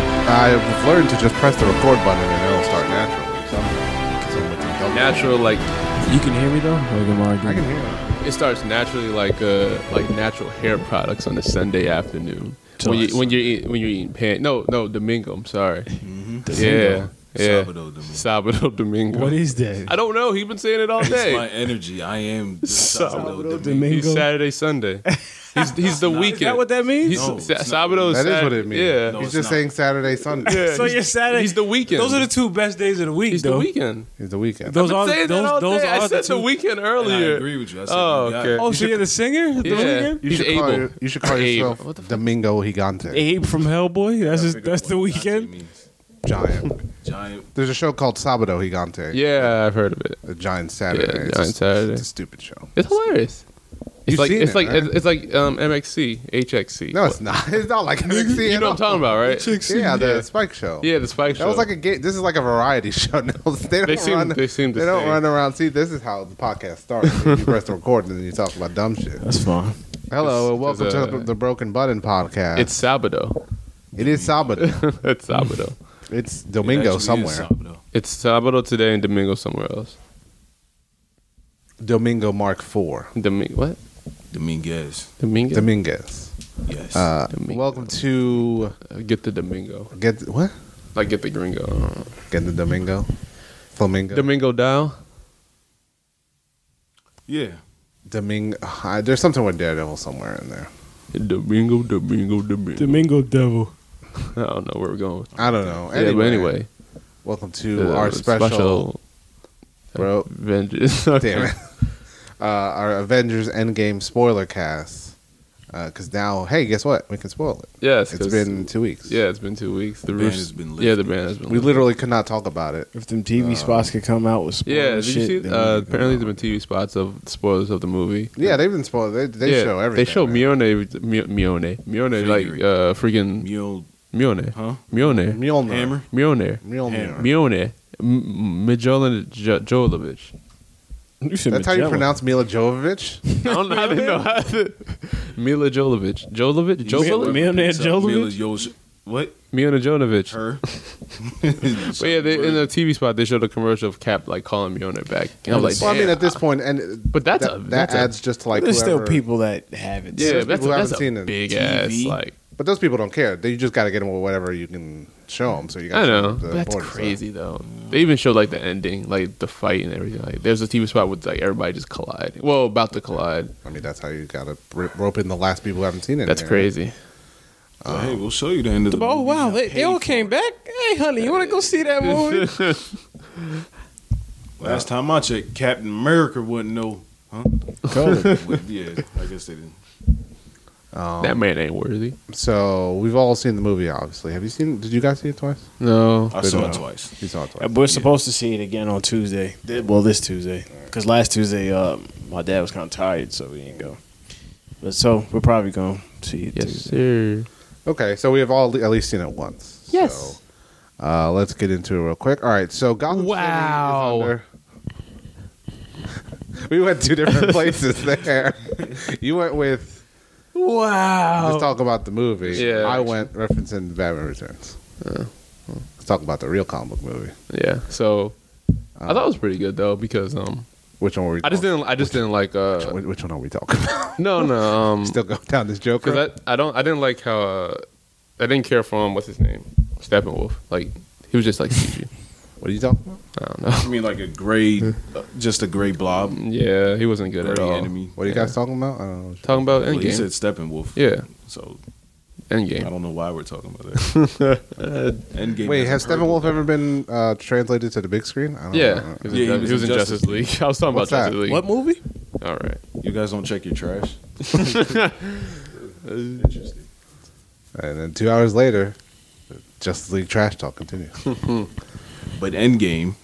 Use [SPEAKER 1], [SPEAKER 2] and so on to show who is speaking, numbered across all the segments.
[SPEAKER 1] I've learned to just press the record button and it'll start naturally. So, so it's helpful.
[SPEAKER 2] Natural, like
[SPEAKER 3] You can hear me though. Like, am I?
[SPEAKER 1] I can hear it.
[SPEAKER 2] it starts naturally, like uh, like natural hair products on a Sunday afternoon. When you when you eat, when you eat pan, no no Domingo. I'm sorry.
[SPEAKER 1] Mm-hmm.
[SPEAKER 2] Yeah, yeah.
[SPEAKER 4] Sabado Domingo.
[SPEAKER 2] Sabado Domingo.
[SPEAKER 3] What is that?
[SPEAKER 2] I don't know. He's been saying it all
[SPEAKER 4] It's my
[SPEAKER 2] day.
[SPEAKER 4] energy. I am the
[SPEAKER 3] Sábado
[SPEAKER 4] Sábado Domingo.
[SPEAKER 3] Domingo.
[SPEAKER 2] He's Saturday Sunday. He's he's the weekend.
[SPEAKER 5] Is that what that means?
[SPEAKER 2] He's,
[SPEAKER 4] No,
[SPEAKER 2] Sa-
[SPEAKER 4] it's not.
[SPEAKER 2] Sabado.
[SPEAKER 1] That is what
[SPEAKER 2] Saturday.
[SPEAKER 1] it means.
[SPEAKER 2] Yeah.
[SPEAKER 4] No,
[SPEAKER 1] He's
[SPEAKER 4] it's
[SPEAKER 1] just
[SPEAKER 4] not.
[SPEAKER 1] saying Saturday, Sunday.
[SPEAKER 2] Yeah,
[SPEAKER 5] So
[SPEAKER 2] he's-
[SPEAKER 5] you're Saturday.
[SPEAKER 2] He's the weekend.
[SPEAKER 5] Those are the two best days of the week.
[SPEAKER 2] He's
[SPEAKER 5] though.
[SPEAKER 2] the weekend.
[SPEAKER 1] It's the weekend.
[SPEAKER 5] Those
[SPEAKER 2] I've
[SPEAKER 5] are
[SPEAKER 2] been saying that
[SPEAKER 5] those.
[SPEAKER 2] all
[SPEAKER 5] Those
[SPEAKER 2] day. I
[SPEAKER 5] are the
[SPEAKER 2] said the
[SPEAKER 5] two.
[SPEAKER 2] weekend
[SPEAKER 4] And I
[SPEAKER 2] earlier.
[SPEAKER 4] agree with you. I said,
[SPEAKER 2] Oh,
[SPEAKER 4] you got
[SPEAKER 2] okay.
[SPEAKER 4] it.
[SPEAKER 5] Oh, so you're the singer? The
[SPEAKER 2] yeah.
[SPEAKER 5] weekend?
[SPEAKER 1] You
[SPEAKER 2] He's
[SPEAKER 1] should call your-
[SPEAKER 2] able.
[SPEAKER 1] you should call
[SPEAKER 2] Abe.
[SPEAKER 1] yourself Domingo Gigante,
[SPEAKER 5] Abe from Hellboy. That's his,
[SPEAKER 4] Figure
[SPEAKER 5] that's
[SPEAKER 4] out
[SPEAKER 5] the
[SPEAKER 4] what
[SPEAKER 5] weekend.
[SPEAKER 4] means.
[SPEAKER 1] giant.
[SPEAKER 4] Giant.
[SPEAKER 1] There's a show called Sabado Gigante.
[SPEAKER 2] Yeah, I've heard of it.
[SPEAKER 1] A giant Saturday.
[SPEAKER 2] Yeah,
[SPEAKER 1] It's
[SPEAKER 2] Giant
[SPEAKER 1] just-
[SPEAKER 2] Saturday.
[SPEAKER 1] It's a stupid show.
[SPEAKER 2] It's hilarious. It's
[SPEAKER 1] You've
[SPEAKER 2] like
[SPEAKER 1] seen
[SPEAKER 2] it's
[SPEAKER 1] it,
[SPEAKER 2] like
[SPEAKER 1] right?
[SPEAKER 2] it's like um, MXC, HXC.
[SPEAKER 1] No, it's not. It's not like NXT.
[SPEAKER 2] you
[SPEAKER 1] at
[SPEAKER 2] know what
[SPEAKER 1] all.
[SPEAKER 2] I'm talking about, right?
[SPEAKER 1] Yeah, the
[SPEAKER 2] Yeah.
[SPEAKER 1] Spike Show.
[SPEAKER 2] Yeah, the Spike Show.
[SPEAKER 1] That was like a game. This is like a variety show. No, they don't
[SPEAKER 2] They seem-
[SPEAKER 1] run.
[SPEAKER 2] they seem the
[SPEAKER 1] don't
[SPEAKER 2] same.
[SPEAKER 1] run around. See, this is how the podcast starts. you press the record and then you talk about dumb shit.
[SPEAKER 3] That's fine.
[SPEAKER 1] Hello and
[SPEAKER 2] It's-
[SPEAKER 1] welcome
[SPEAKER 2] it's,
[SPEAKER 1] to
[SPEAKER 2] uh,
[SPEAKER 1] the Broken Button podcast.
[SPEAKER 2] It's Sabado.
[SPEAKER 1] it is Sabado.
[SPEAKER 2] it's Sabado.
[SPEAKER 1] It's
[SPEAKER 4] It actually
[SPEAKER 1] Domingo
[SPEAKER 4] is
[SPEAKER 1] somewhere.
[SPEAKER 4] Sábado.
[SPEAKER 2] It's Sabado today and Domingo somewhere else.
[SPEAKER 1] Domingo Mark Four.
[SPEAKER 2] Domingo what?
[SPEAKER 4] Dominguez.
[SPEAKER 2] Domingo.
[SPEAKER 1] Dominguez.
[SPEAKER 4] Yes.
[SPEAKER 1] Uh,
[SPEAKER 2] Domingo.
[SPEAKER 1] Welcome to
[SPEAKER 2] Uh, get the Domingo.
[SPEAKER 1] get the- what?
[SPEAKER 2] Like get the Gringo. Uh,
[SPEAKER 1] Get the Domingo. Flamingo.
[SPEAKER 2] Domingo Dial.
[SPEAKER 4] yeah.
[SPEAKER 1] Domingo. I- there's something with Daredevil somewhere in there.
[SPEAKER 2] Domingo, Domingo, Domingo.
[SPEAKER 5] Domingo Devil.
[SPEAKER 2] I don't know where we're going.
[SPEAKER 1] I don't know.
[SPEAKER 2] yeah, but anyway,
[SPEAKER 1] welcome to
[SPEAKER 2] uh,
[SPEAKER 1] our special, bro.
[SPEAKER 2] vengeance.
[SPEAKER 1] Damn it. Uh, our Avengers Endgame spoiler cast. Because now, hey, guess what? We can spoil it.
[SPEAKER 2] Yes,
[SPEAKER 1] it's
[SPEAKER 2] 'cause-
[SPEAKER 1] been two weeks.
[SPEAKER 2] Yeah, it's been two weeks. The,
[SPEAKER 4] ban
[SPEAKER 2] roof
[SPEAKER 4] has been
[SPEAKER 2] Yeah, the
[SPEAKER 4] lifted.
[SPEAKER 2] ban has been.
[SPEAKER 1] We
[SPEAKER 2] lifted.
[SPEAKER 1] literally could not talk about it.
[SPEAKER 3] If them TV spots could come out with spoiler
[SPEAKER 2] Yeah, did
[SPEAKER 3] shit,
[SPEAKER 2] you see?
[SPEAKER 3] then
[SPEAKER 2] Uh,
[SPEAKER 3] we could go
[SPEAKER 2] apparently,
[SPEAKER 3] out.
[SPEAKER 2] there have been TV spots of spoilers of the movie.
[SPEAKER 1] Yeah, they've been spoiled. They, they
[SPEAKER 2] Yeah,
[SPEAKER 1] show everything.
[SPEAKER 2] They show
[SPEAKER 1] man.
[SPEAKER 2] Mione, Mi- Mione, Mione, like
[SPEAKER 4] Figure it.
[SPEAKER 2] uh, freaking
[SPEAKER 4] Mule.
[SPEAKER 2] Mione,
[SPEAKER 4] Huh?
[SPEAKER 2] Mione,
[SPEAKER 1] Mjolnir.
[SPEAKER 4] Hammer.
[SPEAKER 2] Mione,
[SPEAKER 1] Mjolnir.
[SPEAKER 2] Mione, M- Mijolan Jo- Jovovich.
[SPEAKER 3] You said
[SPEAKER 1] That's how you
[SPEAKER 3] Magellan.
[SPEAKER 1] pronounce Mila Jovovich?
[SPEAKER 2] I don't know. I didn't know how to. Mila Jolovich, Jolovich, Jolovich,
[SPEAKER 3] Mjolnir
[SPEAKER 4] It's, uh,
[SPEAKER 3] Jovovich?
[SPEAKER 4] Mila Jovovich. What?
[SPEAKER 2] Mione Jolovich.
[SPEAKER 4] Her?
[SPEAKER 2] But yeah, they, in the TV spot, they showed a commercial of Cap like calling Mione back. And I'm like,
[SPEAKER 1] well, I mean,
[SPEAKER 2] damn.
[SPEAKER 1] at this point, and
[SPEAKER 2] But that's
[SPEAKER 1] that,
[SPEAKER 2] a-
[SPEAKER 1] that
[SPEAKER 2] that's a-
[SPEAKER 1] adds just to like
[SPEAKER 3] There's still
[SPEAKER 1] whoever-
[SPEAKER 3] people that haven't.
[SPEAKER 2] yeah,
[SPEAKER 1] there's
[SPEAKER 2] that's,
[SPEAKER 1] people who
[SPEAKER 2] a,
[SPEAKER 1] haven't
[SPEAKER 2] that's
[SPEAKER 1] seen
[SPEAKER 2] a
[SPEAKER 1] it.
[SPEAKER 2] big ass
[SPEAKER 4] TV?
[SPEAKER 2] like.
[SPEAKER 1] But those people don't care. They you just got to get them with whatever you can show them. So you got.
[SPEAKER 2] I know. But that's crazy though. They even showed like the ending, like the fight and everything. Like there's a TV spot with like everybody just collide. Well, about to collide.
[SPEAKER 1] I mean, that's how you got to rope in the last people who haven't seen it.
[SPEAKER 2] That's
[SPEAKER 1] man.
[SPEAKER 2] crazy.
[SPEAKER 4] So, hey, we'll show you the end of the
[SPEAKER 5] Oh,
[SPEAKER 4] movie.
[SPEAKER 5] wow.
[SPEAKER 4] You
[SPEAKER 5] They,
[SPEAKER 4] got
[SPEAKER 5] they all
[SPEAKER 4] paid
[SPEAKER 5] came back. Hey, honey, you want to go see that movie?
[SPEAKER 4] for it. Last time I checked, Captain America wouldn't know. Huh?
[SPEAKER 3] Cool.
[SPEAKER 4] But, yeah, I guess they didn't. Um,
[SPEAKER 2] that man ain't worthy.
[SPEAKER 1] So we've all seen the movie, obviously. Have you seen? Did you guys see it twice?
[SPEAKER 2] No.
[SPEAKER 4] I
[SPEAKER 1] They
[SPEAKER 4] saw
[SPEAKER 1] don't
[SPEAKER 4] it
[SPEAKER 1] know.
[SPEAKER 4] twice.
[SPEAKER 1] You saw it twice.
[SPEAKER 3] We're supposed to see it again on Tuesday. Th- Well, this Tuesday, because last Tuesday, uh, my dad was kind of tired, so we didn't go. But so we're probably going to see it.
[SPEAKER 2] Yes,
[SPEAKER 3] Tuesday.
[SPEAKER 2] sir.
[SPEAKER 1] Okay, so we have all at least seen it once.
[SPEAKER 2] Yes.
[SPEAKER 1] So, uh, let's get into it real quick. All right, so Gotham
[SPEAKER 2] Wow.
[SPEAKER 1] City is under. we went two different places there. You went with
[SPEAKER 2] Wow.
[SPEAKER 1] let's talk about the movie.
[SPEAKER 2] Yeah.
[SPEAKER 1] I went referencing Batman Returns. Let's talk about the real comic book movie.
[SPEAKER 2] Yeah. So I thought it was pretty good though because um
[SPEAKER 1] Which one were we?
[SPEAKER 2] I just
[SPEAKER 1] talking-
[SPEAKER 2] didn't I just didn't like uh
[SPEAKER 1] Which, which one are we talking about?
[SPEAKER 2] no no um
[SPEAKER 1] Still go down this joke.
[SPEAKER 2] because I I don't I didn't like how uh, I didn't care for him what's his name Steppenwolf like he was just like CG
[SPEAKER 1] What are you talking about?
[SPEAKER 2] I don't know
[SPEAKER 4] I mean, like a gray, uh, just a gray blob.
[SPEAKER 2] yeah he wasn't good
[SPEAKER 4] Gray
[SPEAKER 2] at all
[SPEAKER 4] enemy.
[SPEAKER 1] What are you guys talking about? I don't know. what
[SPEAKER 2] talking about
[SPEAKER 4] Well,
[SPEAKER 2] Endgame
[SPEAKER 4] he said Steppenwolf.
[SPEAKER 2] yeah
[SPEAKER 4] So I
[SPEAKER 2] Endgame
[SPEAKER 4] don't know why we're talking about that.
[SPEAKER 1] you-
[SPEAKER 4] Endgame.
[SPEAKER 1] Wait, has
[SPEAKER 4] has
[SPEAKER 1] Steppenwolf ever been uh, translated to the big screen? I don't
[SPEAKER 2] yeah
[SPEAKER 1] know.
[SPEAKER 2] he was,
[SPEAKER 4] Yeah,
[SPEAKER 2] in, he was in Justice, League. I was talking
[SPEAKER 1] Uh, What's
[SPEAKER 2] about
[SPEAKER 1] that?
[SPEAKER 2] Justice League
[SPEAKER 3] What movie?
[SPEAKER 2] all right
[SPEAKER 4] You guys don't check your trash. Interesting.
[SPEAKER 1] And then two hours later, Justice League trash talk continues.
[SPEAKER 4] But Endgame.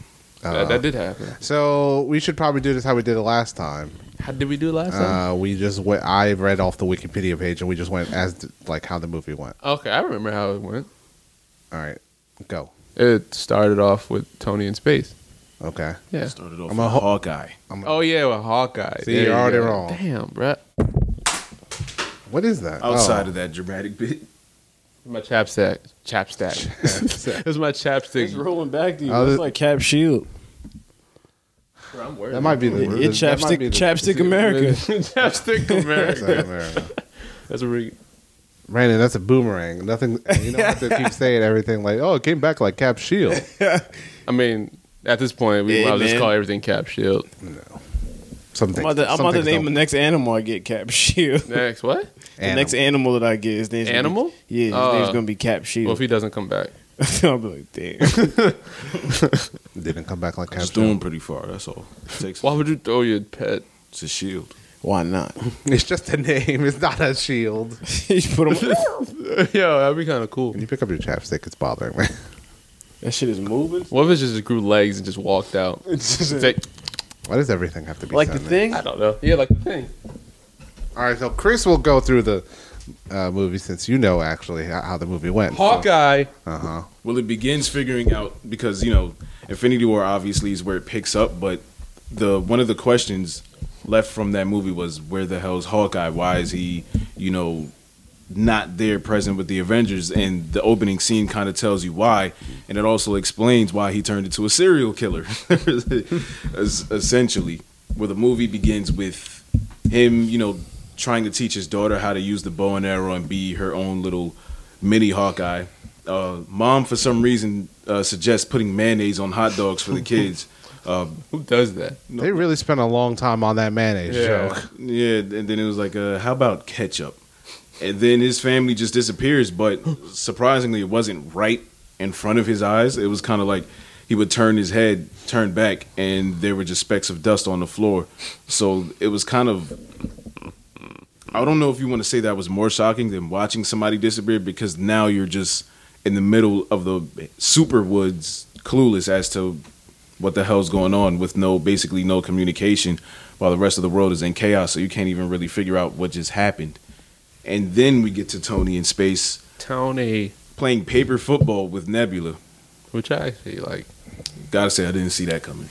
[SPEAKER 1] Uh,
[SPEAKER 2] that, that did happen
[SPEAKER 1] so we should probably do this how we did it last time.
[SPEAKER 2] how did we do last time
[SPEAKER 1] Uh, we just went. I read off the Wikipedia page and we just went as th- like how the movie went.
[SPEAKER 2] okay I remember how it went
[SPEAKER 1] All right, go.
[SPEAKER 2] it started off with Tony in space
[SPEAKER 1] Okay.
[SPEAKER 2] yeah
[SPEAKER 4] Started off
[SPEAKER 1] I'm
[SPEAKER 4] I'm
[SPEAKER 1] a
[SPEAKER 4] a
[SPEAKER 1] Haw-
[SPEAKER 4] Hawkeye.
[SPEAKER 1] I'm-
[SPEAKER 2] oh yeah with Hawkeye
[SPEAKER 1] See,
[SPEAKER 2] There
[SPEAKER 1] you're
[SPEAKER 2] you
[SPEAKER 1] already
[SPEAKER 2] go.
[SPEAKER 1] wrong.
[SPEAKER 2] damn bruh.
[SPEAKER 1] What is that?
[SPEAKER 4] Outside
[SPEAKER 1] Oh.
[SPEAKER 4] of that dramatic bit,
[SPEAKER 2] My chapstick. Chapstick. It's my
[SPEAKER 3] It's
[SPEAKER 2] chapstick.
[SPEAKER 3] rolling back to you.
[SPEAKER 1] Oh,
[SPEAKER 3] That's
[SPEAKER 1] this-
[SPEAKER 3] like Cap Shield.
[SPEAKER 2] Bro, I'm worried.
[SPEAKER 1] That might be
[SPEAKER 3] It,
[SPEAKER 1] the
[SPEAKER 3] it
[SPEAKER 1] that might
[SPEAKER 3] chapstick,
[SPEAKER 1] be the-
[SPEAKER 3] chapstick America.
[SPEAKER 2] chapstick
[SPEAKER 1] That's
[SPEAKER 2] America.
[SPEAKER 1] not America.
[SPEAKER 2] That's a rig.
[SPEAKER 1] Brandon, that's a boomerang. Nothing. You don't have to keep saying everything like, "Oh, it came back like Cap Shield."
[SPEAKER 2] I mean, at this point, we
[SPEAKER 3] Hey,
[SPEAKER 2] might just
[SPEAKER 3] man.
[SPEAKER 2] call everything Cap Shield.
[SPEAKER 1] Something.
[SPEAKER 3] I'm about to, I'm
[SPEAKER 1] some
[SPEAKER 3] about to
[SPEAKER 1] things
[SPEAKER 3] name the
[SPEAKER 1] don't.
[SPEAKER 3] next animal I get Cap Shield.
[SPEAKER 2] Next, what?
[SPEAKER 3] The next animal that I get is name's gonna be-
[SPEAKER 2] Animal?
[SPEAKER 3] yeah, his
[SPEAKER 2] Uh,
[SPEAKER 3] name's gonna be Cap
[SPEAKER 2] Well, if
[SPEAKER 3] Shield.
[SPEAKER 2] he doesn't come back,
[SPEAKER 3] I'll be like, damn.
[SPEAKER 1] didn't come back like Cap
[SPEAKER 4] It's
[SPEAKER 1] Shield.
[SPEAKER 4] doing pretty far. That's all. It takes
[SPEAKER 2] why would you throw your pet?
[SPEAKER 4] it's a shield.
[SPEAKER 3] Why not?
[SPEAKER 1] It's just a name. It's not a shield.
[SPEAKER 3] you put him.
[SPEAKER 2] Yo, that'd be kind of cool.
[SPEAKER 1] When you pick up your chapstick, it's bothering me.
[SPEAKER 3] that shit is moving.
[SPEAKER 2] What if it just grew legs and just walked out? Take-
[SPEAKER 1] Why does everything have to be
[SPEAKER 3] like the
[SPEAKER 1] Sunday?
[SPEAKER 3] thing.
[SPEAKER 2] I don't know. Yeah, like the thing.
[SPEAKER 1] All right, so Chris will go through the uh, movie since you know actually how, how the movie went.
[SPEAKER 2] Hawkeye.
[SPEAKER 1] Uh huh.
[SPEAKER 4] Well, it begins figuring out because you know Infinity War obviously is where it picks up, but the one of the questions left from that movie was where the hell's Hawkeye? Why is he, you know, not there present with the Avengers? And the opening scene kind of tells you why, and it also explains why he turned into a serial killer, Es- essentially. Where the movie begins with him, you know, trying to teach his daughter how to use the bow and arrow and be her own little mini Hawkeye uh, mom for some reason uh, suggests putting mayonnaise on hot dogs for the kids. Uh,
[SPEAKER 2] Who does that?
[SPEAKER 1] They really spent a long time on that mayonnaise
[SPEAKER 2] Yeah.
[SPEAKER 1] joke.
[SPEAKER 4] yeah, and then it was like, uh, how about ketchup? And then his family just disappears, but surprisingly, it wasn't right in front of his eyes. It was kind of like he would turn his head, turn back, and there were just specks of dust on the floor. So it was kind of I don't know if you want to say that was more shocking than watching somebody disappear because now you're just in the middle of the super woods, clueless as to what the hell's going on with no basically no communication while the rest of the world is in chaos, so you can't even really figure out what just happened. And then we get to Tony in space
[SPEAKER 2] Tony,
[SPEAKER 4] playing paper football with Nebula.
[SPEAKER 2] which I actually like.
[SPEAKER 4] Gotta say, I didn't see that coming.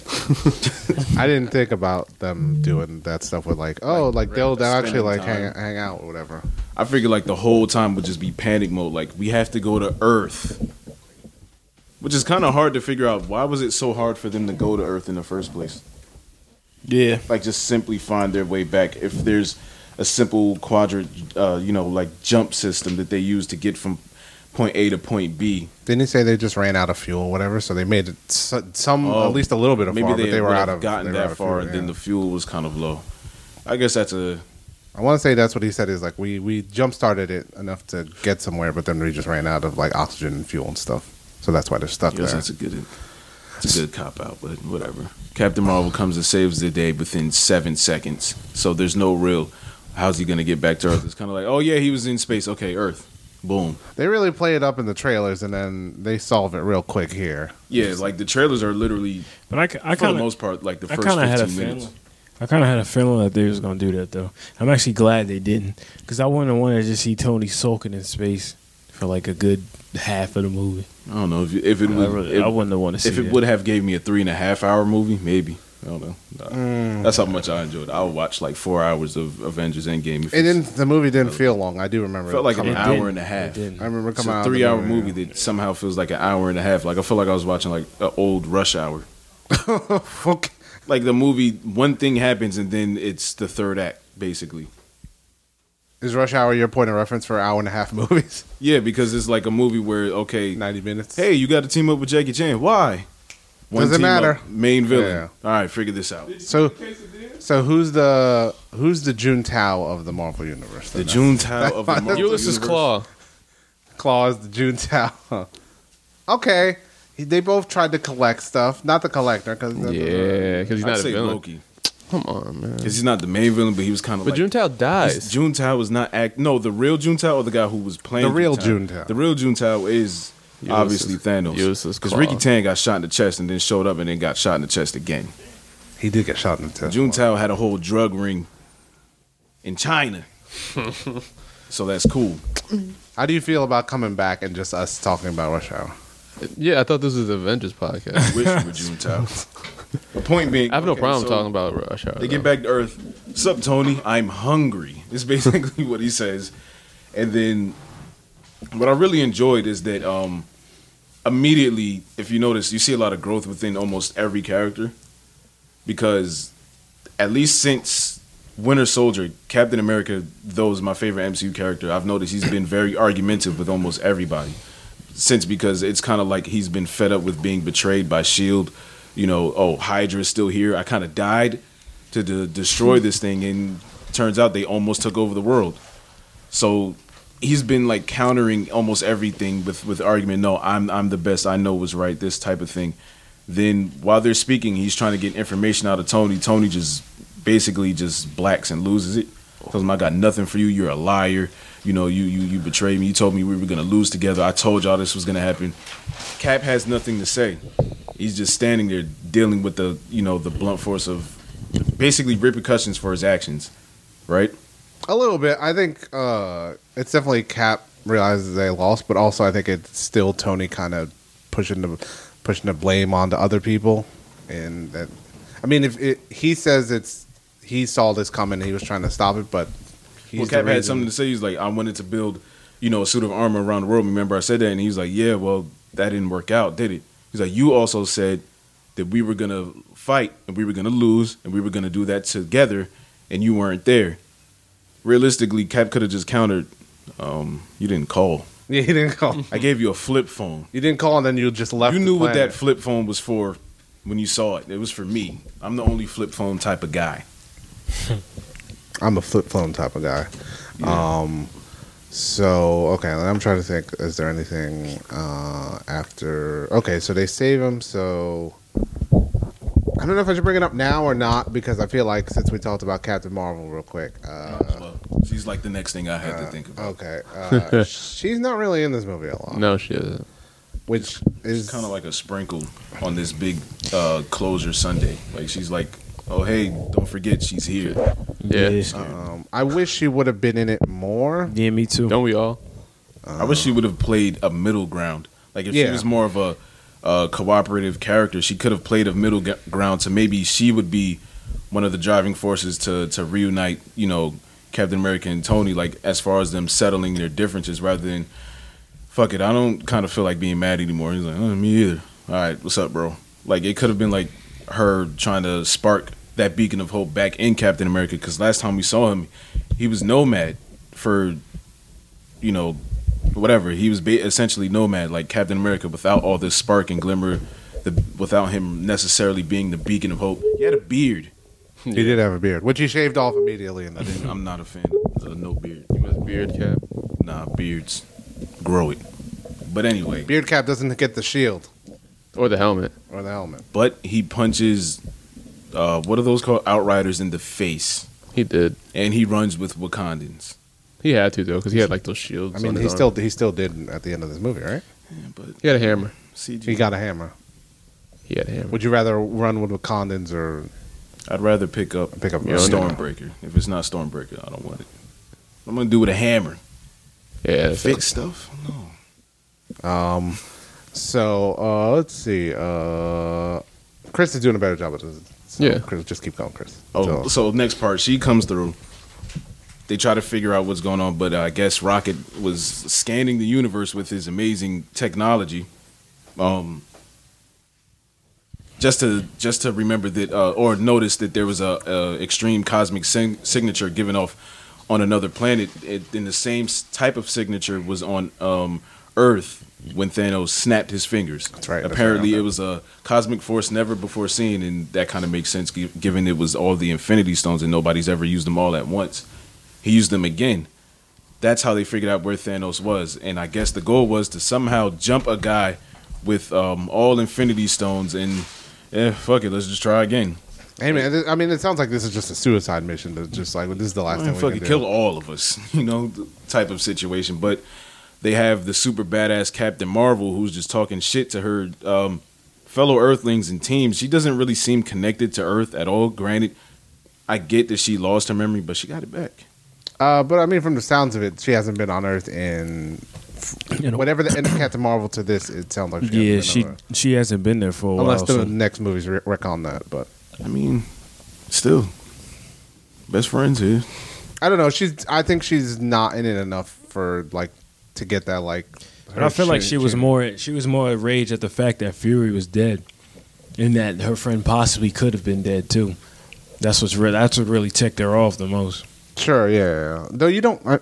[SPEAKER 1] I didn't think about them doing that stuff with like, oh, like, they'll they'll actually
[SPEAKER 4] spending
[SPEAKER 1] like hang,
[SPEAKER 4] time.
[SPEAKER 1] hang out or whatever.
[SPEAKER 4] I figured like the whole time would just be panic mode. Like we have to go to Earth, which is kind of hard to figure out. Why was it so hard for them to go to Earth in the first place?
[SPEAKER 3] Yeah.
[SPEAKER 4] Like just simply find their way back. If there's a simple quadrant, uh, you know, like jump system that they use to get from point A to point B.
[SPEAKER 1] Didn't he say they just ran out of fuel or whatever? So they made it so- some
[SPEAKER 4] Oh,
[SPEAKER 1] Mm, at least a little bit of
[SPEAKER 4] Maybe
[SPEAKER 1] far,
[SPEAKER 4] they,
[SPEAKER 1] but they were
[SPEAKER 4] would
[SPEAKER 1] out
[SPEAKER 4] have
[SPEAKER 1] of they
[SPEAKER 4] gotten
[SPEAKER 1] were out
[SPEAKER 4] that
[SPEAKER 1] of
[SPEAKER 4] far,
[SPEAKER 1] fuel,
[SPEAKER 4] and then
[SPEAKER 1] yeah.
[SPEAKER 4] the fuel was kind of low. I guess that's a
[SPEAKER 1] I want to say that's what he said. Is like we we jump started it enough to get somewhere, but then we just ran out of like oxygen and fuel and stuff. So that's why they're
[SPEAKER 4] I
[SPEAKER 1] stuck
[SPEAKER 4] guess
[SPEAKER 1] there.
[SPEAKER 4] that's a good. It's a good cop out, but whatever. Captain Marvel comes and saves the day within seven seconds, so there's no real. How's he gonna get back to Earth? It's kind of like, oh yeah, he was in space. Okay, Earth. Boom.
[SPEAKER 1] They really play it up in the trailers, and then they solve it real quick here.
[SPEAKER 4] Yeah, like the trailers are literally
[SPEAKER 5] But I, ki- I
[SPEAKER 4] for
[SPEAKER 5] kind
[SPEAKER 4] the
[SPEAKER 5] of
[SPEAKER 4] most part like the
[SPEAKER 5] I
[SPEAKER 4] first
[SPEAKER 5] kind of
[SPEAKER 4] fifteen
[SPEAKER 5] had a
[SPEAKER 4] minutes.
[SPEAKER 5] feeling. I kind of had a feeling that they was gonna do that though. I'm actually glad they didn't, cause I wouldn't want to just see Tony sulking in space for like a good half of the movie.
[SPEAKER 4] I don't know if, if it
[SPEAKER 5] I,
[SPEAKER 4] would
[SPEAKER 5] really,
[SPEAKER 4] if,
[SPEAKER 5] I wouldn't want to see
[SPEAKER 4] if it
[SPEAKER 5] that.
[SPEAKER 4] would have gave me a three and a half hour movie, maybe. I don't know. Nah.
[SPEAKER 1] Mm.
[SPEAKER 4] That's how much I enjoyed. it. I'll watch like four hours of Avengers Endgame. If
[SPEAKER 1] It
[SPEAKER 4] it's-
[SPEAKER 1] didn't. The movie didn't feel long. I do remember.
[SPEAKER 4] felt
[SPEAKER 1] it
[SPEAKER 4] like an
[SPEAKER 1] coming out.
[SPEAKER 4] hour
[SPEAKER 5] didn't.
[SPEAKER 4] and a half.
[SPEAKER 5] It didn't.
[SPEAKER 1] I remember
[SPEAKER 4] It's
[SPEAKER 1] coming out
[SPEAKER 4] a
[SPEAKER 1] of the
[SPEAKER 4] three hour
[SPEAKER 1] movie,
[SPEAKER 4] movie that somehow feels like an hour and a half. Like I feel like I was watching like an old Rush Hour.
[SPEAKER 1] Okay.
[SPEAKER 4] Like the movie, one thing happens and then it's the third act basically.
[SPEAKER 1] Is Rush Hour your point of reference for hour and a half movies?
[SPEAKER 4] Yeah, because it's like a movie where okay,
[SPEAKER 1] Ninety minutes.
[SPEAKER 4] hey, you got to team up with Jackie Chan. Why?
[SPEAKER 1] Doesn't
[SPEAKER 4] team
[SPEAKER 1] matter.
[SPEAKER 4] up, main villain.
[SPEAKER 1] Yeah.
[SPEAKER 4] All right, figure this out.
[SPEAKER 1] So, so who's the who's the Juntao of the Marvel universe?
[SPEAKER 4] The
[SPEAKER 1] then?
[SPEAKER 4] Juntao of the Marvel
[SPEAKER 2] Ulysses
[SPEAKER 4] universe.
[SPEAKER 2] Claw.
[SPEAKER 1] Claw is the Juntao. okay, He- they both tried to collect stuff. Not the collector, because
[SPEAKER 2] Yeah, because he's
[SPEAKER 4] uh, I'd
[SPEAKER 2] not a
[SPEAKER 4] say
[SPEAKER 2] villain.
[SPEAKER 4] Loki
[SPEAKER 2] Come on, man.
[SPEAKER 4] because he's not the main villain, but he was kind of.
[SPEAKER 2] But
[SPEAKER 4] like,
[SPEAKER 2] Juntao
[SPEAKER 4] This
[SPEAKER 2] dies.
[SPEAKER 4] Juntao was not act. No, the real Juntao or the guy who was playing
[SPEAKER 1] The real Juntao.
[SPEAKER 4] The real Juntao is
[SPEAKER 2] Ulysses-
[SPEAKER 4] obviously Thanos.
[SPEAKER 2] Ulysses
[SPEAKER 4] Because
[SPEAKER 2] Claw.
[SPEAKER 4] Ricky Tan got shot in the chest and then showed up and then got shot in the chest again.
[SPEAKER 1] he did get shot in the chest.
[SPEAKER 4] Juntao had a whole drug ring in China, so that's cool.
[SPEAKER 1] How do you feel about coming back and just us talking about Rush Hour?
[SPEAKER 2] Yeah, I thought this was the Avengers podcast.
[SPEAKER 4] Wish you were Juntao. The point being,
[SPEAKER 2] I have no
[SPEAKER 4] okay,
[SPEAKER 2] problem
[SPEAKER 4] so
[SPEAKER 2] talking about Rush Hour. though.
[SPEAKER 4] They get back to Earth. Sup, Tony? I'm hungry. It's basically what he says, and then what I really enjoyed is that um, immediately, if you notice, you see a lot of growth within almost every character because at least since Winter Soldier, Captain America, though is my favorite MCU character, I've noticed he's been very argumentative with almost everybody since because it's kind of like he's been fed up with being betrayed by Shield. E You know, oh Hydra is still here. I kind of died to de- destroy this thing, and turns out they almost took over the world. So he's been like countering almost everything with with argument. No, I'm I'm the best. I know what's right. This type of thing. Then while they're speaking, he's trying to get information out of Tony. Tony just basically just blacks and loses it. Tells him I got nothing for you. You're a liar. You know you you you betrayed me. You told me we were gonna lose together. I told y'all this was gonna happen. Cap has nothing to say. He's just standing there dealing with the you know the blunt force of basically repercussions for his actions, right?
[SPEAKER 1] A little bit. I think uh, it's definitely Cap realizes they lost, but also I think it's still Tony kind of pushing the pushing the blame onto other people, and that. I mean, if it, he says it's he saw this coming, he was trying to stop it, but he's
[SPEAKER 4] well,
[SPEAKER 1] the
[SPEAKER 4] Cap had
[SPEAKER 1] reason-
[SPEAKER 4] something to say. He's like, I wanted to build, you know, a suit of armor around the world. Remember, I said that, and he's like, Yeah, well, that didn't work out, did it? He's like, You also said that we were gonna fight and we were gonna lose and we were gonna do that together, and you weren't there. Realistically, Cap could have just countered. Um, you didn't call.
[SPEAKER 1] Yeah, he didn't call.
[SPEAKER 4] I gave you a flip phone.
[SPEAKER 1] You didn't call, and then you just left.
[SPEAKER 4] You
[SPEAKER 1] the
[SPEAKER 4] knew what that
[SPEAKER 1] planet.
[SPEAKER 4] flip phone was for when you saw it. It was for me. I'm the only flip phone type of guy.
[SPEAKER 1] I'm a flip phone type of guy. Um, so okay, I'm trying to think. Is there anything uh, after? Okay, so they save him. So I don't know if I should bring it up now or not because I feel like since we talked about Captain Marvel real quick. Uh,
[SPEAKER 4] Well, she's like the next thing I had to
[SPEAKER 1] Uh-huh.
[SPEAKER 4] think about.
[SPEAKER 1] okay, uh, she's not really in this movie a lot,
[SPEAKER 2] No shit. doesn't.
[SPEAKER 1] which is
[SPEAKER 4] kind of like a sprinkle on this big uh, closure Sunday. Like she's like, oh hey, don't forget she's here.
[SPEAKER 2] Yeah.
[SPEAKER 5] Yes.
[SPEAKER 1] Um, I wish she would have been in it more.
[SPEAKER 5] yeah, me too.
[SPEAKER 2] Don't we all?
[SPEAKER 4] I wish she would have played a middle ground. Like if she
[SPEAKER 1] Yeah.
[SPEAKER 4] was more of a uh, cooperative character, she could have played a middle g- ground. So maybe she would be one of the driving forces to to reunite. You know, Captain America and Tony. Like as far as them settling their differences, rather than fuck it, I don't kind of feel like being mad anymore. He's like, oh, me either. All right, what's up, bro? Like it could have been like her trying to spark that beacon of hope back in Captain America because last time we saw him, he was nomad for you know whatever he was ba- essentially nomad like captain america without all this spark and glimmer the, without him necessarily being the beacon of hope he had a beard
[SPEAKER 1] He did have a beard, which he shaved off immediately in
[SPEAKER 4] I
[SPEAKER 1] the.
[SPEAKER 4] didn't, i'm not a fan of no beard
[SPEAKER 2] You must beard cap.
[SPEAKER 4] nah beards grow it but anyway
[SPEAKER 1] Beard cap doesn't get the shield
[SPEAKER 2] Or the helmet.
[SPEAKER 1] or the helmet.
[SPEAKER 4] but he punches uh, what are those called outriders in the face
[SPEAKER 2] He did.
[SPEAKER 4] and he runs with wakandans
[SPEAKER 2] He had to though, because he had like those shields.
[SPEAKER 1] I mean,
[SPEAKER 2] on his
[SPEAKER 1] he
[SPEAKER 2] arm.
[SPEAKER 1] still he still did at the end of this movie, right?
[SPEAKER 4] yeah, but
[SPEAKER 2] He had a hammer.
[SPEAKER 4] CG.
[SPEAKER 1] He got a hammer.
[SPEAKER 2] He had a hammer.
[SPEAKER 1] Would you rather run with Wakandans or
[SPEAKER 4] I'd rather pick up
[SPEAKER 1] pick up
[SPEAKER 2] Yeah,
[SPEAKER 1] a
[SPEAKER 2] Storm.
[SPEAKER 4] Stormbreaker. If it's not Stormbreaker, I don't want it. I'm gonna do with a hammer.
[SPEAKER 2] Yeah. that's
[SPEAKER 4] Fix stuff? No.
[SPEAKER 1] Um, so uh, let's see. Uh, Chris is doing a better job at this. So
[SPEAKER 2] Yeah.
[SPEAKER 1] Chris, just keep going, Chris.
[SPEAKER 4] Oh,
[SPEAKER 1] So-
[SPEAKER 4] so next part, she comes through. They try to figure out what's going on, but I guess Rocket was scanning the universe with his amazing technology. Um, just to just to remember that uh, or notice that there was a, a extreme cosmic sing- signature given off on another planet. It, and the same s- type of signature was on um, Earth when Thanos snapped his fingers.
[SPEAKER 1] That's right, that's
[SPEAKER 4] Apparently,
[SPEAKER 1] right.
[SPEAKER 4] it was a cosmic force never before seen, and that kind of makes sense gi- given it was all the Infinity Stones and nobody's ever used them all at once. He used them again. That's how they figured out where Thanos was, and I guess the goal was to somehow jump a guy with um, all Infinity Stones and yeah, Eh, fuck it, let's just try again.
[SPEAKER 1] hey man, th- I mean, it sounds like this is just a suicide mission. To just like this is the last
[SPEAKER 4] Man,
[SPEAKER 1] thing we
[SPEAKER 4] fucking
[SPEAKER 1] can
[SPEAKER 4] kill
[SPEAKER 1] do.
[SPEAKER 4] all of us, you know, th- type of situation. But they have the super badass Captain Marvel who's just talking shit to her um, fellow Earthlings and team. She doesn't really seem connected to Earth at all. Granted, I get that she lost her memory, but she got it back.
[SPEAKER 1] Uh, but I mean, from the sounds of it, she hasn't been on Earth in
[SPEAKER 5] You know,
[SPEAKER 1] whatever the end of Captain Marvel to this. It sounds like she hasn't
[SPEAKER 5] yeah,
[SPEAKER 1] been
[SPEAKER 5] she
[SPEAKER 1] on Earth.
[SPEAKER 5] she hasn't been there for a
[SPEAKER 1] unless
[SPEAKER 5] while.
[SPEAKER 1] the
[SPEAKER 5] so-
[SPEAKER 1] next movie's re- wreck on that. But
[SPEAKER 4] I mean, still, best friends here.
[SPEAKER 1] I don't know. She's I think she's not in it enough for like to get that like.
[SPEAKER 5] But I
[SPEAKER 1] her
[SPEAKER 5] feel like
[SPEAKER 1] shitty
[SPEAKER 5] she was
[SPEAKER 1] chin.
[SPEAKER 5] more she was more enraged at the fact that Fury was dead, and that her friend possibly could have been dead too. That's what's re- that's what really ticked her off the most.
[SPEAKER 1] Sure, yeah, yeah, yeah. Though you don't, uh,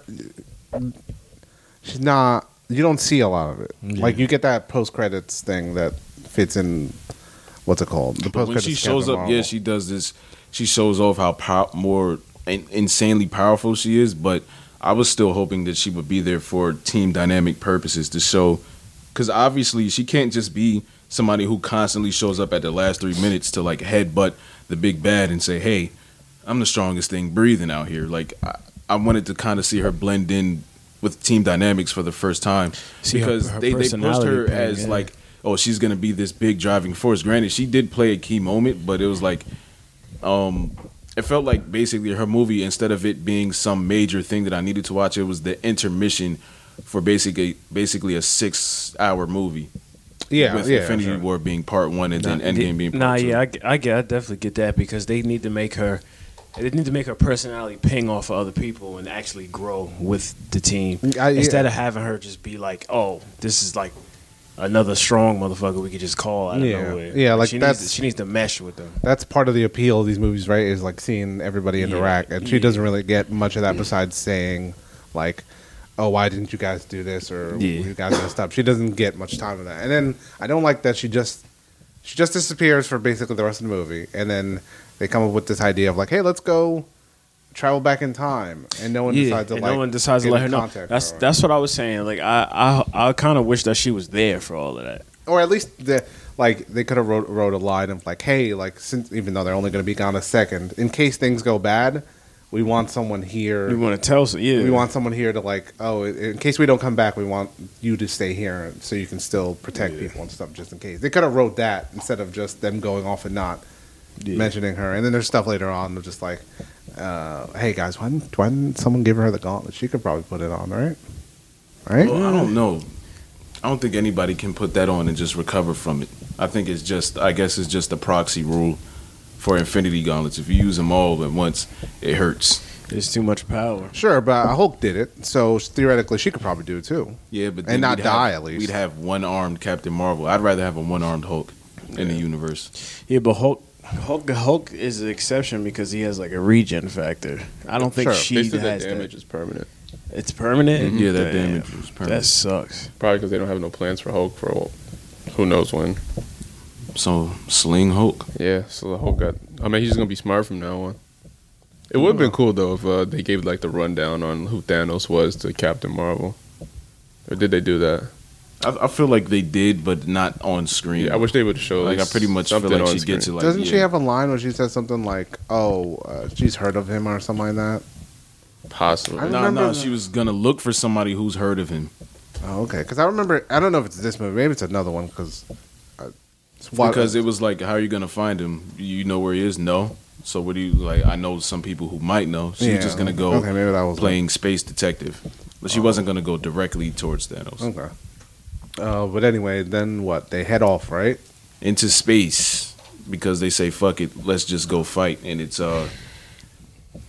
[SPEAKER 1] she's not. You don't see a lot of it.
[SPEAKER 5] Yeah.
[SPEAKER 1] Like you get that post credits thing that fits in. What's it called? The
[SPEAKER 4] But
[SPEAKER 1] post
[SPEAKER 4] when
[SPEAKER 1] credits.
[SPEAKER 4] she shows up, yeah, she does this. She shows off how pow- more in- insanely powerful she is. But I was still hoping that she would be there for team dynamic purposes to show, because obviously she can't just be somebody who constantly shows up at the last three minutes to like headbutt the big bad and say, "Hey, I'm the strongest thing breathing out here." Like I, I wanted to kind of see her blend in with team dynamics for the first time
[SPEAKER 5] See her-
[SPEAKER 4] because
[SPEAKER 5] her
[SPEAKER 4] they, they pushed
[SPEAKER 5] personality
[SPEAKER 4] her
[SPEAKER 5] thing,
[SPEAKER 4] as
[SPEAKER 5] yeah.
[SPEAKER 4] like oh she's gonna be this big driving force granted she did play a key moment but it was like um it felt like basically her movie instead of it being some major thing that i needed to watch it was the intermission for basically basically a six hour movie
[SPEAKER 1] yeah,
[SPEAKER 4] with
[SPEAKER 1] yeah,
[SPEAKER 4] infinity
[SPEAKER 1] sure.
[SPEAKER 4] war being part one and then
[SPEAKER 5] the-
[SPEAKER 4] endgame being part
[SPEAKER 5] Nah,
[SPEAKER 4] two
[SPEAKER 5] yeah, I, g- I get, I definitely get that because they need to make her, they need to make her personality ping off of other people and actually grow with the team
[SPEAKER 1] Mm, I- yeah.
[SPEAKER 5] instead of having her just be like, oh, this is like another strong motherfucker we could just call out of
[SPEAKER 1] Yeah.
[SPEAKER 5] nowhere.
[SPEAKER 1] Yeah, like,
[SPEAKER 5] she
[SPEAKER 1] that's-
[SPEAKER 5] needs, to, she needs to mesh with them.
[SPEAKER 1] That's part of the appeal of these movies, right? Is like seeing everybody interact, and she
[SPEAKER 5] yeah.
[SPEAKER 1] doesn't really get much of that besides saying, like, "Oh, why didn't you guys do this?" or
[SPEAKER 5] Yeah.
[SPEAKER 1] "You guys messed up." She doesn't get much time of that, and then I don't like that she just she just disappears for basically the rest of the movie, and then they come up with this idea of like, "Hey, let's go." Travel back in time, and no one decides to
[SPEAKER 5] and
[SPEAKER 1] like.
[SPEAKER 5] no one decides to
[SPEAKER 1] get
[SPEAKER 5] let
[SPEAKER 1] in
[SPEAKER 5] her know.
[SPEAKER 1] contact
[SPEAKER 5] That's
[SPEAKER 1] her.
[SPEAKER 5] that's what I was saying. Like I I, I kind of wish that she was there for all of that.
[SPEAKER 1] or at least the like they could have wrote, wrote a line of like hey like since even though they're only going to be gone a second in case things go bad we want someone here
[SPEAKER 5] We want to tell, so yeah,
[SPEAKER 1] we want someone here to like oh in- in case we don't come back we want you to stay here so you can still protect people and stuff just in case they could have wrote that instead of just them going off and not mentioning her and then there's stuff later on that's just like uh, hey guys why didn't, why didn't someone give her the gauntlet she could probably put it on right right
[SPEAKER 4] Well, I don't know. I don't think anybody can put that on and just recover from it. I think it's just, I guess it's just a proxy rule for Infinity Gauntlets. If you use them all at once, it hurts.
[SPEAKER 5] It's too much power.
[SPEAKER 1] Sure, but Hulk did it, so theoretically she could probably do it too.
[SPEAKER 4] Yeah, but
[SPEAKER 1] And not
[SPEAKER 4] we'd
[SPEAKER 1] die,
[SPEAKER 4] have,
[SPEAKER 1] at least.
[SPEAKER 4] We'd have one armed Captain Marvel. I'd rather have a one armed Hulk in the universe.
[SPEAKER 3] Yeah, but Hulk, Hulk, Hulk is an exception because he has like a regen factor. I don't think
[SPEAKER 1] Sure,
[SPEAKER 2] They
[SPEAKER 3] she
[SPEAKER 2] said that
[SPEAKER 3] has
[SPEAKER 2] damage
[SPEAKER 3] that.
[SPEAKER 2] is permanent.
[SPEAKER 3] It's permanent.
[SPEAKER 4] Yeah, that
[SPEAKER 3] Damn,
[SPEAKER 4] damage was permanent.
[SPEAKER 3] That sucks.
[SPEAKER 2] Probably because they don't have no plans for Hulk for who knows when.
[SPEAKER 4] So sling Hulk.
[SPEAKER 2] Yeah, so the Hulk got. I mean, he's gonna be smart from now on. It would have been cool though if uh, they gave like the rundown on who Thanos was to Captain Marvel, or did they do that?
[SPEAKER 4] I, I feel like they did, but not on screen.
[SPEAKER 2] Yeah, I wish they would show.
[SPEAKER 4] like I pretty much feel
[SPEAKER 2] something
[SPEAKER 4] like
[SPEAKER 2] on
[SPEAKER 4] she gets it.
[SPEAKER 2] screen.
[SPEAKER 4] Like,
[SPEAKER 1] Doesn't she
[SPEAKER 4] yeah.
[SPEAKER 1] have a line where she says something like, "Oh, uh, she's heard of him" or something like that?
[SPEAKER 2] Possibly.
[SPEAKER 1] I
[SPEAKER 4] No,
[SPEAKER 1] remember
[SPEAKER 4] no,
[SPEAKER 1] that.
[SPEAKER 4] she was gonna look for somebody who's heard of him.
[SPEAKER 1] Oh, okay. Because I remember, I don't know if it's this movie, maybe it's another one. uh, Because
[SPEAKER 4] because it was like, how are you gonna find him? You know where he is? No. So what do you like? I know some people who might know. She
[SPEAKER 1] Yeah,
[SPEAKER 4] was just gonna go
[SPEAKER 1] okay, maybe that was
[SPEAKER 4] playing space detective, but she wasn't gonna go directly towards Thanos
[SPEAKER 1] okay. Uh, but anyway, then what? They head off, right?
[SPEAKER 4] into space because they say fuck it, let's just go fight. And it's uh,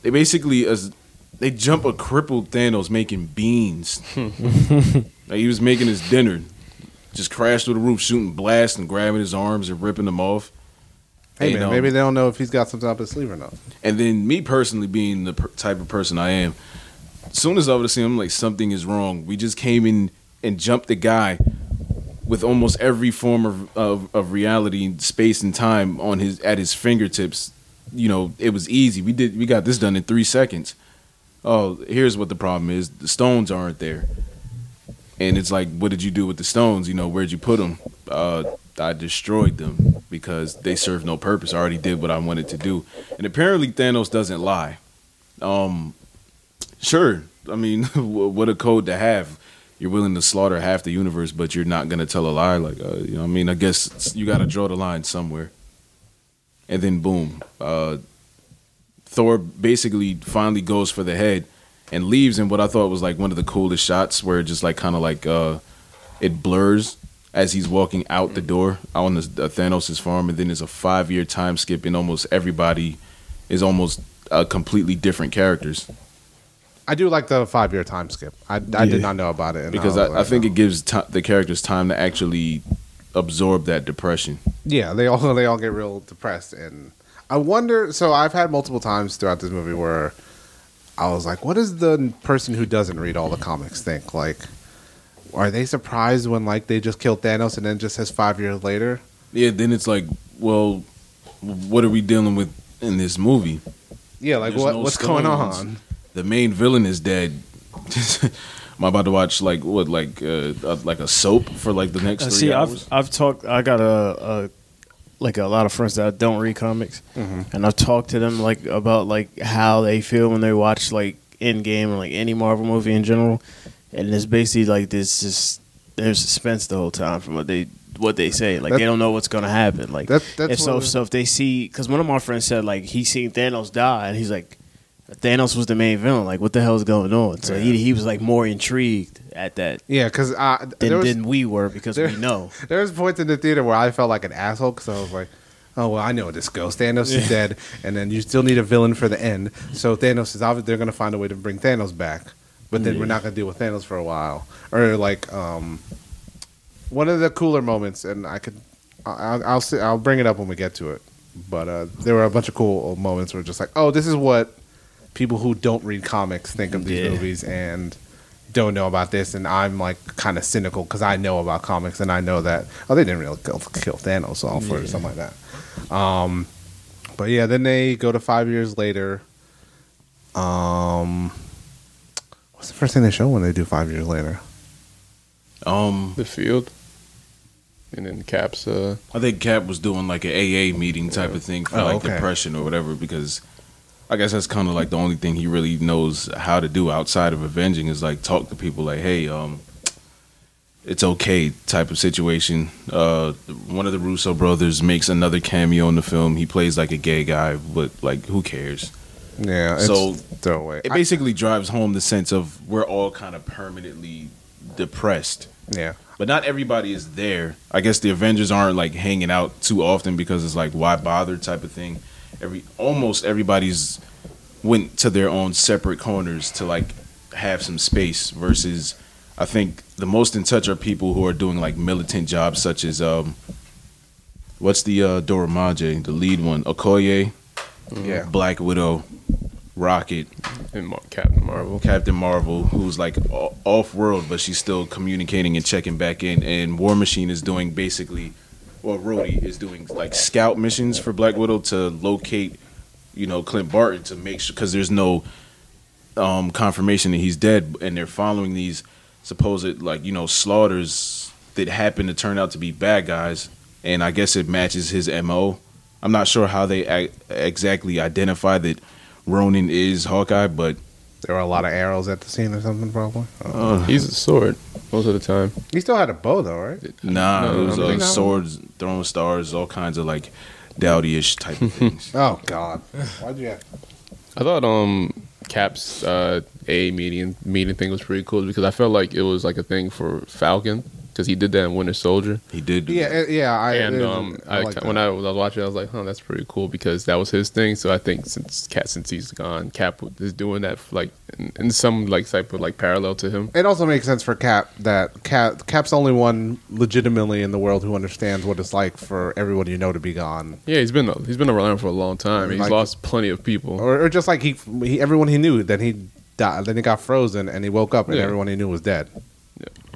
[SPEAKER 4] they basically as they jump a crippled Thanos making beans. like he was making his dinner, just crashed through the roof, shooting blasts and grabbing his arms and ripping them off.
[SPEAKER 1] Hey,
[SPEAKER 4] They
[SPEAKER 1] man,
[SPEAKER 4] know.
[SPEAKER 1] maybe they don't know if he's got something up his sleeve or not.
[SPEAKER 4] And then me personally, being the per- type of person I am, as soon as I would see him, like something is wrong. We just came in and jumped the guy with almost every form of, of, of reality, space and time on his at his fingertips. You know, it was easy. We did we got this done in three seconds. Oh, here's what the problem is: the stones aren't there. And it's like, what did you do with the stones? You know, where'd you put them? Uh, I destroyed them because they serve no purpose. I already did what I wanted to do. And apparently Thanos doesn't lie. Um, sure. I mean, wh- what a code to have. You're willing to slaughter half the universe, but you're not gonna tell a lie. Like, uh, you know, what I mean, I guess it's- you gotta draw the line somewhere. And then boom, uh, Thor basically finally goes for the head and leaves in what I thought was like one of the coolest shots, where it just like kind of like uh, it blurs as he's walking out the door on the, the Thanos' farm, and then there's a five year time skip, and almost everybody is almost uh, completely different characters.
[SPEAKER 1] I do like the five year time skip. I, I
[SPEAKER 5] Yeah.
[SPEAKER 1] did not know about it and
[SPEAKER 4] because
[SPEAKER 1] was
[SPEAKER 4] I, I
[SPEAKER 1] like,
[SPEAKER 4] think
[SPEAKER 1] oh.
[SPEAKER 4] it gives ti the characters time to actually absorb that depression.
[SPEAKER 1] Yeah, they all they all get real depressed, and I wonder. So I've had multiple times throughout this movie where I was like, "What does the person who doesn't read all the comics think? Like, are they surprised when like they just killed Thanos and then just says five years later?"
[SPEAKER 4] Yeah, then it's like, well, what are we dealing with in this movie?
[SPEAKER 1] Yeah, like
[SPEAKER 4] There's
[SPEAKER 1] what
[SPEAKER 4] no
[SPEAKER 1] what's going
[SPEAKER 4] stones.
[SPEAKER 1] on?
[SPEAKER 4] The main villain is dead. Am I about to watch like what like uh, uh, like a soap for like the next
[SPEAKER 3] Uh,
[SPEAKER 4] three
[SPEAKER 3] see,
[SPEAKER 4] hours?
[SPEAKER 3] I've I've talked. I got a, a like a lot of friends that don't read comics,
[SPEAKER 1] Mm-hmm.
[SPEAKER 3] and I've talked to them like about like how they feel when they watch like Endgame or like any Marvel movie in general, and it's basically like this just there's suspense the whole time from what they what they say. Like
[SPEAKER 1] That-
[SPEAKER 3] they don't know what's gonna happen. Like
[SPEAKER 1] That- that's
[SPEAKER 3] if so
[SPEAKER 1] what-
[SPEAKER 3] so if they see because one of my friends said like he seen Thanos die and he's like. Thanos was the main villain. Like, what the hell's going on? So he, he was like more intrigued at that
[SPEAKER 1] Yeah, because I
[SPEAKER 3] than,
[SPEAKER 1] there was,
[SPEAKER 3] than we were because
[SPEAKER 1] there-
[SPEAKER 3] we know.
[SPEAKER 1] there was points in the theater where I felt like an asshole because I was like. Oh well, I know this goes. Thanos is dead, and then you still need a villain for the end. So Thanos is obviously they're going to find a way to bring Thanos back, but then we're
[SPEAKER 4] Mm-hmm.
[SPEAKER 1] not going to deal with Thanos for a while. Or like um, one of the cooler moments, and I could, I- I'll, I'll si- I'll bring it up when we get to it. But uh, there were a bunch of cool moments where just like, oh, this is what people who don't read comics think of these
[SPEAKER 3] Yeah.
[SPEAKER 1] movies and don't know about this, and I'm like kind of cynical because I know about comics and I know that oh they didn't really kill, kill Thanos off or something like that. Um, but yeah, then they go to five years later. Um, what's the first thing they show when they do five years later?
[SPEAKER 4] um,
[SPEAKER 2] The field. And then Cap's uh
[SPEAKER 4] I think Cap was doing like an AA meeting type of thing for
[SPEAKER 1] Oh,
[SPEAKER 4] like
[SPEAKER 1] okay.
[SPEAKER 4] depression or whatever because I guess that's kind of like the only thing he really knows how to do outside of avenging is like talk to people like, hey, um, it's okay type of situation. Uh, one of the Russo brothers makes another cameo in the film. He plays like a gay guy, but like who cares?
[SPEAKER 1] Yeah, Uh, it's
[SPEAKER 4] So-
[SPEAKER 1] throwaway.
[SPEAKER 4] It
[SPEAKER 1] I-
[SPEAKER 4] basically drives home the sense of we're all kind of permanently depressed.
[SPEAKER 1] yeah.
[SPEAKER 4] But not everybody is there. I guess the Avengers aren't like hanging out too often because it's like why bother type of thing. Every almost everybody's went to their own separate corners to like have some space versus I think the most in touch are people who are doing like militant jobs such as um what's the uh Doramaje, the lead one, Okoye,
[SPEAKER 1] Yeah.
[SPEAKER 4] Black Widow, Rocket,
[SPEAKER 2] and Mar- Captain Marvel.
[SPEAKER 4] Captain Marvel, who's like o- off world, but she's still communicating and checking back in. And War Machine is doing basically, well, Rhodey is doing like scout missions for Black Widow to locate, you know, Clint Barton to make sure, because there's no um, confirmation that he's dead. And they're following these supposed, like, you know, slaughters that happen to turn out to be bad guys. And I guess it matches his MO. I'm not sure how they ac exactly identify that Ronan is Hawkeye, but
[SPEAKER 1] There were a lot of arrows at the scene or something, probably. Oh.
[SPEAKER 4] Uh-huh.
[SPEAKER 2] He's a sword most of the time.
[SPEAKER 1] He still had a bow, though, right?
[SPEAKER 4] Nah,
[SPEAKER 2] No,
[SPEAKER 4] it was
[SPEAKER 2] I don't
[SPEAKER 4] like
[SPEAKER 2] think so.
[SPEAKER 4] swords, throwing stars, all kinds of like dowdy-ish type of things.
[SPEAKER 1] Oh, God. Why'd you have
[SPEAKER 2] I thought um Cap's uh a meeting meeting thing was pretty cool because I felt like it was like a thing for Falcon because he did that in Winter Soldier.
[SPEAKER 4] He did. do
[SPEAKER 1] Yeah,
[SPEAKER 4] that.
[SPEAKER 1] eh, yeah. I,
[SPEAKER 2] and
[SPEAKER 1] it-
[SPEAKER 2] um, I,
[SPEAKER 1] like
[SPEAKER 2] when
[SPEAKER 1] that.
[SPEAKER 2] I was, I was watching, I was like, "Huh, that's pretty cool," because that was his thing. So I think since Cat, since he's gone, Cap is doing that like in, in some like type of like parallel to him.
[SPEAKER 1] It also makes sense for Cap that Cap Cap's the only one legitimately in the world who understands what it's like for everyone you know to be gone,
[SPEAKER 2] Yeah, he's been he's been around for a long time. He's
[SPEAKER 1] Like-
[SPEAKER 2] lost plenty of people.
[SPEAKER 1] or, or just like he, he everyone he knew then he died, then he got frozen and he woke up and
[SPEAKER 2] Yeah.
[SPEAKER 1] everyone he knew was dead.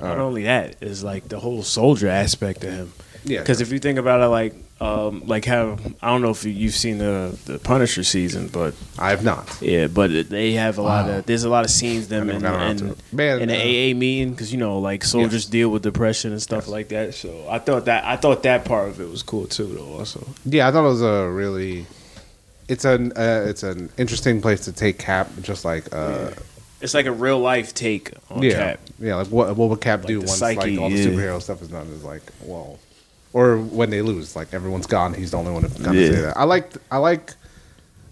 [SPEAKER 3] Not only that is like the whole soldier aspect of him.
[SPEAKER 1] Yeah.
[SPEAKER 3] Because if you think about it, like, um, like how I don't know if you- you've seen the the Punisher season, but
[SPEAKER 1] I have not.
[SPEAKER 3] yeah, but it- they have a lot of there's a lot of scenes them
[SPEAKER 1] I never
[SPEAKER 3] in
[SPEAKER 1] got around to
[SPEAKER 3] in,
[SPEAKER 1] it. Man,
[SPEAKER 3] in the
[SPEAKER 1] uh,
[SPEAKER 3] AA meeting because you know like soldiers deal with depression and stuff like that. So I thought that I thought that part of it was cool too, though. Also,
[SPEAKER 1] Yeah, I thought it was a really. It's an uh, it's an interesting place to take Cap, just like uh,
[SPEAKER 3] it's like a real life take on
[SPEAKER 1] yeah,
[SPEAKER 3] Cap.
[SPEAKER 1] yeah. Like what what would Cap
[SPEAKER 3] Like
[SPEAKER 1] do
[SPEAKER 3] the
[SPEAKER 1] once
[SPEAKER 3] psyche,
[SPEAKER 1] like all the
[SPEAKER 3] yeah.
[SPEAKER 1] superhero stuff is done? Is like well, or when they lose, like everyone's gone. He's the only one to kind
[SPEAKER 3] Yeah.
[SPEAKER 1] of say that. I like I like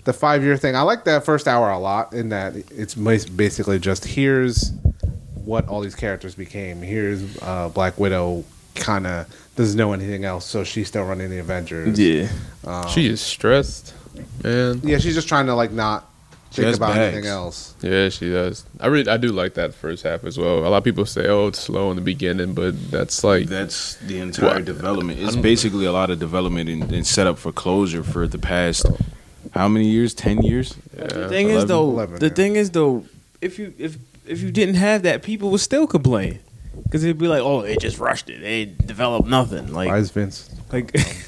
[SPEAKER 1] the five year thing. I like that first hour a lot in that it's bas- basically just here's what all these characters became. Here's uh, Black Widow kind of doesn't know anything else, so she's still running the Avengers.
[SPEAKER 3] Yeah,
[SPEAKER 1] Oh.
[SPEAKER 2] she is stressed, man.
[SPEAKER 1] Yeah, she's just trying to like not think
[SPEAKER 4] has
[SPEAKER 1] about
[SPEAKER 4] bags.
[SPEAKER 1] anything else.
[SPEAKER 2] Yeah, she does. I really, I do like that first half as well. A lot of people say, "Oh, it's slow in the beginning," but that's like
[SPEAKER 4] That's the entire
[SPEAKER 2] Well,
[SPEAKER 4] development. It's basically a lot of development and, and setup for closure for the past how many years? Ten years?
[SPEAKER 3] The
[SPEAKER 2] yeah.
[SPEAKER 3] thing is
[SPEAKER 4] 11,
[SPEAKER 3] though,
[SPEAKER 1] 11,
[SPEAKER 3] the
[SPEAKER 1] yeah.
[SPEAKER 3] thing is though, if you if if you didn't have that, people would still complain because it'd be like, oh, they just rushed it, they developed nothing. Like,
[SPEAKER 1] Why is Vince?
[SPEAKER 3] like that's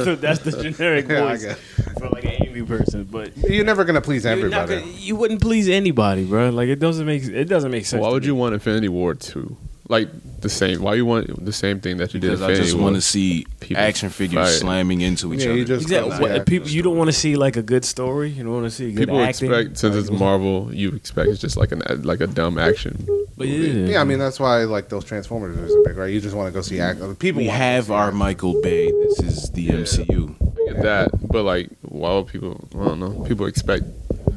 [SPEAKER 3] the that's the generic
[SPEAKER 1] Yeah, I
[SPEAKER 3] voice
[SPEAKER 1] guess.
[SPEAKER 3] for like an angry person, but.
[SPEAKER 1] You're never gonna please
[SPEAKER 3] You're not
[SPEAKER 1] everybody.
[SPEAKER 3] gonna- you wouldn't please anybody, bro. Like it doesn't make it doesn't make sense.
[SPEAKER 2] Why
[SPEAKER 3] to
[SPEAKER 2] would
[SPEAKER 3] me.
[SPEAKER 2] you want Infinity War two? Like the same? Why you want the same thing that you
[SPEAKER 4] Because
[SPEAKER 2] did?
[SPEAKER 4] I
[SPEAKER 2] Infinity
[SPEAKER 4] just
[SPEAKER 2] War?
[SPEAKER 4] want to see
[SPEAKER 2] People
[SPEAKER 4] action figures
[SPEAKER 2] fight.
[SPEAKER 4] slamming into each
[SPEAKER 1] Yeah,
[SPEAKER 4] other.
[SPEAKER 1] you just
[SPEAKER 3] Exactly.
[SPEAKER 1] Nah,
[SPEAKER 3] What-
[SPEAKER 1] yeah.
[SPEAKER 3] people, you don't want to see like a good story. You don't want to see good
[SPEAKER 2] People
[SPEAKER 3] acting.
[SPEAKER 2] expect since it's Marvel, you expect it's just like an like a dumb action.
[SPEAKER 3] but yeah.
[SPEAKER 1] Yeah, I mean that's why like those Transformers are so big, right? You just want to go see act. Other people
[SPEAKER 4] we
[SPEAKER 1] want
[SPEAKER 4] have our Michael Bay. This is the MCU.
[SPEAKER 2] I get that, but like, why would people? I don't know. People expect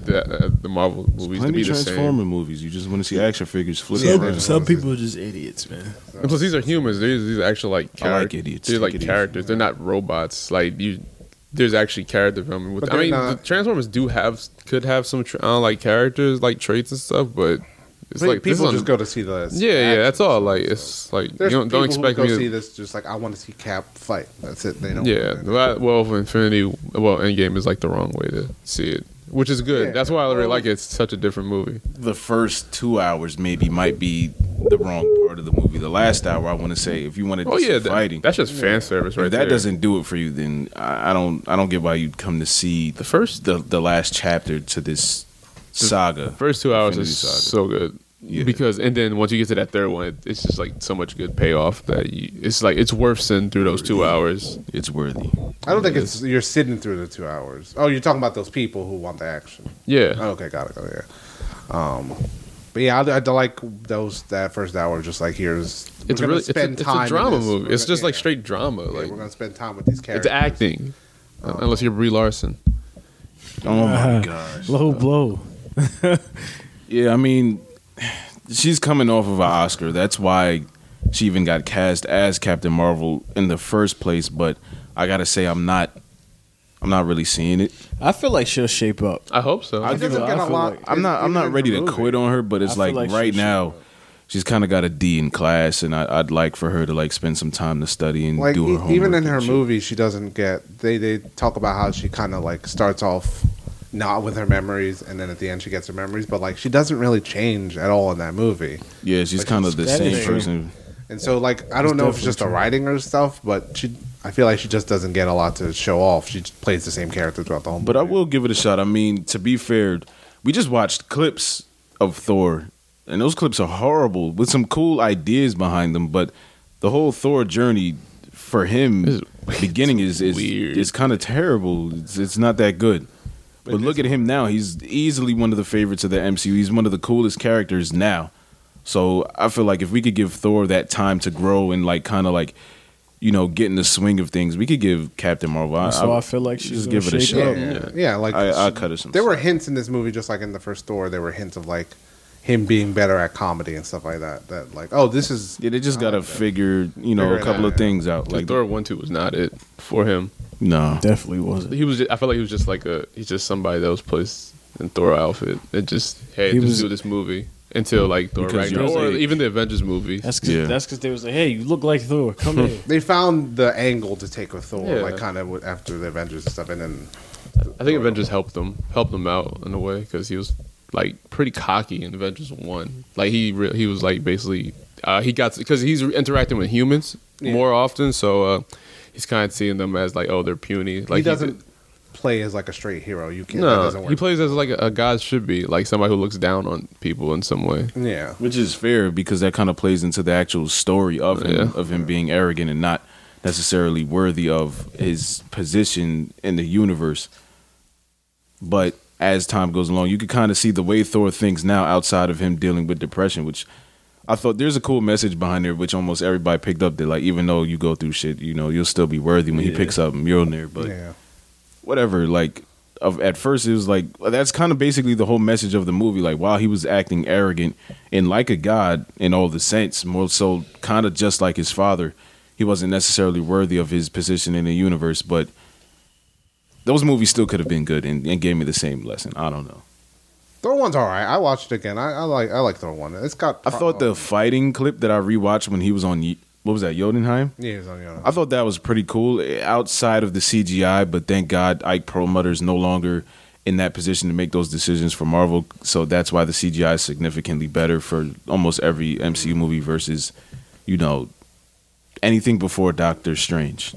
[SPEAKER 2] that uh, the Marvel movies to
[SPEAKER 4] Plenty
[SPEAKER 2] be
[SPEAKER 4] of
[SPEAKER 2] the
[SPEAKER 4] Transformer
[SPEAKER 2] same.
[SPEAKER 4] movies. You just want to see action figures flipping
[SPEAKER 1] Yeah,
[SPEAKER 4] around.
[SPEAKER 1] right.
[SPEAKER 5] Some people are just idiots, man.
[SPEAKER 2] And plus, these are humans. These these are actual like
[SPEAKER 4] I like
[SPEAKER 2] characters.
[SPEAKER 4] idiots.
[SPEAKER 2] they're
[SPEAKER 4] Take it
[SPEAKER 2] like
[SPEAKER 4] easy.
[SPEAKER 2] characters. They're not robots. Like you, there's actually character development. With
[SPEAKER 1] But
[SPEAKER 2] I
[SPEAKER 1] they're
[SPEAKER 2] mean,
[SPEAKER 1] not-
[SPEAKER 2] the Transformers do have could have some tra- uh, like characters, like traits and stuff, but it's
[SPEAKER 1] But
[SPEAKER 2] like this
[SPEAKER 1] people
[SPEAKER 2] is
[SPEAKER 1] just go
[SPEAKER 2] on-
[SPEAKER 1] to see the.
[SPEAKER 2] Yeah, yeah, that's all. Like it's like you
[SPEAKER 1] There's
[SPEAKER 2] don't, don't
[SPEAKER 1] people
[SPEAKER 2] expect
[SPEAKER 1] who
[SPEAKER 2] me.
[SPEAKER 1] go
[SPEAKER 2] To,
[SPEAKER 1] see this. Just like I want to see Cap fight. That's it. They don't.
[SPEAKER 2] Yeah, well, well, for Infinity, well, Endgame is like the wrong way to see it, which is good.
[SPEAKER 1] Yeah.
[SPEAKER 2] That's why I really like it. It's such a different movie.
[SPEAKER 4] the first two hours maybe might be the wrong part of the movie. The last hour, I want to say, if you wanted to
[SPEAKER 2] Oh yeah,
[SPEAKER 4] see
[SPEAKER 2] that,
[SPEAKER 4] fighting,
[SPEAKER 2] that's just fan service,
[SPEAKER 4] if
[SPEAKER 2] right?
[SPEAKER 4] that
[SPEAKER 2] there.
[SPEAKER 4] doesn't do it for you, then I, I don't. I don't get why you'd come to see the first, the, the last chapter to this saga.
[SPEAKER 2] First two hours
[SPEAKER 4] Infinity
[SPEAKER 2] is
[SPEAKER 4] Saga.
[SPEAKER 2] so good.
[SPEAKER 4] Yeah.
[SPEAKER 2] Because and then once you get to that third one, it, it's just like so much good payoff that you, it's like it's worth sitting through those two hours.
[SPEAKER 4] It's worthy.
[SPEAKER 1] I don't think it's you're sitting through the two hours. Oh, you're talking about those people who want the action. Oh,
[SPEAKER 2] Yeah,
[SPEAKER 1] Okay, got it. Got it. Yeah. Um, but yeah, I, I like those that first hour. Just like here's we're
[SPEAKER 2] it's
[SPEAKER 1] gonna
[SPEAKER 2] really it's a, it's a
[SPEAKER 1] in
[SPEAKER 2] drama
[SPEAKER 1] this.
[SPEAKER 2] movie.
[SPEAKER 1] We're
[SPEAKER 2] It's
[SPEAKER 1] gonna-
[SPEAKER 2] just like
[SPEAKER 1] yeah.
[SPEAKER 2] straight drama.
[SPEAKER 1] Yeah,
[SPEAKER 2] Like
[SPEAKER 1] we're gonna spend time with these
[SPEAKER 2] it's
[SPEAKER 1] characters. Um,
[SPEAKER 2] acting, Un- unless you're Brie Larson.
[SPEAKER 4] Oh my
[SPEAKER 5] Uh-huh.
[SPEAKER 4] gosh.
[SPEAKER 5] Low blow.
[SPEAKER 4] Yeah, I mean, she's coming off of an Oscar. That's why she even got cast as Captain Marvel in the first place. But I gotta say, I'm not. I'm not really seeing it.
[SPEAKER 5] I feel like she'll shape up.
[SPEAKER 2] I hope so.
[SPEAKER 1] It doesn't
[SPEAKER 5] I
[SPEAKER 1] get a
[SPEAKER 5] feel
[SPEAKER 1] lot-
[SPEAKER 5] like-
[SPEAKER 4] I'm not. I'm
[SPEAKER 1] even
[SPEAKER 4] not
[SPEAKER 1] in
[SPEAKER 4] ready
[SPEAKER 1] the
[SPEAKER 4] to
[SPEAKER 1] movie.
[SPEAKER 4] quit on her, but
[SPEAKER 5] I
[SPEAKER 4] it's
[SPEAKER 5] feel
[SPEAKER 4] like,
[SPEAKER 5] like she
[SPEAKER 4] right
[SPEAKER 5] should.
[SPEAKER 4] now, she's kind of got a D in class, and I, I'd like for her to like spend some time to study and
[SPEAKER 1] like
[SPEAKER 4] do her
[SPEAKER 1] e-
[SPEAKER 4] homework.
[SPEAKER 1] even in her
[SPEAKER 4] and shit.
[SPEAKER 1] movie she doesn't get they they talk about how she kind of like starts off not with her memories and then at the end she gets her memories but like she doesn't really change at all in that movie
[SPEAKER 4] yeah, she's
[SPEAKER 1] like,
[SPEAKER 4] kind of the
[SPEAKER 5] that is
[SPEAKER 4] same
[SPEAKER 5] true.
[SPEAKER 4] person.
[SPEAKER 1] and so like i don't know if it's just the writing or stuff but she i feel like she just doesn't get a lot to show off she just plays the same character throughout the whole movie
[SPEAKER 4] But I will give it a shot. I mean, to be fair, we just watched clips of Thor, and those clips are horrible with some cool ideas behind them. But the whole Thor journey for him,
[SPEAKER 2] It's-
[SPEAKER 4] beginning is is
[SPEAKER 2] weird.
[SPEAKER 4] is kind of terrible. It's, it's not that good. But look at him now. He's easily one of the favorites of the MCU. He's one of the coolest characters now. So I feel like if we could give Thor that time to grow and like kind of like, you know, get in the swing of things, we could give Captain Marvel.
[SPEAKER 5] So I feel like she's
[SPEAKER 4] just
[SPEAKER 5] gonna
[SPEAKER 4] give it a
[SPEAKER 5] shape
[SPEAKER 4] shot.
[SPEAKER 1] yeah,
[SPEAKER 5] up.
[SPEAKER 1] yeah, like
[SPEAKER 4] Oh. I, I cut her some.
[SPEAKER 1] there were
[SPEAKER 4] slack.
[SPEAKER 1] hints in this movie just like in the first door there were hints of like him being better at comedy and stuff like that that like oh this is
[SPEAKER 4] Yeah, they just gotta figure you know
[SPEAKER 1] Figure
[SPEAKER 4] a
[SPEAKER 1] it
[SPEAKER 4] couple
[SPEAKER 1] out,
[SPEAKER 4] of
[SPEAKER 1] yeah.
[SPEAKER 4] things out.
[SPEAKER 2] like
[SPEAKER 4] Like
[SPEAKER 2] Thor one two was not it for him.
[SPEAKER 4] no,
[SPEAKER 5] Definitely wasn't.
[SPEAKER 2] He was. Just, I felt like he was just like a. He's just somebody that was placed in Thor outfit. It just hey,
[SPEAKER 5] He
[SPEAKER 2] just
[SPEAKER 5] was-
[SPEAKER 2] do this movie until like Thor
[SPEAKER 4] Because
[SPEAKER 2] Ragnarok
[SPEAKER 4] you're
[SPEAKER 2] or
[SPEAKER 4] the-
[SPEAKER 2] even the Avengers movies.
[SPEAKER 5] That's cause,
[SPEAKER 4] Yeah.
[SPEAKER 5] that's because they was like, hey, you look like Thor. Come here.
[SPEAKER 1] They found the angle to take with Thor,
[SPEAKER 2] Yeah.
[SPEAKER 1] like kind of after the Avengers and stuff, and then
[SPEAKER 2] I think Avengers helped them helped them out in a way because he was like pretty cocky in Avengers One. Like he re- he was like basically uh, he got because he's interacting with humans
[SPEAKER 1] Yeah.
[SPEAKER 2] more often, so uh, he's kind of seeing them as like oh they're puny. Like
[SPEAKER 1] he doesn't
[SPEAKER 2] did-
[SPEAKER 1] play as like a straight hero. You can't. that
[SPEAKER 2] no,
[SPEAKER 1] doesn't work.
[SPEAKER 2] he plays as like a, a god should be, like somebody who looks down on people in some way.
[SPEAKER 1] yeah,
[SPEAKER 4] which is fair because that kind of plays into the actual story of him
[SPEAKER 2] Yeah.
[SPEAKER 4] of him being arrogant and not necessarily worthy of his position in the universe. But as time goes along, you can kind of see the way Thor thinks now outside of him dealing with depression, which I thought there's a cool message behind there, which almost everybody picked up. That like even though you go through shit, you know you'll still be worthy when he
[SPEAKER 5] Yeah.
[SPEAKER 4] picks up Mjolnir. But
[SPEAKER 1] yeah.
[SPEAKER 4] whatever like of, at first it was like that's kind of basically the whole message of the movie like while he was acting arrogant and like a god in all the sense more so kind of just like his father he wasn't necessarily worthy of his position in the universe but those movies still could have been good and, and gave me the same lesson i don't know
[SPEAKER 1] Thor one's all right. I watched it again. I, I like I like Thor one. It's got.
[SPEAKER 4] I thought the fighting clip that I rewatched when he was on Ye- what was that Jotunheim.
[SPEAKER 1] yeah, it was on Yona.
[SPEAKER 4] I thought that was pretty cool eh, outside of the CGI, but thank God Ike Perlmutter is no longer in that position to make those decisions for Marvel. So that's why the CGI is significantly better for almost every MCU movie versus, you know, anything before Doctor Strange.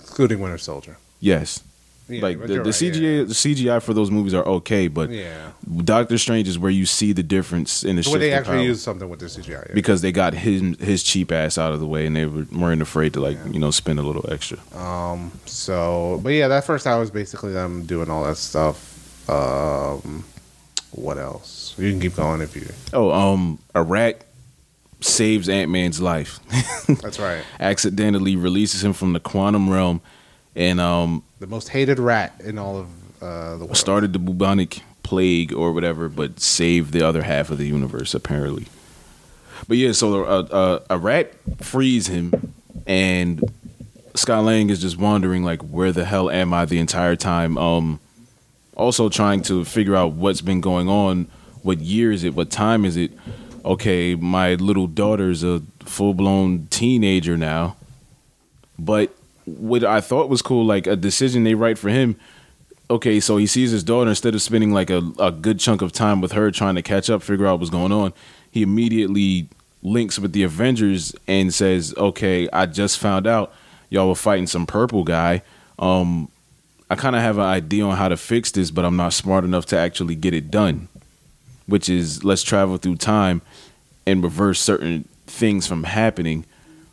[SPEAKER 1] Excluding Winter Soldier.
[SPEAKER 4] Yes.
[SPEAKER 1] Yeah,
[SPEAKER 4] like
[SPEAKER 1] but
[SPEAKER 4] the,
[SPEAKER 1] you're
[SPEAKER 4] the
[SPEAKER 1] right, yeah.
[SPEAKER 4] CGI, the CGI for those movies are okay, but
[SPEAKER 1] Yeah.
[SPEAKER 4] Doctor Strange is where you see the difference in the
[SPEAKER 1] Well,
[SPEAKER 4] shift
[SPEAKER 1] they
[SPEAKER 4] in
[SPEAKER 1] actually
[SPEAKER 4] power.
[SPEAKER 1] used something with the CGI. yeah.
[SPEAKER 4] because they got his his cheap ass out of the way and they were, weren't afraid to like you know spend a little extra.
[SPEAKER 1] Um. So, but yeah, that first hour was basically them doing all that stuff. Um. What else? You can keep going if you.
[SPEAKER 4] Oh, um, a rat saves Ant Man's life,
[SPEAKER 1] That's right.
[SPEAKER 4] accidentally releases him from the quantum realm, and um,
[SPEAKER 1] The most hated rat in all of uh, the world.
[SPEAKER 4] started the bubonic plague or whatever, but saved the other half of the universe apparently. But yeah, so a, a, a rat frees him, and Scott Lang is just wondering like, where the hell am I the entire time? Um, also trying to figure out what's been going on. What year is it? What time is it? Okay, my little daughter's a full blown teenager now. But what I thought was cool, like a decision they write for him. Okay, so he sees his daughter instead of spending like a, a good chunk of time with her trying to catch up, figure out what's going on, he immediately links with the Avengers and says, Okay, I just found out y'all were fighting some purple guy. Um, I kind of have an idea on how to fix this, but I'm not smart enough to actually get it done, which is let's travel through time and reverse certain things from happening,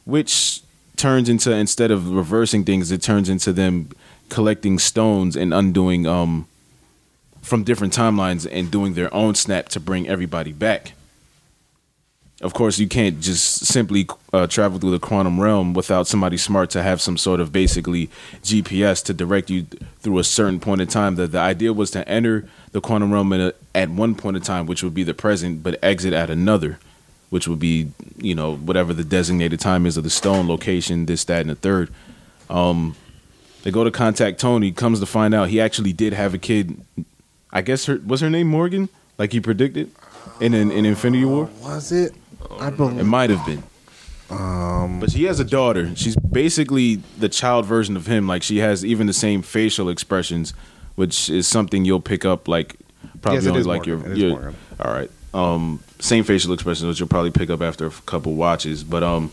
[SPEAKER 4] which turns into instead of reversing things, it turns into them collecting stones and undoing um from different timelines and doing their own snap to bring everybody back. Of course, you can't just simply uh, travel through the quantum realm without somebody smart to have some sort of basically GPS to direct you th- through a certain point in time. The, the idea was to enter the quantum realm at, a, at one point in time, which would be the present, but exit at another, which would be, you know, whatever the designated time is of the stone location, this, that, and the third. Um, They go to contact Tony. Comes to find out he actually did have a kid. I guess her was her name Morgan, like he predicted, in in, in Infinity War.
[SPEAKER 1] Was it? I believe.
[SPEAKER 4] It might have been. Um, but she has a daughter. She's basically the child version of him. Like she has even the same facial expressions, which is something you'll pick up. Like probably
[SPEAKER 1] Yes, it
[SPEAKER 4] only
[SPEAKER 1] is
[SPEAKER 4] like
[SPEAKER 1] Morgan.
[SPEAKER 4] your,
[SPEAKER 1] It is
[SPEAKER 4] your-
[SPEAKER 1] Morgan.
[SPEAKER 4] all right. Um, same facial expressions, which you'll probably pick up after a couple watches. But um,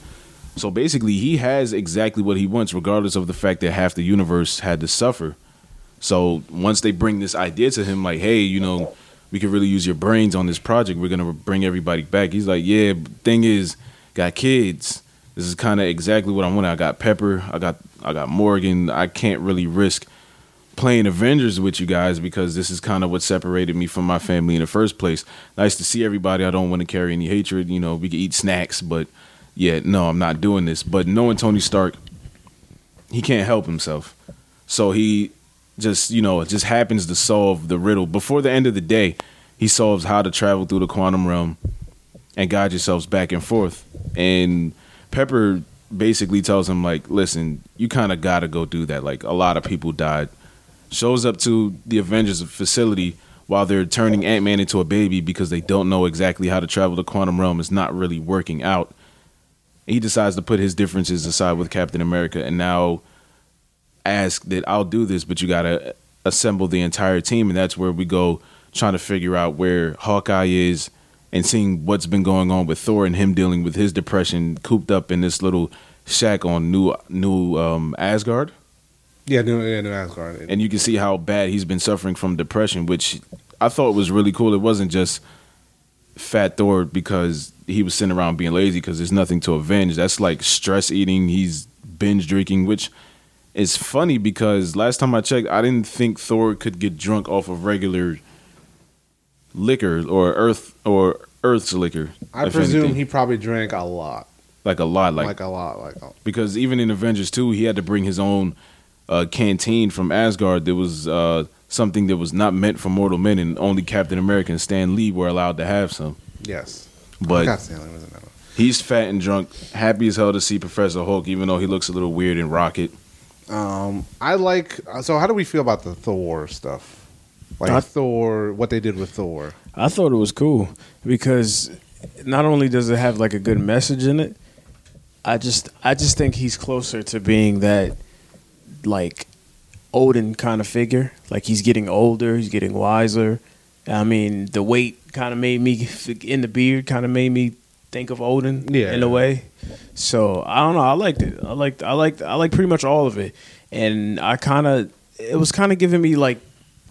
[SPEAKER 4] so basically, he has exactly what he wants, regardless of the fact that half the universe had to suffer. So once they bring this idea to him, like, hey, you know, we could really use your brains on this project. We're gonna bring everybody back. He's like, yeah. but Thing is, got kids. This is kind of exactly what I want. I got Pepper. I got I got Morgan. I can't really risk playing Avengers with you guys because this is kind of what separated me from my family in the first place. Nice to see everybody. I don't want to carry any hatred. You know, we can eat snacks, but yeah, no, I'm not doing this. But knowing Tony Stark, he can't help himself. So he just, you know, it just happens to solve the riddle. Before the end of the day, he solves how to travel through the quantum realm and guide yourselves back and forth. And Pepper basically tells him, like, listen, you kind of got to go do that. Like, a lot of people died. Shows up to the Avengers facility while they're turning Ant Man into a baby because they don't know exactly how to travel the quantum realm. It's not really working out. He decides to put his differences aside with Captain America and now ask that I'll do this, but you gotta assemble the entire team, and that's where we go trying to figure out where Hawkeye is and seeing what's been going on with Thor and him dealing with his depression, cooped up in this little shack on New New um, Asgard,
[SPEAKER 1] Yeah, New, yeah, New Asgard.
[SPEAKER 4] and you can see how bad he's been suffering from depression, which I thought was really cool. It wasn't just Fat Thor because he was sitting around being lazy because there's nothing to avenge. That's like stress eating. He's binge drinking, which it's funny because last time I checked, I didn't think Thor could get drunk off of regular liquor or earth or Earth's liquor.
[SPEAKER 1] I
[SPEAKER 4] if
[SPEAKER 1] presume
[SPEAKER 4] anything.
[SPEAKER 1] he probably drank a lot,
[SPEAKER 4] like a lot,
[SPEAKER 1] like,
[SPEAKER 4] like,
[SPEAKER 1] a lot, like oh, a,
[SPEAKER 4] because even in Avengers two, he had to bring his own uh, canteen from Asgard. That was uh, something that was not meant for mortal men, and only Captain America and Stan Lee were allowed to have some.
[SPEAKER 1] yes.
[SPEAKER 4] But
[SPEAKER 1] God, Stanley was in that one.
[SPEAKER 4] He's fat and drunk, happy as hell to see Professor Hulk, even though he looks a little weird in Rocket.
[SPEAKER 1] Um, I like. uh, So, how do we feel about the Thor stuff? Like
[SPEAKER 3] I-
[SPEAKER 1] Thor, what they did with Thor.
[SPEAKER 3] I thought it was cool because not only does it have like a good message in it, I just I just think he's closer to being that like Odin kind of figure. Like he's getting older, he's getting wiser. I mean, the weight kind of made me in the beard kind of made me think of Odin
[SPEAKER 1] Yeah.
[SPEAKER 3] in a way. So I don't know. I liked it. I liked. I liked. I liked pretty much all of it, and I kind of it was kind of giving me like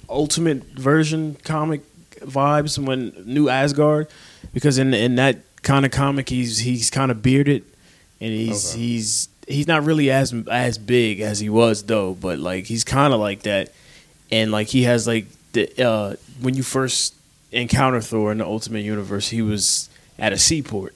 [SPEAKER 3] ultimate version comic vibes when new Asgard, because in in that kind of comic he's he's kind of bearded, and he's
[SPEAKER 1] Okay.
[SPEAKER 3] he's he's not really as as big as he was though, but like he's kind of like that, and like he has like the uh when you first encounter Thor in the Ultimate Universe, he was at a seaport.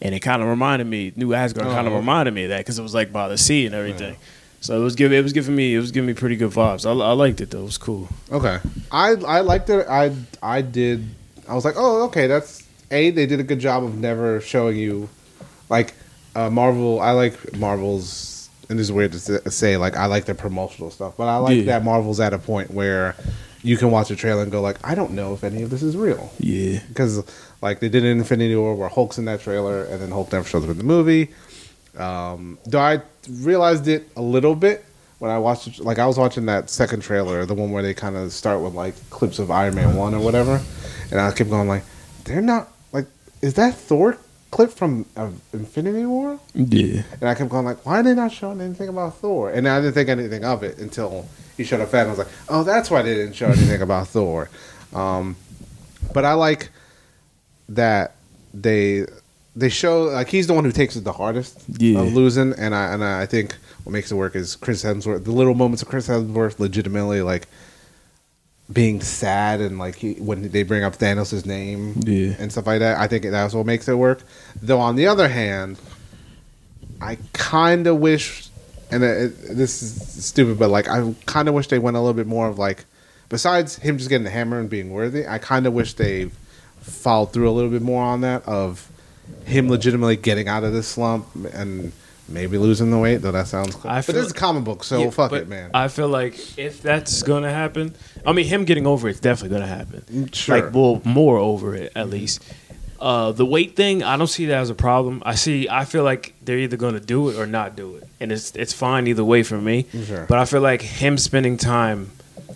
[SPEAKER 3] And it kind of reminded me, New Asgard kind of
[SPEAKER 2] Oh.
[SPEAKER 3] reminded me of that because it was like by the sea and everything. So it was giving, it was giving me, it was giving me pretty good vibes. I, I liked it though; it was cool.
[SPEAKER 1] Okay, I I liked it. I I did. I was like, oh, okay. That's a. They did a good job of never showing you, like, uh, Marvel. I like Marvel's, and this is weird to s- say. Like, I like their promotional stuff, but I like
[SPEAKER 3] Yeah.
[SPEAKER 1] that Marvel's at a point where you can watch a trailer and go like, I don't know if any of this is real
[SPEAKER 3] Yeah,
[SPEAKER 1] because like they did in Infinity War where Hulk's in that trailer and then Hulk never shows up in the movie. Um, though I realized it a little bit when I watched it- like I was watching that second trailer, the one where they kind of start with like clips of Iron Man one or whatever, and I kept going like, they're not like, is that Thor clip from uh, Infinity War?
[SPEAKER 3] yeah,
[SPEAKER 1] And I kept going like, why are they not showing anything about Thor? And I didn't think anything of it until he showed up. Fat. And I was like, oh, that's why they didn't show anything about Thor. Um, but I like that they they show like he's the one who takes it the hardest
[SPEAKER 3] Yeah.
[SPEAKER 1] of losing, and I and I think what makes it work is Chris Hemsworth. The little moments of Chris Hemsworth legitimately like being sad and like he, when they bring up Thanos' name
[SPEAKER 3] Yeah.
[SPEAKER 1] and stuff like that. I think that's what makes it work. Though on the other hand, I kind of wish, and it, it- this is stupid, but like I kind of wish they went a little bit more of like, besides him just getting the hammer and being worthy, I kind of wish they followed through a little bit more on that of him legitimately getting out of this slump and maybe losing the weight. Though that sounds, cool.
[SPEAKER 5] I
[SPEAKER 1] but
[SPEAKER 5] feel-
[SPEAKER 1] it's a comic book, so
[SPEAKER 5] Yeah,
[SPEAKER 1] fuck
[SPEAKER 5] but
[SPEAKER 1] it, man.
[SPEAKER 5] I feel like if that's gonna happen, I mean, him getting over it's definitely gonna happen.
[SPEAKER 1] Mm, Sure.
[SPEAKER 5] Like, well, more over it at least. Uh, the weight thing, I don't see that as a problem. I see, I feel like they're either gonna do it or not do it, and it's it's fine either way for me.
[SPEAKER 1] Mm, Sure.
[SPEAKER 5] But I feel like him spending time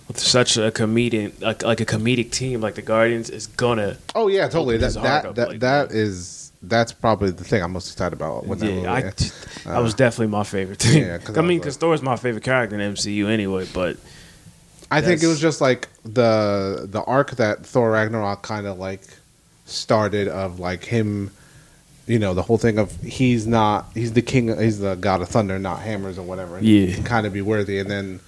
[SPEAKER 5] with such a comedian, like like a comedic team like the Guardians, is gonna.
[SPEAKER 1] oh yeah, totally.
[SPEAKER 5] Open
[SPEAKER 1] That
[SPEAKER 5] his heart
[SPEAKER 1] that
[SPEAKER 5] up
[SPEAKER 1] that,
[SPEAKER 5] like
[SPEAKER 1] that is that's probably the thing I'm most excited about. When that movie,
[SPEAKER 5] yeah, I,
[SPEAKER 1] yeah.
[SPEAKER 5] I was definitely my favorite team.
[SPEAKER 1] Yeah, 'cause
[SPEAKER 5] I
[SPEAKER 1] I
[SPEAKER 5] mean,
[SPEAKER 1] was
[SPEAKER 5] because
[SPEAKER 1] like-
[SPEAKER 5] Thor's my favorite character in MCU anyway. But
[SPEAKER 1] I think it
[SPEAKER 5] That's-
[SPEAKER 1] was just like the the arc that Thor Ragnarok kind of like started of like him, you know, the whole thing of he's not he's the king he's the god of thunder, not hammers or whatever. and
[SPEAKER 5] Yeah.
[SPEAKER 1] kind of be worthy, and then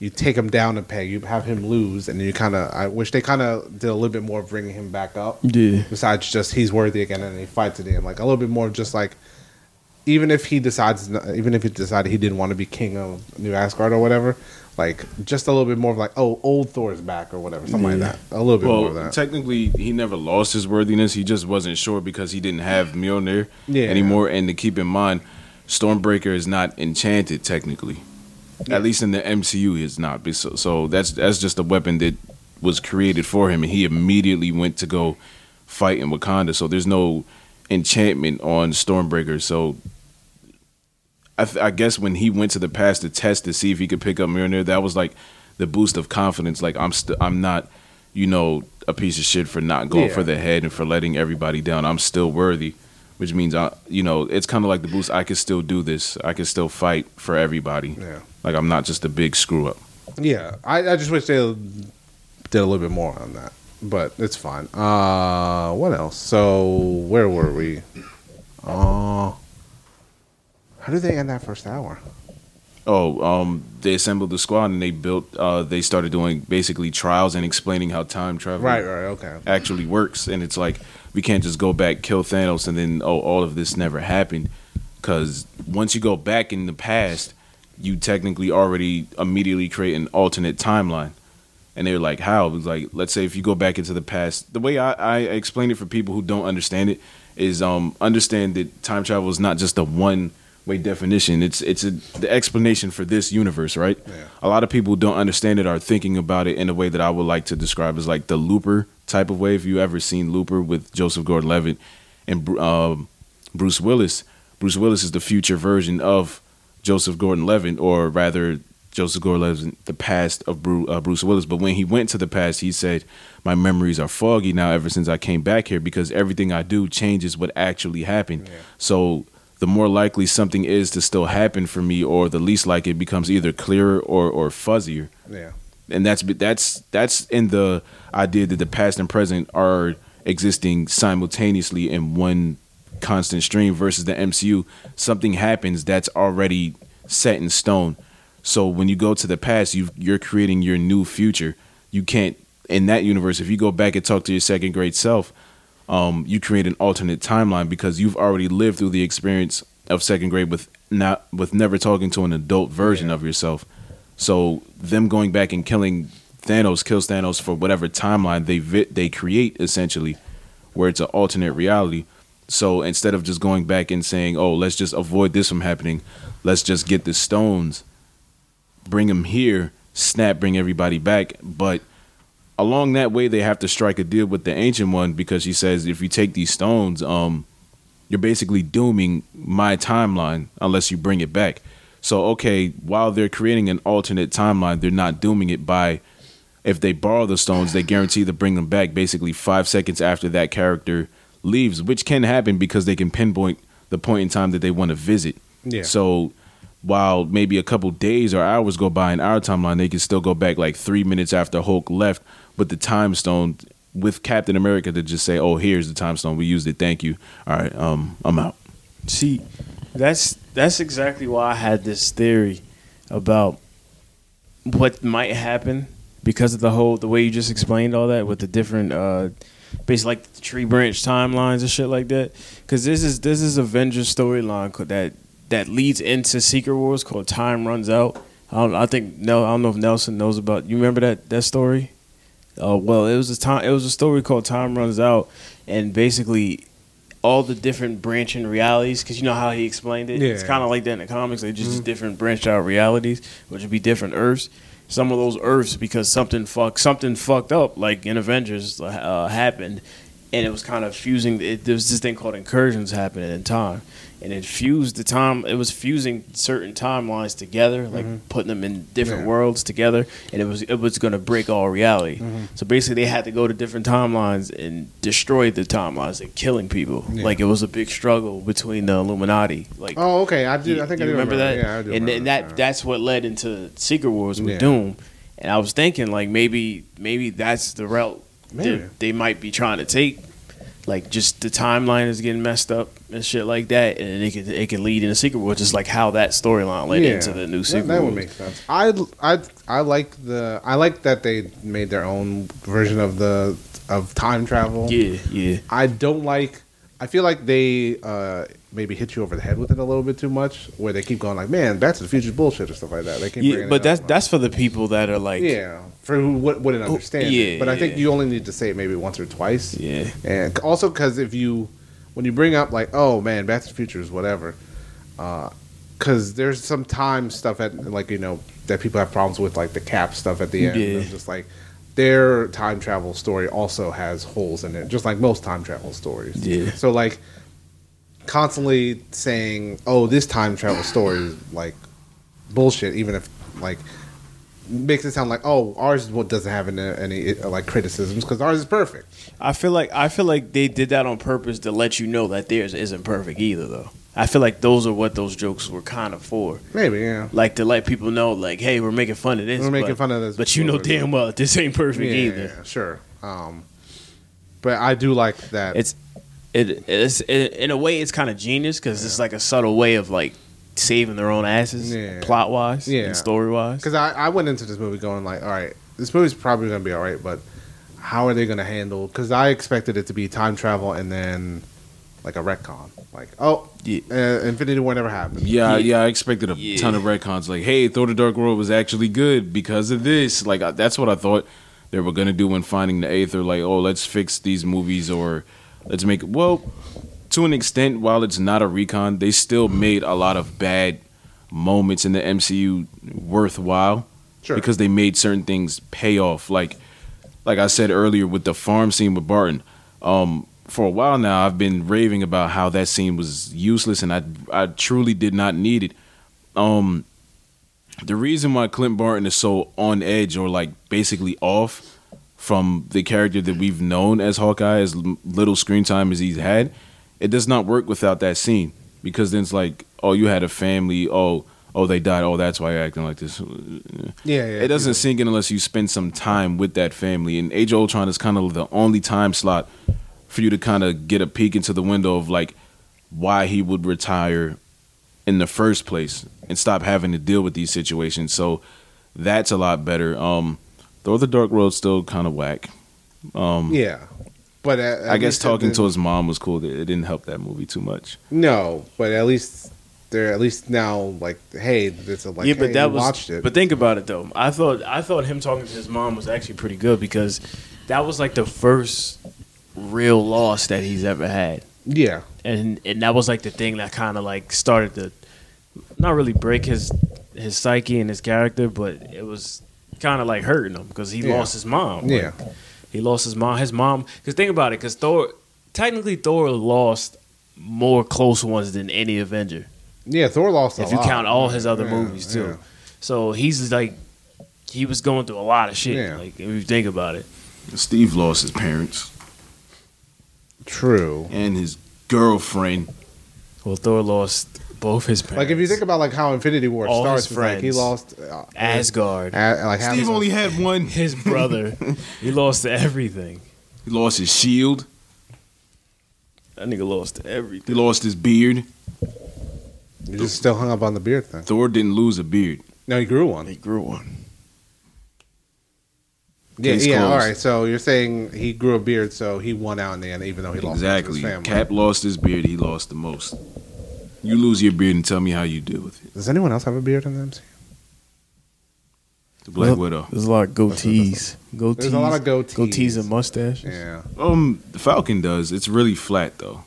[SPEAKER 1] you take him down a peg, you have him lose, and you kind of I wish they kind of did a little bit more of bringing him back up.
[SPEAKER 3] yeah,
[SPEAKER 1] Besides just he's worthy again and he fights at the end, like a little bit more of just like even if he decides, even if he decided he didn't want to be king of New Asgard or whatever, like just a little bit more of like, oh, old Thor is back or whatever, something like that. A little bit more of
[SPEAKER 4] Well,
[SPEAKER 1] that.
[SPEAKER 4] technically, he never lost his worthiness. He just wasn't sure because he didn't have Mjolnir
[SPEAKER 1] Yeah.
[SPEAKER 4] anymore. And to keep in mind, Stormbreaker is not enchanted technically. At least in the MCU, he is not. Be- So, so that's that's just a weapon that was created for him, and he immediately went to go fight in Wakanda. So there's no enchantment on Stormbreaker. So I, th- I guess when he went to the past to test to see if he could pick up Mjolnir, that was like the boost of confidence. Like I'm st- I'm not, you know, a piece of shit for not going
[SPEAKER 1] Yeah.
[SPEAKER 4] for the head and for letting everybody down. I'm still worthy, which means I, you know, it's kind of like the boost. I can still do this. I can still fight for everybody.
[SPEAKER 1] Yeah.
[SPEAKER 4] Like I'm not just a big screw up.
[SPEAKER 1] Yeah, I, I just wish they did a little bit more on that, but it's fine. Uh, what else? So where were we? Uh, how did they end that first hour?
[SPEAKER 4] Oh, um, they assembled the squad and they built. Uh, they started doing basically trials and explaining how time travel.
[SPEAKER 1] Right, right, okay.
[SPEAKER 4] actually works and it's like we can't just go back kill thanos and then oh all of this never happened because once you go back in the past you technically already immediately create an alternate timeline and they're like how it was like let's say if you go back into the past the way i, I explain it for people who don't understand it is um understand that time travel is not just a one way definition. It's it's a, the explanation for this universe, right?
[SPEAKER 1] Yeah.
[SPEAKER 4] A lot of people don't understand it or thinking about it in a way that I would like to describe as like the Looper type of way. If you ever seen Looper with Joseph Gordon-Levitt and Bru- um, Bruce Willis, Bruce Willis is the future version of Joseph Gordon-Levitt, or rather. Joseph Gordon-Levitt, the past of Bru- uh, Bruce Willis, but when he went to the past, he said, "My memories are foggy now. Ever since I came back here, because everything I do changes what actually happened. So the more likely something is to still happen for me, or the least like it becomes either clearer or or fuzzier.
[SPEAKER 1] Yeah.
[SPEAKER 4] And that's that's that's in the idea that the past and present are existing simultaneously in one constant stream versus the MCU. Something happens that's already set in stone. So when you go to the past, you you're creating your new future. You can't in that universe. If you go back and talk to your second grade self, um, you create an alternate timeline because you've already lived through the experience of second grade with not with never talking to an adult version of yourself. So them going back and killing Thanos kills Thanos for whatever timeline they vi- they create essentially, where it's an alternate reality. So instead of just going back and saying, "Oh, let's just avoid this from happening," let's just get the stones, bring them here, snap, bring everybody back. But along that way, they have to strike a deal with the ancient one because she says, "If you take these stones, um, you're basically dooming my timeline unless you bring it back. So okay, while they're creating an alternate timeline, they're not dooming it by if they borrow the stones, they guarantee to bring them back basically five seconds after that character leaves, which can happen because they can pinpoint the point in time that they want to visit.
[SPEAKER 1] Yeah.
[SPEAKER 4] So while maybe a couple days or hours go by in our timeline, they can still go back like three minutes after Hulk left with the time stone with Captain America to just say, Oh, here's the time stone. We used it, thank you. All right, um, I'm out.
[SPEAKER 3] See, that's that's exactly why I had this theory about what might happen because of the whole the way you just explained all that with the different uh basically like the tree branch timelines and shit like that cuz this is this is Avengers storyline co- that that leads into Secret Wars called Time Runs Out. I don't, I think no I don't know if Nelson knows about you remember that that story? Uh, well, it was a time it was a story called Time Runs Out and basically all the different branching realities because you know how he explained it. It's
[SPEAKER 1] Yeah.
[SPEAKER 3] kind of like that in the comics. They just different branched out realities, which would be different Earths. Some of those Earths because something fucked something fucked up, like in Avengers, uh, happened, and it was kind of fusing. It, there was this thing called incursions happening in time, and it fused the time. It was fusing certain timelines together, like putting them in different
[SPEAKER 1] Mm-hmm. Yeah.
[SPEAKER 3] worlds together, and it was it was going to break all reality.
[SPEAKER 1] Mm-hmm.
[SPEAKER 3] So basically, they had to go to different timelines and destroy the timelines and killing people.
[SPEAKER 1] Yeah.
[SPEAKER 3] Like it was a big struggle between the Illuminati. Like
[SPEAKER 1] Oh, okay. I do. I think I
[SPEAKER 3] you
[SPEAKER 1] do
[SPEAKER 3] remember that.
[SPEAKER 1] Yeah, I do.
[SPEAKER 3] and
[SPEAKER 1] remember
[SPEAKER 3] then that that's what led into Secret Wars with
[SPEAKER 1] Yeah.
[SPEAKER 3] Doom. And I was thinking like maybe maybe that's the route
[SPEAKER 1] Maybe.
[SPEAKER 3] that they might be trying to take. Like just the timeline is getting messed up and shit like that, and it could it could lead into Secret Wars, just like how that storyline led into the new
[SPEAKER 1] That-
[SPEAKER 3] Secret
[SPEAKER 1] That,
[SPEAKER 3] Wars.
[SPEAKER 1] would make sense. I, I I like the I like that they made their own version of the of time travel.
[SPEAKER 3] yeah, yeah.
[SPEAKER 1] I don't like. I feel like they uh, maybe hit you over the head with it a little bit too much, where they keep going like, "Man, that's the future bullshit" or stuff like that. They keep
[SPEAKER 3] Yeah,
[SPEAKER 1] bringing it
[SPEAKER 3] but that's
[SPEAKER 1] up.
[SPEAKER 3] that's for the people that are like
[SPEAKER 1] yeah for who would, wouldn't understand. it.
[SPEAKER 3] yeah,
[SPEAKER 1] but I think
[SPEAKER 3] yeah.
[SPEAKER 1] you only need to say it maybe once or twice.
[SPEAKER 3] Yeah.
[SPEAKER 1] and also because if you when you bring up like, "Oh man, Back to the Future is whatever," because there's some time stuff at like you know that people have problems with like the cap stuff at the end.
[SPEAKER 3] Yeah.
[SPEAKER 1] It's just like their time travel story also has holes in it, just like most time travel stories.
[SPEAKER 3] Yeah.
[SPEAKER 1] So like constantly saying, "Oh, this time travel story is like bullshit," even if like makes it sound like, "Oh, ours is what doesn't have any, any uh, like criticisms because ours is perfect."
[SPEAKER 3] I feel like I feel like they did that on purpose to let you know that theirs isn't perfect either though. I feel like those are what those jokes were kind of for.
[SPEAKER 1] Maybe yeah.
[SPEAKER 3] Like to let people know like, hey, we're making fun of this.
[SPEAKER 1] We're making
[SPEAKER 3] but-
[SPEAKER 1] fun of this.
[SPEAKER 3] But you know damn well this ain't perfect
[SPEAKER 1] yeah,
[SPEAKER 3] either.
[SPEAKER 1] yeah, sure. Um, but I do like that.
[SPEAKER 3] It's it, it's it, in a way it's kind of genius because it's like a subtle way of like saving their own asses
[SPEAKER 1] Yeah.
[SPEAKER 3] plot wise
[SPEAKER 1] Yeah.
[SPEAKER 3] and story wise.
[SPEAKER 1] Because I, I went into this movie going like, all right, this movie's probably going to be all right, but how are they going to handle? Because I expected it to be time travel and then like a retcon, like oh,
[SPEAKER 3] Yeah.
[SPEAKER 1] uh, Infinity War never happened.
[SPEAKER 4] Yeah, yeah, I expected a
[SPEAKER 3] Yeah.
[SPEAKER 4] ton of retcons. Like, hey, Thor: The Dark World was actually good because of this. Like, I, that's what I thought they were gonna do when Finding the Aether. Like, oh, let's fix these movies or let's make. Well, to an extent, while it's not a recon, they still made a lot of bad moments in the MCU worthwhile
[SPEAKER 1] Sure.
[SPEAKER 4] because they made certain things pay off. Like, like I said earlier with the farm scene with Barton. Um, for a while now, I've been raving about how that scene was useless, and I I truly did not need it. Um, the reason why Clint Barton is so on edge or like basically off from the character that we've known as Hawkeye, as l- little screen time as he's had, it does not work without that scene because then it's like, oh, you had a family, oh, oh, they died, oh, that's why you're acting like this.
[SPEAKER 1] Yeah, yeah.
[SPEAKER 4] It doesn't sink in unless you spend some time with that family. And Age of Ultron is kind of the only time slot for you to kind of get a peek into the window of like why he would retire in the first place and stop having to deal with these situations. So that's a lot better. Um, though the Dark Road's still kind of whack. Um,
[SPEAKER 1] Yeah, but at, at
[SPEAKER 4] I guess
[SPEAKER 1] least at
[SPEAKER 4] talking
[SPEAKER 1] the-
[SPEAKER 4] to his mom was cool. It didn't help that movie too much.
[SPEAKER 1] no, but at least they're at least now like, hey, it's a like,
[SPEAKER 3] yeah, but
[SPEAKER 1] hey,
[SPEAKER 3] that
[SPEAKER 1] you
[SPEAKER 3] was.
[SPEAKER 1] watched it.
[SPEAKER 3] But think about it though. I thought I thought him talking to his mom was actually pretty good because that was like the first real loss that he's ever had,
[SPEAKER 1] yeah,
[SPEAKER 3] and and that was like the thing that kind of like started to not really break his his psyche and his character, but it was kind of like hurting him because he
[SPEAKER 1] Yeah.
[SPEAKER 3] lost his mom. Like,
[SPEAKER 1] yeah,
[SPEAKER 3] He lost his mom. His mom. Because think about it. Because Thor, technically, Thor lost more close ones than any Avenger.
[SPEAKER 1] yeah. Thor lost a
[SPEAKER 3] if you
[SPEAKER 1] lot.
[SPEAKER 3] count all his other
[SPEAKER 1] Yeah,
[SPEAKER 3] movies too.
[SPEAKER 1] yeah.
[SPEAKER 3] So he's like, he was going through a lot of shit.
[SPEAKER 1] Yeah.
[SPEAKER 3] Like if you think about it.
[SPEAKER 4] Steve lost his parents
[SPEAKER 1] True.
[SPEAKER 4] and his girlfriend.
[SPEAKER 3] Well, Thor lost both his parents.
[SPEAKER 1] Like if you think about like how Infinity War
[SPEAKER 3] All
[SPEAKER 1] starts,
[SPEAKER 3] his
[SPEAKER 1] it's like he
[SPEAKER 3] friends.
[SPEAKER 1] lost uh,
[SPEAKER 3] Asgard,
[SPEAKER 1] a- like half
[SPEAKER 4] Steve
[SPEAKER 1] his-
[SPEAKER 4] only had one.
[SPEAKER 3] his brother, he lost everything.
[SPEAKER 4] He lost his shield.
[SPEAKER 3] That nigga lost everything.
[SPEAKER 4] He lost his beard.
[SPEAKER 1] You're just still hung up on the beard thing.
[SPEAKER 4] Thor didn't lose a beard.
[SPEAKER 1] No, he grew one.
[SPEAKER 3] grew one.
[SPEAKER 1] Yeah,
[SPEAKER 4] Case
[SPEAKER 1] yeah.
[SPEAKER 4] closed.
[SPEAKER 1] All right. So you're saying he grew a beard, so he won out in the end, even though he lost most of
[SPEAKER 4] Exactly.
[SPEAKER 1] his family.
[SPEAKER 4] Cap lost his beard. He lost the most. You lose your beard and tell me how you deal with it.
[SPEAKER 1] Does anyone else have a beard in the MCU?
[SPEAKER 4] The Black Widow.
[SPEAKER 5] There's a lot of goatees. Goatees.
[SPEAKER 1] There's a lot of goatees.
[SPEAKER 5] Goatees and mustaches.
[SPEAKER 1] Yeah.
[SPEAKER 4] Um, the Falcon does. It's really flat though.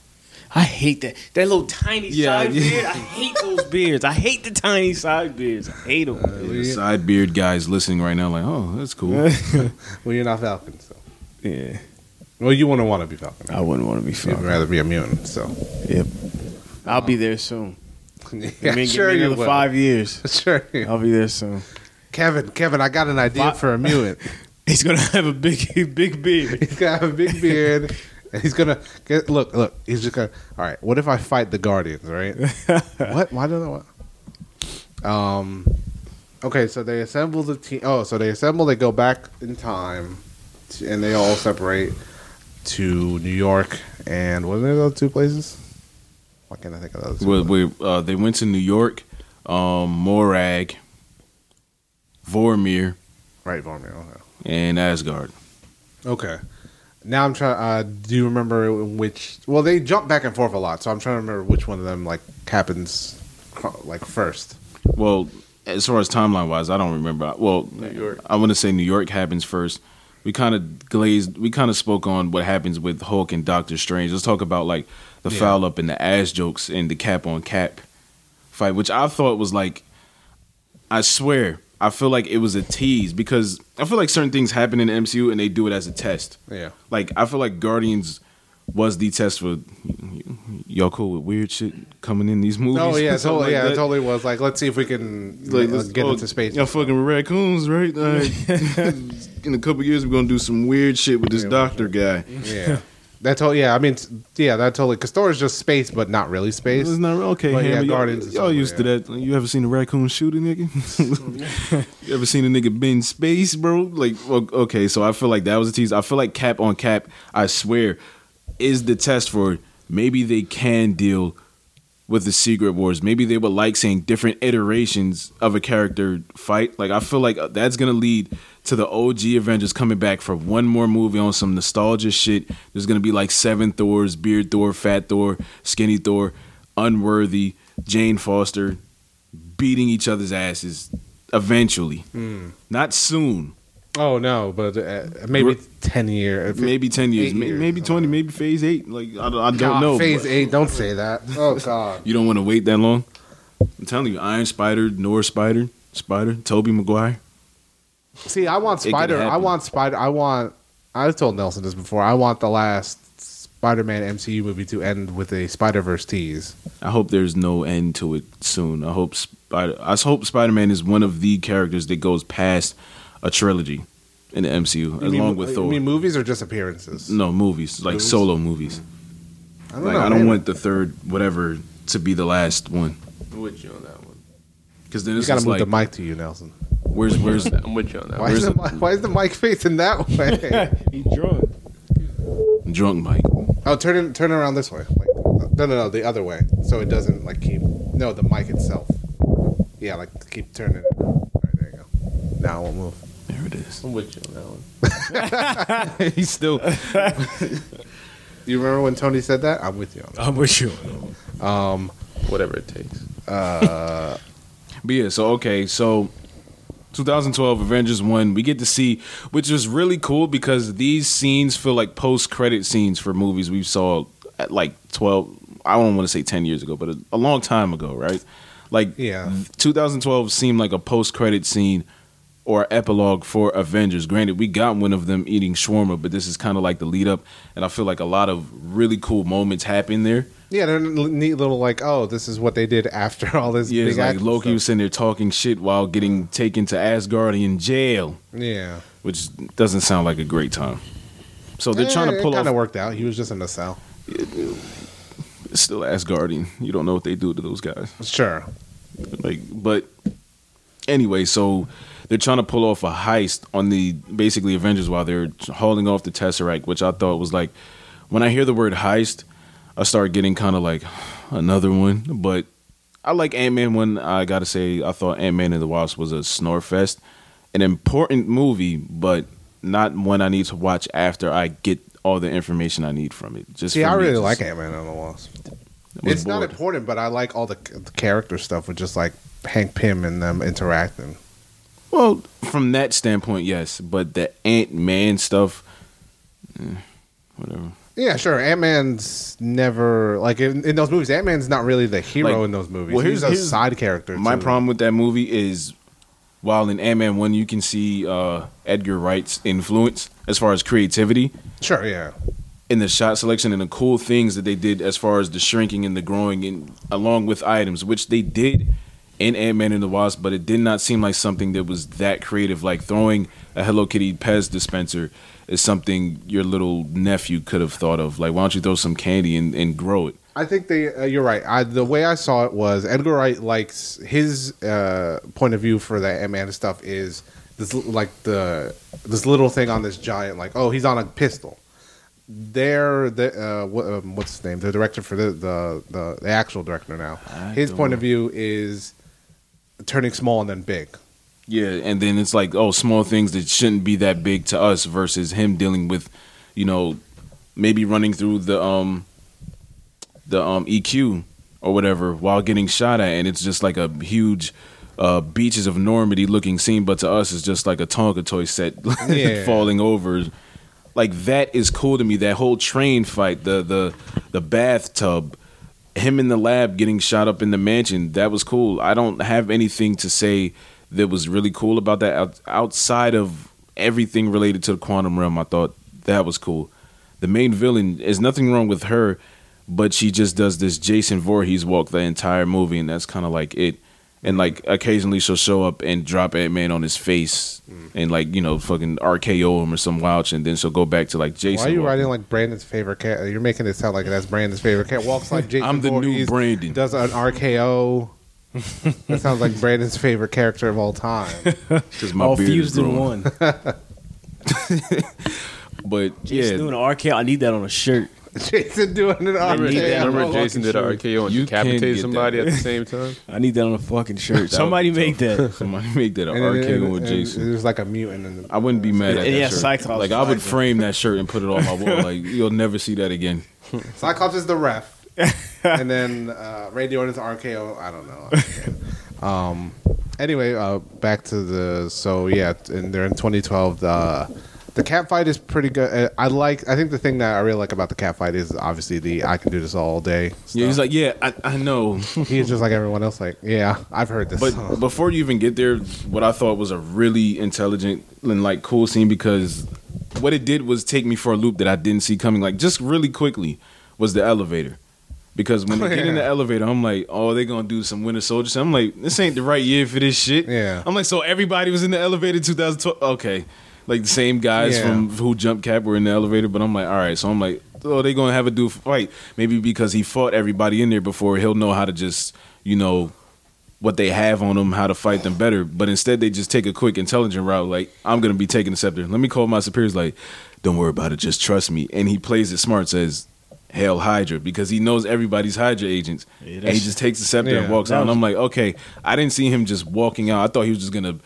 [SPEAKER 3] I hate that that little tiny
[SPEAKER 4] Yeah,
[SPEAKER 3] side
[SPEAKER 4] yeah.
[SPEAKER 3] beard. I hate those beards. I hate the tiny side beards. I hate them.
[SPEAKER 4] The side beard guys listening right now, like, oh, that's cool.
[SPEAKER 1] Well, you're not Falcon, so.
[SPEAKER 5] Yeah.
[SPEAKER 1] Well, you wouldn't want to be Falcon.
[SPEAKER 5] I wouldn't want to be
[SPEAKER 1] You'd
[SPEAKER 5] Falcon.
[SPEAKER 1] rather be a mutant, so.
[SPEAKER 5] Yep. I'll be there soon.
[SPEAKER 1] yeah,
[SPEAKER 5] I mean, give me another five years.
[SPEAKER 1] Sure. you-
[SPEAKER 5] I'll be there soon.
[SPEAKER 1] Kevin, Kevin, I got an idea
[SPEAKER 5] Fi-
[SPEAKER 1] for a mutant.
[SPEAKER 5] He's gonna have a big, big beard.
[SPEAKER 1] he's gonna have a big beard. And he's gonna get, look, look. He's just gonna. All right. What if I fight the Guardians? Right. what? Why don't I? Um. Okay, so they assemble the team. Oh, so they assemble. They go back in time, to, and they all separate to New York and wasn't there those two places? Why can't I think of those? Two
[SPEAKER 4] Well, we, uh, they went to New York. Um, Morag, Vormir,
[SPEAKER 1] Right, Vormir. Okay.
[SPEAKER 4] and Asgard.
[SPEAKER 1] Okay. Now I'm trying. Uh, do you remember which? Well, they jump back and forth a lot, so I'm trying to remember which one of them like happens cr- like first.
[SPEAKER 4] Well, as far as timeline wise, I don't remember. Well, I want to say New York happens first. We kind of glazed. We kind of spoke on what happens with Hulk and Doctor Strange. Let's talk about like the
[SPEAKER 1] Yeah.
[SPEAKER 4] foul up and the ass jokes and the cap on cap fight, which I thought was like, I swear, I feel like it was a tease because I feel like certain things happen in the MCU and they do it as a test.
[SPEAKER 1] Yeah.
[SPEAKER 4] Like I feel like Guardians was the test for y- y- y'all cool with weird shit coming in these movies.
[SPEAKER 1] Oh yeah,
[SPEAKER 4] Something
[SPEAKER 1] totally.
[SPEAKER 4] like
[SPEAKER 1] yeah,
[SPEAKER 4] that.
[SPEAKER 1] it totally was like let's see if we can
[SPEAKER 4] Like,
[SPEAKER 1] uh,
[SPEAKER 4] let's
[SPEAKER 1] get
[SPEAKER 4] oh,
[SPEAKER 1] into space.
[SPEAKER 4] Y'all fucking raccoons, right? Like, in a couple years, we're gonna do some weird shit with this
[SPEAKER 1] Yeah.
[SPEAKER 4] doctor guy.
[SPEAKER 1] Yeah. That's all. Yeah, I mean, t- yeah, that totally. Because Thor is just space, but not really space.
[SPEAKER 4] It's not okay.
[SPEAKER 1] Well, yeah,
[SPEAKER 4] Hammer, y'all-
[SPEAKER 1] Guardians is
[SPEAKER 4] y'all,
[SPEAKER 1] somewhere,
[SPEAKER 4] used to
[SPEAKER 1] yeah.
[SPEAKER 4] that. You ever seen a raccoon shoot a nigga? you ever seen a nigga bend space, bro? Like, o- okay, so I feel like that was a tease. I feel like cap on cap. I swear, is the test for maybe they can deal with the Secret Wars. Maybe they would like seeing different iterations of a character fight. Like I feel like uh, that's gonna lead to the OG Avengers coming back for one more movie on some nostalgia shit. There's gonna be like seven Thors, beard Thor, fat Thor, skinny Thor, unworthy, Jane Foster,
[SPEAKER 1] Hmm.
[SPEAKER 4] beating each other's asses eventually. Not soon.
[SPEAKER 1] Oh no, but uh, maybe ten year.
[SPEAKER 4] Maybe ten years,
[SPEAKER 1] Eight
[SPEAKER 4] may-
[SPEAKER 1] years,
[SPEAKER 4] maybe
[SPEAKER 1] okay.
[SPEAKER 4] twenty, maybe phase eight. Like I, don't- I don't
[SPEAKER 1] God,
[SPEAKER 4] know.
[SPEAKER 1] Phase
[SPEAKER 4] but-
[SPEAKER 1] eight. Don't say that. Oh God.
[SPEAKER 4] You don't want to wait that long. I'm telling you, Iron Spider, Norse Spider, Spider, Toby Maguire.
[SPEAKER 1] See, I want
[SPEAKER 4] It could
[SPEAKER 1] Spider. I
[SPEAKER 4] happen.
[SPEAKER 1] want Spider. I want. I told Nelson this before. I want the last Spider-Man MCU movie to end with a Spider-Verse tease.
[SPEAKER 4] I hope there's no end to it soon. I hope Spider. I hope Spider Man is one of the characters that goes past a trilogy in the MCU,
[SPEAKER 1] You mean-
[SPEAKER 4] along with Thor.
[SPEAKER 1] You mean movies or just appearances?
[SPEAKER 4] no movies, like
[SPEAKER 1] Movies?
[SPEAKER 4] solo movies.
[SPEAKER 1] I don't
[SPEAKER 4] like
[SPEAKER 1] know.
[SPEAKER 4] I don't
[SPEAKER 1] man.
[SPEAKER 4] want the third whatever to be the last one.
[SPEAKER 2] I'm with you on that one.
[SPEAKER 4] Because then
[SPEAKER 1] You
[SPEAKER 4] it's
[SPEAKER 1] gotta
[SPEAKER 4] just
[SPEAKER 1] move
[SPEAKER 4] like,
[SPEAKER 1] the mic to you, Nelson.
[SPEAKER 4] where's where's
[SPEAKER 2] I'm with you on that.
[SPEAKER 1] Why
[SPEAKER 2] one.
[SPEAKER 1] is,
[SPEAKER 4] where's
[SPEAKER 1] the,
[SPEAKER 4] the-
[SPEAKER 1] mi- why is the mic facing that way?
[SPEAKER 5] He drunk.
[SPEAKER 4] drunk Mike?
[SPEAKER 1] oh, turn it, turn it around this way. Like, no, no, no, the other way, so it doesn't like keep. No, the mic itself. Yeah, like keep turning it. All right, there you go. Now it won't move.
[SPEAKER 4] There it is.
[SPEAKER 2] I'm with you on that one.
[SPEAKER 4] He's still
[SPEAKER 1] You remember when Tony said that? I'm with you. on that.
[SPEAKER 5] I'm with you.
[SPEAKER 2] Whatever it takes.
[SPEAKER 4] But yeah, so okay, so 2012 Avengers 1, we get to see which was really cool because these scenes feel like post-credit scenes for movies we saw at like 12 I don't want to say 10 years ago, but a, a long time ago, right? Like
[SPEAKER 1] Yeah.
[SPEAKER 4] 2012 seemed like a post-credit scene or epilogue for Avengers. Granted, we got one of them eating shawarma, but this is kind of like the lead up and I feel like a lot of really cool moments happen there.
[SPEAKER 1] Yeah, they're l- neat little like, oh, this is what they did after all this.
[SPEAKER 4] Yeah,
[SPEAKER 1] big
[SPEAKER 4] it's like
[SPEAKER 1] action
[SPEAKER 4] Loki was
[SPEAKER 1] stuff.
[SPEAKER 4] sitting there talking shit while getting taken to Asgardian jail,
[SPEAKER 1] Yeah,
[SPEAKER 4] which doesn't sound like a great time. So they're trying to pull
[SPEAKER 1] Kind
[SPEAKER 4] off.
[SPEAKER 1] of Eh, worked out. He was just in the cell.
[SPEAKER 4] It's still Asgardian. You don't know what they do to those guys.
[SPEAKER 1] Sure.
[SPEAKER 4] Like, but anyway, so they're trying to pull off a heist on the basically Avengers while they're hauling off the Tesseract, which I thought was like, when I hear the word heist, I start getting kind of like another one. But I like Ant Man one. I gotta say, I thought Ant Man and the Wasp was a snore fest, an important movie, but not one I need to watch after I get all the information I need from it. Just
[SPEAKER 1] See,
[SPEAKER 4] for
[SPEAKER 1] I
[SPEAKER 4] me,
[SPEAKER 1] really
[SPEAKER 4] just-
[SPEAKER 1] like Ant Man and the Wasp.
[SPEAKER 4] I was
[SPEAKER 1] It's not
[SPEAKER 4] bored.
[SPEAKER 1] important, but I like all the, c- the character stuff with just like Hank Pym and them interacting.
[SPEAKER 4] Well, from that standpoint, yes, but the Ant Man stuff, eh, whatever.
[SPEAKER 1] Yeah, sure. Ant Man's never like in, in those movies. Ant Man's not really the hero
[SPEAKER 4] Like,
[SPEAKER 1] in those movies.
[SPEAKER 4] well,
[SPEAKER 1] here's,
[SPEAKER 4] here's-
[SPEAKER 1] a
[SPEAKER 4] here's
[SPEAKER 1] side character.
[SPEAKER 4] My
[SPEAKER 1] to-
[SPEAKER 4] problem with that movie is, while in Ant Man one you can see uh, Edgar Wright's influence as far as creativity
[SPEAKER 1] Sure. Yeah.
[SPEAKER 4] in the shot selection and the cool things that they did as far as the shrinking and the growing and along with items, which they did in Ant Man and the Wasp, but it did not seem like something that was that creative. Like throwing a Hello Kitty Pez dispenser is something your little nephew could have thought of. Like why don't you throw some candy and, and grow it?
[SPEAKER 1] I think they. Uh, you're right. I, the way I saw it was Edgar Wright likes his uh, point of view for the Ant Man stuff is this l- like the this little thing on this giant like oh he's on a pistol. They're the uh, what, um, what's his name? The director for the the the, the actual director now.
[SPEAKER 4] I
[SPEAKER 1] his
[SPEAKER 4] don't
[SPEAKER 1] point
[SPEAKER 4] know.
[SPEAKER 1] of view is turning small and then big.
[SPEAKER 4] Yeah, and then it's like, oh, small things that shouldn't be that big to us versus him dealing with, you know, maybe running through the um the um EQ or whatever while getting shot at and it's just like a huge uh beaches of Normandy looking scene, but to us it's just like a Tonka toy set
[SPEAKER 1] Yeah.
[SPEAKER 4] falling over. Like that is cool to me. That whole train fight, the the the bathtub, him in the lab getting shot up in the mansion that was cool i don't have anything to say that was really cool about that out- outside of everything related to the quantum realm i thought that was cool the main villain is nothing wrong with her but she just does this jason Voorhees walk the entire movie and that's kind of like it and like occasionally she'll show up and drop ant-man on his face and like you know fucking rko him or some wild shit and then she'll go back to like
[SPEAKER 1] Why
[SPEAKER 4] jason
[SPEAKER 1] are you
[SPEAKER 4] walking.
[SPEAKER 1] writing like Brandon's favorite cat? You're making it sound like that's Brandon's favorite cat. Walks like Jason.
[SPEAKER 4] I'm the new
[SPEAKER 1] Voorhees,
[SPEAKER 4] Brandon.
[SPEAKER 1] Does an RKO. that sounds like Brandon's favorite character of all time.
[SPEAKER 4] 'Cause my
[SPEAKER 5] All
[SPEAKER 4] beard is
[SPEAKER 5] fused in
[SPEAKER 4] growing.
[SPEAKER 5] one.
[SPEAKER 4] but
[SPEAKER 5] He's
[SPEAKER 4] yeah
[SPEAKER 5] doing an RK. I need that on a shirt.
[SPEAKER 1] Jason doing an
[SPEAKER 2] Remember,
[SPEAKER 1] RKO.
[SPEAKER 2] remember
[SPEAKER 1] Walking
[SPEAKER 2] Jason did a
[SPEAKER 1] show.
[SPEAKER 2] RKO and
[SPEAKER 4] You can get
[SPEAKER 2] decapitated
[SPEAKER 4] that.
[SPEAKER 2] somebody at the same time?
[SPEAKER 5] I need that on a fucking shirt.
[SPEAKER 4] That
[SPEAKER 5] Somebody
[SPEAKER 4] would be
[SPEAKER 5] make that.
[SPEAKER 4] Somebody make that an
[SPEAKER 1] And, and,
[SPEAKER 4] RKO
[SPEAKER 1] and,
[SPEAKER 4] with
[SPEAKER 1] and
[SPEAKER 4] Jason.
[SPEAKER 1] There's like a mutant. In the,
[SPEAKER 4] I wouldn't be mad at
[SPEAKER 5] And-
[SPEAKER 4] that
[SPEAKER 5] yeah,
[SPEAKER 4] shirt.
[SPEAKER 5] Cyclops
[SPEAKER 4] like I would
[SPEAKER 5] Cyclops.
[SPEAKER 4] frame that shirt and put it on my wall. Like you'll never see that again.
[SPEAKER 1] Cyclops is the ref, and then uh, Ray Orton's RKO. I don't know. um, anyway, uh, back to the so yeah, and they're in 2012. The the cat fight is pretty good. Uh, I like. I think the thing that I really like about the cat fight is obviously the I can do this all day.
[SPEAKER 4] Yeah, he's
[SPEAKER 1] stuff.
[SPEAKER 4] like, yeah, I, I know.
[SPEAKER 1] he's just like everyone else. Like yeah, I've heard this.
[SPEAKER 4] But
[SPEAKER 1] song.
[SPEAKER 4] before you even get there, what I thought was a really intelligent and like cool scene because what it did was take me for a loop that I didn't see coming. Like just really quickly was the elevator. Because when they get in the
[SPEAKER 1] Yeah.
[SPEAKER 4] elevator, I'm like, oh, they gonna do some Winter Soldier. shit. I'm like, this ain't the right year for this shit.
[SPEAKER 1] Yeah.
[SPEAKER 4] I'm like, so everybody was in the elevator 2012. Okay, like the same guys
[SPEAKER 1] Yeah.
[SPEAKER 4] from who jumped cap were in the elevator. But I'm like, all right. So I'm like, oh, they gonna have a dude fight. Maybe because he fought everybody in there before, he'll know how to just, you know, what they have on them, how to fight them better. But instead, they just take a quick, intelligent route. Like, I'm gonna be taking the scepter. Let me call my superiors. Like, don't worry about it. Just trust me. And he plays it smart. Says, "Hail Hydra," because he knows everybody's Hydra agents.
[SPEAKER 3] Yeah,
[SPEAKER 4] and he
[SPEAKER 3] that's-
[SPEAKER 4] just takes the scepter
[SPEAKER 1] Yeah,
[SPEAKER 4] and walks
[SPEAKER 3] that
[SPEAKER 4] out. And
[SPEAKER 3] was-
[SPEAKER 4] I'm like, okay, I didn't see him just walking out. I thought he was just gonna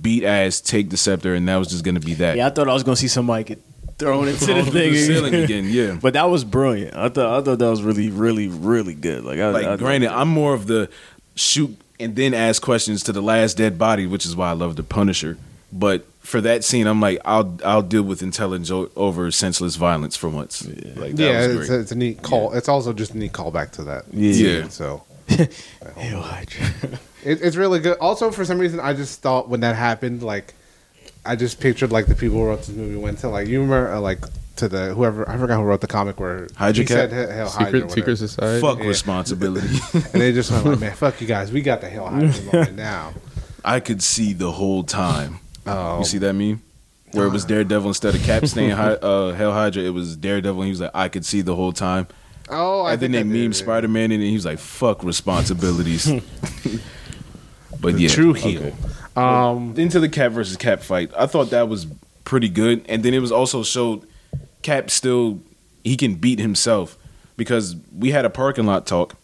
[SPEAKER 4] beat ass, take the scepter, and that was just gonna be that.
[SPEAKER 3] Yeah, I thought I was gonna see somebody get thrown into
[SPEAKER 4] Thrown
[SPEAKER 3] the
[SPEAKER 4] through
[SPEAKER 3] thing
[SPEAKER 4] the ceiling again, yeah.
[SPEAKER 3] but that was brilliant. I thought I thought that was really, really, really good. Like, I,
[SPEAKER 4] like,
[SPEAKER 3] I,
[SPEAKER 4] granted, I'm more of the shoot and then ask questions to the last dead body, which is why I love the Punisher. But for that scene, I'm like, I'll I'll deal with intelligence o- over senseless violence for once. Like, that
[SPEAKER 1] yeah,
[SPEAKER 4] was
[SPEAKER 1] it's a,
[SPEAKER 4] great.
[SPEAKER 1] it's a neat call. It's also just a neat callback to that.
[SPEAKER 4] Yeah.
[SPEAKER 1] scene, So
[SPEAKER 3] Hail Hydra.
[SPEAKER 1] It, it's really good. Also, for some reason, I just thought when that happened, like, I just pictured like the people who wrote this movie went to like you remember uh, like to the whoever I forgot who wrote the comic where
[SPEAKER 4] Hydra
[SPEAKER 1] he
[SPEAKER 4] Cat?
[SPEAKER 1] said "Hell- Hell Hydra,
[SPEAKER 2] Secret,
[SPEAKER 1] whatever.
[SPEAKER 2] secret society.
[SPEAKER 4] Fuck
[SPEAKER 1] yeah.
[SPEAKER 4] responsibility.
[SPEAKER 1] and they just went like, man, fuck you guys, we got the Hell Hydra moment now.
[SPEAKER 4] I could see the whole time.
[SPEAKER 1] Oh.
[SPEAKER 4] You see that meme? Where it was Daredevil instead of Cap staying hi- uh, Hell Hydra, it was Daredevil, and he was like, "I could see the whole time."
[SPEAKER 1] Oh, I
[SPEAKER 4] and then
[SPEAKER 1] think I
[SPEAKER 4] they
[SPEAKER 1] did
[SPEAKER 4] meme
[SPEAKER 1] it.
[SPEAKER 4] Spider Man, and he was like, "Fuck responsibilities." but
[SPEAKER 1] The
[SPEAKER 4] yeah,
[SPEAKER 1] true heel.
[SPEAKER 4] okay.
[SPEAKER 1] Um,
[SPEAKER 4] into the Cap versus Cap fight. I thought that was pretty good, and then it was also showed Cap still he can beat himself because we had a parking lot talk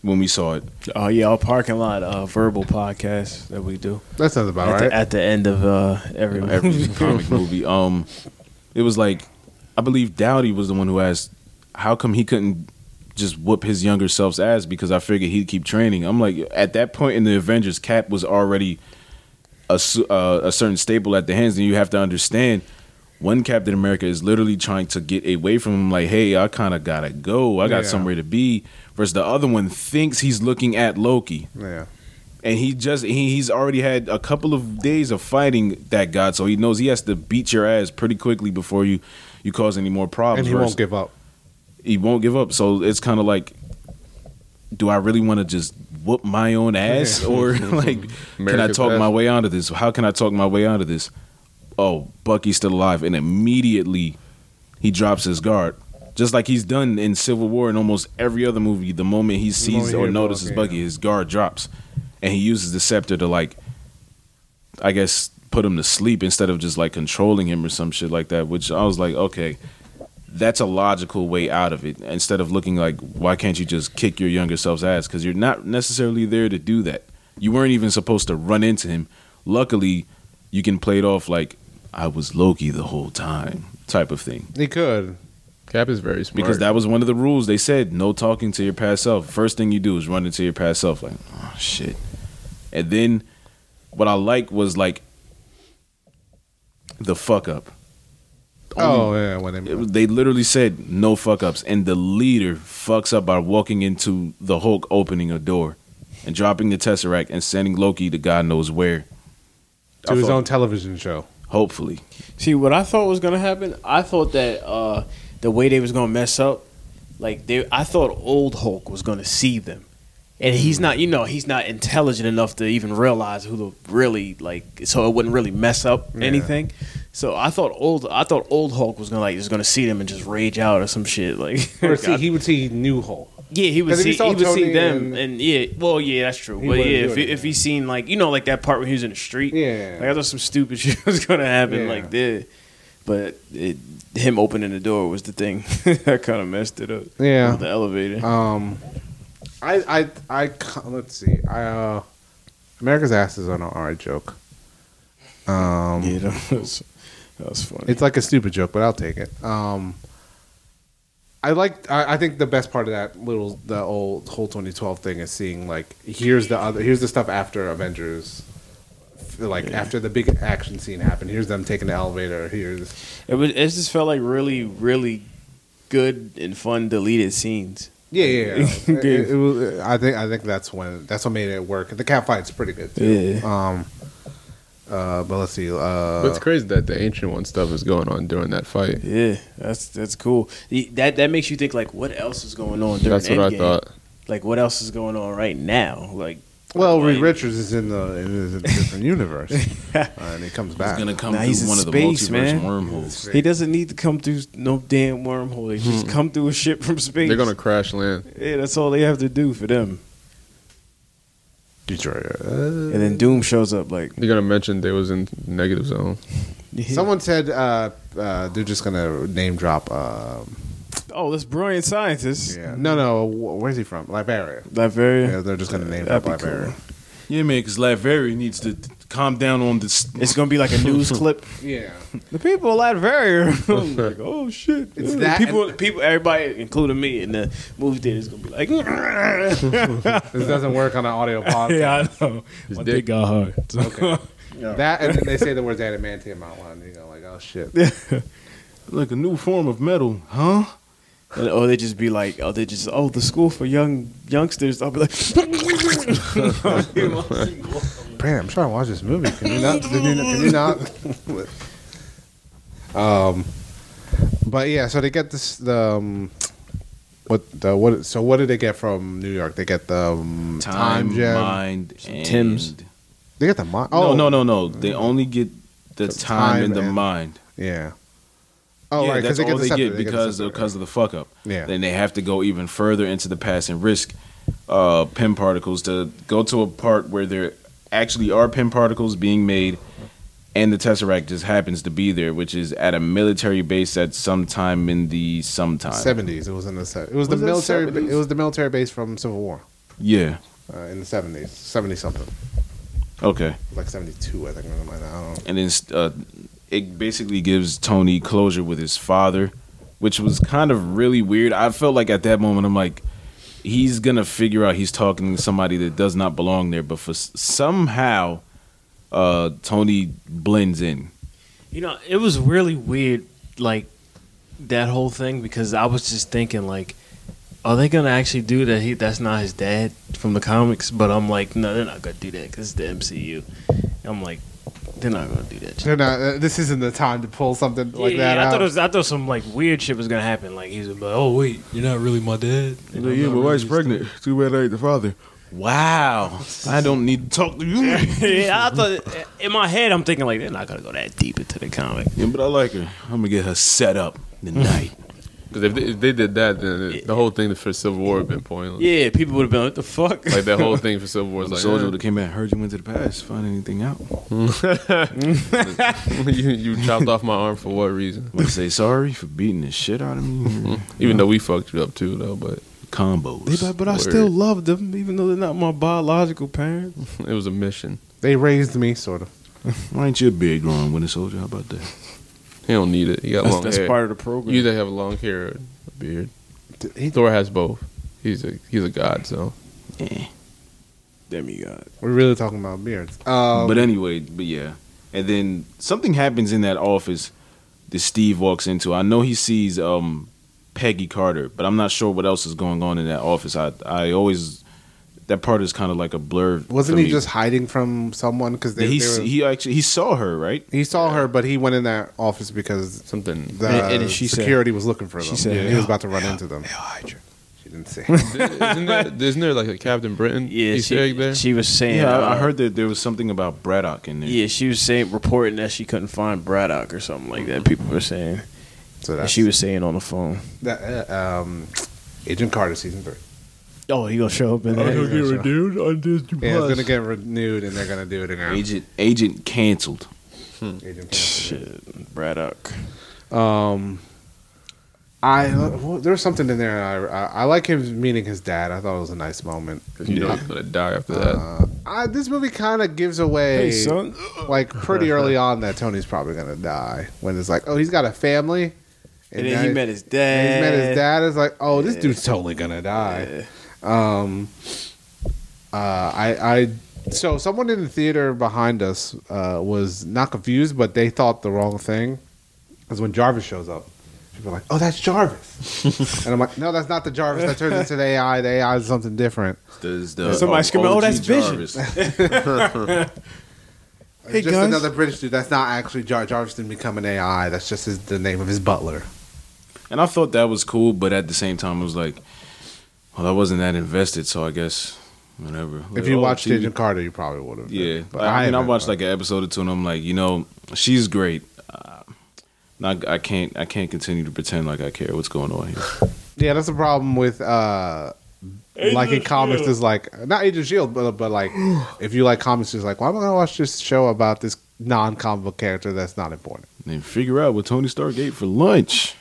[SPEAKER 4] when we saw it.
[SPEAKER 3] Oh yeah, our parking lot uh, verbal podcast that we do
[SPEAKER 1] that sounds about
[SPEAKER 3] at,
[SPEAKER 1] right.
[SPEAKER 3] the, at the end of uh, every
[SPEAKER 4] every comic movie. Um, it was like I believe Dowdy was the one who asked, "How come he couldn't just whoop his younger self's ass?" Because I figured he'd keep training. I'm like, at that point in the Avengers, Cap was already a su- uh, a certain staple at the hands, and you have to understand. One Captain America is literally trying to get away from him, like, hey, I kind of gotta go. I got
[SPEAKER 1] Yeah.
[SPEAKER 4] somewhere to be. Versus the other one thinks he's looking at Loki
[SPEAKER 1] yeah,
[SPEAKER 4] and he just he, he's already had a couple of days of fighting that guy, so he knows he has to beat your ass pretty quickly before you you cause any more
[SPEAKER 1] and
[SPEAKER 4] problems.
[SPEAKER 1] he
[SPEAKER 4] versus-
[SPEAKER 1] won't give up.
[SPEAKER 4] he won't give up. So it's kind of like, do I really want to just whoop my own ass, or like, can I
[SPEAKER 2] America
[SPEAKER 4] talk
[SPEAKER 2] best.
[SPEAKER 4] my way out of this? How can I talk my way out of this? Oh, Bucky's still alive, and immediately he drops his guard, just like he's done in Civil War and almost every other movie. The moment he sees
[SPEAKER 1] moment
[SPEAKER 4] or
[SPEAKER 1] he
[SPEAKER 4] notices
[SPEAKER 1] walks,
[SPEAKER 4] Bucky,
[SPEAKER 1] yeah.
[SPEAKER 4] his guard drops, and he uses the scepter to like, I guess, put him to sleep instead of just like controlling him or some shit like that. Which I was like, okay that's a logical way out of it instead of looking like why can't you just kick your younger self's ass because you're not necessarily there to do that you weren't even supposed to run into him luckily you can play it off like i was loki the whole time type of thing
[SPEAKER 1] He could.
[SPEAKER 2] Cap is very smart.
[SPEAKER 4] because that was one of the rules they said no talking to your past self first thing you do is run into your past self like oh shit and then what i like was like the fuck up
[SPEAKER 1] Oh yeah, when
[SPEAKER 4] it
[SPEAKER 1] they,
[SPEAKER 4] was- they literally said no fuck ups, and the leader fucks up by walking into the Hulk opening a door and dropping the Tesseract and sending Loki to God knows where.
[SPEAKER 1] to
[SPEAKER 4] I
[SPEAKER 1] his
[SPEAKER 4] thought-
[SPEAKER 1] own television show.
[SPEAKER 4] Hopefully,
[SPEAKER 3] See what I thought was gonna happen. I thought that uh, the way they was gonna mess up, like they, I thought old Hulk was gonna see them, and he's not. You know, he's not intelligent enough to even realize who the really like. So it wouldn't really mess up anything. So I thought old, I thought old Hulk was gonna like just gonna see them and just rage out or some shit. Like,
[SPEAKER 1] Or see, he would see New Hulk.
[SPEAKER 3] yeah, he would
[SPEAKER 1] 'Cause if
[SPEAKER 3] see
[SPEAKER 1] he
[SPEAKER 3] he,
[SPEAKER 1] saw
[SPEAKER 3] would see
[SPEAKER 1] Tony
[SPEAKER 3] them and,
[SPEAKER 1] and-
[SPEAKER 3] yeah, well yeah, that's true.
[SPEAKER 1] He
[SPEAKER 3] But yeah,
[SPEAKER 1] wouldn't do
[SPEAKER 3] if he,
[SPEAKER 1] anything.
[SPEAKER 3] if he seen like you know like that part when he was in the street,
[SPEAKER 1] Yeah.
[SPEAKER 3] like I thought some stupid shit was gonna happen
[SPEAKER 1] Yeah.
[SPEAKER 3] like there, but it, him opening the door was the thing that kind of messed it up.
[SPEAKER 1] Yeah.
[SPEAKER 3] With the elevator.
[SPEAKER 1] Um, I, I, I, ca- let's see. I, uh, America's ass is on an R joke. Um,
[SPEAKER 3] yeah, that was that was funny.
[SPEAKER 1] it's like a stupid joke, but I'll take it. Um, I like. I, I think the best part of that little, the old whole 2012 thing is seeing like here's the other, here's the stuff after Avengers, like after the big action scene happened. Here's them taking the elevator. Here's
[SPEAKER 3] It was. It just felt like really, really good and fun deleted scenes.
[SPEAKER 1] yeah, yeah. yeah. it,
[SPEAKER 3] Yeah.
[SPEAKER 1] it was, I think I think that's when that's what made it work. The cat fight's pretty good too.
[SPEAKER 3] Yeah.
[SPEAKER 1] Um, uh, but let's see.
[SPEAKER 2] But it's
[SPEAKER 1] Uh,
[SPEAKER 2] crazy that the ancient one stuff is going on during that fight.
[SPEAKER 3] Yeah, that's that's cool. The- That that makes you think like, what else is going on during
[SPEAKER 2] That's what I
[SPEAKER 3] Endgame?
[SPEAKER 2] thought.
[SPEAKER 3] Like, what else is going on right now? Like,
[SPEAKER 1] well, Reed
[SPEAKER 3] like-
[SPEAKER 1] Richards is in the in a different universe, uh, and he comes back.
[SPEAKER 4] It's gonna come
[SPEAKER 3] Nah, he's
[SPEAKER 4] through
[SPEAKER 3] in
[SPEAKER 4] one of the
[SPEAKER 3] space,
[SPEAKER 4] multiverse
[SPEAKER 3] man.
[SPEAKER 4] wormholes.
[SPEAKER 3] he doesn't need to come through no damn wormhole. They just come through a ship from space.
[SPEAKER 2] They're gonna crash land.
[SPEAKER 3] Yeah, that's all they have to do for them.
[SPEAKER 1] Detroit. uh,
[SPEAKER 3] And then Doom shows up like
[SPEAKER 2] They're gonna mention they was in negative zone.
[SPEAKER 1] Someone said uh, uh, they're just gonna name drop. Um,
[SPEAKER 3] Oh, this brilliant scientist.
[SPEAKER 1] yeah. No, no. wh- Where's he from? Liberia.
[SPEAKER 3] Liberia.
[SPEAKER 1] Yeah, they're just gonna name
[SPEAKER 3] That'd
[SPEAKER 1] drop
[SPEAKER 3] be
[SPEAKER 1] Liberia.
[SPEAKER 4] Yeah, man, because Lavery needs to calm down on this.
[SPEAKER 3] It's gonna be like a news clip.
[SPEAKER 1] Yeah.
[SPEAKER 3] The people of Liberia. I'm like, oh shit!
[SPEAKER 1] It's
[SPEAKER 3] Yeah,
[SPEAKER 1] that
[SPEAKER 3] people, people, everybody, including me, in the movie theater is gonna be like, yeah,
[SPEAKER 1] This doesn't work on an audio podcast.
[SPEAKER 5] yeah, I know.
[SPEAKER 2] His
[SPEAKER 5] My
[SPEAKER 2] dick.
[SPEAKER 5] dick. got hard. So.
[SPEAKER 1] That and then they say the words adamantium out loud, and you go like, "Oh shit!"
[SPEAKER 4] Like a new form of metal, huh?
[SPEAKER 3] And- or they just be like, oh, they just, oh, the school for young youngsters. I'll be like,
[SPEAKER 1] Brandon, I'm trying to watch this movie. Can you not? Can you, can you not? um, but yeah, so they get this the. Um, what the what? So what did they get from New York? They get the um, time, gem.
[SPEAKER 4] mind, and
[SPEAKER 3] Tim's.
[SPEAKER 1] They get the mind.
[SPEAKER 4] Oh
[SPEAKER 1] Oh
[SPEAKER 4] no, no, no, no! They only get the
[SPEAKER 1] The
[SPEAKER 4] time,
[SPEAKER 1] time
[SPEAKER 4] and the
[SPEAKER 1] and-
[SPEAKER 4] mind.
[SPEAKER 1] Yeah. Oh
[SPEAKER 4] yeah,
[SPEAKER 1] right, because
[SPEAKER 4] that's
[SPEAKER 1] they get
[SPEAKER 4] all
[SPEAKER 1] the
[SPEAKER 4] they
[SPEAKER 1] scepter, they
[SPEAKER 4] get
[SPEAKER 1] get the
[SPEAKER 4] because
[SPEAKER 1] scepter,
[SPEAKER 4] of, because of the fuck up.
[SPEAKER 1] Yeah.
[SPEAKER 4] Then they have to go even further into the past and risk uh, pin particles to go to a part where there actually are pin particles being made, and the tesseract just happens to be there, which is at a military base at some time in the sometime.
[SPEAKER 1] Seventies. It was in the se- it was,
[SPEAKER 4] Was
[SPEAKER 1] the
[SPEAKER 4] it
[SPEAKER 1] military.
[SPEAKER 4] 70s?
[SPEAKER 1] It was the military base from Civil War
[SPEAKER 4] Yeah.
[SPEAKER 1] uh, in the seventies, seventy something,
[SPEAKER 4] Okay.
[SPEAKER 1] like seventy two, I think. I don't know.
[SPEAKER 4] and then uh, it basically gives Tony closure with his father, which was kind of really weird. I felt like at that moment I'm like, he's gonna figure out he's talking to somebody that does not belong there, but for s- somehow, uh, Tony blends in.
[SPEAKER 5] You know, it was really weird, like that whole thing, because I was just thinking, like, are they gonna actually do that? He that's not his dad from the comics, but I'm like, no, they're not gonna do that because it's the MCU. I'm like, they're not gonna do that.
[SPEAKER 1] They're not. Uh, this isn't the time to pull something like that
[SPEAKER 5] I
[SPEAKER 1] out.
[SPEAKER 5] thought it was, I thought some like weird shit was gonna happen. Like he's like, oh wait, you're not really my dad. And I'm not really-
[SPEAKER 4] pregnant. Too bad I ain't the father. Wow, I don't need to talk to you.
[SPEAKER 5] yeah, I thought in my head I'm thinking like they're not gonna go that deep into the comic.
[SPEAKER 4] Yeah, but I like her. I'm gonna get her set up tonight.
[SPEAKER 2] Because if, they- if they did that, then it, the whole thing for Civil War would have been pointless.
[SPEAKER 5] Yeah, people would have been like, the fuck.
[SPEAKER 2] Like that whole thing for Civil War is
[SPEAKER 4] The
[SPEAKER 2] like,
[SPEAKER 4] soldier
[SPEAKER 2] eh,
[SPEAKER 4] that came back heard you went to the past. Find anything out?
[SPEAKER 2] you, you chopped off my arm for what reason?
[SPEAKER 4] I'm gonna say sorry for beating the shit out of me.
[SPEAKER 2] Even though we fucked you up too, though. But
[SPEAKER 4] combos.
[SPEAKER 3] They be like, but I
[SPEAKER 2] Word.
[SPEAKER 3] still love them, even though they're not my biological parents.
[SPEAKER 2] it was a mission.
[SPEAKER 1] they raised me, sort of.
[SPEAKER 4] Why ain't you a big growing winter soldier? How about that?
[SPEAKER 2] He don't need it. He got
[SPEAKER 3] That's,
[SPEAKER 2] long
[SPEAKER 3] that's
[SPEAKER 2] hair.
[SPEAKER 3] part of the program.
[SPEAKER 2] you either have long hair or a beard.
[SPEAKER 1] D- He,
[SPEAKER 2] Thor has both. He's a he's a god. So
[SPEAKER 3] Demigod.
[SPEAKER 1] we're really talking about beards. Um,
[SPEAKER 4] but anyway, but yeah. And then something happens in that office that Steve walks into. I know he sees um, Peggy Carter, but I'm not sure what else is going on in that office. I I always that part is kind of like a blur. to
[SPEAKER 1] wasn't he
[SPEAKER 4] me.
[SPEAKER 1] just hiding from someone because they,
[SPEAKER 4] he
[SPEAKER 1] they were- he,
[SPEAKER 4] he actually he saw her right?
[SPEAKER 1] saw her, but he went in that office because
[SPEAKER 2] something.
[SPEAKER 1] the
[SPEAKER 3] And- and she said-
[SPEAKER 1] security was looking for
[SPEAKER 3] she
[SPEAKER 1] them.
[SPEAKER 3] said,
[SPEAKER 1] Yeah, he was about to run into them. She didn't say.
[SPEAKER 2] Isn't there, isn't there like a Captain Britain
[SPEAKER 3] Yeah,
[SPEAKER 2] Easter egg there?
[SPEAKER 3] she, she was saying.
[SPEAKER 4] Yeah, I, I
[SPEAKER 3] uh,
[SPEAKER 4] heard that there was something about Braddock in there.
[SPEAKER 3] Yeah, she was saying reporting that she couldn't find Braddock or something like that. People were saying,
[SPEAKER 1] so
[SPEAKER 3] and
[SPEAKER 1] that's,
[SPEAKER 3] she was saying on the phone,
[SPEAKER 1] that, uh, um, Agent Carter season three.
[SPEAKER 3] "Oh, he gonna show up in
[SPEAKER 1] Oh, he'll
[SPEAKER 3] there."
[SPEAKER 1] get renewed
[SPEAKER 5] on Disney
[SPEAKER 1] Yeah, it's gonna get renewed, and they're gonna do it again.
[SPEAKER 4] Agent Agent canceled.
[SPEAKER 1] Agent Carter.
[SPEAKER 3] Shit, Braddock.
[SPEAKER 1] Um, I uh, well, there was something in there. I, I I like him meeting his dad. I thought it was a nice moment.
[SPEAKER 2] 'Cause you know he's gonna die after that.
[SPEAKER 1] Uh, I, this movie kind of gives away,
[SPEAKER 3] Hey, son.
[SPEAKER 1] like pretty early on, that Tony's probably gonna die. When it's like, oh, he's got a family,
[SPEAKER 3] And then he
[SPEAKER 1] now-
[SPEAKER 3] met his
[SPEAKER 1] and
[SPEAKER 3] dad.
[SPEAKER 1] He's met his dad. It's like, oh, this
[SPEAKER 3] Yeah.
[SPEAKER 1] dude's totally gonna die.
[SPEAKER 3] Yeah.
[SPEAKER 1] Um, uh, Um, I I So someone in the theater behind us uh, was not confused, but they thought the wrong thing. Because when Jarvis shows up, people are like, "Oh, that's Jarvis," and I'm like, "No, that's not the Jarvis. That turns into the AI. The AI is something different."
[SPEAKER 4] Does the
[SPEAKER 3] Somebody screaming, "Oh, that's Vision."
[SPEAKER 1] It's just another British dude. That's not actually Jar- Jarvis. Didn't become an AI. That's just his, the name of his butler.
[SPEAKER 4] and I thought that was cool, but at the same time, I was like, well, I wasn't that invested, so I guess whatever. Like,
[SPEAKER 1] If you
[SPEAKER 4] oh,
[SPEAKER 1] watched
[SPEAKER 4] she-
[SPEAKER 1] Agent Carter, you probably would have.
[SPEAKER 4] Yeah, Like, I, mean, I
[SPEAKER 1] haven't.
[SPEAKER 4] watched like an episode or two, and I'm like, you know, she's great. Uh, not, I can't, I can't continue to pretend like I care what's going on here.
[SPEAKER 1] Yeah, that's the problem with uh liking comics is like not Agent Shield, E but but like if you like comics, it's like why am I gonna watch this show about this non comic book character that's not important?
[SPEAKER 4] And figure out what Tony Stark ate for lunch.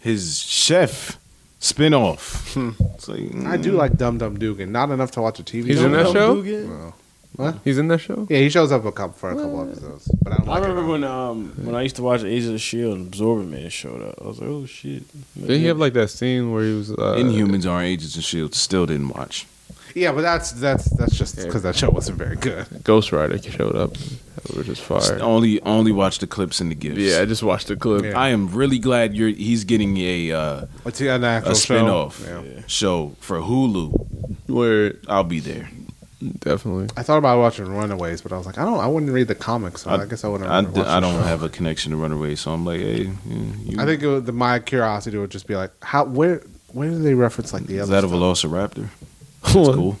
[SPEAKER 4] His chef spinoff. it's like
[SPEAKER 1] Hmm.
[SPEAKER 4] mm,
[SPEAKER 1] I do like Dum Dum Dugan, not enough to watch a TV
[SPEAKER 2] He's
[SPEAKER 1] show.
[SPEAKER 2] in that show.
[SPEAKER 1] What?
[SPEAKER 2] He's in that show.
[SPEAKER 1] Yeah, he shows up a couple for a couple episodes, but I don't
[SPEAKER 3] I
[SPEAKER 1] like
[SPEAKER 3] remember
[SPEAKER 1] it.
[SPEAKER 3] when um when I used to watch Agents of the Shield and Absorber Man showed up. I was like, oh shit.
[SPEAKER 2] Didn't he have like that scene where he was uh,
[SPEAKER 4] Inhumans are Agents and Shield. Still didn't watch.
[SPEAKER 1] Yeah, but that's that's that's just because that show wasn't very good.
[SPEAKER 2] Ghost Rider showed up. We were just fired.
[SPEAKER 4] Only only watch the clips and the gifs.
[SPEAKER 2] Yeah, I just watched the clip.
[SPEAKER 1] Yeah.
[SPEAKER 4] I am really glad you're. He's getting a uh,
[SPEAKER 1] It's an
[SPEAKER 4] a
[SPEAKER 1] actual show.
[SPEAKER 4] spinoff
[SPEAKER 1] Yeah.
[SPEAKER 4] show for Hulu.
[SPEAKER 2] Where
[SPEAKER 4] I'll be there.
[SPEAKER 2] definitely.
[SPEAKER 1] I thought about watching Runaways, but I was like, I don't. I wouldn't read the comics, so I, guess I wouldn't.
[SPEAKER 4] I,
[SPEAKER 1] watch
[SPEAKER 4] d- I
[SPEAKER 1] the
[SPEAKER 4] don't
[SPEAKER 1] show.
[SPEAKER 4] have a connection to Runaways, so I'm like, hey, yeah, you,
[SPEAKER 1] I think it would, the, my curiosity would just be like, how where where do they reference like the
[SPEAKER 4] is
[SPEAKER 1] other?
[SPEAKER 4] that a
[SPEAKER 1] stuff?
[SPEAKER 4] Velociraptor? That's cool.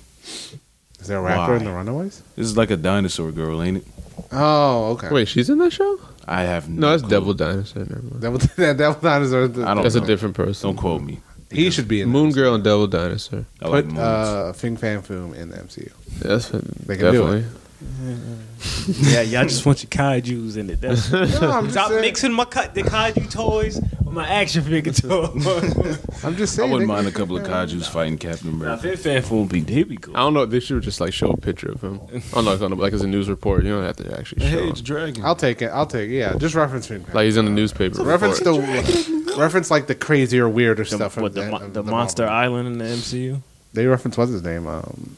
[SPEAKER 1] Is there a rapper
[SPEAKER 4] Why?
[SPEAKER 1] in the Runaways?
[SPEAKER 4] This is like a dinosaur girl, ain't it?
[SPEAKER 1] Oh, okay.
[SPEAKER 2] Wait, she's in that show?
[SPEAKER 4] I have
[SPEAKER 2] No, that's
[SPEAKER 4] clue.
[SPEAKER 2] Devil Dinosaur. Never mind.
[SPEAKER 1] Devil, that Devil Dinosaur. The,
[SPEAKER 4] I don't
[SPEAKER 2] That's
[SPEAKER 4] know.
[SPEAKER 2] a different person.
[SPEAKER 4] Don't quote me.
[SPEAKER 1] he should be in
[SPEAKER 2] Moon Girl and Devil Dinosaur.
[SPEAKER 4] I
[SPEAKER 1] There. Put
[SPEAKER 4] like moons.
[SPEAKER 1] uh, Fing Fan Foom in the MCU.
[SPEAKER 2] That's
[SPEAKER 1] They can do
[SPEAKER 2] definitely.
[SPEAKER 5] yeah, y'all just want your kaiju's in it. That's
[SPEAKER 1] No, I'm just
[SPEAKER 5] Stop
[SPEAKER 1] saying.
[SPEAKER 5] mixing my ka- the kaiju toys with my action figure toys.
[SPEAKER 1] I'm just
[SPEAKER 4] I
[SPEAKER 1] saying.
[SPEAKER 4] wouldn't
[SPEAKER 1] they
[SPEAKER 4] mind a
[SPEAKER 1] can-
[SPEAKER 4] couple of kaiju's fighting Captain
[SPEAKER 5] Now,
[SPEAKER 4] America.
[SPEAKER 5] Fit Fan Fool be they be
[SPEAKER 2] I
[SPEAKER 5] cool.
[SPEAKER 2] don't know. They should just like show a picture of him. I don't know. It's on the, like it's a news report. You don't have to actually show.
[SPEAKER 4] Hey,
[SPEAKER 2] him.
[SPEAKER 4] it's Dragon.
[SPEAKER 1] I'll take it. I'll take it. Yeah, just reference Fing Fan.
[SPEAKER 2] Like he's in the newspaper.
[SPEAKER 1] reference
[SPEAKER 2] report.
[SPEAKER 1] the reference like the crazier, weirder
[SPEAKER 5] The,
[SPEAKER 1] stuff. of
[SPEAKER 5] what, the,
[SPEAKER 1] that-
[SPEAKER 5] mo-
[SPEAKER 1] of
[SPEAKER 5] the Monster
[SPEAKER 1] Marvel.
[SPEAKER 5] Island in the MCU.
[SPEAKER 1] They reference what's his name? Um,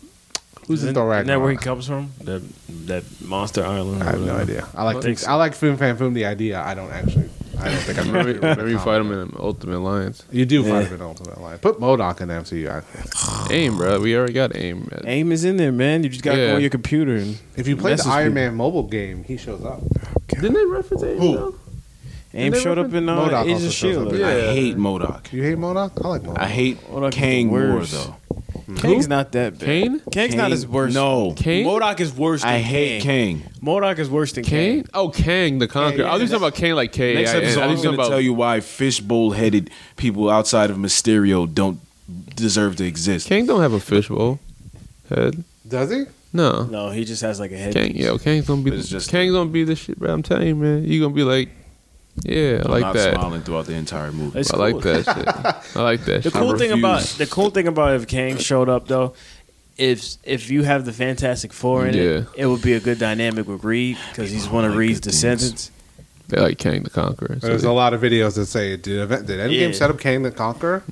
[SPEAKER 1] who's in
[SPEAKER 5] Isn't-
[SPEAKER 1] Thor
[SPEAKER 5] isn't that where he
[SPEAKER 1] Ragnarok?
[SPEAKER 5] comes from? That that Monster Island. or
[SPEAKER 1] I have no
[SPEAKER 3] Uh,
[SPEAKER 5] whatever.
[SPEAKER 1] idea. I like
[SPEAKER 5] Thanks.
[SPEAKER 1] I like Foom Fan Foom the idea. I don't actually. I don't think I
[SPEAKER 2] Maybe,
[SPEAKER 1] remember.
[SPEAKER 2] maybe you fight him in Ultimate Alliance.
[SPEAKER 1] You do
[SPEAKER 3] Yeah.
[SPEAKER 1] fight him in Ultimate Line. Put Modoc in the MCU. I think.
[SPEAKER 2] Aim, bro. We already got aim.
[SPEAKER 3] AIM is in there, man. You just gotta
[SPEAKER 2] Yeah.
[SPEAKER 3] go on your computer and
[SPEAKER 1] If you play
[SPEAKER 3] Messes
[SPEAKER 1] the Iron
[SPEAKER 3] people.
[SPEAKER 1] Man mobile game, he shows up.
[SPEAKER 2] Didn't they reference aim? though?
[SPEAKER 3] AIM
[SPEAKER 2] they
[SPEAKER 3] showed up in uh,
[SPEAKER 1] Modok
[SPEAKER 3] Agents
[SPEAKER 1] also
[SPEAKER 3] of
[SPEAKER 1] shows up
[SPEAKER 3] Shield.
[SPEAKER 1] in
[SPEAKER 2] Yeah.
[SPEAKER 4] I hate Modoc.
[SPEAKER 1] You hate Modoc? I like Modoc.
[SPEAKER 4] I hate
[SPEAKER 3] Modok is
[SPEAKER 4] Kang
[SPEAKER 3] the
[SPEAKER 4] more
[SPEAKER 3] worst.
[SPEAKER 4] though.
[SPEAKER 3] Kang's not that bad.
[SPEAKER 2] Kane?
[SPEAKER 3] Kang's not
[SPEAKER 4] Kang-
[SPEAKER 3] his worst.
[SPEAKER 4] No.
[SPEAKER 2] Kane?
[SPEAKER 3] Modok is worse. Than
[SPEAKER 4] I hate
[SPEAKER 3] Kang.
[SPEAKER 4] Kang.
[SPEAKER 3] Modok is worse than
[SPEAKER 2] Kane? Oh, Kang the Conqueror. I was just talking about Kang like K.
[SPEAKER 4] Next
[SPEAKER 2] I,
[SPEAKER 4] episode, I'm
[SPEAKER 2] was talking
[SPEAKER 4] going to
[SPEAKER 2] about.
[SPEAKER 4] tell you why fishbowl-headed people outside of Mysterio don't deserve to exist.
[SPEAKER 2] Kang don't have a fishbowl head.
[SPEAKER 1] Does he?
[SPEAKER 2] No.
[SPEAKER 3] No, he just has like a head.
[SPEAKER 2] Kang, yo, Kang's gonna be.
[SPEAKER 4] But it's just-
[SPEAKER 2] Kang's gonna be the shit, bro. I'm telling you, man. You gonna be like, yeah, I
[SPEAKER 4] I'm
[SPEAKER 2] like
[SPEAKER 4] not
[SPEAKER 2] that.
[SPEAKER 4] smiling throughout the entire movie.
[SPEAKER 3] It's
[SPEAKER 2] I like
[SPEAKER 3] cool.
[SPEAKER 2] that shit. I like that.
[SPEAKER 3] The
[SPEAKER 2] shit.
[SPEAKER 4] I
[SPEAKER 3] cool thing about
[SPEAKER 4] refuse.
[SPEAKER 3] the cool thing about if Kang showed up though, if if you have the Fantastic Four in
[SPEAKER 2] Yeah.
[SPEAKER 3] it, it would be a good dynamic with Reed because he's
[SPEAKER 5] Oh,
[SPEAKER 3] one of
[SPEAKER 4] like
[SPEAKER 3] Reed's
[SPEAKER 4] good things.
[SPEAKER 3] descendants.
[SPEAKER 2] They like Kang the Conqueror. So
[SPEAKER 1] There's a lot of videos that say, did, event, did Endgame
[SPEAKER 3] Yeah.
[SPEAKER 1] set up Kang the Conqueror?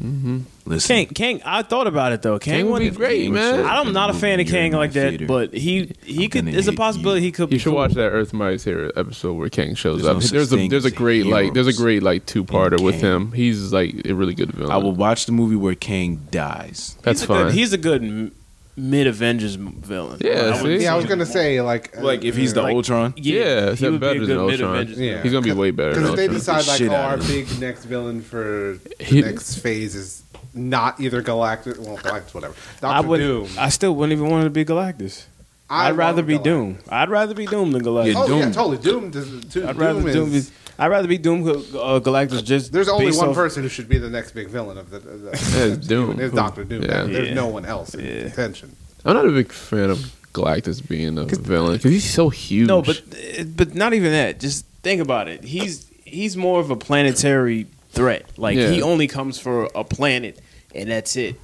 [SPEAKER 4] Listen,
[SPEAKER 3] Kang, Kang, I thought about it though. Kang,
[SPEAKER 2] Kang would be
[SPEAKER 3] wouldn't-
[SPEAKER 2] great,
[SPEAKER 4] Kang
[SPEAKER 2] man.
[SPEAKER 4] should-
[SPEAKER 3] I'm not a fan of
[SPEAKER 4] You're
[SPEAKER 3] Kang
[SPEAKER 4] in
[SPEAKER 3] like
[SPEAKER 4] the
[SPEAKER 3] that,
[SPEAKER 4] theater.
[SPEAKER 3] but he he could.
[SPEAKER 4] gonna
[SPEAKER 3] There's a
[SPEAKER 4] hate
[SPEAKER 3] possibility
[SPEAKER 4] you.
[SPEAKER 3] he could.
[SPEAKER 2] You
[SPEAKER 3] be
[SPEAKER 2] should
[SPEAKER 3] cool.
[SPEAKER 2] watch that Earth Mights Hero episode where Kang shows
[SPEAKER 4] There's
[SPEAKER 2] up.
[SPEAKER 4] no such
[SPEAKER 2] there's a
[SPEAKER 4] thing
[SPEAKER 2] there's a
[SPEAKER 4] as
[SPEAKER 2] great like there's a
[SPEAKER 4] heroes
[SPEAKER 2] great like two parter
[SPEAKER 4] in
[SPEAKER 2] with
[SPEAKER 4] Kang.
[SPEAKER 2] him. He's like a really good villain.
[SPEAKER 4] I will watch the movie where Kang dies.
[SPEAKER 2] That's
[SPEAKER 3] he's
[SPEAKER 2] fine.
[SPEAKER 3] A good, he's a good mid Avengers villain.
[SPEAKER 2] Yeah,
[SPEAKER 3] I would-
[SPEAKER 2] see?
[SPEAKER 1] Yeah, I was going to say, like...
[SPEAKER 4] Like if he's the
[SPEAKER 3] Like-
[SPEAKER 4] Ultron,
[SPEAKER 2] yeah, it's
[SPEAKER 3] he would be a
[SPEAKER 2] better
[SPEAKER 3] good
[SPEAKER 2] than Ultron.
[SPEAKER 3] mid-Avengers.
[SPEAKER 1] Yeah.
[SPEAKER 2] He's gonna be way better.
[SPEAKER 1] Because
[SPEAKER 2] Than
[SPEAKER 1] if they
[SPEAKER 2] Ultron.
[SPEAKER 1] decide, like,
[SPEAKER 4] shit
[SPEAKER 1] oh,
[SPEAKER 4] out
[SPEAKER 1] our
[SPEAKER 4] of him.
[SPEAKER 1] big next villain for the
[SPEAKER 2] He-
[SPEAKER 1] next phase is not either Galactus... Well, Galactus, whatever.
[SPEAKER 3] I
[SPEAKER 1] Doctor
[SPEAKER 3] would.
[SPEAKER 1] Doom.
[SPEAKER 3] I still wouldn't even want to be Galactus.
[SPEAKER 1] I
[SPEAKER 3] I'd rather
[SPEAKER 1] love
[SPEAKER 3] be
[SPEAKER 1] Galactus.
[SPEAKER 3] Doom. I'd rather be Doom than Galactus.
[SPEAKER 4] Yeah,
[SPEAKER 1] Oh, yeah,
[SPEAKER 4] Doom.
[SPEAKER 1] totally. Doom, does, too,
[SPEAKER 3] I'd rather
[SPEAKER 1] Doom,
[SPEAKER 3] Doom.
[SPEAKER 1] is...
[SPEAKER 3] Be, I'd rather be Doom. Uh, Galactus just.
[SPEAKER 1] There's only
[SPEAKER 3] based
[SPEAKER 1] one
[SPEAKER 3] off-
[SPEAKER 1] person who should be the next big villain of the... the,
[SPEAKER 2] Yeah,
[SPEAKER 1] the
[SPEAKER 2] it's Doom.
[SPEAKER 1] It's Doctor Doom.
[SPEAKER 2] Yeah.
[SPEAKER 1] There's
[SPEAKER 3] Yeah.
[SPEAKER 1] no one else in
[SPEAKER 3] Yeah.
[SPEAKER 1] contention.
[SPEAKER 2] I'm not a big fan of Galactus being a villain because he's so huge.
[SPEAKER 3] No, but eh, but not even that. Just think about it. He's he's more of a planetary threat. Like
[SPEAKER 2] Yeah.
[SPEAKER 3] he only comes for a planet, and that's it.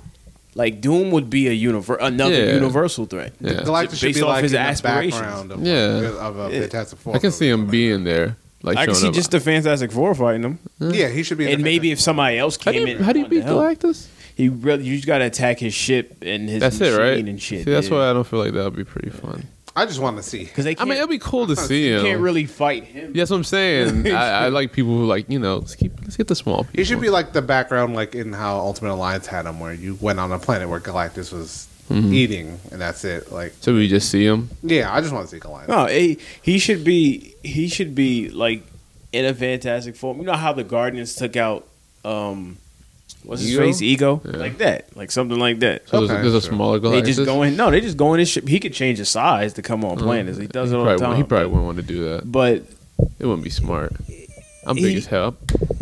[SPEAKER 3] Like Doom would be a univer- another
[SPEAKER 2] Yeah.
[SPEAKER 3] universal threat.
[SPEAKER 2] yeah.
[SPEAKER 1] Galactus should
[SPEAKER 3] Based
[SPEAKER 1] be
[SPEAKER 3] off
[SPEAKER 1] like
[SPEAKER 3] his
[SPEAKER 1] in the
[SPEAKER 3] aspirations.
[SPEAKER 1] background of,
[SPEAKER 2] Yeah.
[SPEAKER 1] of a Fantastic Four.
[SPEAKER 2] I can see
[SPEAKER 1] movie.
[SPEAKER 2] him being there. Like
[SPEAKER 3] I can
[SPEAKER 2] showing
[SPEAKER 3] see
[SPEAKER 2] up.
[SPEAKER 3] just the Fantastic Four fighting him,
[SPEAKER 1] Yeah, he should be. in
[SPEAKER 3] and
[SPEAKER 1] the
[SPEAKER 3] maybe
[SPEAKER 1] Fantastic
[SPEAKER 3] if somebody else
[SPEAKER 2] how
[SPEAKER 3] came
[SPEAKER 2] do
[SPEAKER 3] in,
[SPEAKER 2] you, how do you
[SPEAKER 3] and wanted
[SPEAKER 2] beat
[SPEAKER 3] to help.
[SPEAKER 2] Galactus?
[SPEAKER 3] he really you just got to attack his ship and his
[SPEAKER 2] That's it,
[SPEAKER 3] machine
[SPEAKER 2] right?
[SPEAKER 3] and shit.
[SPEAKER 2] See, that's why I don't feel like that would be pretty fun.
[SPEAKER 1] I just want to see.
[SPEAKER 3] because they
[SPEAKER 2] I
[SPEAKER 3] can't,
[SPEAKER 2] mean, it'd be cool to see
[SPEAKER 3] you
[SPEAKER 2] him.
[SPEAKER 3] can't really fight him.
[SPEAKER 2] Yeah, that's what I'm saying. I, I like people who like you know let's keep let's get the small people.
[SPEAKER 1] It should be like the background, like in how Ultimate Alliance had him, where you went on a planet where Galactus was
[SPEAKER 2] Mm-hmm.
[SPEAKER 1] eating, and that's it. Like,
[SPEAKER 2] so we just see him.
[SPEAKER 1] yeah, I just want to see Galactus.
[SPEAKER 3] No, he he should be he should be like in a fantastic form. You know how the Guardians took out um what's his
[SPEAKER 2] Ego?
[SPEAKER 3] face ego
[SPEAKER 2] Yeah.
[SPEAKER 3] like that, like something like that.
[SPEAKER 2] So
[SPEAKER 1] Okay,
[SPEAKER 2] there's, there's a
[SPEAKER 1] sure.
[SPEAKER 2] smaller Galactus.
[SPEAKER 3] They just go in. No, they just go in his ship. He could change his size to come on planets. He does
[SPEAKER 2] Mm.
[SPEAKER 3] it all the
[SPEAKER 2] Uh-huh. He probably-
[SPEAKER 3] time.
[SPEAKER 2] He probably wouldn't want to do that.
[SPEAKER 3] But
[SPEAKER 2] It wouldn't be smart. I'm big
[SPEAKER 3] He-
[SPEAKER 2] as hell.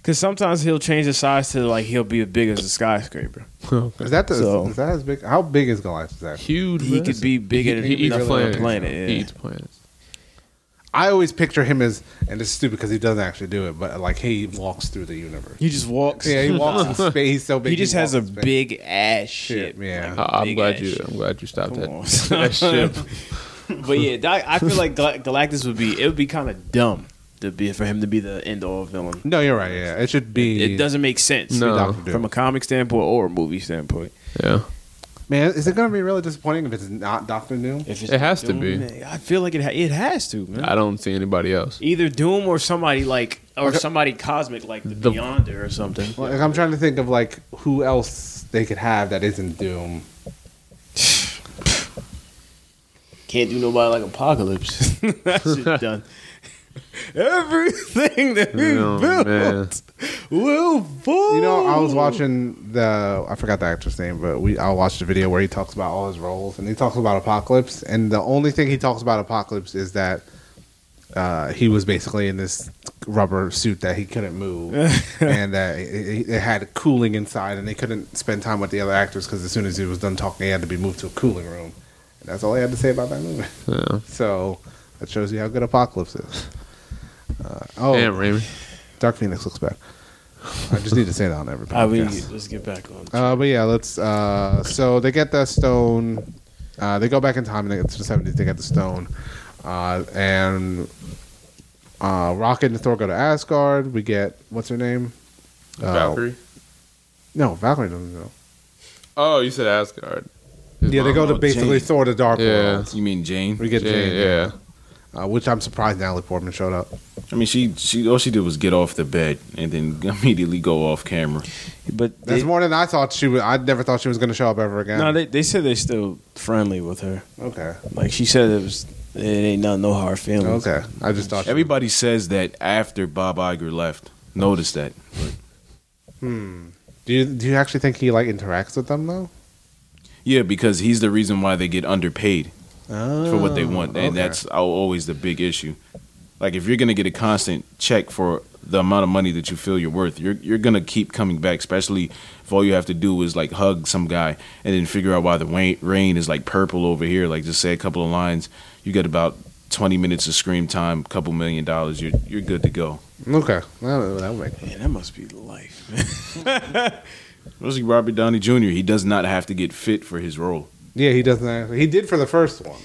[SPEAKER 3] because sometimes he'll change his size to like he'll be as big as a skyscraper.
[SPEAKER 1] Is that the,
[SPEAKER 3] So-
[SPEAKER 1] is that as big? How big is Galactus actually?
[SPEAKER 2] Huge.
[SPEAKER 3] He
[SPEAKER 2] man.
[SPEAKER 3] could be bigger than
[SPEAKER 2] he eats
[SPEAKER 3] another
[SPEAKER 2] planets.
[SPEAKER 3] planet,
[SPEAKER 2] He
[SPEAKER 3] yeah.
[SPEAKER 2] eats planets.
[SPEAKER 1] I always picture him as, and it's stupid because he doesn't actually do it, but like he walks through the universe.
[SPEAKER 3] He just walks.
[SPEAKER 1] Yeah, he walks in space. He's so big.
[SPEAKER 3] he just has a
[SPEAKER 1] walks in space.
[SPEAKER 3] big ass ship.
[SPEAKER 1] Yeah.
[SPEAKER 2] I- I'm
[SPEAKER 3] Big
[SPEAKER 2] glad
[SPEAKER 3] ass
[SPEAKER 2] you.
[SPEAKER 3] ship.
[SPEAKER 2] I'm glad you stopped
[SPEAKER 3] Come on.
[SPEAKER 2] that, that ship.
[SPEAKER 3] But yeah, that, I feel like Gal- Galactus would be. It would be kind of dumb to be for him to be the end all villain.
[SPEAKER 1] No, you're right. Yeah, it should be.
[SPEAKER 3] It doesn't make sense.
[SPEAKER 2] No.
[SPEAKER 1] Doctor Doom.
[SPEAKER 3] From a comic standpoint or a movie standpoint,
[SPEAKER 2] Yeah,
[SPEAKER 1] Man, is it going to be really disappointing if it's not Doctor Doom?
[SPEAKER 3] if it's
[SPEAKER 2] It has to
[SPEAKER 3] Doom,
[SPEAKER 2] be.
[SPEAKER 3] I feel like it. Ha- it has to, man.
[SPEAKER 2] I don't see anybody else.
[SPEAKER 3] Either Doom or somebody like, or somebody cosmic like the,
[SPEAKER 2] The-
[SPEAKER 3] Beyonder or something.
[SPEAKER 1] Like, I'm trying to think of like who else they could have that isn't Doom.
[SPEAKER 3] Can't do nobody like Apocalypse. that shit done. Everything that we
[SPEAKER 2] Oh,
[SPEAKER 3] built
[SPEAKER 2] man.
[SPEAKER 3] will fall.
[SPEAKER 1] You know, I was watching the I forgot the actor's name, but we I watched a video where he talks about all his roles and he talks about Apocalypse, and the only thing he talks about Apocalypse is that uh, he was basically in this rubber suit that he couldn't move, and that it, it had cooling inside, and they couldn't spend time with the other actors because as soon as he was done talking, he had to be moved to a cooling room, and that's all he had to say about that movie.
[SPEAKER 2] Yeah.
[SPEAKER 1] So that shows you how good Apocalypse is. Uh, oh,
[SPEAKER 2] Damn, Raymond.
[SPEAKER 1] Dark Phoenix looks bad. I just need to say that on every
[SPEAKER 3] Ah, we-
[SPEAKER 1] podcast.
[SPEAKER 3] let's get back on.
[SPEAKER 1] Uh, but yeah, let's. Uh, so they get the stone. Uh, they go back in time and they get to the seventies. They get the stone, uh, and uh, Rocket and Thor go to Asgard. We get what's her name? Uh,
[SPEAKER 2] Valkyrie.
[SPEAKER 1] No, Valkyrie doesn't go.
[SPEAKER 2] Oh, you said Asgard. His
[SPEAKER 1] Yeah, they
[SPEAKER 2] mom.
[SPEAKER 1] go to
[SPEAKER 4] oh,
[SPEAKER 1] basically
[SPEAKER 4] Jane.
[SPEAKER 1] Thor the Dark
[SPEAKER 2] Yeah.
[SPEAKER 1] World.
[SPEAKER 4] You mean Jane?
[SPEAKER 1] We get
[SPEAKER 2] Yeah,
[SPEAKER 1] Jane,
[SPEAKER 2] yeah.
[SPEAKER 1] Uh, which I'm surprised Natalie Portman showed up.
[SPEAKER 4] I mean, she she all she did was get off the bed and then immediately go off camera.
[SPEAKER 3] But
[SPEAKER 1] That's
[SPEAKER 3] they,
[SPEAKER 1] more than I thought she would. I never thought she was going to show up ever again.
[SPEAKER 3] no, they, they said they're still friendly with her.
[SPEAKER 1] okay,
[SPEAKER 3] Like she said, it was it ain't nothing, no hard feelings.
[SPEAKER 1] okay. I just thought she-
[SPEAKER 4] Everybody says that after Bob Iger left. Notice that.
[SPEAKER 1] Do you do you actually think he like interacts with them though?
[SPEAKER 4] Yeah, because he's the reason why they get underpaid for what they want, and
[SPEAKER 1] okay.
[SPEAKER 4] that's al- always the big issue. Like if you're gonna get a constant check for the amount of money that you feel you're worth, you're you're gonna keep coming back. Especially if all you have to do is like hug some guy and then figure out why the rain, rain is like purple over here. Like just say a couple of lines, you get about twenty minutes of screen time, couple million dollars, you're you're good to go.
[SPEAKER 1] Okay, that, that would make
[SPEAKER 3] Man, that must be life. man.
[SPEAKER 4] Especially Robert Downey Jr. He does not have to get fit for his role.
[SPEAKER 1] Yeah, he doesn't. Actually, he did for the first one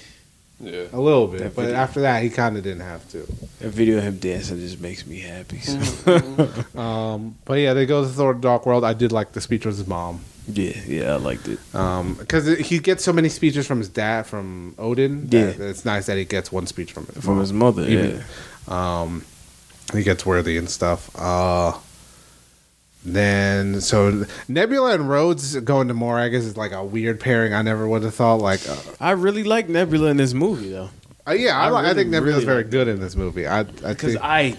[SPEAKER 2] Yeah.
[SPEAKER 1] a little bit,
[SPEAKER 3] That
[SPEAKER 1] but
[SPEAKER 3] video.
[SPEAKER 1] after that, he kind of didn't have to.
[SPEAKER 3] That video of him dancing just makes me happy. So.
[SPEAKER 1] Um, but yeah, they go to Thor: The Dark World. I did like the speech with his mom
[SPEAKER 3] yeah, yeah, I liked it.
[SPEAKER 1] because he gets so many speeches from his dad, from Odin.
[SPEAKER 3] Yeah.
[SPEAKER 1] that it's nice that he gets one speech from his
[SPEAKER 3] From
[SPEAKER 1] mom.
[SPEAKER 3] his mother,
[SPEAKER 1] Even-
[SPEAKER 3] yeah.
[SPEAKER 1] he gets worthy and stuff. Uh, then so Nebula and Rhodes going to Moragas is like a weird pairing. I never would have thought. Like, uh,
[SPEAKER 3] I really like Nebula in this movie though,
[SPEAKER 1] uh, yeah, I,
[SPEAKER 3] I
[SPEAKER 1] like, I
[SPEAKER 3] really,
[SPEAKER 1] think Nebula's
[SPEAKER 3] really
[SPEAKER 1] very
[SPEAKER 3] like-
[SPEAKER 1] good in this movie. I, I think
[SPEAKER 3] because I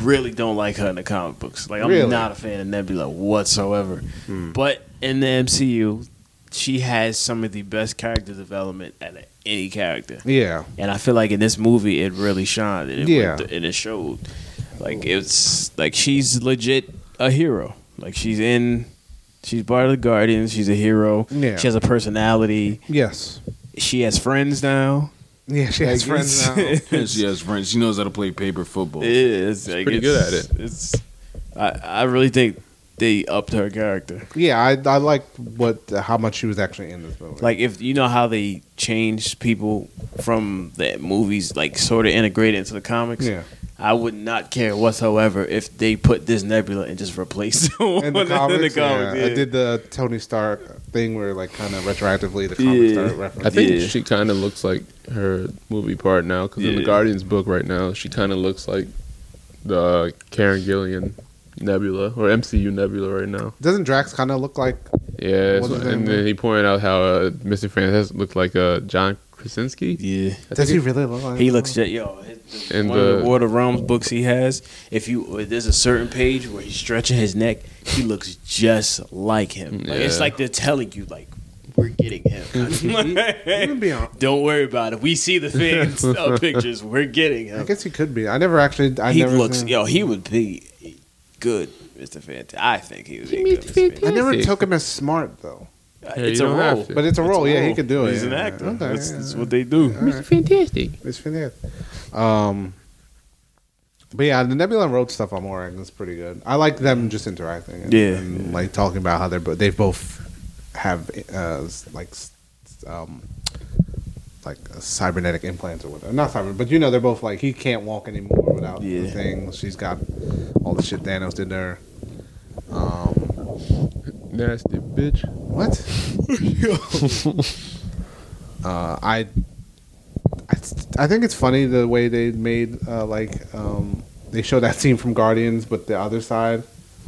[SPEAKER 3] really don't like her in the comic books. Like I'm
[SPEAKER 1] Really?
[SPEAKER 3] not a fan of Nebula whatsoever. But in the MCU, she has some of the best character development out of any character.
[SPEAKER 1] yeah.
[SPEAKER 3] And I feel like in this movie, it really shined. And it
[SPEAKER 1] Yeah.
[SPEAKER 3] went th- and it showed. Like it's like she's legit a hero. Like she's in. She's part of the Guardians. She's a hero.
[SPEAKER 1] Yeah.
[SPEAKER 3] She has a personality.
[SPEAKER 1] Yes.
[SPEAKER 3] She has friends now.
[SPEAKER 1] Yeah, she has
[SPEAKER 3] Like,
[SPEAKER 1] friends now.
[SPEAKER 3] it's-
[SPEAKER 4] she has friends. She knows how to play paper football.
[SPEAKER 3] It's, like,
[SPEAKER 2] pretty good
[SPEAKER 3] it's-
[SPEAKER 2] at
[SPEAKER 3] It's. I I really think they upped her character.
[SPEAKER 1] Yeah, I I like what how much she was actually in this movie.
[SPEAKER 3] Like if you know how they changed people from the movies, like sort of integrated into the comics.
[SPEAKER 1] yeah,
[SPEAKER 3] I would not care whatsoever if they put this Nebula and just replace the
[SPEAKER 1] In
[SPEAKER 3] one
[SPEAKER 1] the comics,
[SPEAKER 3] comics,
[SPEAKER 1] yeah. I
[SPEAKER 3] yeah.
[SPEAKER 1] did the Tony Stark thing where, like, kind of retroactively the comics
[SPEAKER 3] Yeah.
[SPEAKER 1] yeah.
[SPEAKER 2] I
[SPEAKER 1] reference.
[SPEAKER 2] think
[SPEAKER 3] Yeah.
[SPEAKER 2] she kind of looks like her movie part now because in the
[SPEAKER 3] Yeah.
[SPEAKER 2] Guardians book right now, she kind of looks like the uh, Karen Gillian Nebula or MCU Nebula right now.
[SPEAKER 1] Doesn't Drax kind of look like?
[SPEAKER 2] Yeah,
[SPEAKER 1] What
[SPEAKER 2] so-
[SPEAKER 1] does that
[SPEAKER 2] and
[SPEAKER 1] mean?
[SPEAKER 2] then he pointed out how uh, Mr. Fantastic looked like uh, John Krasinski.
[SPEAKER 3] Yeah.
[SPEAKER 2] I
[SPEAKER 1] Does he
[SPEAKER 2] think
[SPEAKER 1] really look like?
[SPEAKER 3] He looks just yo. his-
[SPEAKER 2] And
[SPEAKER 3] one of
[SPEAKER 2] the-
[SPEAKER 3] the War of the Realms books he has, if you if there's a certain page where he's stretching his neck, he looks just like him. Like, It's
[SPEAKER 2] Yeah.
[SPEAKER 3] like they're telling you like we're getting
[SPEAKER 1] He could
[SPEAKER 3] him.
[SPEAKER 1] be on-
[SPEAKER 3] Don't worry about it. We see the things, uh, pictures. We're getting
[SPEAKER 1] I
[SPEAKER 3] him.
[SPEAKER 1] guess he could be. I never actually. I
[SPEAKER 3] he
[SPEAKER 1] never
[SPEAKER 3] looks
[SPEAKER 1] seen-
[SPEAKER 3] yo. He would be good, Mister Fantastic. I think he would be good. Mr. Fantastic.
[SPEAKER 1] I never
[SPEAKER 2] Fantastic.
[SPEAKER 1] took him as smart though.
[SPEAKER 3] Uh,
[SPEAKER 2] Yeah,
[SPEAKER 3] it's
[SPEAKER 2] you
[SPEAKER 3] a
[SPEAKER 2] don't have
[SPEAKER 3] role,
[SPEAKER 2] to.
[SPEAKER 1] But it's a role. yeah, he
[SPEAKER 3] role.
[SPEAKER 1] could do it.
[SPEAKER 3] He's an
[SPEAKER 1] yeah.
[SPEAKER 3] actor.
[SPEAKER 1] Okay,
[SPEAKER 3] That's,
[SPEAKER 1] yeah.
[SPEAKER 3] that's what they do.
[SPEAKER 2] Mr. Fantastic.
[SPEAKER 1] It's fantastic. Um, but yeah, the Nebula and Road stuff on Morag is pretty good. I like them just interacting. And,
[SPEAKER 3] Yeah.
[SPEAKER 1] and, like talking about how they're bo- they both have uh, s- like s- um like uh, cybernetic implants or whatever. Not cyber, but you know they're both like he can't walk anymore without the
[SPEAKER 3] Yeah.
[SPEAKER 1] thing. She's got all the shit Thanos did to her. Um,
[SPEAKER 2] Nasty bitch.
[SPEAKER 1] what? uh, I, I, st- I think it's funny the way they made uh, like um, they show that scene from Guardians, but the other side.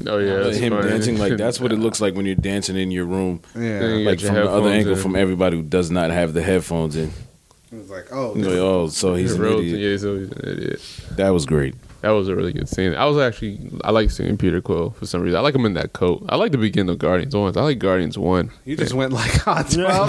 [SPEAKER 2] Oh yeah, that's
[SPEAKER 4] him
[SPEAKER 2] funny.
[SPEAKER 4] dancing like that's what it looks like when you're dancing in your room,
[SPEAKER 1] Yeah,
[SPEAKER 2] You
[SPEAKER 4] like
[SPEAKER 2] got your
[SPEAKER 4] from the other
[SPEAKER 2] headphones
[SPEAKER 4] angle
[SPEAKER 2] in.
[SPEAKER 4] from everybody who does not have the headphones in.
[SPEAKER 1] it was like oh,
[SPEAKER 4] You're like, oh, so he's an
[SPEAKER 2] Rhodes,
[SPEAKER 4] idiot.
[SPEAKER 2] yeah, so he's an idiot.
[SPEAKER 4] That was great.
[SPEAKER 2] That was a really good scene. I was actually I like seeing Peter Quill for some reason. I like him in that coat. I like the beginning of Guardians One. I like Guardians One.
[SPEAKER 1] you just went like hot twelve.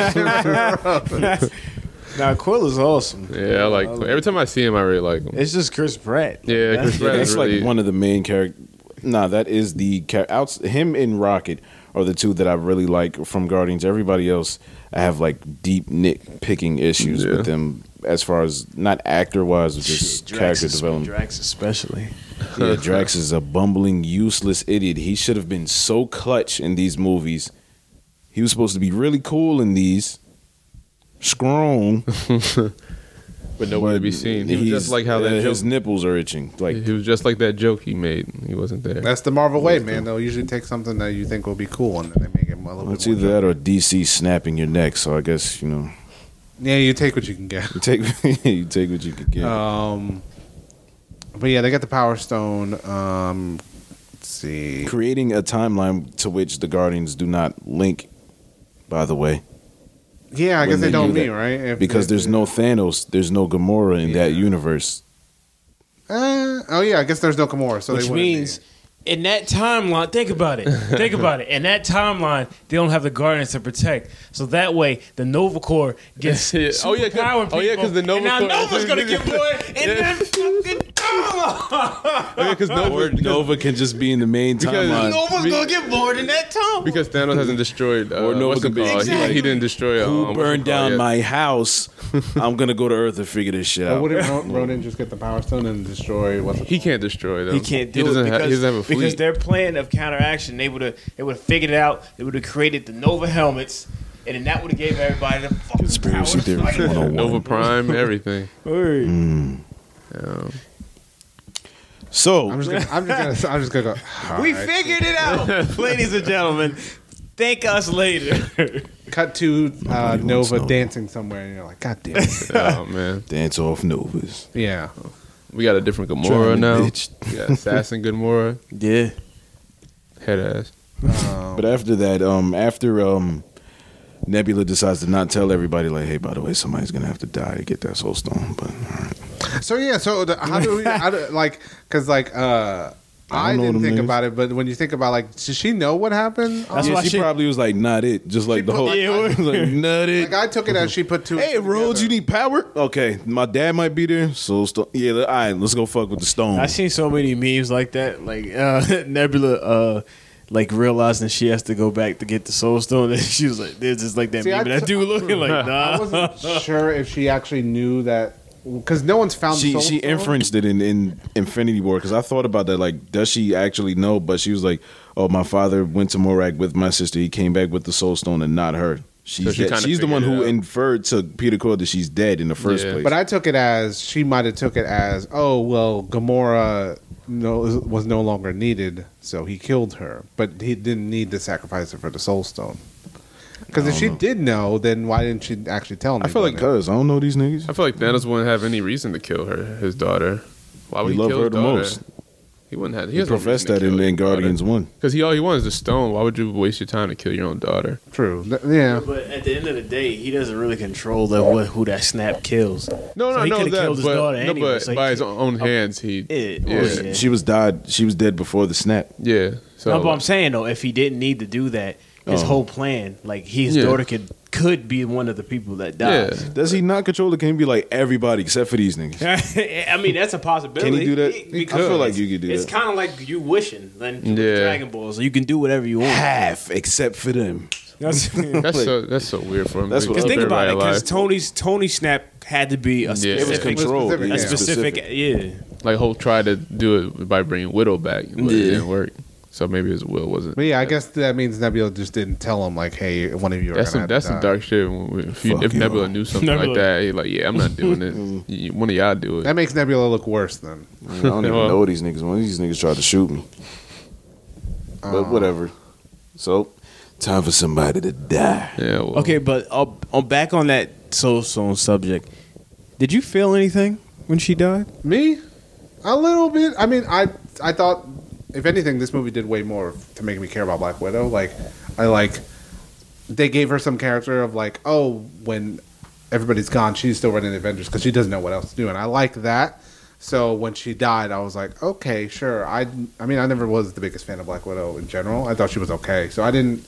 [SPEAKER 3] Now Quill is awesome.
[SPEAKER 2] Yeah, I like every time I see him, I really like him.
[SPEAKER 3] It's just Chris Pratt.
[SPEAKER 2] Yeah, Chris
[SPEAKER 4] Yeah,
[SPEAKER 2] Pratt
[SPEAKER 4] that's
[SPEAKER 2] is really
[SPEAKER 4] like one of the main character. Nah, that is the character. Outs- him and Rocket are the two that I really like from Guardians. Everybody else, I have like deep nitpicking issues
[SPEAKER 2] Yeah.
[SPEAKER 4] with them as far as not actor wise, but just character development.
[SPEAKER 3] Drax especially.
[SPEAKER 4] Yeah, Drax is a bumbling, useless idiot. He should have been so clutch in these movies. He was supposed to be really cool in these. Strong.
[SPEAKER 2] but nowhere to be seen. He was just like how that
[SPEAKER 4] uh, his
[SPEAKER 2] joke.
[SPEAKER 4] nipples are itching. Like
[SPEAKER 2] He was just like that joke he made. He wasn't there.
[SPEAKER 1] That's the Marvel way, man. They'll usually take something that you think will be cool, and then they make it a little
[SPEAKER 4] Well,
[SPEAKER 1] bit
[SPEAKER 4] it's
[SPEAKER 1] more
[SPEAKER 4] either that or DC snapping your neck. So I guess you know
[SPEAKER 1] Yeah, you take what you can get.
[SPEAKER 4] you take you take what you can get.
[SPEAKER 2] Uh,
[SPEAKER 1] Um, but yeah, they got the Power Stone. Um, let's see.
[SPEAKER 4] Creating a timeline to which the Guardians do not link. By the way,
[SPEAKER 1] Yeah, I
[SPEAKER 4] when
[SPEAKER 1] guess they,
[SPEAKER 4] they
[SPEAKER 1] don't
[SPEAKER 4] do
[SPEAKER 1] meet,
[SPEAKER 4] that.
[SPEAKER 1] right? If-
[SPEAKER 4] because
[SPEAKER 1] if-
[SPEAKER 4] there's no Thanos, there's no Gamora in that universe.
[SPEAKER 1] Uh, oh yeah, I guess there's no Gamora, so
[SPEAKER 5] Which
[SPEAKER 1] they wouldn't
[SPEAKER 5] means
[SPEAKER 1] be.
[SPEAKER 5] in that timeline, think about it. think about it. In that timeline, they don't have the guardians to protect. So that way, the Nova Corps gets
[SPEAKER 2] Yeah.
[SPEAKER 5] oh
[SPEAKER 2] Oh,
[SPEAKER 5] yeah,
[SPEAKER 2] yeah, 'cause- oh, yeah, 'cause the Nova
[SPEAKER 5] and now
[SPEAKER 2] Corps-
[SPEAKER 5] Nova's gonna get more in
[SPEAKER 2] Yeah.
[SPEAKER 5] that fucking timeline.
[SPEAKER 2] because Nova, because,
[SPEAKER 4] Nova can just be in the main
[SPEAKER 2] Because-
[SPEAKER 4] timeline.
[SPEAKER 5] Nova's gonna get bored in that timeline.
[SPEAKER 2] because Thanos hasn't destroyed. Uh,
[SPEAKER 4] Or Nova
[SPEAKER 2] what's it
[SPEAKER 4] could be-
[SPEAKER 2] called? He, like, he didn't destroy. um,
[SPEAKER 4] Who
[SPEAKER 2] what's it
[SPEAKER 4] burned
[SPEAKER 2] called
[SPEAKER 4] down
[SPEAKER 2] yet.
[SPEAKER 4] my house? I'm gonna go to Earth and figure this shit
[SPEAKER 1] But
[SPEAKER 4] out.
[SPEAKER 1] wouldn't Ro- Ronan just get the Power Stone and destroy what's it
[SPEAKER 2] He
[SPEAKER 1] called?
[SPEAKER 2] can't destroy them.
[SPEAKER 3] He can't do
[SPEAKER 2] doesn't
[SPEAKER 3] it because,
[SPEAKER 2] have, he doesn't have a
[SPEAKER 3] because
[SPEAKER 2] fleet.
[SPEAKER 3] their plan of counteraction, they would have they would have figured it out. They would have created the Nova helmets, and then that would have gave everybody the fucking
[SPEAKER 4] Conspiracy
[SPEAKER 3] power to
[SPEAKER 4] theories
[SPEAKER 3] fight.
[SPEAKER 4] 101.
[SPEAKER 2] Nova Prime, everything.
[SPEAKER 3] oh
[SPEAKER 2] Um, Yeah.
[SPEAKER 4] So
[SPEAKER 1] I'm just gonna, I'm just gonna, I'm just gonna go.
[SPEAKER 3] We
[SPEAKER 1] "Alright."
[SPEAKER 3] figured it out, ladies and gentlemen. Thank us later.
[SPEAKER 1] cut to uh,
[SPEAKER 4] Nobody wants
[SPEAKER 1] Nova
[SPEAKER 4] Nova.
[SPEAKER 1] dancing somewhere, and you're like, God damn. It.
[SPEAKER 2] oh man,
[SPEAKER 4] dance off Novas.
[SPEAKER 1] yeah,
[SPEAKER 2] we got a different
[SPEAKER 4] Try
[SPEAKER 2] Gamora
[SPEAKER 4] me,
[SPEAKER 2] now.
[SPEAKER 4] bitch.
[SPEAKER 2] We got Assassin Gamora,
[SPEAKER 3] yeah,
[SPEAKER 2] head ass.
[SPEAKER 4] But after that, um, after um, Nebula decides to not tell everybody, like, hey, by the way, somebody's gonna have to die to get that soul stone. But all right.
[SPEAKER 1] So yeah, so the, how do we how do, like? Because like uh, I,
[SPEAKER 4] I don't
[SPEAKER 1] didn't
[SPEAKER 4] know what it
[SPEAKER 1] think
[SPEAKER 4] means.
[SPEAKER 1] about it, but when you think about like, does she know what happened?
[SPEAKER 3] That's
[SPEAKER 4] yeah,
[SPEAKER 3] why
[SPEAKER 4] she,
[SPEAKER 3] she-
[SPEAKER 4] probably was like, not it, just like the
[SPEAKER 1] put,
[SPEAKER 4] whole.
[SPEAKER 1] like,
[SPEAKER 4] Yeah, it was like, not it.
[SPEAKER 1] Like I took it as she put two. and
[SPEAKER 4] Hey,
[SPEAKER 1] two
[SPEAKER 4] Rhodes, you
[SPEAKER 1] together.
[SPEAKER 4] need power? Okay, my dad might be there. Soul stone. Yeah, all right, let's go fuck with the stone.
[SPEAKER 3] I seen so many memes like that, like uh, Nebula. Uh, like realizing she has to go back to get the soul stone, and she was like, "There's just like that
[SPEAKER 1] See,
[SPEAKER 3] meme,
[SPEAKER 1] I
[SPEAKER 3] of that
[SPEAKER 1] t-
[SPEAKER 3] dude looking like,
[SPEAKER 1] I
[SPEAKER 3] nah."
[SPEAKER 1] wasn't sure if she actually knew that because no one's found.
[SPEAKER 4] she
[SPEAKER 1] Soul
[SPEAKER 4] she
[SPEAKER 1] Stone.
[SPEAKER 4] inferenced it in, in Infinity War because I thought about that. Like, does she actually know? But she was like, "Oh, my father went to Morag with my sister. He came back with the Soul Stone and not her." She's
[SPEAKER 2] So she
[SPEAKER 4] dead.
[SPEAKER 2] kinda
[SPEAKER 4] she's the one
[SPEAKER 2] figured it
[SPEAKER 4] who
[SPEAKER 2] out.
[SPEAKER 4] inferred to Peter Quill that she's dead in the first
[SPEAKER 2] Yeah.
[SPEAKER 4] place.
[SPEAKER 1] But I took it as she might have took it as, oh well, Gamora no was no longer needed, so he killed her. But he didn't need to sacrifice her for the Soul Stone. Because if she did know, then why didn't she actually tell me?
[SPEAKER 4] I feel like cuz I don't know these niggas.
[SPEAKER 2] I feel like Thanos wouldn't have any reason to kill her, his daughter. Why would
[SPEAKER 4] He
[SPEAKER 2] he,
[SPEAKER 4] loved
[SPEAKER 2] kill
[SPEAKER 4] her
[SPEAKER 2] his
[SPEAKER 4] the
[SPEAKER 2] daughter?
[SPEAKER 4] most.
[SPEAKER 2] He wouldn't have. He,
[SPEAKER 4] He professed that in, in Guardians One.
[SPEAKER 2] because he all he wants is the stone. Why would you waste your time to kill your own daughter?
[SPEAKER 1] true. Th- Yeah,
[SPEAKER 3] But at the end of the day, he doesn't really control the, what, who that snap kills.
[SPEAKER 2] No,
[SPEAKER 3] So
[SPEAKER 2] no,
[SPEAKER 3] he
[SPEAKER 2] no.
[SPEAKER 3] coulda
[SPEAKER 2] That,
[SPEAKER 3] killed his
[SPEAKER 2] but,
[SPEAKER 3] daughter
[SPEAKER 2] no,
[SPEAKER 3] anyway,
[SPEAKER 2] but
[SPEAKER 3] so he
[SPEAKER 2] by his
[SPEAKER 3] can't-
[SPEAKER 2] own hands, he.
[SPEAKER 3] Yeah,
[SPEAKER 2] yeah,
[SPEAKER 1] Oh,
[SPEAKER 3] well,
[SPEAKER 2] yeah.
[SPEAKER 3] yeah.
[SPEAKER 4] She was died. She was dead before the snap.
[SPEAKER 2] So
[SPEAKER 3] no, but I'm saying though, if he didn't need to do that, his
[SPEAKER 4] Oh.
[SPEAKER 3] whole plan, like his
[SPEAKER 2] Yeah.
[SPEAKER 3] daughter could could be one of the people that
[SPEAKER 2] yeah,
[SPEAKER 3] dies.
[SPEAKER 4] Does he not control the game? Be like everybody except for these niggas.
[SPEAKER 3] I mean, that's a possibility.
[SPEAKER 4] Can he do that?
[SPEAKER 3] It-
[SPEAKER 4] He
[SPEAKER 3] because
[SPEAKER 4] could. I feel like
[SPEAKER 3] it's-
[SPEAKER 4] you could do
[SPEAKER 3] It's
[SPEAKER 4] that.
[SPEAKER 3] kind of like you wishing, then with
[SPEAKER 2] Yeah.
[SPEAKER 3] Dragon Ball, so you can do whatever you want.
[SPEAKER 4] Half except for them.
[SPEAKER 6] That's
[SPEAKER 2] that's
[SPEAKER 4] Like-
[SPEAKER 2] so that's so weird for him.
[SPEAKER 4] That's
[SPEAKER 2] to
[SPEAKER 4] what
[SPEAKER 6] Because
[SPEAKER 2] keep
[SPEAKER 4] Up
[SPEAKER 6] think about it,
[SPEAKER 2] everybody
[SPEAKER 6] because
[SPEAKER 2] alive.
[SPEAKER 6] Tony's Tony snap had to be a
[SPEAKER 2] Yeah. It was
[SPEAKER 4] It was
[SPEAKER 6] specific,
[SPEAKER 4] controlled.
[SPEAKER 1] specific,
[SPEAKER 6] a
[SPEAKER 4] yeah.
[SPEAKER 6] specific, yeah.
[SPEAKER 2] like Hulk tried to do it by bringing Widow back, but it
[SPEAKER 4] Yeah.
[SPEAKER 2] didn't work. So maybe his will wasn't.
[SPEAKER 1] but yeah, I guess that means Nebula just didn't tell him like, hey, one of you are
[SPEAKER 2] That's
[SPEAKER 1] gonna
[SPEAKER 2] some
[SPEAKER 1] have
[SPEAKER 2] that's
[SPEAKER 1] to
[SPEAKER 2] some
[SPEAKER 1] die.
[SPEAKER 2] dark shit. when we- If, you,
[SPEAKER 4] Fuck
[SPEAKER 2] if
[SPEAKER 4] y'all.
[SPEAKER 2] Nebula knew something like
[SPEAKER 6] Nebula.
[SPEAKER 2] that, he like, yeah, I'm not doing it. Y- One of y'all do it.
[SPEAKER 1] That makes Nebula look worse then.
[SPEAKER 4] I don't even know these niggas. One of these niggas tried to shoot me. But whatever. So, time for somebody to die.
[SPEAKER 2] Yeah. Well,
[SPEAKER 3] Okay, but uh, on back on that soul stone subject, did you feel anything when she died?
[SPEAKER 1] Me, a little bit. I mean, I I thought if anything, this movie did way more to make me care about Black Widow. Like, I like they gave her some character of like, oh, when everybody's gone, she's still running the Avengers because she doesn't know what else to do, and I like that. So when she died, I was like, okay, sure. I I mean, I never was the biggest fan of Black Widow in general. I thought she was okay, so I didn't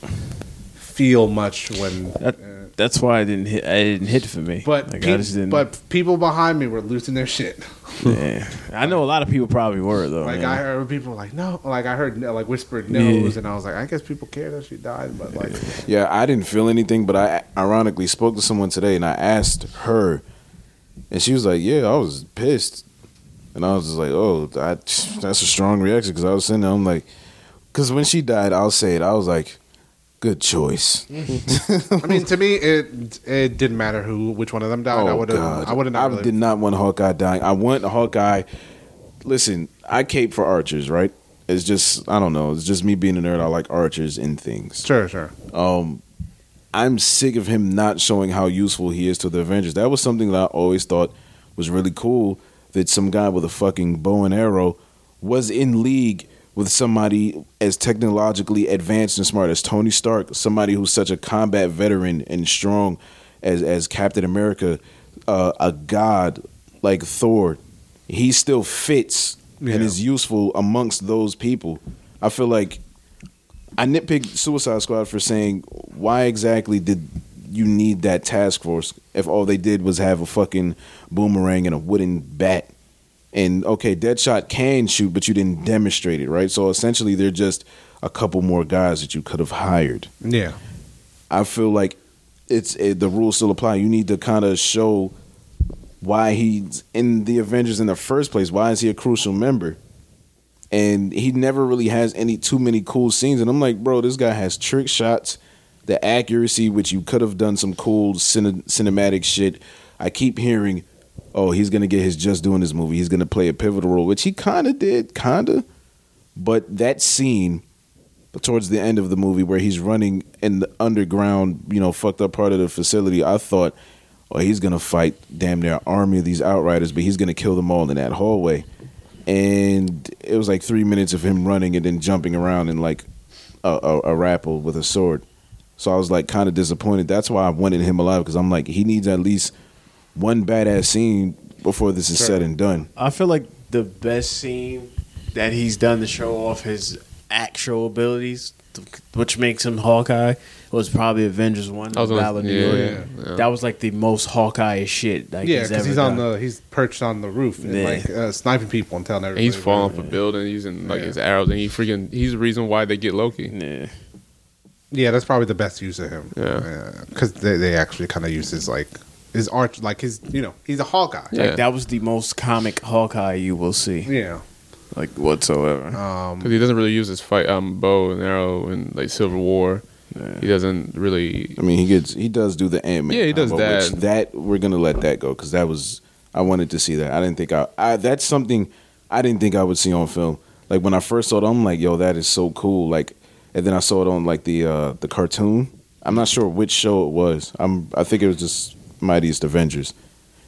[SPEAKER 1] feel much when.
[SPEAKER 3] That, that's why I didn't hit. I didn't hit for me.
[SPEAKER 1] But
[SPEAKER 3] Like,
[SPEAKER 1] peop-
[SPEAKER 3] I just didn't.
[SPEAKER 1] but people behind me were losing their shit.
[SPEAKER 3] yeah. I know a lot of people probably were though.
[SPEAKER 1] Like
[SPEAKER 3] man.
[SPEAKER 1] I heard people like no, like I heard like whispered no's, and I was like, I guess people care that she died, but like,
[SPEAKER 4] Yeah, I didn't feel anything, but I ironically spoke to someone today and I asked her, and she was like, Yeah, I was pissed. And I was just like, Oh, I, that's a strong reaction because I was sitting there, I'm like, Because when she died, I'll say it, I was like, Good choice.
[SPEAKER 1] I mean, to me, it it didn't matter who, which one of them died. I would have, I would have
[SPEAKER 4] Oh, I
[SPEAKER 1] not. really-
[SPEAKER 4] did not want Hawkeye dying. I want Hawkeye. Listen, I cape for archers, right? It's just I don't know. It's just me being a nerd. I like archers and things.
[SPEAKER 1] Sure, sure.
[SPEAKER 4] Um, I'm sick of him not showing how useful he is to the Avengers. That was something that I always thought was really cool. That some guy with a fucking bow and arrow was in league with somebody as technologically advanced and smart as Tony Stark, somebody who's such a combat veteran and strong as as Captain America, uh, a god like Thor. He still fits
[SPEAKER 1] Yeah.
[SPEAKER 4] and is useful amongst those people. I feel like I nitpicked Suicide Squad for saying why exactly did you need that task force if all they did was have a fucking boomerang and a wooden bat. And okay, Deadshot can shoot, but you didn't demonstrate it, right? So essentially, they're just a couple more guys that you could have hired.
[SPEAKER 1] Yeah,
[SPEAKER 4] I feel like it's it, the rules still apply. You need to kind of show why he's in the Avengers in the first place. Why is he a crucial member? And he never really has any too many cool scenes. And I'm like, bro, this guy has trick shots, the accuracy which you could have done some cool cine- cinematic shit. I keep hearing, oh, he's gonna get his just doing this movie. He's gonna play a pivotal role, which he kind of did, kind of. But that scene towards the end of the movie where he's running in the underground, you know, fucked up part of the facility, I thought, oh, he's gonna fight damn near an army of these outriders, but he's gonna kill them all in that hallway. And it was like three minutes of him running and then jumping around in like a, a, a rapper with a sword. So I was like kind of disappointed. That's why I wanted him alive because I'm like he needs at least one badass scene before this is said and done.
[SPEAKER 3] I feel like the best scene that he's done to show off his actual abilities, th- which makes him Hawkeye, was probably Avengers One.
[SPEAKER 2] I was gonna-
[SPEAKER 3] Battle of New
[SPEAKER 2] yeah,
[SPEAKER 3] York.
[SPEAKER 2] yeah, yeah.
[SPEAKER 3] That was like the most Hawkeye shit. Like,
[SPEAKER 1] yeah, because he's
[SPEAKER 3] ever
[SPEAKER 1] on
[SPEAKER 3] done.
[SPEAKER 1] the he's perched on the roof and
[SPEAKER 3] Yeah.
[SPEAKER 1] like uh, sniping people and telling
[SPEAKER 2] And
[SPEAKER 1] everybody.
[SPEAKER 2] he's falling for building, using like
[SPEAKER 1] Yeah.
[SPEAKER 2] his arrows, and he freaking he's the reason why they get Loki.
[SPEAKER 3] Yeah.
[SPEAKER 1] Yeah, that's probably the best use of him.
[SPEAKER 2] Yeah.
[SPEAKER 1] because they they actually kind of use his like his arch like his you know he's a Hawkeye.
[SPEAKER 2] Yeah.
[SPEAKER 3] Like that was the most comic Hawkeye you will see,
[SPEAKER 1] Yeah.
[SPEAKER 3] like whatsoever.
[SPEAKER 1] Um.
[SPEAKER 2] Because he doesn't really use his fight um bow and arrow in like Civil War. He doesn't really.
[SPEAKER 4] I mean, he gets he does do the Ant Man.
[SPEAKER 2] Yeah, he does that.
[SPEAKER 4] that we're gonna let that go because that was I wanted to see that. I didn't think I, I that's something I didn't think I would see on film. Like when I first saw it, I'm like, yo, that is so cool. Like, and then I saw it on like the uh the cartoon. I'm not sure which show it was. I'm I think it was just Mightiest Avengers.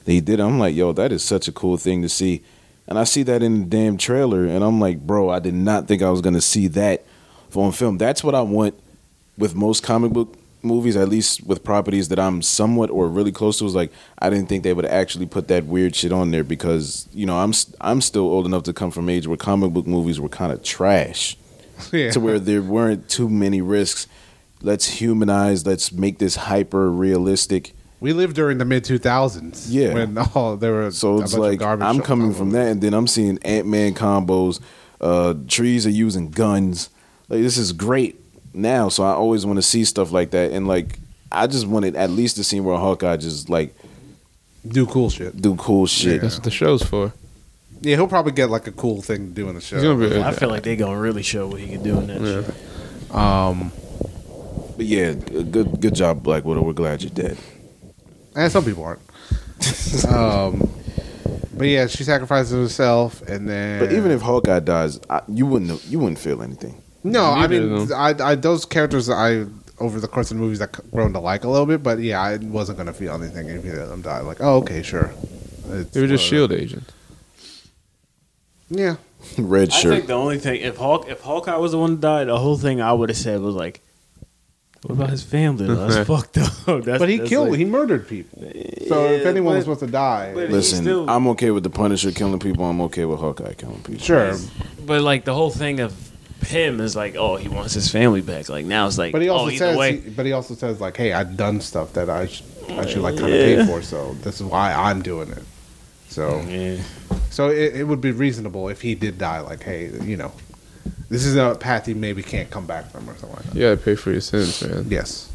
[SPEAKER 4] That he did. it. I'm like, yo, that is such a cool thing to see. And I see that in the damn trailer, and I'm like, bro, I did not think I was gonna see that on film. That's what I want with most comic book movies, at least with properties that I'm somewhat or really close to, is like I didn't think they would actually put that weird shit on there because you know I'm s- I'm still old enough to come from age where comic book movies were kind of trash
[SPEAKER 1] Yeah.
[SPEAKER 4] to where there weren't too many risks. Let's humanize. Let's make this hyper realistic.
[SPEAKER 1] We lived during the mid 2000s.
[SPEAKER 4] Yeah.
[SPEAKER 1] When all there were
[SPEAKER 4] So it's like I'm
[SPEAKER 1] shows.
[SPEAKER 4] coming from that, and then I'm seeing Ant Man combos. Uh, trees are using guns. Like this is great now. So I always want to see stuff like that, and like I just wanted at least the scene where Hawkeye just like
[SPEAKER 1] Do cool shit.
[SPEAKER 4] do cool shit.
[SPEAKER 2] That's what the show's for.
[SPEAKER 1] Yeah, he'll probably get like a cool thing to do in the show.
[SPEAKER 2] He's gonna be.
[SPEAKER 7] I feel like they gonna really show what he can do in that.
[SPEAKER 2] Yeah.
[SPEAKER 7] shit.
[SPEAKER 2] Um,
[SPEAKER 4] But yeah, g- good good job, Black Widow. We're glad you're dead.
[SPEAKER 1] and some people aren't. um, but yeah, she sacrifices herself, and then.
[SPEAKER 4] But even if Hawkeye dies, I, you wouldn't know- you wouldn't feel anything.
[SPEAKER 1] no, I
[SPEAKER 2] Neither
[SPEAKER 1] mean,
[SPEAKER 2] of them.
[SPEAKER 1] I, I those characters I over the course of the movies I have grown to like a little bit, but yeah, I wasn't gonna feel anything if either of them died. Like, oh, okay, sure. It's
[SPEAKER 2] They were just
[SPEAKER 1] one of
[SPEAKER 2] shield agents.
[SPEAKER 1] the- Yeah,
[SPEAKER 4] Red
[SPEAKER 7] I
[SPEAKER 4] shirt.
[SPEAKER 7] think the only thing if Hawk if Hawkeye was the one that died, the whole thing I would have said was like, "What about his family? though? That's fucked up." That's,
[SPEAKER 1] but he
[SPEAKER 7] that's
[SPEAKER 1] killed,
[SPEAKER 7] like-
[SPEAKER 1] he murdered people. So if
[SPEAKER 7] Yeah,
[SPEAKER 1] anyone was
[SPEAKER 7] but-
[SPEAKER 1] supposed to die,
[SPEAKER 7] but-
[SPEAKER 4] Listen,
[SPEAKER 7] He's still-
[SPEAKER 4] I'm okay with the Punisher killing people. I'm okay with Hawkeye killing people.
[SPEAKER 1] sure.
[SPEAKER 7] But like the whole thing of him is like, oh, he wants his family back. Like now it's like,
[SPEAKER 1] But he also
[SPEAKER 7] oh, either
[SPEAKER 1] says,
[SPEAKER 7] way,
[SPEAKER 1] he, but he also says like, hey, I've done stuff that I sh- I should like kind of pay for, so this is why I'm doing it. So
[SPEAKER 7] yeah.
[SPEAKER 1] So it, it would be reasonable if he did die, like, hey, you know, this is a path he maybe can't come back from or something like that.
[SPEAKER 2] You gotta pay for your sins, man.
[SPEAKER 1] Yes.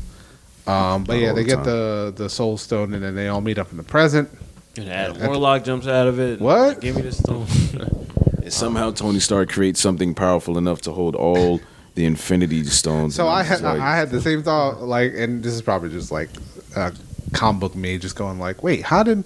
[SPEAKER 1] Um, but
[SPEAKER 4] Not
[SPEAKER 1] yeah,
[SPEAKER 4] all
[SPEAKER 1] they
[SPEAKER 4] the
[SPEAKER 1] get
[SPEAKER 4] time.
[SPEAKER 1] the, the soul stone and then they all meet up in the present.
[SPEAKER 7] And Adam Warlock jumps out of it.
[SPEAKER 1] What?
[SPEAKER 7] Give me the stone.
[SPEAKER 4] And somehow Tony Stark creates something powerful enough to hold all the Infinity Stones.
[SPEAKER 1] So
[SPEAKER 4] And
[SPEAKER 1] I
[SPEAKER 4] I'm just
[SPEAKER 1] had
[SPEAKER 4] like,
[SPEAKER 1] I had the same thought, like, and this is probably just like a comic book me just going like, wait, how did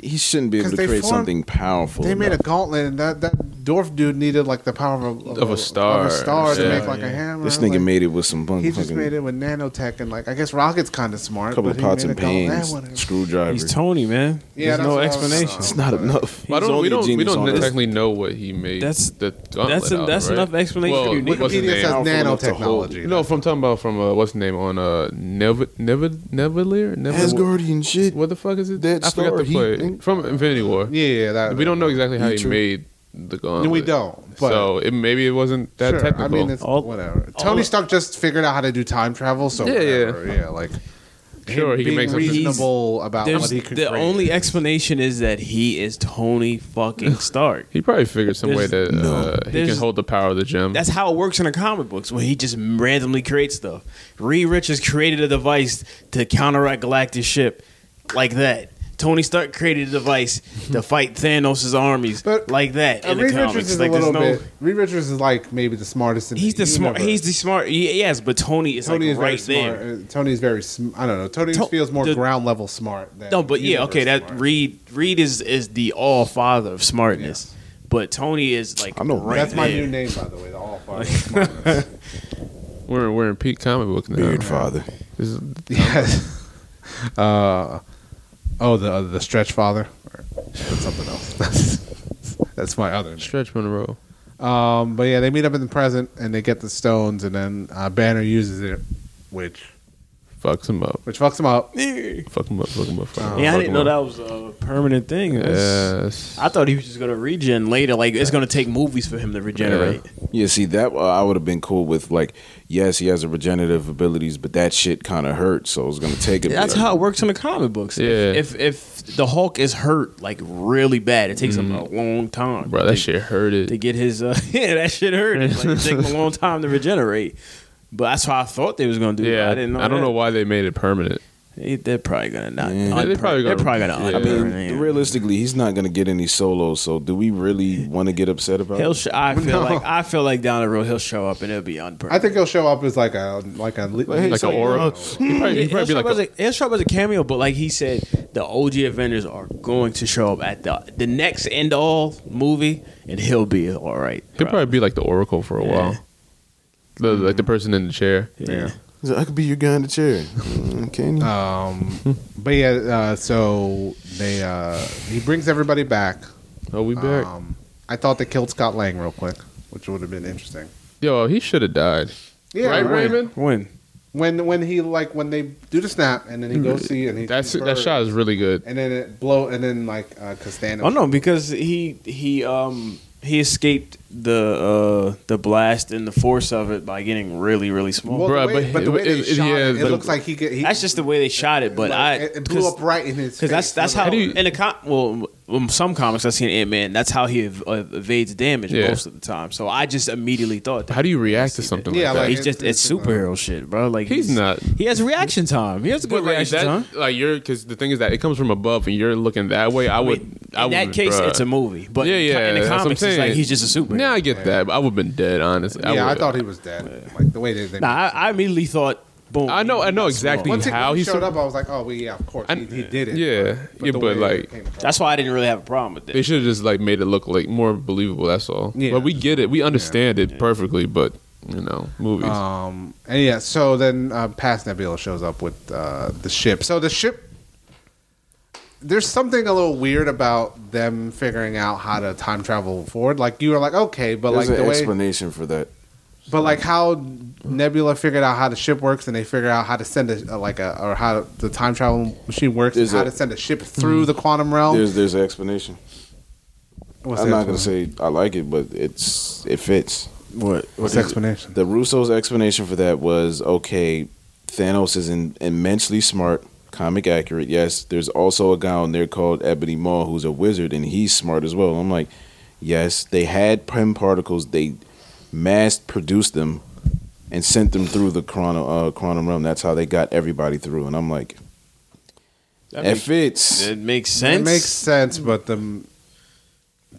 [SPEAKER 4] he shouldn't be able
[SPEAKER 1] 'Cause
[SPEAKER 4] to
[SPEAKER 1] they
[SPEAKER 4] create
[SPEAKER 1] formed-
[SPEAKER 4] something powerful.
[SPEAKER 1] they made a
[SPEAKER 4] enough.
[SPEAKER 1] gauntlet and that that dwarf dude needed like the power of,
[SPEAKER 2] Of a star,
[SPEAKER 1] of a star to
[SPEAKER 2] yeah.
[SPEAKER 1] make like a hammer.
[SPEAKER 4] this
[SPEAKER 1] I'm
[SPEAKER 4] nigga
[SPEAKER 1] like,
[SPEAKER 4] made it with some bunk
[SPEAKER 1] He just
[SPEAKER 4] fucking-
[SPEAKER 1] made it with nanotech and like I guess Rocket's kind of smart.
[SPEAKER 4] couple
[SPEAKER 1] but
[SPEAKER 4] of
[SPEAKER 1] he
[SPEAKER 4] pots
[SPEAKER 1] made
[SPEAKER 4] and
[SPEAKER 1] a gauntlet. That
[SPEAKER 4] pans,
[SPEAKER 1] wouldn't-
[SPEAKER 4] screwdriver.
[SPEAKER 3] He's Tony, man.
[SPEAKER 1] Yeah,
[SPEAKER 3] There's no
[SPEAKER 1] that's what I was-
[SPEAKER 3] explanation.
[SPEAKER 4] it's not enough.
[SPEAKER 2] But I
[SPEAKER 4] He's
[SPEAKER 2] don't,
[SPEAKER 4] only
[SPEAKER 2] we
[SPEAKER 4] a
[SPEAKER 2] don't, we
[SPEAKER 4] genius
[SPEAKER 2] don't
[SPEAKER 4] on Earth.
[SPEAKER 2] technically know what he made.
[SPEAKER 3] That's-
[SPEAKER 2] the
[SPEAKER 3] that's
[SPEAKER 2] gauntlet
[SPEAKER 3] en-
[SPEAKER 2] out of,
[SPEAKER 3] that's
[SPEAKER 2] right?
[SPEAKER 3] enough explanation
[SPEAKER 2] Well,
[SPEAKER 3] you need.
[SPEAKER 2] what- what's his
[SPEAKER 1] Wikipedia
[SPEAKER 2] name?
[SPEAKER 1] says
[SPEAKER 4] Powerful enough to hold-
[SPEAKER 1] nanotechnology.
[SPEAKER 2] No, from talking about from uh, what's the name on uh Neville Neville Neville Neville.
[SPEAKER 4] Asgardian shit.
[SPEAKER 2] What the fuck is it?
[SPEAKER 4] That
[SPEAKER 2] I forgot
[SPEAKER 4] star,
[SPEAKER 2] the
[SPEAKER 4] he-
[SPEAKER 2] play from Infinity War.
[SPEAKER 1] Yeah, yeah, that
[SPEAKER 2] we don't know exactly how
[SPEAKER 4] He
[SPEAKER 2] he
[SPEAKER 4] true.
[SPEAKER 2] made the gauntlet.
[SPEAKER 1] we don't, but-
[SPEAKER 2] so it, maybe it wasn't that technical.
[SPEAKER 1] I mean, it's
[SPEAKER 7] All-
[SPEAKER 1] whatever.
[SPEAKER 7] all-
[SPEAKER 1] Tony Stark just figured out how to do time travel, so
[SPEAKER 2] Yeah, yeah.
[SPEAKER 1] whatever. yeah, like
[SPEAKER 2] sure, he
[SPEAKER 1] being
[SPEAKER 2] can make something.
[SPEAKER 1] reasonable about
[SPEAKER 3] There's-
[SPEAKER 1] what he could.
[SPEAKER 3] the
[SPEAKER 1] create.
[SPEAKER 3] only explanation is that he is Tony fucking Stark.
[SPEAKER 2] He probably figured some way
[SPEAKER 3] There's-
[SPEAKER 2] that uh, he can
[SPEAKER 3] There's-
[SPEAKER 2] hold the power of the gem.
[SPEAKER 3] That's how it works in the comic books when he just randomly creates stuff. Reed Richards created a device to counteract Galactus' ship like that. Tony Stark created a device to fight Thanos' armies
[SPEAKER 1] But-
[SPEAKER 3] like that
[SPEAKER 1] Uh,
[SPEAKER 3] in the
[SPEAKER 1] Reed
[SPEAKER 3] comics.
[SPEAKER 1] Richards is
[SPEAKER 3] like,
[SPEAKER 1] a
[SPEAKER 3] there's
[SPEAKER 1] little
[SPEAKER 3] no,
[SPEAKER 1] bit. Reed Richards is like maybe the smartest. In
[SPEAKER 3] He's the smart.
[SPEAKER 1] universe.
[SPEAKER 3] He's the smart. y- Yes, but Tony is
[SPEAKER 1] Tony
[SPEAKER 3] like
[SPEAKER 1] is
[SPEAKER 3] right
[SPEAKER 1] very
[SPEAKER 3] there.
[SPEAKER 1] smart. Uh, Tony is very. Sm- I don't know. Tony
[SPEAKER 3] To-
[SPEAKER 1] feels more
[SPEAKER 3] the-
[SPEAKER 1] ground level smart. Than
[SPEAKER 3] No, but yeah,
[SPEAKER 1] universe
[SPEAKER 3] okay. That
[SPEAKER 1] smart.
[SPEAKER 3] Reed Reed is is the all father of smartness, but Tony is like
[SPEAKER 4] I know
[SPEAKER 3] right
[SPEAKER 1] That's my
[SPEAKER 3] there.
[SPEAKER 1] new name, by the way. The All Father. Smartness.
[SPEAKER 2] we're we're in peak comic book now.
[SPEAKER 4] Beard father.
[SPEAKER 2] This is-
[SPEAKER 1] yes. Uh, oh, the the Stretch Father. Or that's something else. that's my other. Name.
[SPEAKER 2] Stretch Monroe.
[SPEAKER 1] Um, but yeah, they meet up in the present and they get the stones, and then uh, Banner uses it, which
[SPEAKER 2] Fucks him up.
[SPEAKER 1] which fucks him up.
[SPEAKER 2] Fuck him up. Fuck him up. Fuck him up.
[SPEAKER 7] Yeah, I
[SPEAKER 2] fuck
[SPEAKER 7] didn't
[SPEAKER 2] him
[SPEAKER 7] know that
[SPEAKER 2] up.
[SPEAKER 7] was a permanent thing. That's-
[SPEAKER 2] Yes.
[SPEAKER 3] I thought he was just gonna regen later. Like it's gonna take movies for him to regenerate.
[SPEAKER 4] Yeah, see that uh, I would have been cool with like, yes, he has a regenerative abilities, but that shit kind of hurts, so it was gonna take a bit.
[SPEAKER 3] That's how it works in the comic books. If-
[SPEAKER 2] Yeah.
[SPEAKER 3] If if the Hulk is hurt like really bad, it takes him a long time.
[SPEAKER 2] Mm-hmm. Bro, that
[SPEAKER 3] to,
[SPEAKER 2] shit hurt
[SPEAKER 3] to
[SPEAKER 2] it.
[SPEAKER 3] get his uh, yeah, that shit hurt. It, like, it takes him a long time to regenerate. But that's how I thought they was gonna do. it.
[SPEAKER 2] Yeah,
[SPEAKER 3] I didn't know.
[SPEAKER 2] I don't
[SPEAKER 3] that.
[SPEAKER 2] know why they made it permanent.
[SPEAKER 3] It- They're probably gonna not.
[SPEAKER 4] Yeah.
[SPEAKER 3] unper-
[SPEAKER 2] They're probably gonna-
[SPEAKER 3] they're probably gonna
[SPEAKER 2] yeah.
[SPEAKER 4] I mean,
[SPEAKER 3] unburn it.
[SPEAKER 4] realistically, he's not going to get any solos. So, do we really want to get upset about?
[SPEAKER 3] He'll
[SPEAKER 4] it?
[SPEAKER 3] sh- I feel
[SPEAKER 1] No.
[SPEAKER 3] like I feel like down the road he'll show up and it'll be unburned.
[SPEAKER 1] I think he'll show up as like a like a le-
[SPEAKER 2] like an
[SPEAKER 1] uh,
[SPEAKER 2] aura. He probably,
[SPEAKER 3] Hmm, Yeah,
[SPEAKER 2] he
[SPEAKER 3] he'll
[SPEAKER 2] probably be
[SPEAKER 3] show
[SPEAKER 2] like
[SPEAKER 3] up as
[SPEAKER 2] a,
[SPEAKER 3] a, he'll show up as a cameo, but like he said, the OG Avengers are going to show up at the the next end all movie, and he'll be all right.
[SPEAKER 2] he'll probably be like the Oracle for a
[SPEAKER 3] Yeah.
[SPEAKER 2] while. The, like the person in the chair.
[SPEAKER 1] yeah.
[SPEAKER 4] He's like, I could be your guy in the chair. Mm, Can you?
[SPEAKER 1] Um, but yeah, uh, so they uh, he brings everybody back.
[SPEAKER 2] Oh, we back.
[SPEAKER 1] Um, I thought they killed Scott Lang real quick, which would have been interesting.
[SPEAKER 2] Yo, he should have died.
[SPEAKER 1] Yeah,
[SPEAKER 2] right,
[SPEAKER 1] when,
[SPEAKER 2] Raymond.
[SPEAKER 3] When
[SPEAKER 1] when when he like when they do the snap and then he goes see and he
[SPEAKER 2] Mm-hmm. That's
[SPEAKER 1] sees
[SPEAKER 2] that
[SPEAKER 1] Bird,
[SPEAKER 2] shot is really good.
[SPEAKER 1] and then it blow and then like uh, Costanza.
[SPEAKER 3] Oh no, because he he um he escaped the uh the blast and the force of it by getting really really small.
[SPEAKER 1] Well,
[SPEAKER 2] Bruh,
[SPEAKER 1] the way,
[SPEAKER 2] but
[SPEAKER 1] but, the way
[SPEAKER 2] it-
[SPEAKER 1] they
[SPEAKER 2] it-
[SPEAKER 1] shot
[SPEAKER 2] yeah,
[SPEAKER 1] it, it
[SPEAKER 2] but-
[SPEAKER 1] looks like he get he.
[SPEAKER 3] that's just the way they shot it, but
[SPEAKER 1] like,
[SPEAKER 3] I
[SPEAKER 1] it it blew up right in his face.
[SPEAKER 3] because that's that's how,
[SPEAKER 2] How do you-
[SPEAKER 3] in a com- well in some comics I've seen Ant Man that's how he ev- uh, evades damage
[SPEAKER 2] Yeah.
[SPEAKER 3] most of the time. So I just immediately thought that
[SPEAKER 2] How do you react to something
[SPEAKER 1] Yeah,
[SPEAKER 2] like that?
[SPEAKER 1] like-
[SPEAKER 3] he's just it's superhero shit, bro. Like
[SPEAKER 2] He's not.
[SPEAKER 3] He has reaction time. He has a good
[SPEAKER 2] But like
[SPEAKER 3] reaction time.
[SPEAKER 2] that, like you're, because the thing is that it comes from above, and you're looking that way. I would,
[SPEAKER 3] mean, in
[SPEAKER 2] I would.
[SPEAKER 3] that case,
[SPEAKER 2] bruh.
[SPEAKER 3] it's a movie, but
[SPEAKER 2] Yeah,
[SPEAKER 3] in co-
[SPEAKER 2] yeah,
[SPEAKER 3] in the
[SPEAKER 2] that's what I'm
[SPEAKER 3] comics, it's like
[SPEAKER 2] saying.
[SPEAKER 3] he's just a superhero.
[SPEAKER 2] Now I get that. But I would have been dead, honestly.
[SPEAKER 1] yeah. I
[SPEAKER 2] would've-
[SPEAKER 1] thought he was dead. Like the way they. they
[SPEAKER 3] Nah, I, I immediately thought, boom.
[SPEAKER 2] I know. I know exactly
[SPEAKER 1] Once he,
[SPEAKER 2] how he
[SPEAKER 1] showed
[SPEAKER 2] sur-
[SPEAKER 1] up, I was like, oh, well, yeah, of course,
[SPEAKER 2] I-
[SPEAKER 1] he, he did it.
[SPEAKER 2] yeah,
[SPEAKER 1] the
[SPEAKER 2] yeah, but,
[SPEAKER 1] way
[SPEAKER 2] like-
[SPEAKER 1] it came across-
[SPEAKER 3] That's why I didn't really have a problem with
[SPEAKER 2] They
[SPEAKER 3] it.
[SPEAKER 2] should have just like made it look like more believable. That's all.
[SPEAKER 1] Yeah.
[SPEAKER 2] But we get it. We understand it perfectly. But you know, movies.
[SPEAKER 1] Um, and yeah, so then uh, past Nebula shows up with uh, the ship. So the ship, there's something a little weird about them figuring out how to time travel forward. Like you were like, okay, but
[SPEAKER 4] There's
[SPEAKER 1] like
[SPEAKER 4] an
[SPEAKER 1] the way,
[SPEAKER 4] explanation for that.
[SPEAKER 1] but like how Nebula figured out how the ship works, and they figure out how to send a, a like a or how the time travel machine works, and
[SPEAKER 4] There's
[SPEAKER 1] how
[SPEAKER 4] a- Mm-hmm.
[SPEAKER 1] to send a ship through the quantum realm.
[SPEAKER 4] Um, There's there's an explanation.
[SPEAKER 1] What's
[SPEAKER 4] I'm
[SPEAKER 1] the
[SPEAKER 4] not going to
[SPEAKER 1] explanation?
[SPEAKER 4] say I like it, but it's it fits.
[SPEAKER 1] what. What's the explanation?
[SPEAKER 4] The Russo's explanation for that was okay. Thanos is in, immensely smart, comic accurate. Yes, there's also a guy on there called Ebony Maw who's a wizard, and he's smart as well. I'm like, yes, they had Prem particles. They mass produced them and sent them through the chrono uh, quantum realm. That's how they got everybody through. And I'm like,
[SPEAKER 3] That
[SPEAKER 4] it
[SPEAKER 3] makes,
[SPEAKER 4] fits.
[SPEAKER 3] it makes sense.
[SPEAKER 1] It makes sense, but the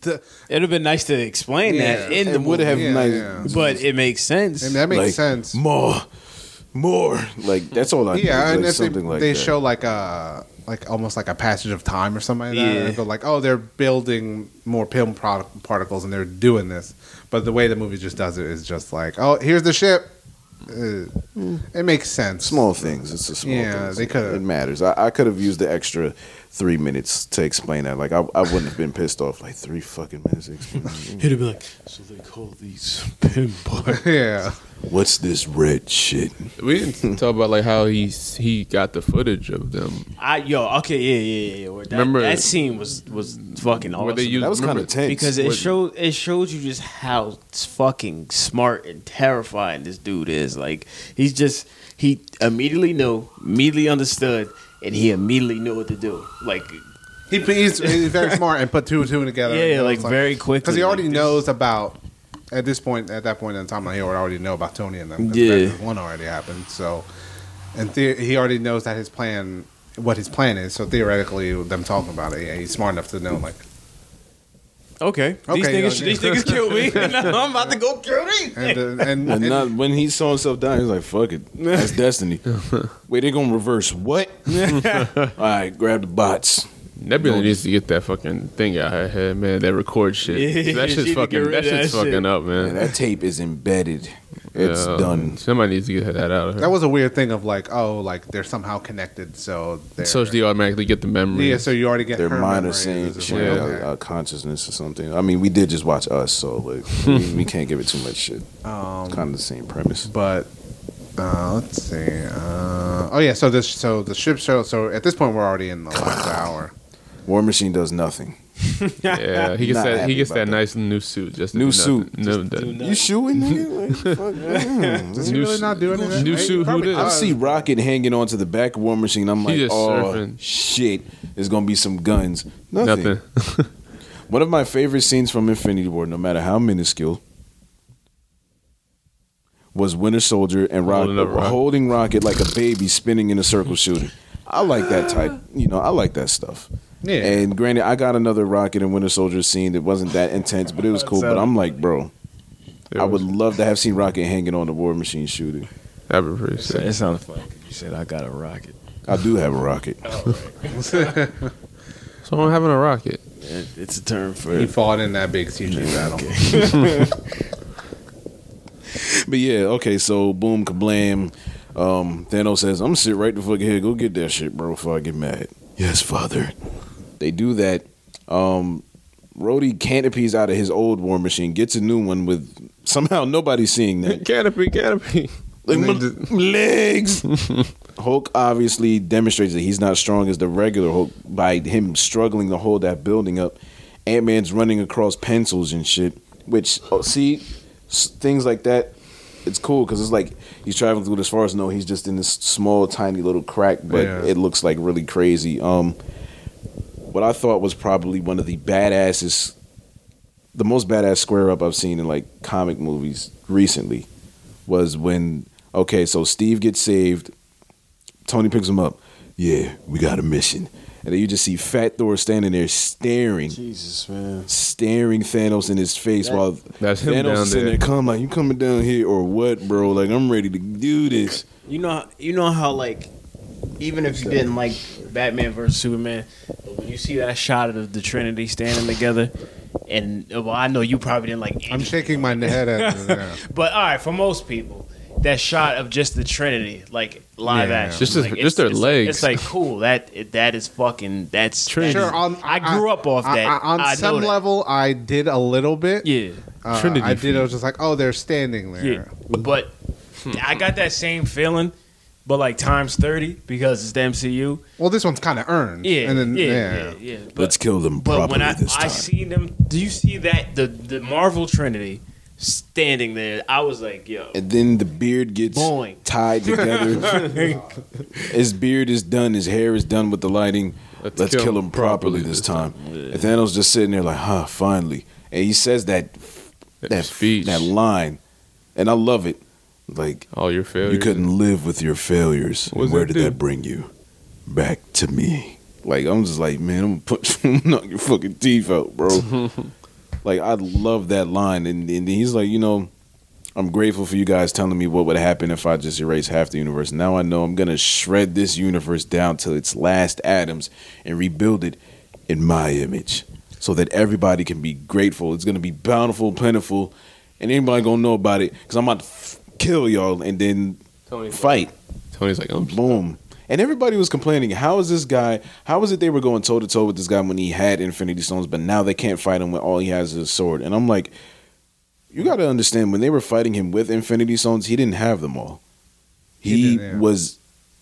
[SPEAKER 1] the
[SPEAKER 3] It'd have been nice to explain that
[SPEAKER 1] Yeah.
[SPEAKER 3] in the
[SPEAKER 4] It would
[SPEAKER 3] movie,
[SPEAKER 4] have
[SPEAKER 1] Yeah,
[SPEAKER 4] nice.
[SPEAKER 1] yeah.
[SPEAKER 3] but it makes sense.
[SPEAKER 1] I mean, that makes
[SPEAKER 4] like,
[SPEAKER 1] sense.
[SPEAKER 4] More, more. Like that's all I.
[SPEAKER 1] yeah,
[SPEAKER 4] need,
[SPEAKER 1] and
[SPEAKER 4] like,
[SPEAKER 1] if they,
[SPEAKER 4] something like
[SPEAKER 1] they
[SPEAKER 4] that.
[SPEAKER 1] show like a like almost like a passage of time or something like that,
[SPEAKER 3] Yeah.
[SPEAKER 1] and they go like, oh, they're building more pim product particles and they're doing this, but the way the movie just does it is just like, oh, here's the ship. Uh, It makes sense.
[SPEAKER 4] Hmm. small things. It's a small.
[SPEAKER 1] Yeah,
[SPEAKER 4] things.
[SPEAKER 1] they could've-
[SPEAKER 4] It matters. I, I could have used the extra three minutes to explain that. Like I, I wouldn't have been pissed off. Like three fucking minutes. To explain that.
[SPEAKER 8] He'd be like, so they call these pin parts.
[SPEAKER 1] Yeah,
[SPEAKER 4] What's this red shit?
[SPEAKER 2] we didn't talk about like how he he got the footage of them.
[SPEAKER 3] I yo okay yeah yeah yeah. yeah. Where That,
[SPEAKER 2] Remember-
[SPEAKER 3] that scene was was fucking awesome.
[SPEAKER 2] Where they used
[SPEAKER 4] That was kind
[SPEAKER 2] remember-
[SPEAKER 4] of tense.
[SPEAKER 3] because it
[SPEAKER 2] What-
[SPEAKER 3] showed it showed you just how fucking smart and terrifying this dude is. Like he's just he immediately knew, immediately understood, and he immediately knew what to do. Like
[SPEAKER 1] he, he's, he's very smart and put two and two together.
[SPEAKER 3] Yeah, like, very quickly,
[SPEAKER 1] because he already
[SPEAKER 3] like, this-
[SPEAKER 1] knows about. At this point, at that point in time, he would already know about Tony and them. 'cause
[SPEAKER 3] Yeah.
[SPEAKER 1] Avengers one already happened. So, and the- he already knows that his plan, what his plan is. So theoretically, them talking about it, yeah, he's smart enough to know like
[SPEAKER 3] okay, these
[SPEAKER 1] Okay,
[SPEAKER 3] niggas
[SPEAKER 1] okay.
[SPEAKER 3] these niggas killed me. and I'm about to go kill me.
[SPEAKER 1] and uh, and,
[SPEAKER 4] And
[SPEAKER 1] and-
[SPEAKER 4] not, when he saw himself dying, he's like, "Fuck it, that's destiny." Wait, they're gonna reverse what? All right, grab the bots.
[SPEAKER 2] Nebula needs to get that fucking thing out her head, man. That record shit.
[SPEAKER 3] Yeah,
[SPEAKER 2] that
[SPEAKER 3] she need
[SPEAKER 2] shit's
[SPEAKER 3] to get
[SPEAKER 2] fucking.
[SPEAKER 3] rid
[SPEAKER 2] That
[SPEAKER 3] of
[SPEAKER 2] shit's
[SPEAKER 3] that shit.
[SPEAKER 2] fucking up, man.
[SPEAKER 4] And that tape is embedded. It's
[SPEAKER 2] Yeah.
[SPEAKER 4] done.
[SPEAKER 2] Somebody needs to get that out of her.
[SPEAKER 1] that was a weird thing of like oh like they're somehow connected so they're
[SPEAKER 2] so they automatically get the memory.
[SPEAKER 1] yeah so you already get
[SPEAKER 4] Their
[SPEAKER 1] her
[SPEAKER 4] mind
[SPEAKER 1] memory.
[SPEAKER 4] is saying
[SPEAKER 1] It's just
[SPEAKER 4] shit,
[SPEAKER 1] like,
[SPEAKER 4] our-
[SPEAKER 1] okay.
[SPEAKER 4] our Uh, consciousness or something. I mean, we did just watch us, so like we, we can't give it too much shit.
[SPEAKER 1] Um,
[SPEAKER 4] kind of the same premise.
[SPEAKER 1] but uh, let's see uh, oh yeah so this so the ship show so at this point we're already in the last hour
[SPEAKER 4] War Machine does nothing.
[SPEAKER 2] Yeah, he gets
[SPEAKER 4] Not
[SPEAKER 2] that.
[SPEAKER 4] happy
[SPEAKER 2] He gets
[SPEAKER 4] about
[SPEAKER 2] that
[SPEAKER 4] that.
[SPEAKER 2] nice new suit. Just to
[SPEAKER 4] New
[SPEAKER 2] do
[SPEAKER 4] suit.
[SPEAKER 2] nothing. No, that-
[SPEAKER 4] You shooting, nigga? Like, fuck, damn.
[SPEAKER 1] is he
[SPEAKER 2] New
[SPEAKER 1] really
[SPEAKER 2] s-
[SPEAKER 1] not doing
[SPEAKER 2] new
[SPEAKER 1] it
[SPEAKER 2] suit, who did?
[SPEAKER 4] I see Rocket hanging onto the back of War Machine. I'm like,
[SPEAKER 2] just
[SPEAKER 4] oh
[SPEAKER 2] surfing.
[SPEAKER 4] shit, there's gonna be some guns. Nothing.
[SPEAKER 2] nothing.
[SPEAKER 4] One of my favorite scenes from Infinity War, no matter how minuscule, was Winter Soldier and Rocket
[SPEAKER 2] Holding up
[SPEAKER 4] holding,
[SPEAKER 2] Rocket.
[SPEAKER 4] Rocket like a baby, spinning in a circle, shooting. I like that type. You know, I like that stuff.
[SPEAKER 1] Yeah.
[SPEAKER 4] And granted, I got another Rocket and Winter Soldier scene that wasn't that intense, but it was cool. But I'm like, bro, I would love to have seen Rocket hanging on the war machine shooting.
[SPEAKER 2] That'd be pretty sick.
[SPEAKER 3] It sounded funny. 'cause You said I got a rocket.
[SPEAKER 4] I do have a rocket.
[SPEAKER 2] Someone having a rocket.
[SPEAKER 3] It's a term for
[SPEAKER 1] He fought in that big CG battle.
[SPEAKER 4] But yeah, okay, so boom, kablam. Um, Thanos says, I'm gonna sit right the fuck here. Go get that shit, bro, before I get mad. Yes, father. They do that. Um, Rhodey canopies out of his old war machine, gets a new one with somehow nobody's seeing that.
[SPEAKER 2] canopy, canopy.
[SPEAKER 4] Like,
[SPEAKER 2] And
[SPEAKER 4] my,
[SPEAKER 2] they just-
[SPEAKER 4] my legs. Hulk obviously demonstrates that he's not strong as the regular Hulk by him struggling to hold that building up. Ant Man's running across pencils and shit, which oh, see s- things like that. It's cool because it's like he's traveling through this forest. No, he's just in this small, tiny little crack, but
[SPEAKER 1] Yeah.
[SPEAKER 4] it looks like really crazy. Um, what I thought was probably one of the badassest, the most badass square up I've seen in like comic movies recently was when okay, so Steve gets saved. Tony picks him up. Yeah, we got a mission. And then you just see Fat Thor standing there staring,
[SPEAKER 3] Jesus, man.
[SPEAKER 4] staring Thanos in his face while
[SPEAKER 2] That's him
[SPEAKER 4] Thanos
[SPEAKER 2] down
[SPEAKER 4] is sitting
[SPEAKER 2] there.
[SPEAKER 4] there. Come like you coming down here or what, bro? Like I'm ready to do this.
[SPEAKER 3] You know, you know how like, even if you didn't like Batman versus Superman, but when you see that shot of the Trinity standing together, and well, I know you probably didn't like.
[SPEAKER 1] I'm shaking my head at it now.
[SPEAKER 3] But all right, for most people, that shot of just the Trinity, like live
[SPEAKER 1] Yeah.
[SPEAKER 3] action,
[SPEAKER 2] Just-
[SPEAKER 3] like,
[SPEAKER 2] just
[SPEAKER 3] it's-
[SPEAKER 2] their
[SPEAKER 3] it's-
[SPEAKER 2] legs.
[SPEAKER 3] It's like cool. That that is fucking. That's
[SPEAKER 2] Trinity.
[SPEAKER 3] that is-
[SPEAKER 1] Sure, on-
[SPEAKER 3] I grew up off
[SPEAKER 1] I-
[SPEAKER 3] that.
[SPEAKER 1] I- on
[SPEAKER 3] I know
[SPEAKER 1] some
[SPEAKER 3] that.
[SPEAKER 1] level, I did a little bit.
[SPEAKER 3] yeah,
[SPEAKER 1] Uh,
[SPEAKER 2] Trinity
[SPEAKER 1] I did.
[SPEAKER 2] feet.
[SPEAKER 1] I was just like, oh, they're standing there.
[SPEAKER 3] yeah. But I got that same feeling, but like times thirty because it's the MCU.
[SPEAKER 1] Well, this one's kind of earned.
[SPEAKER 3] Yeah,
[SPEAKER 1] And then,
[SPEAKER 3] yeah,
[SPEAKER 1] yeah.
[SPEAKER 3] yeah, yeah. But,
[SPEAKER 4] Let's kill them properly
[SPEAKER 3] but when I
[SPEAKER 4] this
[SPEAKER 3] I
[SPEAKER 4] time.
[SPEAKER 3] seen them, do you see that the the Marvel Trinity standing there? I was like, yo,
[SPEAKER 4] and then the beard gets
[SPEAKER 3] Boing.
[SPEAKER 4] tied together. his beard is done. His hair is done with the lighting. Let's,
[SPEAKER 2] Let's
[SPEAKER 4] kill,
[SPEAKER 2] kill
[SPEAKER 4] him properly this time. And Thanos just sitting there like, huh, finally. And he says that that
[SPEAKER 2] speech.
[SPEAKER 4] that line, and I love it. Like
[SPEAKER 2] All your failures.
[SPEAKER 4] you couldn't live with your failures.
[SPEAKER 2] What does
[SPEAKER 4] Where
[SPEAKER 2] that
[SPEAKER 4] did that
[SPEAKER 2] do?
[SPEAKER 4] bring you? Back to me. Like I'm just like, man, I'm gonna punch knock your fucking teeth out, bro. like I love that line, and, and he's like, you know, I'm grateful for you guys telling me what would happen if I just erase half the universe. Now I know I'm gonna shred this universe down to its last atoms and rebuild it in my image, so that everybody can be grateful. It's gonna be bountiful, plentiful, and anybody gonna know about it because I'm about to f- kill y'all and then
[SPEAKER 2] Tony's
[SPEAKER 4] fight.
[SPEAKER 2] Like, Tony's like, I'm
[SPEAKER 4] Boom. And everybody was complaining, how is this guy, how is it they were going toe to toe with this guy when he had Infinity Stones, but now they can't fight him when all he has is a sword? And I'm like, you got to understand, when they were fighting him with Infinity Stones, he didn't have them all. He,
[SPEAKER 1] He didn't, yeah.
[SPEAKER 4] was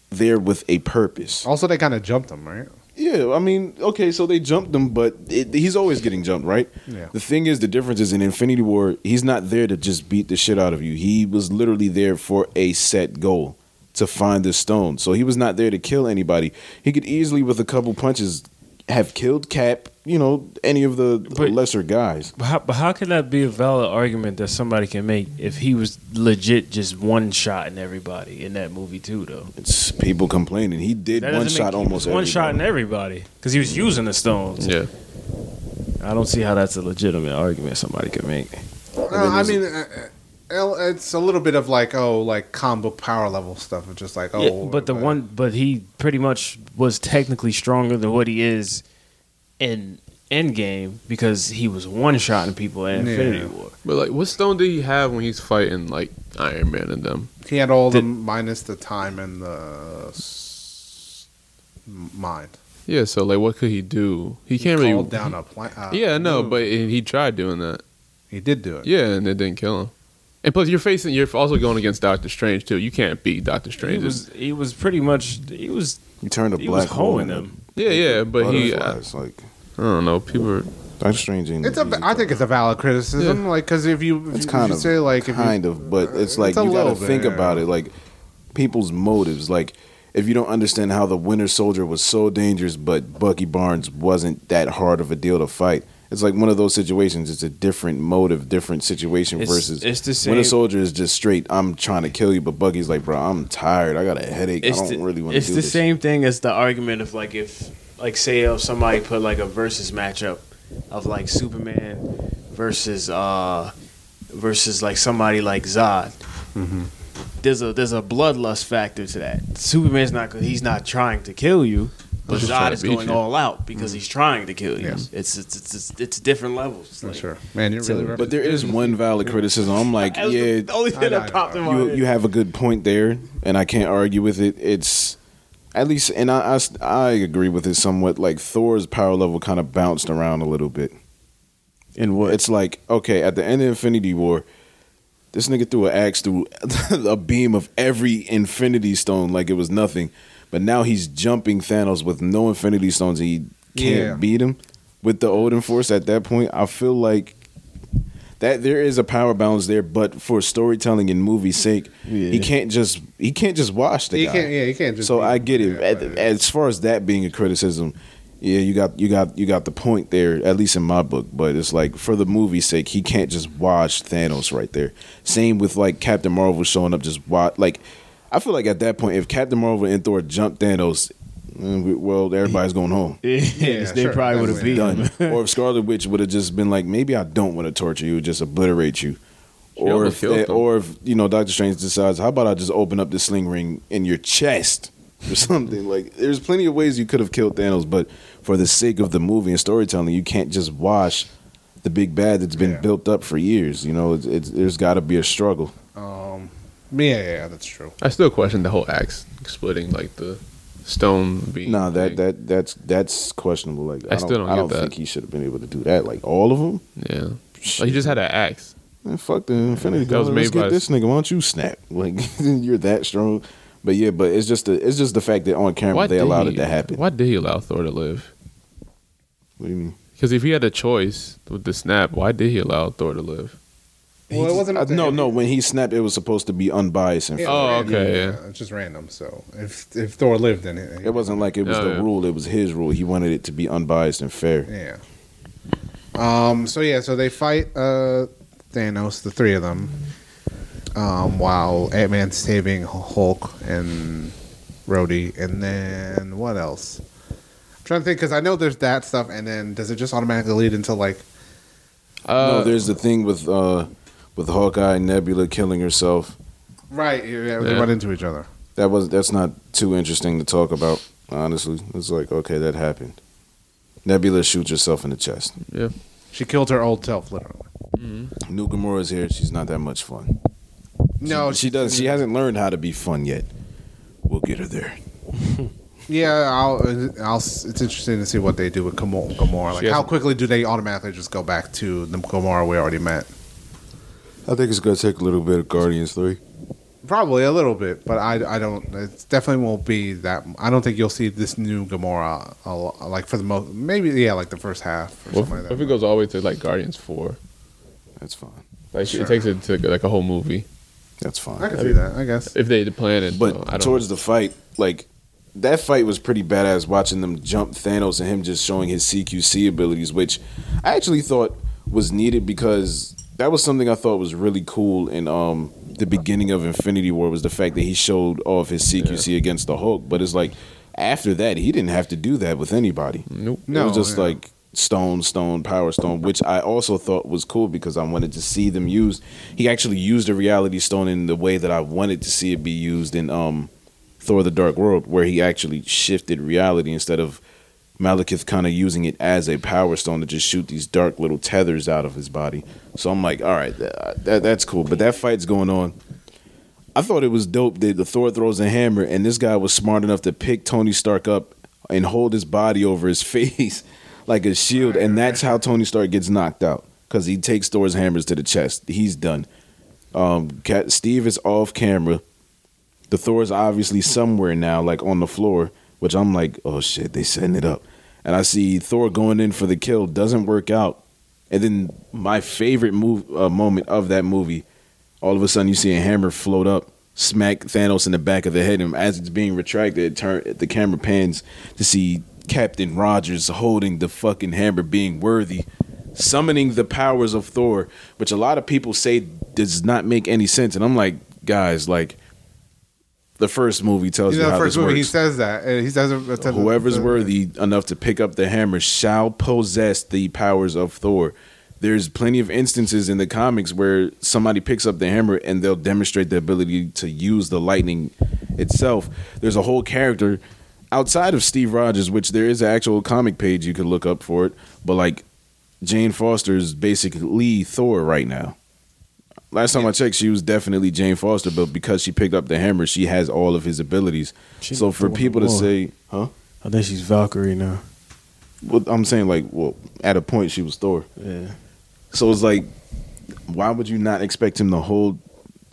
[SPEAKER 4] there with a purpose.
[SPEAKER 1] Also, they kind of jumped them, right?
[SPEAKER 4] Yeah, I mean, okay, so they jumped him, but it, he's always getting jumped, right?
[SPEAKER 1] Yeah.
[SPEAKER 4] The thing is, the difference is in Infinity War, he's not there to just beat the shit out of you. He was literally there for a set goal to find the stone. So he was not there to kill anybody. He could easily, with a couple punches, have killed Cap, you know, any of the
[SPEAKER 9] But-
[SPEAKER 4] lesser guys.
[SPEAKER 9] But how, but how can that be a valid argument that somebody can make if he was legit just one shot in everybody in that movie too? Though
[SPEAKER 4] It's people complaining. He did
[SPEAKER 9] that
[SPEAKER 4] one
[SPEAKER 9] doesn't
[SPEAKER 4] shot
[SPEAKER 9] make-
[SPEAKER 4] almost
[SPEAKER 9] one shot in
[SPEAKER 4] everybody.
[SPEAKER 9] everybody because he was using the stones.
[SPEAKER 2] Yeah.
[SPEAKER 9] I don't see how that's a legitimate argument somebody could make.
[SPEAKER 1] No, I mean, uh, uh, it's a little bit of like, oh, like combo power level stuff. It's just like, oh.
[SPEAKER 9] Yeah, but the one, but he pretty much was technically stronger than what he is in Endgame because he was one shotting people in
[SPEAKER 1] Yeah.
[SPEAKER 9] Infinity War.
[SPEAKER 2] But like, what stone did he have when he's fighting like Iron Man and them?
[SPEAKER 1] He had all the
[SPEAKER 9] Did-
[SPEAKER 1] minus the time and the s- mind.
[SPEAKER 2] Yeah. So like, what could he do? He
[SPEAKER 1] He
[SPEAKER 2] can't really.
[SPEAKER 1] called down a plan. Uh,
[SPEAKER 2] yeah, no,
[SPEAKER 1] moon.
[SPEAKER 2] but he tried doing that.
[SPEAKER 1] he did do it.
[SPEAKER 2] Yeah, and it didn't kill him. And plus, you're facing. You're also going against Doctor Strange too. You can't beat Doctor
[SPEAKER 9] He
[SPEAKER 2] Strange.
[SPEAKER 9] was, he was pretty much, he was,
[SPEAKER 4] He turned a
[SPEAKER 9] he
[SPEAKER 4] black
[SPEAKER 9] was
[SPEAKER 4] hole
[SPEAKER 9] holding
[SPEAKER 4] in
[SPEAKER 9] them. uh,
[SPEAKER 2] yeah, yeah, but he. I,
[SPEAKER 4] Butterflies, like,
[SPEAKER 2] I don't know. People. Are,
[SPEAKER 4] Doctor Strange ain't
[SPEAKER 1] It's a.
[SPEAKER 4] easy
[SPEAKER 1] I think it's a valid criticism, like because if you, if
[SPEAKER 4] It's
[SPEAKER 1] you
[SPEAKER 4] kind of
[SPEAKER 1] say like if
[SPEAKER 4] kind
[SPEAKER 1] you,
[SPEAKER 4] of, but it's like
[SPEAKER 1] It's a
[SPEAKER 4] you got to
[SPEAKER 1] little bit,
[SPEAKER 4] think
[SPEAKER 1] yeah.
[SPEAKER 4] about it, like people's motives. Like if you don't understand how the Winter Soldier was so dangerous, but Bucky Barnes wasn't that hard of a deal to fight, it's like one of those situations. It's a different motive, different situation
[SPEAKER 3] It's-
[SPEAKER 4] versus
[SPEAKER 3] it's the
[SPEAKER 4] when a
[SPEAKER 3] same-
[SPEAKER 4] soldier is just straight. I'm trying to kill you, but Buggy's like, bro, I'm tired. I got a headache. I
[SPEAKER 3] It's
[SPEAKER 4] don't
[SPEAKER 3] the,
[SPEAKER 4] really want to
[SPEAKER 3] it's
[SPEAKER 4] do
[SPEAKER 3] the
[SPEAKER 4] this.
[SPEAKER 3] same thing as the argument of like if like say if somebody put like a versus matchup of like Superman versus uh versus like somebody like Zod.
[SPEAKER 4] Mm-hmm.
[SPEAKER 3] There's a there's a bloodlust factor to that. Superman's not he's not trying to kill you, but
[SPEAKER 2] just trying
[SPEAKER 3] Zod
[SPEAKER 2] to
[SPEAKER 3] is
[SPEAKER 2] beat
[SPEAKER 3] going
[SPEAKER 2] you.
[SPEAKER 3] all out
[SPEAKER 4] Mm-hmm.
[SPEAKER 3] because he's trying to kill you.
[SPEAKER 1] Yeah.
[SPEAKER 3] It's, it's it's it's it's different levels. It's like-
[SPEAKER 1] sure, man, you're really.
[SPEAKER 4] But there is one valid criticism. I'm like,
[SPEAKER 3] That was
[SPEAKER 4] yeah,
[SPEAKER 3] the only
[SPEAKER 1] I
[SPEAKER 3] thing
[SPEAKER 1] know, I
[SPEAKER 3] that popped in my
[SPEAKER 4] you
[SPEAKER 3] head.
[SPEAKER 4] you have a good point there, and I can't argue with it. It's at least, and I I s- I agree with it somewhat. Like Thor's power level kind of bounced around a little bit.
[SPEAKER 10] And what?
[SPEAKER 4] It's like okay, at the end of Infinity War, this nigga threw an axe through a beam of every Infinity Stone like it was nothing, but now he's jumping Thanos with no Infinity Stones. and He can't
[SPEAKER 1] Yeah.
[SPEAKER 4] beat him with the Odin Force. At that point, I feel like that there is a power balance there, but for storytelling and movie sake, he can't just he can't just wash the
[SPEAKER 1] He
[SPEAKER 4] guy.
[SPEAKER 1] can't- yeah, he can't just
[SPEAKER 4] so
[SPEAKER 1] be-
[SPEAKER 4] I get it.
[SPEAKER 1] yeah,
[SPEAKER 4] At-
[SPEAKER 1] right.
[SPEAKER 4] as far as that being a criticism, yeah, you got you got you got the point there, at least in my book. But it's like for the movie's sake, he can't just watch Thanos right there. Same with like Captain Marvel showing up, just watch like. I feel like at that point, if Captain Marvel and Thor jumped Thanos, mm, we- well, everybody's going home.
[SPEAKER 1] yeah,
[SPEAKER 10] they
[SPEAKER 1] sure,
[SPEAKER 10] probably would have
[SPEAKER 1] definitely.
[SPEAKER 10] beat him.
[SPEAKER 4] Done. or if Scarlet Witch would have just been like, maybe I don't want to torture you, just obliterate you. Or
[SPEAKER 2] almost
[SPEAKER 4] if,
[SPEAKER 2] killed them.
[SPEAKER 4] or if you know Doctor Strange decides, how about I just open up this sling ring in your chest or something? like, there's plenty of ways you could have killed Thanos, but for the sake of the movie and storytelling, you can't just wash the big bad that's been
[SPEAKER 1] Yeah.
[SPEAKER 4] built up for years. You know, it's, it's, there's got to be a struggle.
[SPEAKER 1] Um, yeah, yeah, that's true.
[SPEAKER 2] I still question the whole axe splitting, like the stone being.
[SPEAKER 4] No,
[SPEAKER 2] thing.
[SPEAKER 4] that that that's that's questionable. Like, I,
[SPEAKER 2] I still
[SPEAKER 4] don't,
[SPEAKER 2] don't
[SPEAKER 4] I
[SPEAKER 2] get
[SPEAKER 4] don't
[SPEAKER 2] that.
[SPEAKER 4] think he should have been able to do that. Like all of them.
[SPEAKER 2] yeah. Like he just had an axe.
[SPEAKER 4] Man, fuck the Infinity
[SPEAKER 2] That was
[SPEAKER 4] Gauntlet.
[SPEAKER 2] made
[SPEAKER 4] Let's
[SPEAKER 2] by
[SPEAKER 4] get
[SPEAKER 2] us.
[SPEAKER 4] this nigga. Why don't you snap? Like you're that strong. But yeah, but it's just the it's just the fact that on camera
[SPEAKER 2] Why
[SPEAKER 4] they
[SPEAKER 2] did
[SPEAKER 4] allowed
[SPEAKER 2] he-
[SPEAKER 4] it to happen.
[SPEAKER 2] Why did he allow Thor to live?
[SPEAKER 4] What do you mean?
[SPEAKER 2] Because if he had a choice with the snap, why did he allow Thor to live?
[SPEAKER 1] Well, it wasn't.
[SPEAKER 4] Uh,
[SPEAKER 1] up to
[SPEAKER 4] no,
[SPEAKER 1] him.
[SPEAKER 4] no. When he snapped, it was supposed to be unbiased and
[SPEAKER 1] It was
[SPEAKER 2] Oh,
[SPEAKER 1] random,
[SPEAKER 2] okay,
[SPEAKER 1] It's just random. So if if Thor lived, then it,
[SPEAKER 4] it wasn't like it was
[SPEAKER 2] Oh,
[SPEAKER 4] the
[SPEAKER 2] yeah.
[SPEAKER 4] rule. It was his rule. He wanted it to be unbiased and fair.
[SPEAKER 1] Yeah. Um. So yeah. So they fight uh Thanos, the three of them. Um. While Ant Man's saving Hulk and Rhodey, and then what else? I'm trying to think because I know there's that stuff, and then does it just automatically lead into like?
[SPEAKER 2] Uh,
[SPEAKER 4] no, there's the thing with uh with Hawkeye and Nebula killing herself.
[SPEAKER 1] Right. Yeah. yeah, They
[SPEAKER 2] Yeah.
[SPEAKER 1] run into each other.
[SPEAKER 4] That was that's not too interesting to talk about. Honestly, it's like okay, that happened. Nebula shoots herself in the chest.
[SPEAKER 2] Yeah. Mm-hmm.
[SPEAKER 1] She killed her old self, literally.
[SPEAKER 4] New Gamora's here. She's not that much fun.
[SPEAKER 1] No,
[SPEAKER 4] she does. She hasn't learned how to be fun yet. We'll get her there.
[SPEAKER 1] Yeah, I'll, I'll, it's interesting to see what they do with Gamora. Gamora. Like,
[SPEAKER 2] She
[SPEAKER 1] how
[SPEAKER 2] hasn't-
[SPEAKER 1] quickly do they automatically just go back to the Gamora we already met?
[SPEAKER 4] I think it's gonna take a little bit of Guardians three.
[SPEAKER 1] Probably a little bit, but I, I don't. It definitely won't be that. I don't think you'll see this new Gamora a lo- like for the most. Maybe yeah, like the first half or
[SPEAKER 2] What if,
[SPEAKER 1] something like
[SPEAKER 2] what
[SPEAKER 1] that.
[SPEAKER 2] if it goes all the way to like Guardians Four?
[SPEAKER 4] That's fine.
[SPEAKER 2] Like
[SPEAKER 1] Sure.
[SPEAKER 2] it takes it to like a whole movie.
[SPEAKER 4] That's
[SPEAKER 1] I
[SPEAKER 4] fine.
[SPEAKER 1] can see that. I guess.
[SPEAKER 2] If they plan it,
[SPEAKER 4] But
[SPEAKER 2] though, I don't
[SPEAKER 4] towards the fight, like that fight was pretty badass. Watching them jump Thanos and him just showing his CQC abilities, which I actually thought was needed because that was something I thought was really cool in um the beginning of Infinity War was the fact that he showed off his CQC against the Hulk. But it's like after that, he didn't have to do that with anybody.
[SPEAKER 2] Nope.
[SPEAKER 1] No,
[SPEAKER 4] it was just
[SPEAKER 1] yeah.
[SPEAKER 4] like stone, stone, power stone, which I also thought was cool because I wanted to see them used. He actually used a reality stone in the way that I wanted to see it be used in um Thor: The Dark World, where he actually shifted reality instead of Malekith kind of using it as a power stone to just shoot these dark little tethers out of his body. So I'm like, all right, that, that that's cool. But that fight's going on. I thought it was dope that the Thor throws a hammer and this guy was smart enough to pick Tony Stark up and hold his body over his face like a shield, and that's how Tony Stark gets knocked out because he takes Thor's hammers to the chest. He's done. Um, Cat- Steve is off camera. The Thor's obviously somewhere now, like on the floor, which I'm like, oh shit, they setting it up. And I see Thor going in for the kill, doesn't work out. And then my favorite move uh, moment of that movie, all of a sudden you see a hammer float up, smack Thanos in the back of the head, and as it's being retracted, it turn the camera pans to see Captain Rogers holding the fucking hammer, being worthy summoning the powers of Thor, which a lot of people say does not make any sense. And I'm like, guys, like the first movie tells
[SPEAKER 1] You
[SPEAKER 4] you,
[SPEAKER 1] know, the
[SPEAKER 4] how
[SPEAKER 1] first
[SPEAKER 4] this
[SPEAKER 1] movie
[SPEAKER 4] works.
[SPEAKER 1] he says that. and He says it- it-
[SPEAKER 4] Whoever's
[SPEAKER 1] it-
[SPEAKER 4] worthy enough to pick up the hammer shall possess the powers of Thor. There's plenty of instances in the comics where somebody picks up the hammer and they'll demonstrate the ability to use the lightning itself. There's a whole character outside of Steve Rogers, which there is an actual comic page you could look up for it, but like Jane Foster is basically Thor right now. Last time I checked, she was definitely Jane Foster, but because she picked up the hammer, she has all of his abilities.
[SPEAKER 3] She
[SPEAKER 4] so
[SPEAKER 3] not
[SPEAKER 4] for
[SPEAKER 3] Thor no
[SPEAKER 4] people to
[SPEAKER 3] more.
[SPEAKER 4] say, huh?
[SPEAKER 3] I think she's Valkyrie now.
[SPEAKER 4] Well, I'm saying like, well, at a point she was Thor.
[SPEAKER 3] Yeah.
[SPEAKER 4] So it's like, why would you not expect him to hold,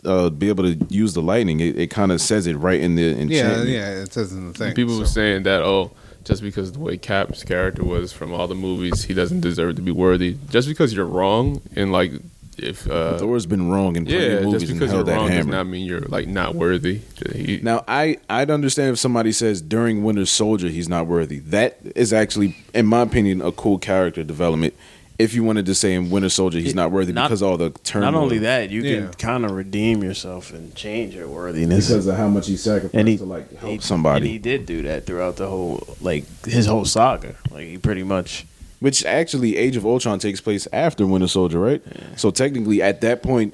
[SPEAKER 4] uh, be able to use the lightning? It, it kind of says it right in the
[SPEAKER 1] Yeah,
[SPEAKER 4] enchantment.
[SPEAKER 1] yeah, it says in the thing.
[SPEAKER 2] People
[SPEAKER 1] so.
[SPEAKER 2] were saying that oh, just because the way Cap's character was from all the movies, he doesn't deserve to be worthy. Just because you're wrong and like if uh,
[SPEAKER 4] Thor's been wrong in plenty
[SPEAKER 2] yeah,
[SPEAKER 4] of movies
[SPEAKER 2] just
[SPEAKER 4] and
[SPEAKER 2] because you're
[SPEAKER 4] held that
[SPEAKER 2] wrong does
[SPEAKER 4] hammer.
[SPEAKER 2] not mean you're like not worthy. He-
[SPEAKER 4] Now I I'd understand if somebody says during Winter Soldier he's not worthy. That is actually, in my opinion, a cool character development. If you wanted to say in Winter Soldier he's not worthy
[SPEAKER 3] not-
[SPEAKER 4] because of all the turmoil,
[SPEAKER 3] Not only that, you
[SPEAKER 1] Yeah.
[SPEAKER 3] can kind of redeem yourself and change your worthiness.
[SPEAKER 4] because of how much he sacrificed
[SPEAKER 3] And he-
[SPEAKER 4] to like help
[SPEAKER 3] He-
[SPEAKER 4] somebody.
[SPEAKER 3] And he did do that throughout the whole, like his whole saga. Like he pretty much.
[SPEAKER 4] which actually Age of Ultron takes place after Winter Soldier, right? So technically, at that point,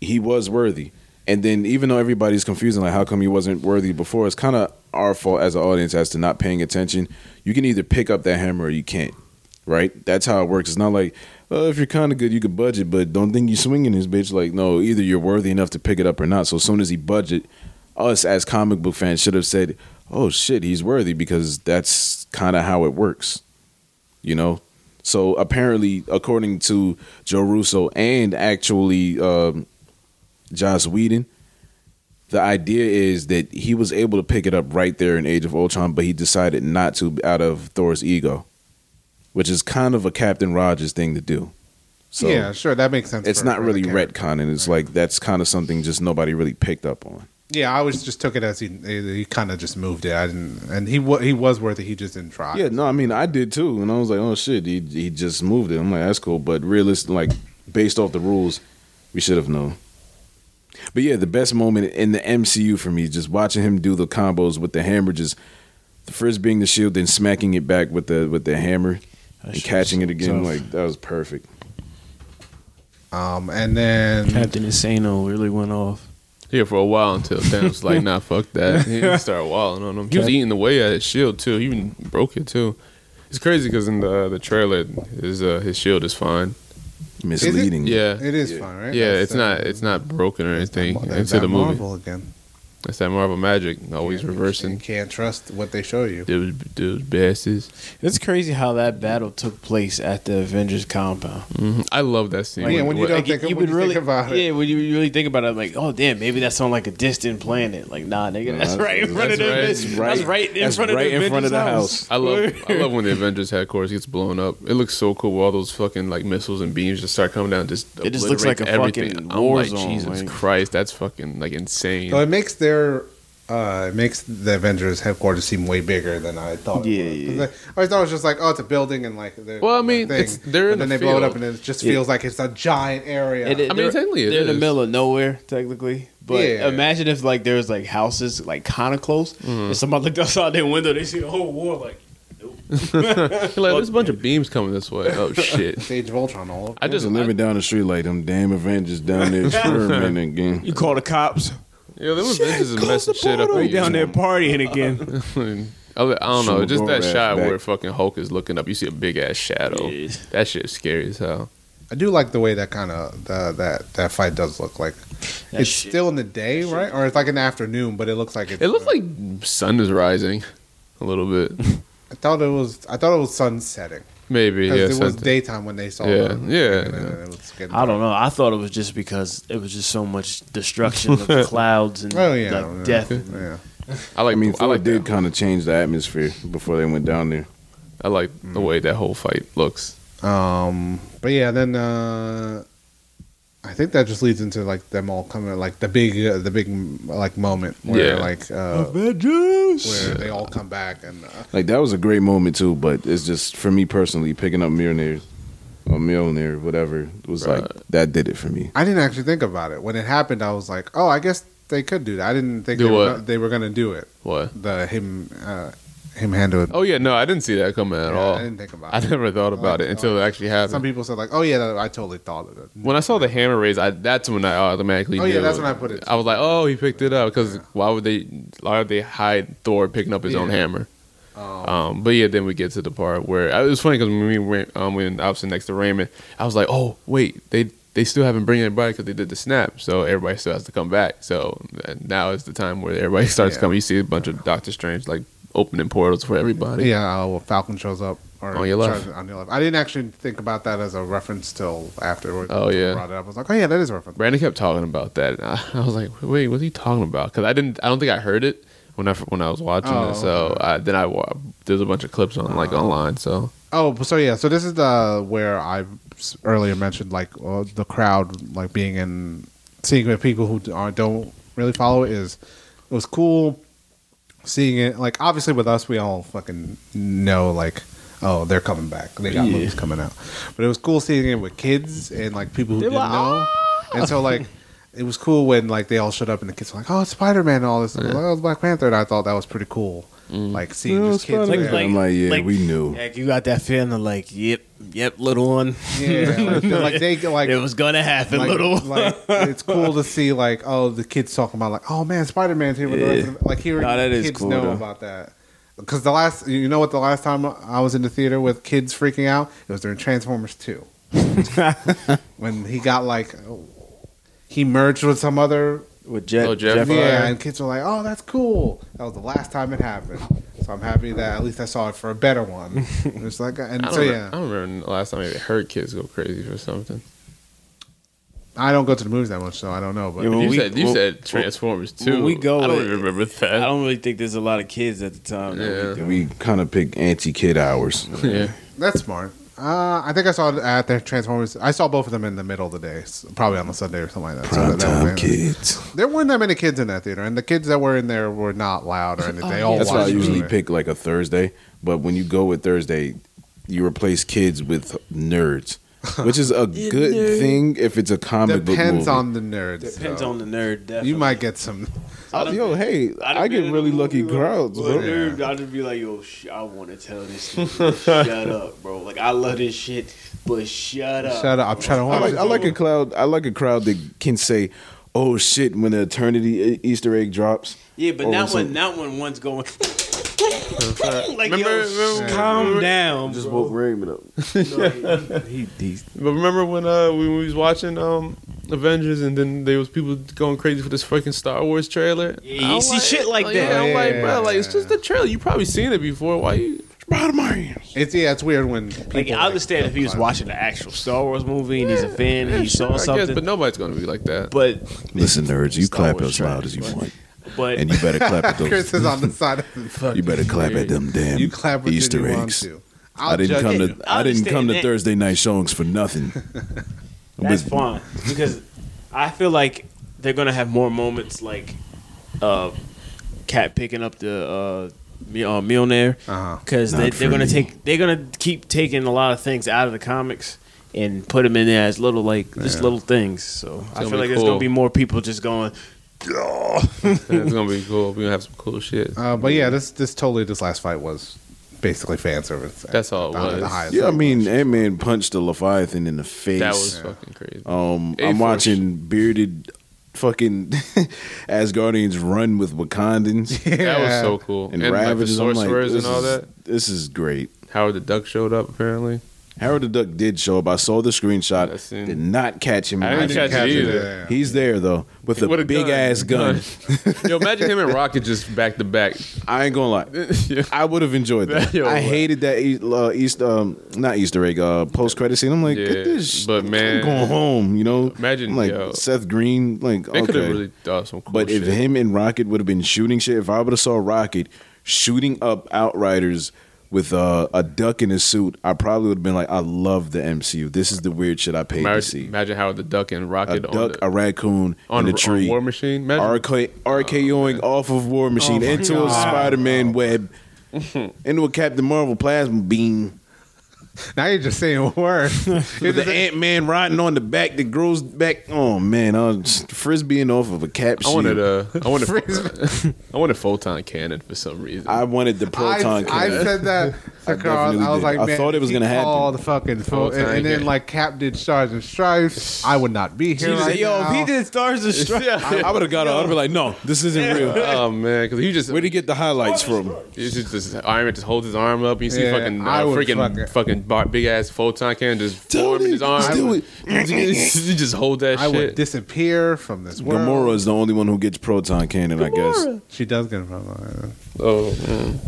[SPEAKER 4] he was worthy. And then, even though everybody's confusing, like how come he wasn't worthy before, it's kind of our fault as an audience as to not paying attention. You can either pick up that hammer or you can't, right? That's how it works. It's not like oh, if you're kind of good, you could budget, but don't think you swinging this bitch. Like no, either you're worthy enough to pick it up or not. So as soon as he budget, us as comic book fans should have said, "Oh shit, he's worthy," because that's kind of how it works you know. So apparently, according to Joe Russo and actually um, Joss Whedon, the idea is that he was able to pick it up right there in Age of Ultron, but he decided not to out of Thor's ego, which is kind of a Captain Rogers thing to do. So
[SPEAKER 1] yeah, sure, that makes sense.
[SPEAKER 4] it's
[SPEAKER 1] for-
[SPEAKER 4] not
[SPEAKER 1] for the
[SPEAKER 4] really
[SPEAKER 1] character.
[SPEAKER 4] retconning. It's like that's kind of something just nobody really picked up on.
[SPEAKER 1] Yeah, I always just took it as he he kind of just moved it. I didn't, and he wa- he was worth it. He just didn't try.
[SPEAKER 4] Yeah, no, I mean I did too, and I was like, oh shit, he he just moved it. I'm like, that's cool, but realistic, like based off the rules, we should have known. But yeah, the best moment in the MCU for me is just watching him do the combos with the hammer, just the first being the shield, then smacking it back with the with the hammer and
[SPEAKER 3] shit
[SPEAKER 4] catching
[SPEAKER 3] was
[SPEAKER 4] it again.
[SPEAKER 3] tough.
[SPEAKER 4] Like that was perfect.
[SPEAKER 1] Um, and then
[SPEAKER 3] Captain Insano really went off.
[SPEAKER 2] here for a while until Dan was like, nah, fuck that. He started wilding on him. He was eating away at his shield too. He even broke it too. It's crazy because in the the trailer, his uh, his shield is fine.
[SPEAKER 4] Misleading.
[SPEAKER 2] Yeah,
[SPEAKER 1] it is fun, right?
[SPEAKER 2] yeah.
[SPEAKER 1] That's
[SPEAKER 2] It's
[SPEAKER 1] that-
[SPEAKER 2] not it's not broken or anything.
[SPEAKER 1] Well, there's
[SPEAKER 2] Into
[SPEAKER 1] that
[SPEAKER 2] the movie,
[SPEAKER 1] Marvel again.
[SPEAKER 2] that's that Marvel magic, always
[SPEAKER 1] Yeah, You
[SPEAKER 2] reversing.
[SPEAKER 1] can't trust what they show you.
[SPEAKER 2] Dude, dude, bastards.
[SPEAKER 3] It's crazy how that battle took place at the Avengers compound.
[SPEAKER 2] Mhm. I love that scene.
[SPEAKER 1] yeah, when you don't
[SPEAKER 3] Like,
[SPEAKER 1] think,
[SPEAKER 3] you
[SPEAKER 1] when
[SPEAKER 3] would
[SPEAKER 1] you
[SPEAKER 3] really,
[SPEAKER 1] think about
[SPEAKER 3] yeah,
[SPEAKER 1] it,
[SPEAKER 3] when you really think about it, I'm like, oh damn, maybe that's on like a distant planet. Like, nah, nigga, that's,
[SPEAKER 4] that's-
[SPEAKER 3] right in front of
[SPEAKER 2] that's
[SPEAKER 3] the
[SPEAKER 2] right.
[SPEAKER 3] Avengers. That's right in
[SPEAKER 4] That's
[SPEAKER 3] front of
[SPEAKER 4] right
[SPEAKER 3] the
[SPEAKER 4] in front
[SPEAKER 3] Avengers
[SPEAKER 4] of the
[SPEAKER 3] house.
[SPEAKER 4] house.
[SPEAKER 2] I love I love when the Avengers headquarters gets blown up. It looks so cool. All those fucking like missiles and beams just start coming down. Just
[SPEAKER 3] It just looks
[SPEAKER 2] obliterates
[SPEAKER 3] like a fucking war zone,
[SPEAKER 2] Jesus
[SPEAKER 3] like-
[SPEAKER 2] Christ, that's fucking like insane.
[SPEAKER 1] so it makes their. Uh, it makes the Avengers headquarters seem way bigger than I thought.
[SPEAKER 3] Yeah,
[SPEAKER 1] it was. 'Cause
[SPEAKER 3] yeah.
[SPEAKER 1] I always thought it was just like, oh, it's a building and like. they're-
[SPEAKER 2] Well, I
[SPEAKER 1] they're
[SPEAKER 2] mean,
[SPEAKER 1] thing.
[SPEAKER 2] it's- they're
[SPEAKER 1] and
[SPEAKER 2] in
[SPEAKER 1] then
[SPEAKER 2] the
[SPEAKER 1] they blow it
[SPEAKER 2] field.
[SPEAKER 1] up, and it just feels like it's a giant area.
[SPEAKER 3] And it-
[SPEAKER 2] I mean,
[SPEAKER 3] they're-
[SPEAKER 2] technically it
[SPEAKER 3] they're in the
[SPEAKER 2] is.
[SPEAKER 3] middle of nowhere, technically. But
[SPEAKER 1] Yeah.
[SPEAKER 3] imagine if like there was like houses like kind of close,
[SPEAKER 2] Mm-hmm.
[SPEAKER 3] and somebody looked outside their window, they see the whole war. Like,
[SPEAKER 2] like, there's a bunch of beams coming this way. Oh shit!
[SPEAKER 1] It's Age of Ultron all over.
[SPEAKER 2] I
[SPEAKER 4] Just
[SPEAKER 2] just
[SPEAKER 4] living down the street like them damn Avengers down there experimenting again.
[SPEAKER 3] you call the cops?
[SPEAKER 2] Yeah, them Avengers is messing shit up.
[SPEAKER 3] They
[SPEAKER 2] in
[SPEAKER 3] down there
[SPEAKER 2] you.
[SPEAKER 3] partying again.
[SPEAKER 2] I li- I don't know,
[SPEAKER 4] Shoot,
[SPEAKER 2] just
[SPEAKER 4] go
[SPEAKER 2] that
[SPEAKER 4] right
[SPEAKER 2] shot
[SPEAKER 4] back.
[SPEAKER 2] where fucking Hulk is looking up. You see a big ass shadow. That shit's scary as hell.
[SPEAKER 1] I do like the way that kind of the, that that fight does look like. it's
[SPEAKER 3] shit-
[SPEAKER 1] still in the day, right? Or it's like in the afternoon, but it looks like it's,
[SPEAKER 2] It looks like sun is rising a little bit,
[SPEAKER 1] I thought it was. I thought it was sun setting
[SPEAKER 2] maybe. Yeah,
[SPEAKER 1] because it was
[SPEAKER 2] sun-
[SPEAKER 1] daytime when they saw. the-
[SPEAKER 2] Yeah, yeah,
[SPEAKER 1] and then
[SPEAKER 2] yeah.
[SPEAKER 1] It was getting
[SPEAKER 11] I don't know. I thought it was just because it was just so much destruction of the clouds and
[SPEAKER 1] Oh yeah,
[SPEAKER 11] like,
[SPEAKER 1] yeah,
[SPEAKER 11] death.
[SPEAKER 1] Yeah,
[SPEAKER 2] I like.
[SPEAKER 4] I mean,
[SPEAKER 2] I
[SPEAKER 4] Thor
[SPEAKER 2] like
[SPEAKER 4] did
[SPEAKER 2] that.
[SPEAKER 4] kind of change the atmosphere before they went down there.
[SPEAKER 2] I like the way that whole fight looks.
[SPEAKER 1] Um, but yeah, then uh, I think that just leads into like them all coming, like the big, uh, the big like moment where
[SPEAKER 2] Yeah.
[SPEAKER 1] like uh,
[SPEAKER 3] Avengers.
[SPEAKER 1] where they all come back and uh,
[SPEAKER 4] Like that was a great moment too, but it's just for me personally picking up Mjolnir. Or Mjolnir, whatever, was like
[SPEAKER 2] Right.
[SPEAKER 4] that did it for me.
[SPEAKER 1] I didn't actually think about it when it happened. I was like, oh, I guess they could do that. I didn't think
[SPEAKER 2] Do
[SPEAKER 1] they, Were,
[SPEAKER 2] what?
[SPEAKER 1] gonna- they were going to do it.
[SPEAKER 2] What?
[SPEAKER 1] The him uh, him handle it.
[SPEAKER 2] Oh yeah, no, I didn't see that coming at
[SPEAKER 1] Yeah,
[SPEAKER 2] all.
[SPEAKER 1] I didn't think about
[SPEAKER 2] I
[SPEAKER 1] it.
[SPEAKER 2] never thought about
[SPEAKER 1] I
[SPEAKER 2] it until
[SPEAKER 1] thought-
[SPEAKER 2] it actually happened.
[SPEAKER 1] Some people said like, oh yeah, I totally thought of it.
[SPEAKER 2] when I saw the hammer raise, I, that's when I automatically.
[SPEAKER 1] Oh, yeah,
[SPEAKER 2] knew
[SPEAKER 1] that's when I put it,
[SPEAKER 2] I was like, "Oh, he picked it up." Because why would they? Why would they hide Thor picking up his own
[SPEAKER 1] Yeah. Oh.
[SPEAKER 2] hammer? Um, but yeah, then we get to the part where I, it was funny because when we went, um, when I was sitting next to Raymond, I was like, "Oh, wait, they they still haven't bring everybody because they did the snap, so everybody still has to come back." So and now is the time where everybody starts
[SPEAKER 1] Yeah.
[SPEAKER 2] coming. You see a bunch of Doctor Strange like opening portals for everybody.
[SPEAKER 1] Yeah, uh, well, Falcon shows up or
[SPEAKER 2] On your left.
[SPEAKER 1] tries- on your left. I didn't actually think about that as a reference till afterwards.
[SPEAKER 2] Oh, yeah.
[SPEAKER 1] brought it up. I was like, oh yeah, that is a reference.
[SPEAKER 2] Brandon kept talking about that. And I, I was like, wait, what's he talking about? Because I didn't, I don't think I heard it when I when I was watching
[SPEAKER 1] Oh,
[SPEAKER 2] it. So I, then I wa- there's a bunch of clips on like online. So
[SPEAKER 1] Oh, so yeah, so this is the where I s- earlier mentioned like uh, the crowd like being in seeing with people who d- aren't, don't really follow it is it was cool seeing it like obviously with us we all fucking know like oh they're coming back they got movies coming out but it was cool seeing it with kids and like people who didn't know
[SPEAKER 4] "Ah!"
[SPEAKER 1] and so like it was cool when like they all showed up and the kids were like oh it's Spider Man and all this and, oh, it's Black Panther and I thought that was pretty cool like seeing
[SPEAKER 4] Yeah,
[SPEAKER 1] just kids
[SPEAKER 4] Spider-Man.
[SPEAKER 1] there.
[SPEAKER 4] I'm Mm. like, yeah,
[SPEAKER 3] like-
[SPEAKER 4] we knew.
[SPEAKER 3] Heck, you got that feeling of like, yep, yep, little one.
[SPEAKER 1] yeah like, they're, like they like
[SPEAKER 3] it was gonna happen,
[SPEAKER 1] like,
[SPEAKER 3] little. one.
[SPEAKER 1] like, it's cool to see like oh the kids talking about like oh man Spider Man's here with the rest of the-" like hearing
[SPEAKER 4] Nah, that is
[SPEAKER 1] kids
[SPEAKER 4] cool,
[SPEAKER 1] know
[SPEAKER 4] though.
[SPEAKER 1] about that because the last you know what the last time I was in the theater with kids freaking out it was during Transformers Two when he got like oh, he merged with some other
[SPEAKER 12] with Jet.
[SPEAKER 2] Oh, Jeff.
[SPEAKER 12] Jeff-
[SPEAKER 1] yeah and kids were like oh that's cool that was the last time it happened so I'm happy that at least I saw it for a better one it's like and
[SPEAKER 2] I don't,
[SPEAKER 1] so
[SPEAKER 2] re-
[SPEAKER 1] yeah
[SPEAKER 2] I don't remember the last time I even heard kids go crazy for something.
[SPEAKER 1] I don't go to the movies that much so I don't know but
[SPEAKER 12] Yeah, Well,
[SPEAKER 2] you
[SPEAKER 12] we-
[SPEAKER 2] said you
[SPEAKER 12] well,
[SPEAKER 2] said Transformers
[SPEAKER 12] well,
[SPEAKER 2] too.
[SPEAKER 12] we go
[SPEAKER 2] I don't
[SPEAKER 12] with-
[SPEAKER 2] even remember that.
[SPEAKER 12] I don't really think there's a lot of kids at the time. that we
[SPEAKER 2] Yeah.
[SPEAKER 12] do.
[SPEAKER 4] We kind of picked anti-kid hours.
[SPEAKER 2] yeah.
[SPEAKER 1] That's smart. Uh, I think I saw it at the Transformers. I saw both of them in the middle of the day, s- probably on a Sunday or something like that. So that- that
[SPEAKER 4] Primetime
[SPEAKER 1] was-
[SPEAKER 4] kids.
[SPEAKER 1] There weren't that many kids in that theater, and the kids that were in there were not
[SPEAKER 3] Oh,
[SPEAKER 1] loud or anything. They
[SPEAKER 2] Oh,
[SPEAKER 1] all
[SPEAKER 4] That's why I
[SPEAKER 1] watched the
[SPEAKER 4] usually
[SPEAKER 1] movie.
[SPEAKER 4] pick like a Thursday. But when you go with Thursday, you replace kids with nerds, which is a good thing if it's a comic book
[SPEAKER 1] Depends
[SPEAKER 4] movie.
[SPEAKER 1] on the nerds.
[SPEAKER 3] Depends
[SPEAKER 1] though.
[SPEAKER 3] on the nerd. Definitely.
[SPEAKER 1] You might get some.
[SPEAKER 4] Yo, hey,
[SPEAKER 3] I'd have
[SPEAKER 4] I
[SPEAKER 3] been
[SPEAKER 4] get
[SPEAKER 3] in
[SPEAKER 4] really
[SPEAKER 3] a movie
[SPEAKER 4] lucky
[SPEAKER 3] with-
[SPEAKER 4] crowds,
[SPEAKER 3] with
[SPEAKER 4] bro.
[SPEAKER 3] Herb, I'd just be like, yo, sh- I want to tell this nigga, shut up, bro. Like, I love this shit, but shut up.
[SPEAKER 1] Shut up! I'm trying to
[SPEAKER 4] I
[SPEAKER 1] watch.
[SPEAKER 4] like,
[SPEAKER 1] it.
[SPEAKER 4] I like a crowd. I like a crowd that can say, "Oh shit!" when the Eternity e- Easter egg drops.
[SPEAKER 3] Yeah, but
[SPEAKER 4] Or
[SPEAKER 2] Oh,
[SPEAKER 3] not
[SPEAKER 4] some-
[SPEAKER 3] when, not when one's going. like,
[SPEAKER 2] Remember,
[SPEAKER 3] yo,
[SPEAKER 2] remember,
[SPEAKER 3] calm down.
[SPEAKER 4] Just
[SPEAKER 3] bro.
[SPEAKER 4] woke Raymond up.
[SPEAKER 2] But remember when uh when we was watching um Avengers and then there was people going crazy for this freaking Star Wars trailer.
[SPEAKER 3] Yeah, you
[SPEAKER 2] I'm
[SPEAKER 3] see shit like
[SPEAKER 2] oh,
[SPEAKER 3] that.
[SPEAKER 2] Yeah, I'm
[SPEAKER 1] Yeah,
[SPEAKER 2] like,
[SPEAKER 1] yeah,
[SPEAKER 2] bro, like it's
[SPEAKER 1] yeah.
[SPEAKER 2] just the trailer. You probably seen it before. Why you?
[SPEAKER 1] It's yeah. It's weird when people
[SPEAKER 3] Like, I understand if he was watching the actual Star Wars movie and he's a fan and he saw
[SPEAKER 2] Yeah, sure, I guess, but
[SPEAKER 3] something,
[SPEAKER 2] nobody's gonna be like that.
[SPEAKER 3] but
[SPEAKER 4] Listen, nerds, you
[SPEAKER 3] Star
[SPEAKER 4] clap
[SPEAKER 3] Wars
[SPEAKER 4] as loud
[SPEAKER 3] trash,
[SPEAKER 4] as you
[SPEAKER 3] but-
[SPEAKER 4] want,
[SPEAKER 3] but
[SPEAKER 4] and you better clap at
[SPEAKER 1] Chris
[SPEAKER 4] those.
[SPEAKER 1] is on the side. Of the fucking-
[SPEAKER 4] You better clap at them damn
[SPEAKER 1] You clap with
[SPEAKER 4] Easter
[SPEAKER 1] you
[SPEAKER 4] eggs.
[SPEAKER 1] Want to. I'll
[SPEAKER 4] I didn't
[SPEAKER 1] judge
[SPEAKER 4] come
[SPEAKER 1] you.
[SPEAKER 4] to I didn't come
[SPEAKER 3] understand
[SPEAKER 4] to
[SPEAKER 3] that.
[SPEAKER 4] Thursday night showings for nothing.
[SPEAKER 3] That's
[SPEAKER 4] With-
[SPEAKER 3] fine because I feel like they're gonna have more moments like uh, Cat picking up the uh, Mi- uh, Mjolnir
[SPEAKER 1] Uh-huh.
[SPEAKER 3] because they,
[SPEAKER 4] Not
[SPEAKER 3] they're
[SPEAKER 4] for
[SPEAKER 3] gonna
[SPEAKER 4] me.
[SPEAKER 3] take they're gonna keep taking a lot of things out of the comics and put them in there as little like just little things. So I
[SPEAKER 2] gonna
[SPEAKER 3] feel
[SPEAKER 2] be
[SPEAKER 3] like there's
[SPEAKER 2] cool.
[SPEAKER 3] gonna be more people just going. "Ugh."
[SPEAKER 2] it's gonna be cool. We're gonna have some cool shit.
[SPEAKER 1] Uh, but yeah, this this totally this last fight was basically fan service.
[SPEAKER 2] That's all it
[SPEAKER 1] Down to the
[SPEAKER 2] was.
[SPEAKER 1] highest
[SPEAKER 4] Yeah, I
[SPEAKER 1] level.
[SPEAKER 4] mean, Ant Man punched the Leviathan in the face.
[SPEAKER 2] that was fucking crazy.
[SPEAKER 4] um,
[SPEAKER 2] A
[SPEAKER 4] I'm
[SPEAKER 2] for
[SPEAKER 4] watching bearded fucking Asgardians run with Wakandans
[SPEAKER 2] That was
[SPEAKER 1] Yeah.
[SPEAKER 2] so cool.
[SPEAKER 4] and,
[SPEAKER 2] And, like the
[SPEAKER 4] Ravagers. I'm like,
[SPEAKER 2] sorcerers
[SPEAKER 4] this
[SPEAKER 2] and all
[SPEAKER 4] is-
[SPEAKER 2] that.
[SPEAKER 4] This is great.
[SPEAKER 2] Howard the Duck showed up apparently.
[SPEAKER 4] Howard the Duck did show up. I saw
[SPEAKER 2] I
[SPEAKER 4] the screenshot.
[SPEAKER 2] seen-
[SPEAKER 4] Did not catch him.
[SPEAKER 2] I didn't catch it
[SPEAKER 1] it,
[SPEAKER 2] either.
[SPEAKER 1] yeah.
[SPEAKER 4] He's there though with a
[SPEAKER 2] With a
[SPEAKER 4] big
[SPEAKER 2] gun.
[SPEAKER 4] ass gun.
[SPEAKER 2] Yo, imagine him and Rocket just back to back.
[SPEAKER 4] I ain't gonna lie.
[SPEAKER 2] Yeah.
[SPEAKER 4] I would have enjoyed that.
[SPEAKER 2] Yo,
[SPEAKER 4] I
[SPEAKER 2] what?
[SPEAKER 4] hated that East, uh, East um, not Easter egg, uh, post credit scene. I'm like,
[SPEAKER 2] Yeah,
[SPEAKER 4] get this, sh-
[SPEAKER 2] but
[SPEAKER 4] I'm
[SPEAKER 2] man-
[SPEAKER 4] going home. You know,
[SPEAKER 2] Imagine,
[SPEAKER 4] I'm like
[SPEAKER 2] yo.
[SPEAKER 4] Seth Green, like
[SPEAKER 2] They could have
[SPEAKER 4] okay.
[SPEAKER 2] really done some cool
[SPEAKER 4] but
[SPEAKER 2] shit.
[SPEAKER 4] if him and Rocket would have been shooting shit, if I would have saw Rocket shooting up Outriders with uh, a duck in his suit, I probably would have been like, I love the MCU. This is the weird shit I paid to
[SPEAKER 2] imagine,
[SPEAKER 4] see.
[SPEAKER 2] imagine Howard the Duck and
[SPEAKER 4] A
[SPEAKER 2] Rocket on
[SPEAKER 4] duck,
[SPEAKER 2] the,
[SPEAKER 4] a raccoon,
[SPEAKER 2] on,
[SPEAKER 4] on a
[SPEAKER 2] on
[SPEAKER 4] tree.
[SPEAKER 2] War Machine. Imagine Oh,
[SPEAKER 4] RK, RKOing off of War Machine
[SPEAKER 1] Oh my
[SPEAKER 4] into a
[SPEAKER 1] God.
[SPEAKER 4] Spider Man web, into a Captain Marvel plasma beam.
[SPEAKER 1] Now you're just saying words. You're just
[SPEAKER 4] the Ant Man riding on the back that grows back. Oh man, I was frisbeeing off of a cap.
[SPEAKER 2] I
[SPEAKER 4] Shield.
[SPEAKER 2] wanted a, I wanted, I wanted photon cannon for some reason.
[SPEAKER 4] I wanted the
[SPEAKER 1] I,
[SPEAKER 4] proton.
[SPEAKER 1] I
[SPEAKER 4] cannon.
[SPEAKER 1] said that to
[SPEAKER 4] I
[SPEAKER 1] Carl.
[SPEAKER 4] definitely
[SPEAKER 1] I was
[SPEAKER 4] did.
[SPEAKER 1] like,
[SPEAKER 4] I
[SPEAKER 1] man,
[SPEAKER 4] thought it was
[SPEAKER 1] he
[SPEAKER 4] gonna happen.
[SPEAKER 1] All the fucking full, and,
[SPEAKER 2] time
[SPEAKER 1] and then
[SPEAKER 2] game.
[SPEAKER 1] like Cap did Stars and Stripes. I would not be here. Right
[SPEAKER 3] yo,
[SPEAKER 1] now.
[SPEAKER 3] if he did Stars and Stripes,
[SPEAKER 4] I, would have got. I'd be like, no, this isn't real.
[SPEAKER 2] oh man, because he just
[SPEAKER 4] Where'd he get the highlights from?
[SPEAKER 2] It's just this Iron Man just holds his arm up. You see
[SPEAKER 1] Yeah,
[SPEAKER 2] fucking uh,
[SPEAKER 1] I would
[SPEAKER 2] freaking
[SPEAKER 1] fuck it.
[SPEAKER 2] fucking bar- big ass photon cannon just forming his arm.
[SPEAKER 4] Let's do it.
[SPEAKER 2] you just hold that
[SPEAKER 1] I would
[SPEAKER 2] shit.
[SPEAKER 1] disappear from this world.
[SPEAKER 4] Gamora is the only one who gets proton cannon, I guess.
[SPEAKER 1] She does get a problem.
[SPEAKER 2] oh, man.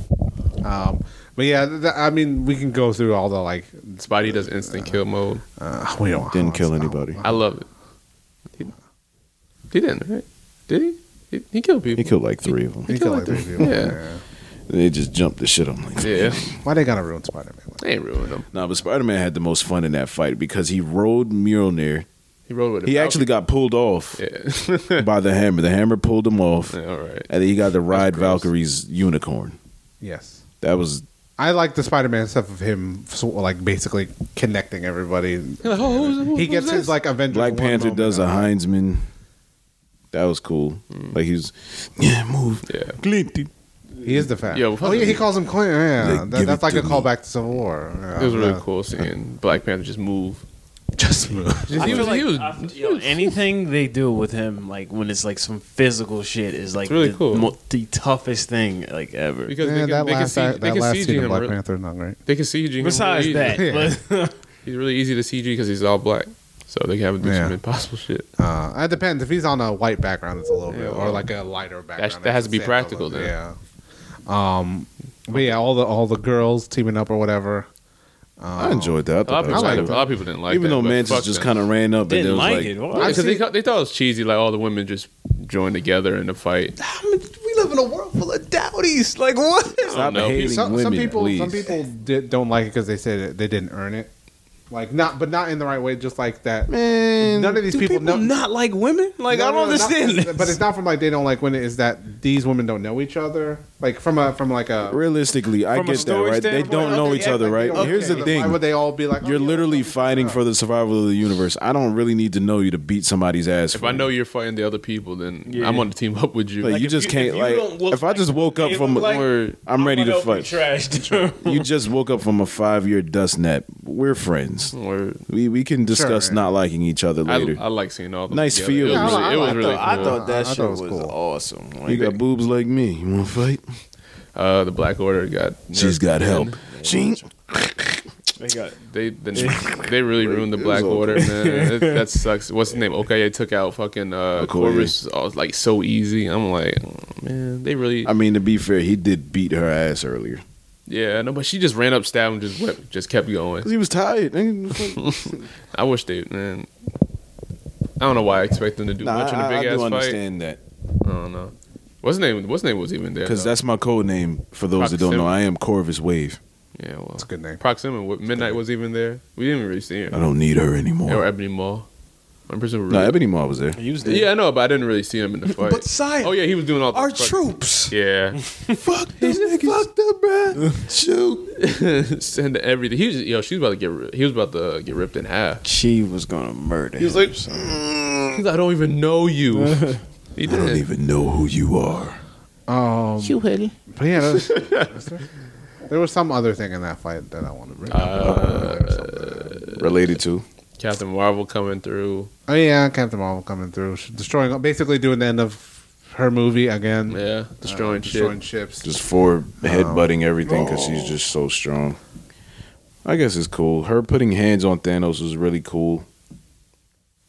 [SPEAKER 1] Um, but yeah, th- th- I mean, we can go through all the like.
[SPEAKER 2] Spidey does instant kill mode.
[SPEAKER 1] Uh, we don't
[SPEAKER 4] Didn't kill
[SPEAKER 1] I don't-
[SPEAKER 4] anybody.
[SPEAKER 2] I love it. He, he didn't, right? Did he? He, he killed people.
[SPEAKER 4] He killed like three of them.
[SPEAKER 1] He killed like three people.
[SPEAKER 2] Yeah.
[SPEAKER 1] Yeah.
[SPEAKER 4] They just jumped the shit. I'm like,
[SPEAKER 2] Yeah,
[SPEAKER 1] Why they gotta ruin Spider Man?
[SPEAKER 2] they ain't ruined him.
[SPEAKER 4] nah. But Spider Man had the most fun in that fight because he rode Mjolnir.
[SPEAKER 2] He rode with. a
[SPEAKER 4] He actually got pulled off
[SPEAKER 2] Valkyrie.
[SPEAKER 4] by the hammer. The hammer pulled him off,
[SPEAKER 2] Yeah. All right.
[SPEAKER 4] and then he got to ride
[SPEAKER 2] gross.
[SPEAKER 4] Valkyrie's unicorn.
[SPEAKER 1] Yes.
[SPEAKER 4] That was
[SPEAKER 1] I like the Spider Man stuff of him, so, like basically connecting everybody.
[SPEAKER 2] Like, oh, who's- who-
[SPEAKER 1] He
[SPEAKER 2] who's
[SPEAKER 1] gets
[SPEAKER 2] this?
[SPEAKER 1] his like Avengers.
[SPEAKER 4] Black
[SPEAKER 1] one
[SPEAKER 4] Panther
[SPEAKER 1] moment
[SPEAKER 4] does a
[SPEAKER 1] out.
[SPEAKER 4] Heinzman. That was cool. Like he was, yeah, move.
[SPEAKER 2] Mm. Yeah.
[SPEAKER 4] Clint.
[SPEAKER 1] He is the fact.
[SPEAKER 2] Yeah,
[SPEAKER 1] Yeah,
[SPEAKER 2] well,
[SPEAKER 1] oh yeah, he calls him Clint. Yeah,
[SPEAKER 4] Like,
[SPEAKER 1] That-
[SPEAKER 4] give
[SPEAKER 1] that's
[SPEAKER 4] it
[SPEAKER 1] like
[SPEAKER 4] to
[SPEAKER 1] a
[SPEAKER 4] me.
[SPEAKER 1] callback to Civil War. Yeah,
[SPEAKER 2] It was really
[SPEAKER 1] yeah.
[SPEAKER 2] cool seeing Black Panther just move.
[SPEAKER 1] Just move.
[SPEAKER 2] Just, he was, he was,
[SPEAKER 13] I feel- yo, anything they do with him, like when it's like some physical shit, is like
[SPEAKER 2] It's really
[SPEAKER 13] the,
[SPEAKER 2] cool.
[SPEAKER 13] mo- the toughest thing like ever.
[SPEAKER 2] because
[SPEAKER 1] Man,
[SPEAKER 2] they can,
[SPEAKER 1] that
[SPEAKER 2] they can
[SPEAKER 1] last,
[SPEAKER 2] see,
[SPEAKER 1] act-
[SPEAKER 2] they
[SPEAKER 1] that
[SPEAKER 2] can
[SPEAKER 1] last
[SPEAKER 2] CG
[SPEAKER 1] scene
[SPEAKER 2] him.
[SPEAKER 1] of Black
[SPEAKER 2] real-
[SPEAKER 1] Panther is not great.
[SPEAKER 2] They can CG him.
[SPEAKER 13] Besides
[SPEAKER 2] really easy.
[SPEAKER 13] that,
[SPEAKER 1] Yeah.
[SPEAKER 13] but
[SPEAKER 2] He's really easy to CG because he's all black. So they can have him do
[SPEAKER 1] Yeah.
[SPEAKER 2] some impossible shit.
[SPEAKER 1] Uh, it depends if he's on a white background, it's a little
[SPEAKER 2] Yeah,
[SPEAKER 1] bit, or
[SPEAKER 2] well,
[SPEAKER 1] like a lighter background.
[SPEAKER 2] that has
[SPEAKER 1] it's
[SPEAKER 2] to be
[SPEAKER 1] a
[SPEAKER 2] practical
[SPEAKER 1] little-
[SPEAKER 2] then.
[SPEAKER 1] Yeah. Um, but yeah, all the all the girls teaming up or whatever.
[SPEAKER 4] I enjoyed that. I
[SPEAKER 2] A lot of
[SPEAKER 4] thought that
[SPEAKER 2] people,
[SPEAKER 4] was
[SPEAKER 1] liked
[SPEAKER 2] didn't-
[SPEAKER 1] it.
[SPEAKER 2] a lot of people didn't like
[SPEAKER 4] Even
[SPEAKER 2] that.
[SPEAKER 4] though
[SPEAKER 2] but
[SPEAKER 4] Mantis
[SPEAKER 2] fuck
[SPEAKER 4] just
[SPEAKER 2] them.
[SPEAKER 4] kind of ran up, and it
[SPEAKER 13] didn't
[SPEAKER 4] was
[SPEAKER 13] like,
[SPEAKER 4] like,
[SPEAKER 13] it.
[SPEAKER 2] Yeah, 'cause they, thought- they thought it was cheesy, like all the women just joined together in a fight.
[SPEAKER 3] we live in a world full of dowdies. Like what?
[SPEAKER 4] stop
[SPEAKER 2] know.
[SPEAKER 4] hating
[SPEAKER 1] Some,
[SPEAKER 4] women,
[SPEAKER 1] some people,
[SPEAKER 4] please.
[SPEAKER 1] some people did, don't like it because they said that they didn't earn it. Like not, but not in the right way. Just like that.
[SPEAKER 4] Man,
[SPEAKER 1] None of these
[SPEAKER 3] Do
[SPEAKER 1] people,
[SPEAKER 3] people,
[SPEAKER 1] know.
[SPEAKER 3] not like women? Like
[SPEAKER 1] No,
[SPEAKER 3] I don't
[SPEAKER 1] no, no, not-
[SPEAKER 3] understand this.
[SPEAKER 1] but it's not from like they don't like when it is that these women don't know each other. Like from a from like a
[SPEAKER 4] realistically, I
[SPEAKER 3] From a
[SPEAKER 4] get that,
[SPEAKER 3] story
[SPEAKER 4] right? They
[SPEAKER 3] standpoint,
[SPEAKER 4] don't know
[SPEAKER 1] Okay,
[SPEAKER 4] each
[SPEAKER 1] yeah,
[SPEAKER 4] other,
[SPEAKER 1] like, they
[SPEAKER 4] right?
[SPEAKER 1] don't-
[SPEAKER 4] Here's the
[SPEAKER 1] okay,
[SPEAKER 4] thing:
[SPEAKER 1] Why would they all be like? oh,
[SPEAKER 4] you're
[SPEAKER 1] yeah,
[SPEAKER 4] literally
[SPEAKER 1] that's what
[SPEAKER 4] fighting
[SPEAKER 1] we are.
[SPEAKER 4] for the survival of the universe. I don't really need to know you to beat somebody's ass.
[SPEAKER 2] If
[SPEAKER 4] for
[SPEAKER 2] I
[SPEAKER 4] it.
[SPEAKER 2] know you're fighting the other people, then I'm on the team up with you.
[SPEAKER 4] like, you just can't. like, if I just woke up from a,
[SPEAKER 2] Word.
[SPEAKER 4] I'm ready to fight.
[SPEAKER 3] Trashed.
[SPEAKER 4] you just woke up from a five year dust nap. We're friends.
[SPEAKER 2] Word.
[SPEAKER 4] We we can discuss
[SPEAKER 1] Sure.
[SPEAKER 4] not liking each other
[SPEAKER 2] I,
[SPEAKER 4] later.
[SPEAKER 2] I like seeing all the
[SPEAKER 4] Nice feel.
[SPEAKER 2] It
[SPEAKER 4] Yeah, I
[SPEAKER 2] was really, it was really
[SPEAKER 3] I
[SPEAKER 4] uh,
[SPEAKER 2] cool.
[SPEAKER 3] thought that
[SPEAKER 1] I thought
[SPEAKER 3] shit
[SPEAKER 1] it
[SPEAKER 3] was,
[SPEAKER 1] was cool.
[SPEAKER 3] awesome.
[SPEAKER 4] you
[SPEAKER 3] Like,
[SPEAKER 4] got boobs like me. You want to fight?
[SPEAKER 2] uh, the Black Order got.
[SPEAKER 4] She's got help. She
[SPEAKER 3] they got
[SPEAKER 2] They then they really ruined the
[SPEAKER 4] It was
[SPEAKER 2] Black
[SPEAKER 4] okay.
[SPEAKER 2] Order, man. It- that sucks. What's his name? Okay, they took out fucking uh,
[SPEAKER 4] Okoye.
[SPEAKER 2] Corvus oh, like so easy. I'm like, oh, man, they really.
[SPEAKER 4] I mean, to be fair, he did beat her ass earlier
[SPEAKER 2] Yeah, no, but she just ran up, stabbed him, just whipped, just kept going.
[SPEAKER 4] because he was tired. nah,
[SPEAKER 2] I wish they, man. I don't know why I expect them to do much in a
[SPEAKER 4] I, I
[SPEAKER 2] big ass
[SPEAKER 4] do
[SPEAKER 2] fight.
[SPEAKER 4] understand that
[SPEAKER 2] I don't know. What's his name? What's his name was even there?
[SPEAKER 4] because
[SPEAKER 2] though.
[SPEAKER 4] that's my code name. For those that don't know, I am Corvus Wave.
[SPEAKER 2] yeah, well,
[SPEAKER 1] That's a good name.
[SPEAKER 2] Proxima. What, Midnight was even there. We didn't really see
[SPEAKER 4] I
[SPEAKER 2] him.
[SPEAKER 4] don't need her
[SPEAKER 2] Or
[SPEAKER 4] anymore.
[SPEAKER 2] Ebony Maw. I'm pretty sure.
[SPEAKER 4] No, Ebony Maw was there.
[SPEAKER 2] Yeah, I know, but I didn't really see him in the fight.
[SPEAKER 3] But Sia,
[SPEAKER 2] oh yeah, he was doing all the
[SPEAKER 3] our
[SPEAKER 2] fuck-
[SPEAKER 3] troops.
[SPEAKER 2] Yeah,
[SPEAKER 4] Fuck these niggas. Fucked up, bro. Shoot.
[SPEAKER 2] send everything. He was yo. She was about to get. ri- He was about to get ripped in half.
[SPEAKER 3] She was gonna murder.
[SPEAKER 2] He was like, "Mm, I don't even know you. he
[SPEAKER 4] I don't
[SPEAKER 2] didn't.
[SPEAKER 4] even know who you are.
[SPEAKER 1] Um, But yeah, that was- was there, there was some other thing in that fight that I want to bring up. There was
[SPEAKER 4] Uh,
[SPEAKER 1] something.
[SPEAKER 4] Related to.
[SPEAKER 2] Captain Marvel coming through.
[SPEAKER 1] oh yeah, Captain Marvel coming through, sh- destroying, basically doing the end of her movie again, uh,
[SPEAKER 2] Yeah, destroying shit.
[SPEAKER 1] destroying ships.
[SPEAKER 4] just for
[SPEAKER 2] Um,
[SPEAKER 4] headbutting everything because
[SPEAKER 2] oh.
[SPEAKER 4] she's just so strong. I guess it's cool. Her putting hands on Thanos was really cool.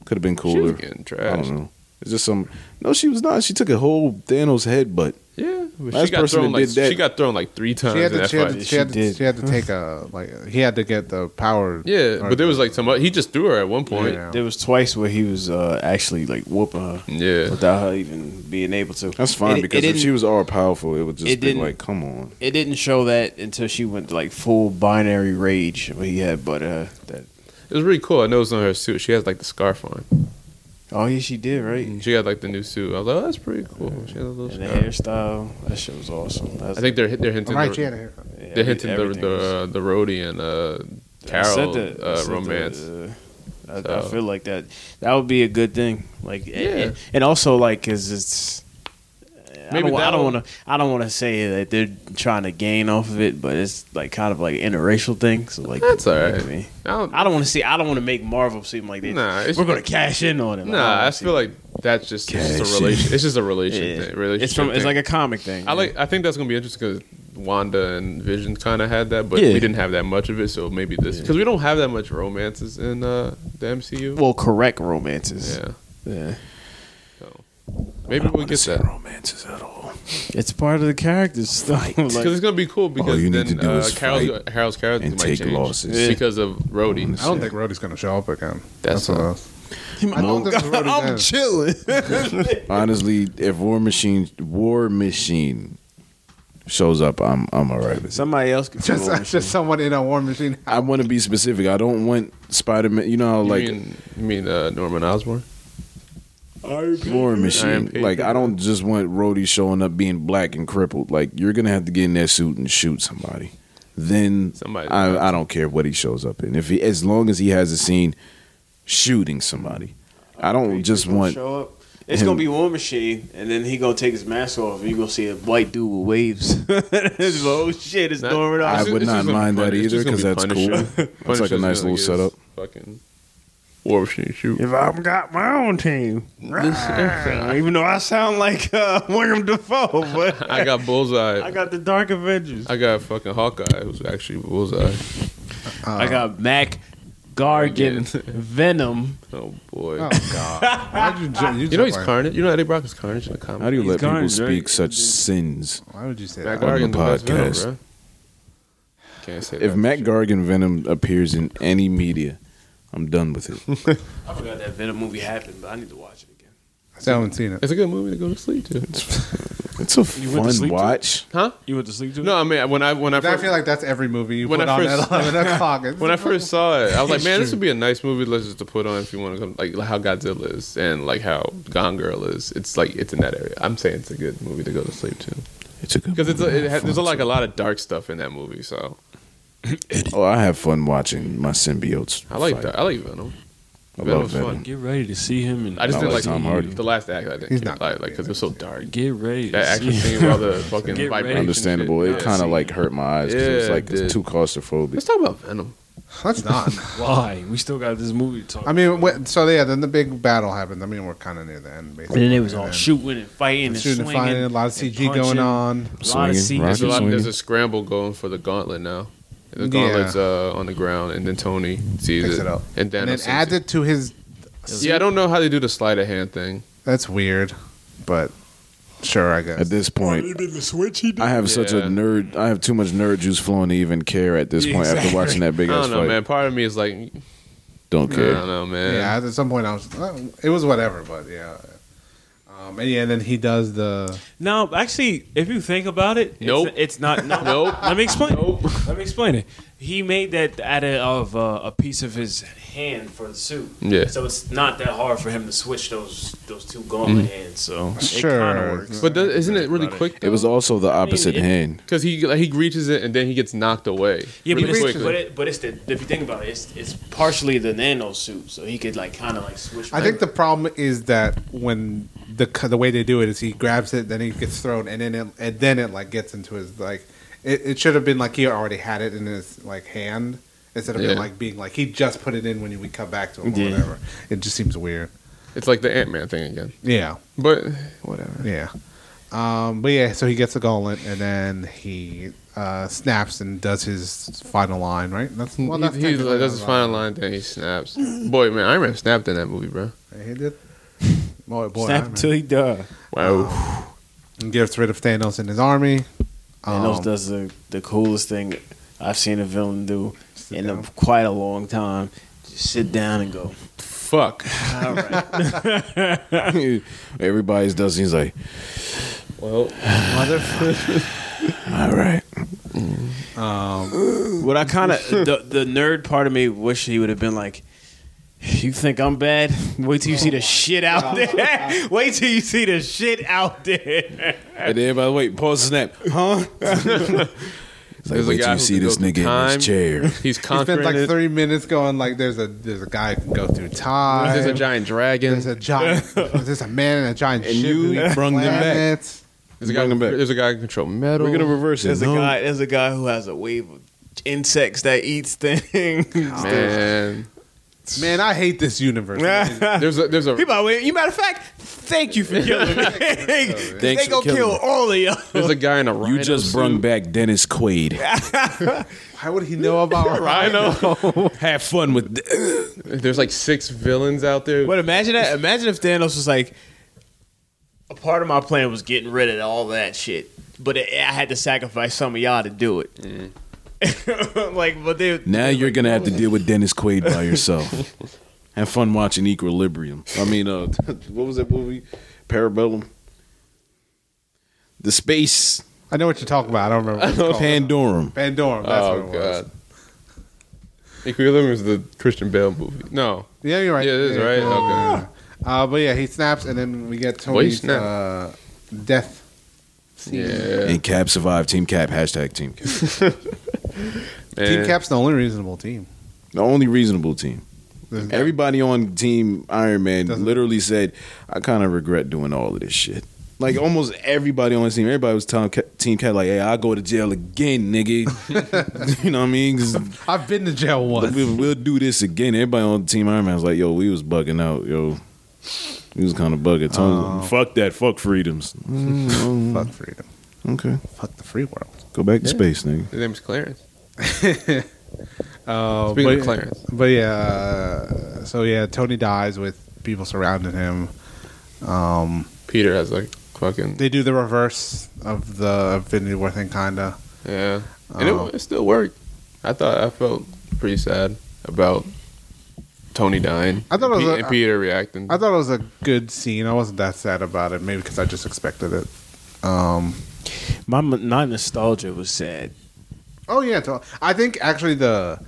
[SPEAKER 4] Could have been
[SPEAKER 2] She was
[SPEAKER 4] cooler.
[SPEAKER 2] getting
[SPEAKER 4] I
[SPEAKER 2] trashed.
[SPEAKER 4] don't know. It's just some. No, she was not. She took a whole Thanos headbutt.
[SPEAKER 2] Yeah, but
[SPEAKER 4] Last
[SPEAKER 2] she got
[SPEAKER 4] person
[SPEAKER 2] thrown
[SPEAKER 4] that
[SPEAKER 2] like
[SPEAKER 4] did that-
[SPEAKER 2] she got thrown like three times
[SPEAKER 1] she had
[SPEAKER 2] in
[SPEAKER 1] to,
[SPEAKER 2] that
[SPEAKER 1] she had
[SPEAKER 2] fight.
[SPEAKER 1] to, she had to, she had to take a like he had to get the power.
[SPEAKER 2] yeah,
[SPEAKER 1] or-
[SPEAKER 2] but there was like some. He just threw her at one point.
[SPEAKER 1] Yeah.
[SPEAKER 3] There was twice where he was uh, actually like whooping her
[SPEAKER 2] Yeah.
[SPEAKER 3] without her even being able to.
[SPEAKER 4] That's fine
[SPEAKER 3] It- it
[SPEAKER 4] because if
[SPEAKER 3] didn't-
[SPEAKER 4] she was all powerful, it would just
[SPEAKER 3] it
[SPEAKER 4] be
[SPEAKER 3] didn't-
[SPEAKER 4] like, come on.
[SPEAKER 3] It didn't show that until she went like full binary rage. But he had, but uh, that.
[SPEAKER 2] It was really cool. I noticed on her suit, she has like the scarf on.
[SPEAKER 3] Oh yeah, she did right.
[SPEAKER 2] She got like the new suit. I was like, oh, that's pretty cool. She had a little
[SPEAKER 3] And the
[SPEAKER 2] scarf.
[SPEAKER 3] hairstyle, that shit was awesome. That's,
[SPEAKER 2] I think they're they're hinting
[SPEAKER 1] All right, she
[SPEAKER 2] the,
[SPEAKER 1] had a haircut.
[SPEAKER 3] yeah,
[SPEAKER 2] they're hinting the
[SPEAKER 3] everything
[SPEAKER 2] the,
[SPEAKER 3] was-
[SPEAKER 2] uh, the Rhodey and uh, Carol
[SPEAKER 3] I said that- I
[SPEAKER 2] uh,
[SPEAKER 3] said that,
[SPEAKER 2] romance.
[SPEAKER 3] uh, I, I
[SPEAKER 2] So-
[SPEAKER 3] feel like that that would be a good thing. Like, yeah.
[SPEAKER 2] Yeah.
[SPEAKER 3] and, and also like, cause it's. I
[SPEAKER 2] Maybe
[SPEAKER 3] don't, wa- I don't
[SPEAKER 2] that'll-
[SPEAKER 3] want to. I don't want to say that they're trying to gain off of it, but it's like kind of like interracial thing. So like,
[SPEAKER 2] That's all
[SPEAKER 3] like,
[SPEAKER 2] right.
[SPEAKER 3] I mean,
[SPEAKER 2] I don't,
[SPEAKER 3] I don't want to see. I don't want to make Marvel seem like they.
[SPEAKER 2] Nah, it's-
[SPEAKER 3] we're gonna cash in on it. Like,
[SPEAKER 2] nah, I
[SPEAKER 3] don't
[SPEAKER 2] feel like that's just, it's just
[SPEAKER 4] Cash
[SPEAKER 2] a relation. It's just a relation
[SPEAKER 3] Yeah.
[SPEAKER 2] thing. Relationship
[SPEAKER 3] it's from. It's
[SPEAKER 2] thing.
[SPEAKER 3] like a comic thing.
[SPEAKER 2] I like. I think that's gonna be interesting because Wanda and Vision kind of had that, but
[SPEAKER 3] Yeah.
[SPEAKER 2] we didn't have that much of it. So maybe this because we don't have that much romances in uh, the MCU.
[SPEAKER 3] well, correct romances.
[SPEAKER 2] yeah,
[SPEAKER 3] yeah.
[SPEAKER 2] so maybe we'll get that
[SPEAKER 4] romances at all.
[SPEAKER 3] It's part of the characters stuff.
[SPEAKER 2] because it's gonna be cool because
[SPEAKER 4] Oh, you
[SPEAKER 2] then
[SPEAKER 4] need to do
[SPEAKER 2] uh,
[SPEAKER 4] is
[SPEAKER 2] Carol's,
[SPEAKER 4] fight
[SPEAKER 2] Carol's character
[SPEAKER 4] and
[SPEAKER 2] might
[SPEAKER 4] take
[SPEAKER 2] change
[SPEAKER 4] losses.
[SPEAKER 2] Yeah. because of Rhodey.
[SPEAKER 1] I don't think Rhodey's gonna show up again.
[SPEAKER 2] That's
[SPEAKER 1] That's, what.
[SPEAKER 2] a-
[SPEAKER 1] I was- I don't think Rhodey's in.
[SPEAKER 3] chilling.
[SPEAKER 4] Honestly, if War Machine War Machine shows up, I'm I'm all right with it.
[SPEAKER 3] Somebody else could
[SPEAKER 1] just, just someone in a war machine.
[SPEAKER 4] I want to be specific. I don't want Spider Man. You know, how,
[SPEAKER 2] You
[SPEAKER 4] like
[SPEAKER 2] mean, you mean uh, Norman Osborn?
[SPEAKER 4] War Machine.
[SPEAKER 2] IMP.
[SPEAKER 4] Like I don't just want Rhodey showing up being black and crippled. Like you're gonna have to get in that suit and shoot somebody. Then
[SPEAKER 2] Somebody.
[SPEAKER 4] I, I don't care what he shows up in. If he, as long as he has a scene shooting somebody, I don't just want.
[SPEAKER 3] show up. It's
[SPEAKER 4] him-
[SPEAKER 3] gonna be War Machine, and then he gonna take his mask off, and you gonna see a white dude with waves. It's like, oh shit! It's
[SPEAKER 2] Not-
[SPEAKER 3] Norman Osborn.
[SPEAKER 4] I
[SPEAKER 2] It's- it's
[SPEAKER 4] would
[SPEAKER 2] just
[SPEAKER 4] not
[SPEAKER 2] gonna be
[SPEAKER 4] mind that
[SPEAKER 2] Punisher. It's
[SPEAKER 4] either,
[SPEAKER 2] just gonna
[SPEAKER 4] 'cause
[SPEAKER 2] be
[SPEAKER 4] that's cool.
[SPEAKER 2] Punisher.
[SPEAKER 4] That's like a
[SPEAKER 2] Punisher's
[SPEAKER 4] nice
[SPEAKER 2] gonna
[SPEAKER 4] little
[SPEAKER 2] get
[SPEAKER 4] setup.
[SPEAKER 2] his Fucking War Machine shoot.
[SPEAKER 3] If I've got my own team, even though I sound like uh, William Defoe, but
[SPEAKER 2] I got Bullseye.
[SPEAKER 3] I got the Dark Avengers.
[SPEAKER 2] I got fucking Hawkeye, who's actually Bullseye.
[SPEAKER 3] I got Mac Gargan,
[SPEAKER 2] Gargan.
[SPEAKER 3] Venom.
[SPEAKER 2] Oh boy.
[SPEAKER 1] Oh God! Why'd you, ju-
[SPEAKER 2] You know
[SPEAKER 1] jump
[SPEAKER 2] he's
[SPEAKER 1] right-
[SPEAKER 2] Carnage. You know Eddie Brock is Carnage in the comic.
[SPEAKER 4] How do you let people
[SPEAKER 3] garbage,
[SPEAKER 4] speak
[SPEAKER 3] right?
[SPEAKER 4] such sins?
[SPEAKER 1] Why would you say
[SPEAKER 2] Matt
[SPEAKER 1] that?
[SPEAKER 4] on the
[SPEAKER 2] Gargan the best villain,
[SPEAKER 4] podcast.
[SPEAKER 2] bro. Can't say
[SPEAKER 4] If
[SPEAKER 2] that.
[SPEAKER 4] Matt Gargan Venom appears in any media, I'm done with it.
[SPEAKER 3] I forgot that Venom movie happened, but I need to watch it again.
[SPEAKER 1] I still haven't seen it.
[SPEAKER 2] it's a good movie to go to sleep to.
[SPEAKER 4] It's a
[SPEAKER 3] went to
[SPEAKER 4] fun
[SPEAKER 3] sleep to
[SPEAKER 4] watch.
[SPEAKER 2] huh?
[SPEAKER 3] You went to sleep too?
[SPEAKER 2] No, I mean when I when I
[SPEAKER 1] I
[SPEAKER 2] first,
[SPEAKER 1] feel like that's every movie you
[SPEAKER 2] When
[SPEAKER 1] put
[SPEAKER 2] I
[SPEAKER 1] on
[SPEAKER 2] first-
[SPEAKER 1] at 11 o'clock. It's
[SPEAKER 2] when I first saw it, I was like, man, this would be a nice movie. Let's just to put on if you want to come, like how Godzilla is and like how Gone Girl is. It's like it's in that area. I'm saying it's a good movie to go to sleep to
[SPEAKER 4] It's a good
[SPEAKER 2] because it's
[SPEAKER 4] movie.
[SPEAKER 2] a, it ha- there's like a lot of dark stuff in that movie. So
[SPEAKER 4] Oh, I have fun watching my symbiotes.
[SPEAKER 2] I like
[SPEAKER 4] fight.
[SPEAKER 2] that. I like Venom.
[SPEAKER 4] I
[SPEAKER 2] Venom's
[SPEAKER 4] love Venom.
[SPEAKER 2] fun.
[SPEAKER 14] Get ready to see him and
[SPEAKER 2] I just
[SPEAKER 4] I
[SPEAKER 2] didn't
[SPEAKER 4] like
[SPEAKER 2] like
[SPEAKER 4] Tom Hardy.
[SPEAKER 2] the last act. I didn't
[SPEAKER 1] He's
[SPEAKER 2] care,
[SPEAKER 1] not-
[SPEAKER 2] like because it was so dark.
[SPEAKER 14] get ready.
[SPEAKER 2] That
[SPEAKER 14] to
[SPEAKER 2] action
[SPEAKER 14] see
[SPEAKER 2] scene with all the fucking
[SPEAKER 14] Get ready.
[SPEAKER 2] vibration.
[SPEAKER 4] Understandable.
[SPEAKER 2] shit.
[SPEAKER 4] It
[SPEAKER 2] Yeah.
[SPEAKER 4] kind of like hurt my eyes. 'cause it's
[SPEAKER 2] Yeah,
[SPEAKER 4] like
[SPEAKER 2] it did.
[SPEAKER 4] it's too claustrophobic.
[SPEAKER 2] Let's talk about Venom.
[SPEAKER 1] That's not.
[SPEAKER 14] Why? We still got this movie to talk.
[SPEAKER 1] I mean, when, so yeah. Then the big battle happened. I mean, we're kind of near the end, basically.
[SPEAKER 3] And then it was all
[SPEAKER 1] then
[SPEAKER 3] shooting and fighting and
[SPEAKER 1] shooting, and
[SPEAKER 3] swinging,
[SPEAKER 1] fighting, a lot of
[SPEAKER 3] and
[SPEAKER 1] CG
[SPEAKER 3] punching.
[SPEAKER 1] going on.
[SPEAKER 3] A lot of
[SPEAKER 4] Swinging,
[SPEAKER 3] CG.
[SPEAKER 2] There's a,
[SPEAKER 4] Rocket
[SPEAKER 2] lot,
[SPEAKER 4] swinging.
[SPEAKER 2] there's a scramble going for the gauntlet now. The
[SPEAKER 1] Yeah.
[SPEAKER 2] gauntlet's uh, on the ground, and then Tony sees
[SPEAKER 1] Picks
[SPEAKER 2] it,
[SPEAKER 1] it up
[SPEAKER 2] and Thanos
[SPEAKER 1] and then
[SPEAKER 2] sees
[SPEAKER 1] adds it to his.
[SPEAKER 2] Yeah, I don't know how they do the sleight of hand thing.
[SPEAKER 1] That's weird, but sure, I
[SPEAKER 4] At
[SPEAKER 1] guess.
[SPEAKER 4] this point, I have such a
[SPEAKER 2] Yeah.
[SPEAKER 4] nerd. I have too much nerd juice flowing to even care at this point after watching that
[SPEAKER 2] I
[SPEAKER 4] big ass
[SPEAKER 2] don't know,
[SPEAKER 4] fight.
[SPEAKER 2] man. Part of me is like,
[SPEAKER 4] Don't
[SPEAKER 2] I
[SPEAKER 4] care.
[SPEAKER 2] don't know, man.
[SPEAKER 1] Yeah, at some point I was. Uh, it was whatever, but yeah. Um, and yeah, and then he does the.
[SPEAKER 14] No, actually, if you think about it,
[SPEAKER 2] Nope.
[SPEAKER 14] it's, it's not. No,
[SPEAKER 2] Nope.
[SPEAKER 14] Let me explain. Let me explain it. He made that out of uh, a piece of his hand for the suit.
[SPEAKER 2] Yeah.
[SPEAKER 14] So it's not that hard for him to switch those those two gauntlet hands. So it kind
[SPEAKER 1] Sure.
[SPEAKER 14] of works.
[SPEAKER 2] But does, isn't it really quick?
[SPEAKER 4] It was also the opposite
[SPEAKER 14] it-
[SPEAKER 4] hand.
[SPEAKER 2] because he like, he reaches it and then he gets knocked away.
[SPEAKER 14] Yeah,
[SPEAKER 2] really
[SPEAKER 14] but, it's,
[SPEAKER 2] quickly.
[SPEAKER 14] but, it, but it's the if you think about it, it's, it's partially the nano suit, so he could like kind of like switch.
[SPEAKER 1] I think the problem is that when the c- the way they do it is he grabs it, then he gets thrown, and then it, and then it like gets into his like. It, it should have been like he already had it in his like hand instead of
[SPEAKER 2] Yeah.
[SPEAKER 1] it like being like he just put it in when we come back to him or
[SPEAKER 14] Yeah.
[SPEAKER 1] whatever. It just seems weird.
[SPEAKER 2] it's like the Ant Man thing again.
[SPEAKER 1] Yeah,
[SPEAKER 2] But whatever.
[SPEAKER 1] yeah. Um, but yeah, so he gets the gauntlet, and then he uh, snaps and does his final line. Right? That's well, that's
[SPEAKER 2] he, he
[SPEAKER 1] technically
[SPEAKER 2] like, does his
[SPEAKER 1] not
[SPEAKER 2] final line, then he snaps. Boy, man, Iron Man snapped in that movie, bro.
[SPEAKER 1] line. He did. Boy, boy,
[SPEAKER 3] Snap
[SPEAKER 1] I mean-
[SPEAKER 3] until he died.
[SPEAKER 2] Wow.
[SPEAKER 1] and gets rid of Thanos and his army.
[SPEAKER 3] Thanos
[SPEAKER 1] Um,
[SPEAKER 3] does the, the coolest thing I've seen a villain do
[SPEAKER 1] Sit
[SPEAKER 3] in a,
[SPEAKER 1] down.
[SPEAKER 3] quite a long time. Just sit down and go.
[SPEAKER 2] Fuck.
[SPEAKER 3] All right.
[SPEAKER 4] Everybody's does. He's like,
[SPEAKER 2] Well,
[SPEAKER 4] all right.
[SPEAKER 1] um,
[SPEAKER 3] What I kind of the, the nerd part of me wish he would have been like, you think I'm bad? Wait till you see the shit out there. Wait till you see the shit out there.
[SPEAKER 4] And then, by the way, pause the snap. Huh? It's like,
[SPEAKER 2] There's a
[SPEAKER 4] wait
[SPEAKER 2] guy
[SPEAKER 4] till you
[SPEAKER 2] who
[SPEAKER 4] see
[SPEAKER 2] can go
[SPEAKER 4] this
[SPEAKER 2] through
[SPEAKER 4] nigga in
[SPEAKER 2] time.
[SPEAKER 4] his chair.
[SPEAKER 2] He's
[SPEAKER 1] He spent
[SPEAKER 2] conquering
[SPEAKER 1] like
[SPEAKER 2] it.
[SPEAKER 1] thirty minutes going like there's a there's a guy who can go through time.
[SPEAKER 2] There's a giant dragon.
[SPEAKER 1] There's a giant. there's a man in a giant
[SPEAKER 4] And
[SPEAKER 1] ship.
[SPEAKER 4] you brung them back.
[SPEAKER 2] There's a guy.
[SPEAKER 4] Bring him back.
[SPEAKER 2] There's a guy who can control metal.
[SPEAKER 4] We're gonna reverse it.
[SPEAKER 3] There's
[SPEAKER 4] No.
[SPEAKER 3] a guy. There's a guy who has a wave of insects that eats things.
[SPEAKER 1] Oh,
[SPEAKER 2] Man,
[SPEAKER 1] Man, I hate this universe.
[SPEAKER 2] there's a there's a
[SPEAKER 3] You might win. You matter of fact, thank you for killing me. they
[SPEAKER 4] for
[SPEAKER 3] gonna
[SPEAKER 4] killing
[SPEAKER 3] kill
[SPEAKER 4] me.
[SPEAKER 3] all of y'all.
[SPEAKER 2] there's a guy in a
[SPEAKER 4] You
[SPEAKER 2] rhino
[SPEAKER 4] just
[SPEAKER 2] suit.
[SPEAKER 4] brung back Dennis Quaid.
[SPEAKER 1] How would he know about
[SPEAKER 2] rhino.
[SPEAKER 4] Have fun with.
[SPEAKER 2] there's like six villains out there.
[SPEAKER 3] But imagine that. Imagine if Thanos was like, a part of my plan was getting rid of all that shit, but it, I had to sacrifice some of y'all to do it. like, but they
[SPEAKER 4] Now you're gonna have to deal with Dennis Quaid by yourself. have fun watching Equilibrium. I mean, uh, what was that movie? Parabellum. The space
[SPEAKER 1] I know what you're talking about. I don't remember. What it's called.
[SPEAKER 4] Pandorum.
[SPEAKER 1] Pandorum. That's
[SPEAKER 2] oh
[SPEAKER 1] what it was.
[SPEAKER 2] god. Equilibrium is the Christian Bale movie. No,
[SPEAKER 1] Yeah, you're right.
[SPEAKER 2] Yeah, it is, right?
[SPEAKER 1] Okay. Uh, but yeah, he snaps, and then we get
[SPEAKER 2] Well, he
[SPEAKER 1] Tony's
[SPEAKER 2] snapped.
[SPEAKER 1] uh, death.
[SPEAKER 2] yeah,
[SPEAKER 4] And Cap survived. Team Cap. Hashtag Team Cap.
[SPEAKER 1] Team
[SPEAKER 2] man.
[SPEAKER 1] Cap's the only reasonable team.
[SPEAKER 4] The only reasonable team.
[SPEAKER 1] There's-
[SPEAKER 4] Everybody on Team Iron Man
[SPEAKER 1] Doesn't-
[SPEAKER 4] literally said, "I kind of regret doing all of this shit." Like almost everybody on the team, everybody was telling Ca- Team Cat, "Like, hey, I'll go to jail again, nigga." you know what I mean? 'Cause
[SPEAKER 1] I've been to jail once.
[SPEAKER 4] we'll, we'll do this again. Everybody on Team Iron Man was like, "Yo, we was bugging out, yo." We was kind of bugging. Tony was
[SPEAKER 1] Oh.
[SPEAKER 4] like, fuck that. Fuck freedoms. Mm,
[SPEAKER 1] Fuck freedom.
[SPEAKER 4] okay,
[SPEAKER 1] Fuck the free world.
[SPEAKER 4] go back to space, nigga.
[SPEAKER 2] His name's Clarence.
[SPEAKER 1] Uh,
[SPEAKER 2] Speaking
[SPEAKER 1] but,
[SPEAKER 2] of Clarence,
[SPEAKER 1] But yeah, uh, so yeah, Tony dies with people surrounding him. Um,
[SPEAKER 2] Peter has like fucking
[SPEAKER 1] they do the reverse of the Infinity War thing, kinda.
[SPEAKER 2] yeah, and
[SPEAKER 1] Oh.
[SPEAKER 2] it, it still worked. I thought I felt pretty sad about Tony dying.
[SPEAKER 1] I thought it was
[SPEAKER 2] and, Pe-
[SPEAKER 1] a-
[SPEAKER 2] and Peter reacting.
[SPEAKER 1] I thought it was a good scene. I wasn't that sad about it, maybe because I just expected it. Um,
[SPEAKER 15] My m- not nostalgia was sad.
[SPEAKER 1] oh yeah, to- I think actually the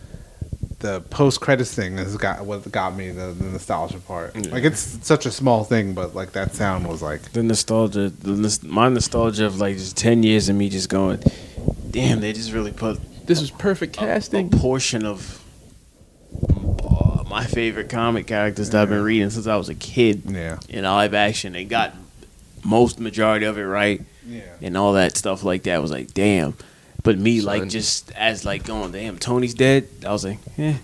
[SPEAKER 1] the post credits thing has got what got me the, the nostalgia part. Like it's such a small thing, but like that sound was like
[SPEAKER 15] The nostalgia, the nos- my nostalgia of like just ten years of me just going, damn, they just really put
[SPEAKER 2] this was perfect
[SPEAKER 15] a
[SPEAKER 2] casting.
[SPEAKER 15] portion of uh, my favorite comic characters that I've
[SPEAKER 3] Mm-hmm.
[SPEAKER 15] been reading since I was a kid
[SPEAKER 1] yeah,
[SPEAKER 15] in live action. They got most majority of it right
[SPEAKER 1] yeah.
[SPEAKER 15] and all that stuff like that. I was like, damn. But me, like,
[SPEAKER 2] Son.
[SPEAKER 15] just as like going, damn, Tony's dead. I was like, eh.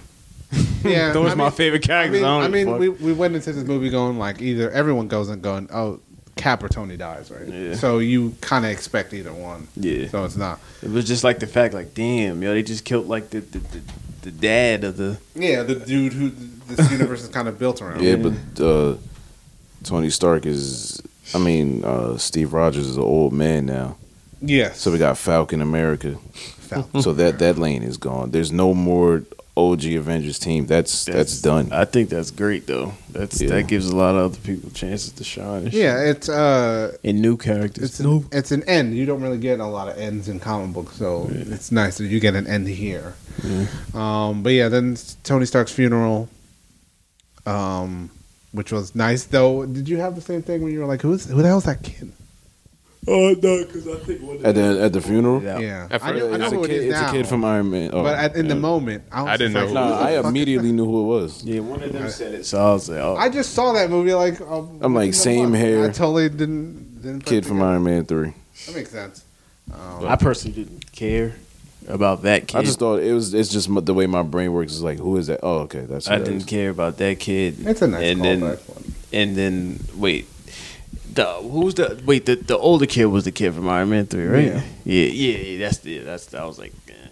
[SPEAKER 1] Yeah,
[SPEAKER 15] Those
[SPEAKER 1] I
[SPEAKER 15] are my
[SPEAKER 1] mean-
[SPEAKER 15] favorite characters.
[SPEAKER 1] I mean,
[SPEAKER 15] don't
[SPEAKER 1] I mean we, we went into this movie going like either everyone goes and going, oh, Cap or Tony dies, right?
[SPEAKER 15] Yeah.
[SPEAKER 1] So you kind of expect either one.
[SPEAKER 15] Yeah.
[SPEAKER 1] So it's not.
[SPEAKER 15] It was just like the fact, like, damn, yo, they just killed like the the, the, the dad of the.
[SPEAKER 1] Yeah, the dude who this universe is kind of built around.
[SPEAKER 4] Yeah, but uh, Tony Stark is. I mean, uh, Steve Rogers is an old man now.
[SPEAKER 1] Yes.
[SPEAKER 4] So we got Falcon America. So that that lane is gone. There's no more OG Avengers team. That's that's, done.
[SPEAKER 3] I think that's great though. That's
[SPEAKER 4] Yeah.
[SPEAKER 3] that gives a lot of other people chances to shine. and shit.
[SPEAKER 1] yeah, it's uh,
[SPEAKER 3] and new characters.
[SPEAKER 1] it's an, it's an end. You don't really get a lot of ends in comic books, so it's nice that you get an end here. Um, but yeah, then it's Tony Stark's funeral, um, which was nice. Though, did you have the same thing when you were like, "Who's who the hell's that kid?"
[SPEAKER 4] At the at the funeral.
[SPEAKER 3] Yeah.
[SPEAKER 1] Yeah,
[SPEAKER 2] At
[SPEAKER 1] I,
[SPEAKER 2] first-
[SPEAKER 1] know, I know
[SPEAKER 4] It's a
[SPEAKER 1] who it
[SPEAKER 4] kid,
[SPEAKER 1] is
[SPEAKER 4] it's a
[SPEAKER 1] now.
[SPEAKER 4] kid from Iron Man. Oh,
[SPEAKER 1] But at, in the
[SPEAKER 4] yeah.
[SPEAKER 1] moment, I, was
[SPEAKER 2] I didn't
[SPEAKER 1] just
[SPEAKER 2] know
[SPEAKER 1] like,
[SPEAKER 4] no,
[SPEAKER 1] who the
[SPEAKER 4] I
[SPEAKER 1] fuck is
[SPEAKER 4] immediately knew who it was.
[SPEAKER 3] yeah, one of them said it, so I was like, oh,
[SPEAKER 1] that? I just saw that movie like. um,
[SPEAKER 4] I'm like,
[SPEAKER 1] you know,
[SPEAKER 4] same
[SPEAKER 1] I-
[SPEAKER 4] hair.
[SPEAKER 1] I totally didn't. didn't put
[SPEAKER 4] Kid
[SPEAKER 1] it
[SPEAKER 4] from
[SPEAKER 1] together.
[SPEAKER 4] Iron Man three.
[SPEAKER 1] That makes sense.
[SPEAKER 3] I personally didn't care about that kid.
[SPEAKER 4] I just thought it was. It's just m- the way my brain works. Is like, who is that? Oh, okay, that's. Who
[SPEAKER 3] I
[SPEAKER 4] that
[SPEAKER 3] didn't
[SPEAKER 4] is.
[SPEAKER 3] care about that kid.
[SPEAKER 1] It's a nice
[SPEAKER 3] and then
[SPEAKER 1] callback one.
[SPEAKER 3] and then wait, the who's the wait the the older kid was the kid from Iron Man three, right?
[SPEAKER 1] Yeah.
[SPEAKER 3] Yeah, yeah, yeah. that's the that's I was like, eh.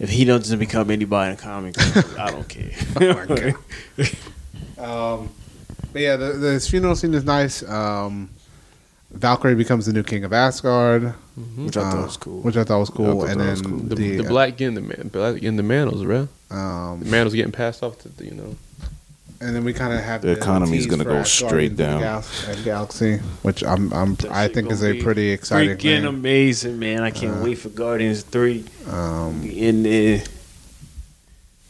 [SPEAKER 3] if he doesn't become anybody in the comics, I don't care.
[SPEAKER 1] Um, But yeah, the, the funeral scene is nice. Um, Valkyrie becomes the new king of Asgard,
[SPEAKER 4] Hmm. Which I
[SPEAKER 1] uh,
[SPEAKER 4] thought was cool.
[SPEAKER 1] Which I thought was cool.
[SPEAKER 4] I thought
[SPEAKER 1] and
[SPEAKER 4] that
[SPEAKER 1] then
[SPEAKER 4] was cool.
[SPEAKER 2] The,
[SPEAKER 1] the,
[SPEAKER 2] the black getting the man, black getting the mantles, bro.
[SPEAKER 1] um,
[SPEAKER 2] The mantles getting passed off to the, you know.
[SPEAKER 1] and then we kind of have
[SPEAKER 4] The economy's
[SPEAKER 1] tease
[SPEAKER 4] gonna
[SPEAKER 1] for
[SPEAKER 4] go
[SPEAKER 1] Asgard
[SPEAKER 4] straight
[SPEAKER 1] and the
[SPEAKER 4] down.
[SPEAKER 1] gal- and Galaxy, which I'm, I'm I
[SPEAKER 3] shit
[SPEAKER 1] think is
[SPEAKER 3] gonna
[SPEAKER 1] a
[SPEAKER 3] be
[SPEAKER 1] pretty exciting
[SPEAKER 3] Freaking
[SPEAKER 1] thing. Uh,
[SPEAKER 3] amazing, man! I can't wait for Guardians three.
[SPEAKER 1] Um,
[SPEAKER 3] In there,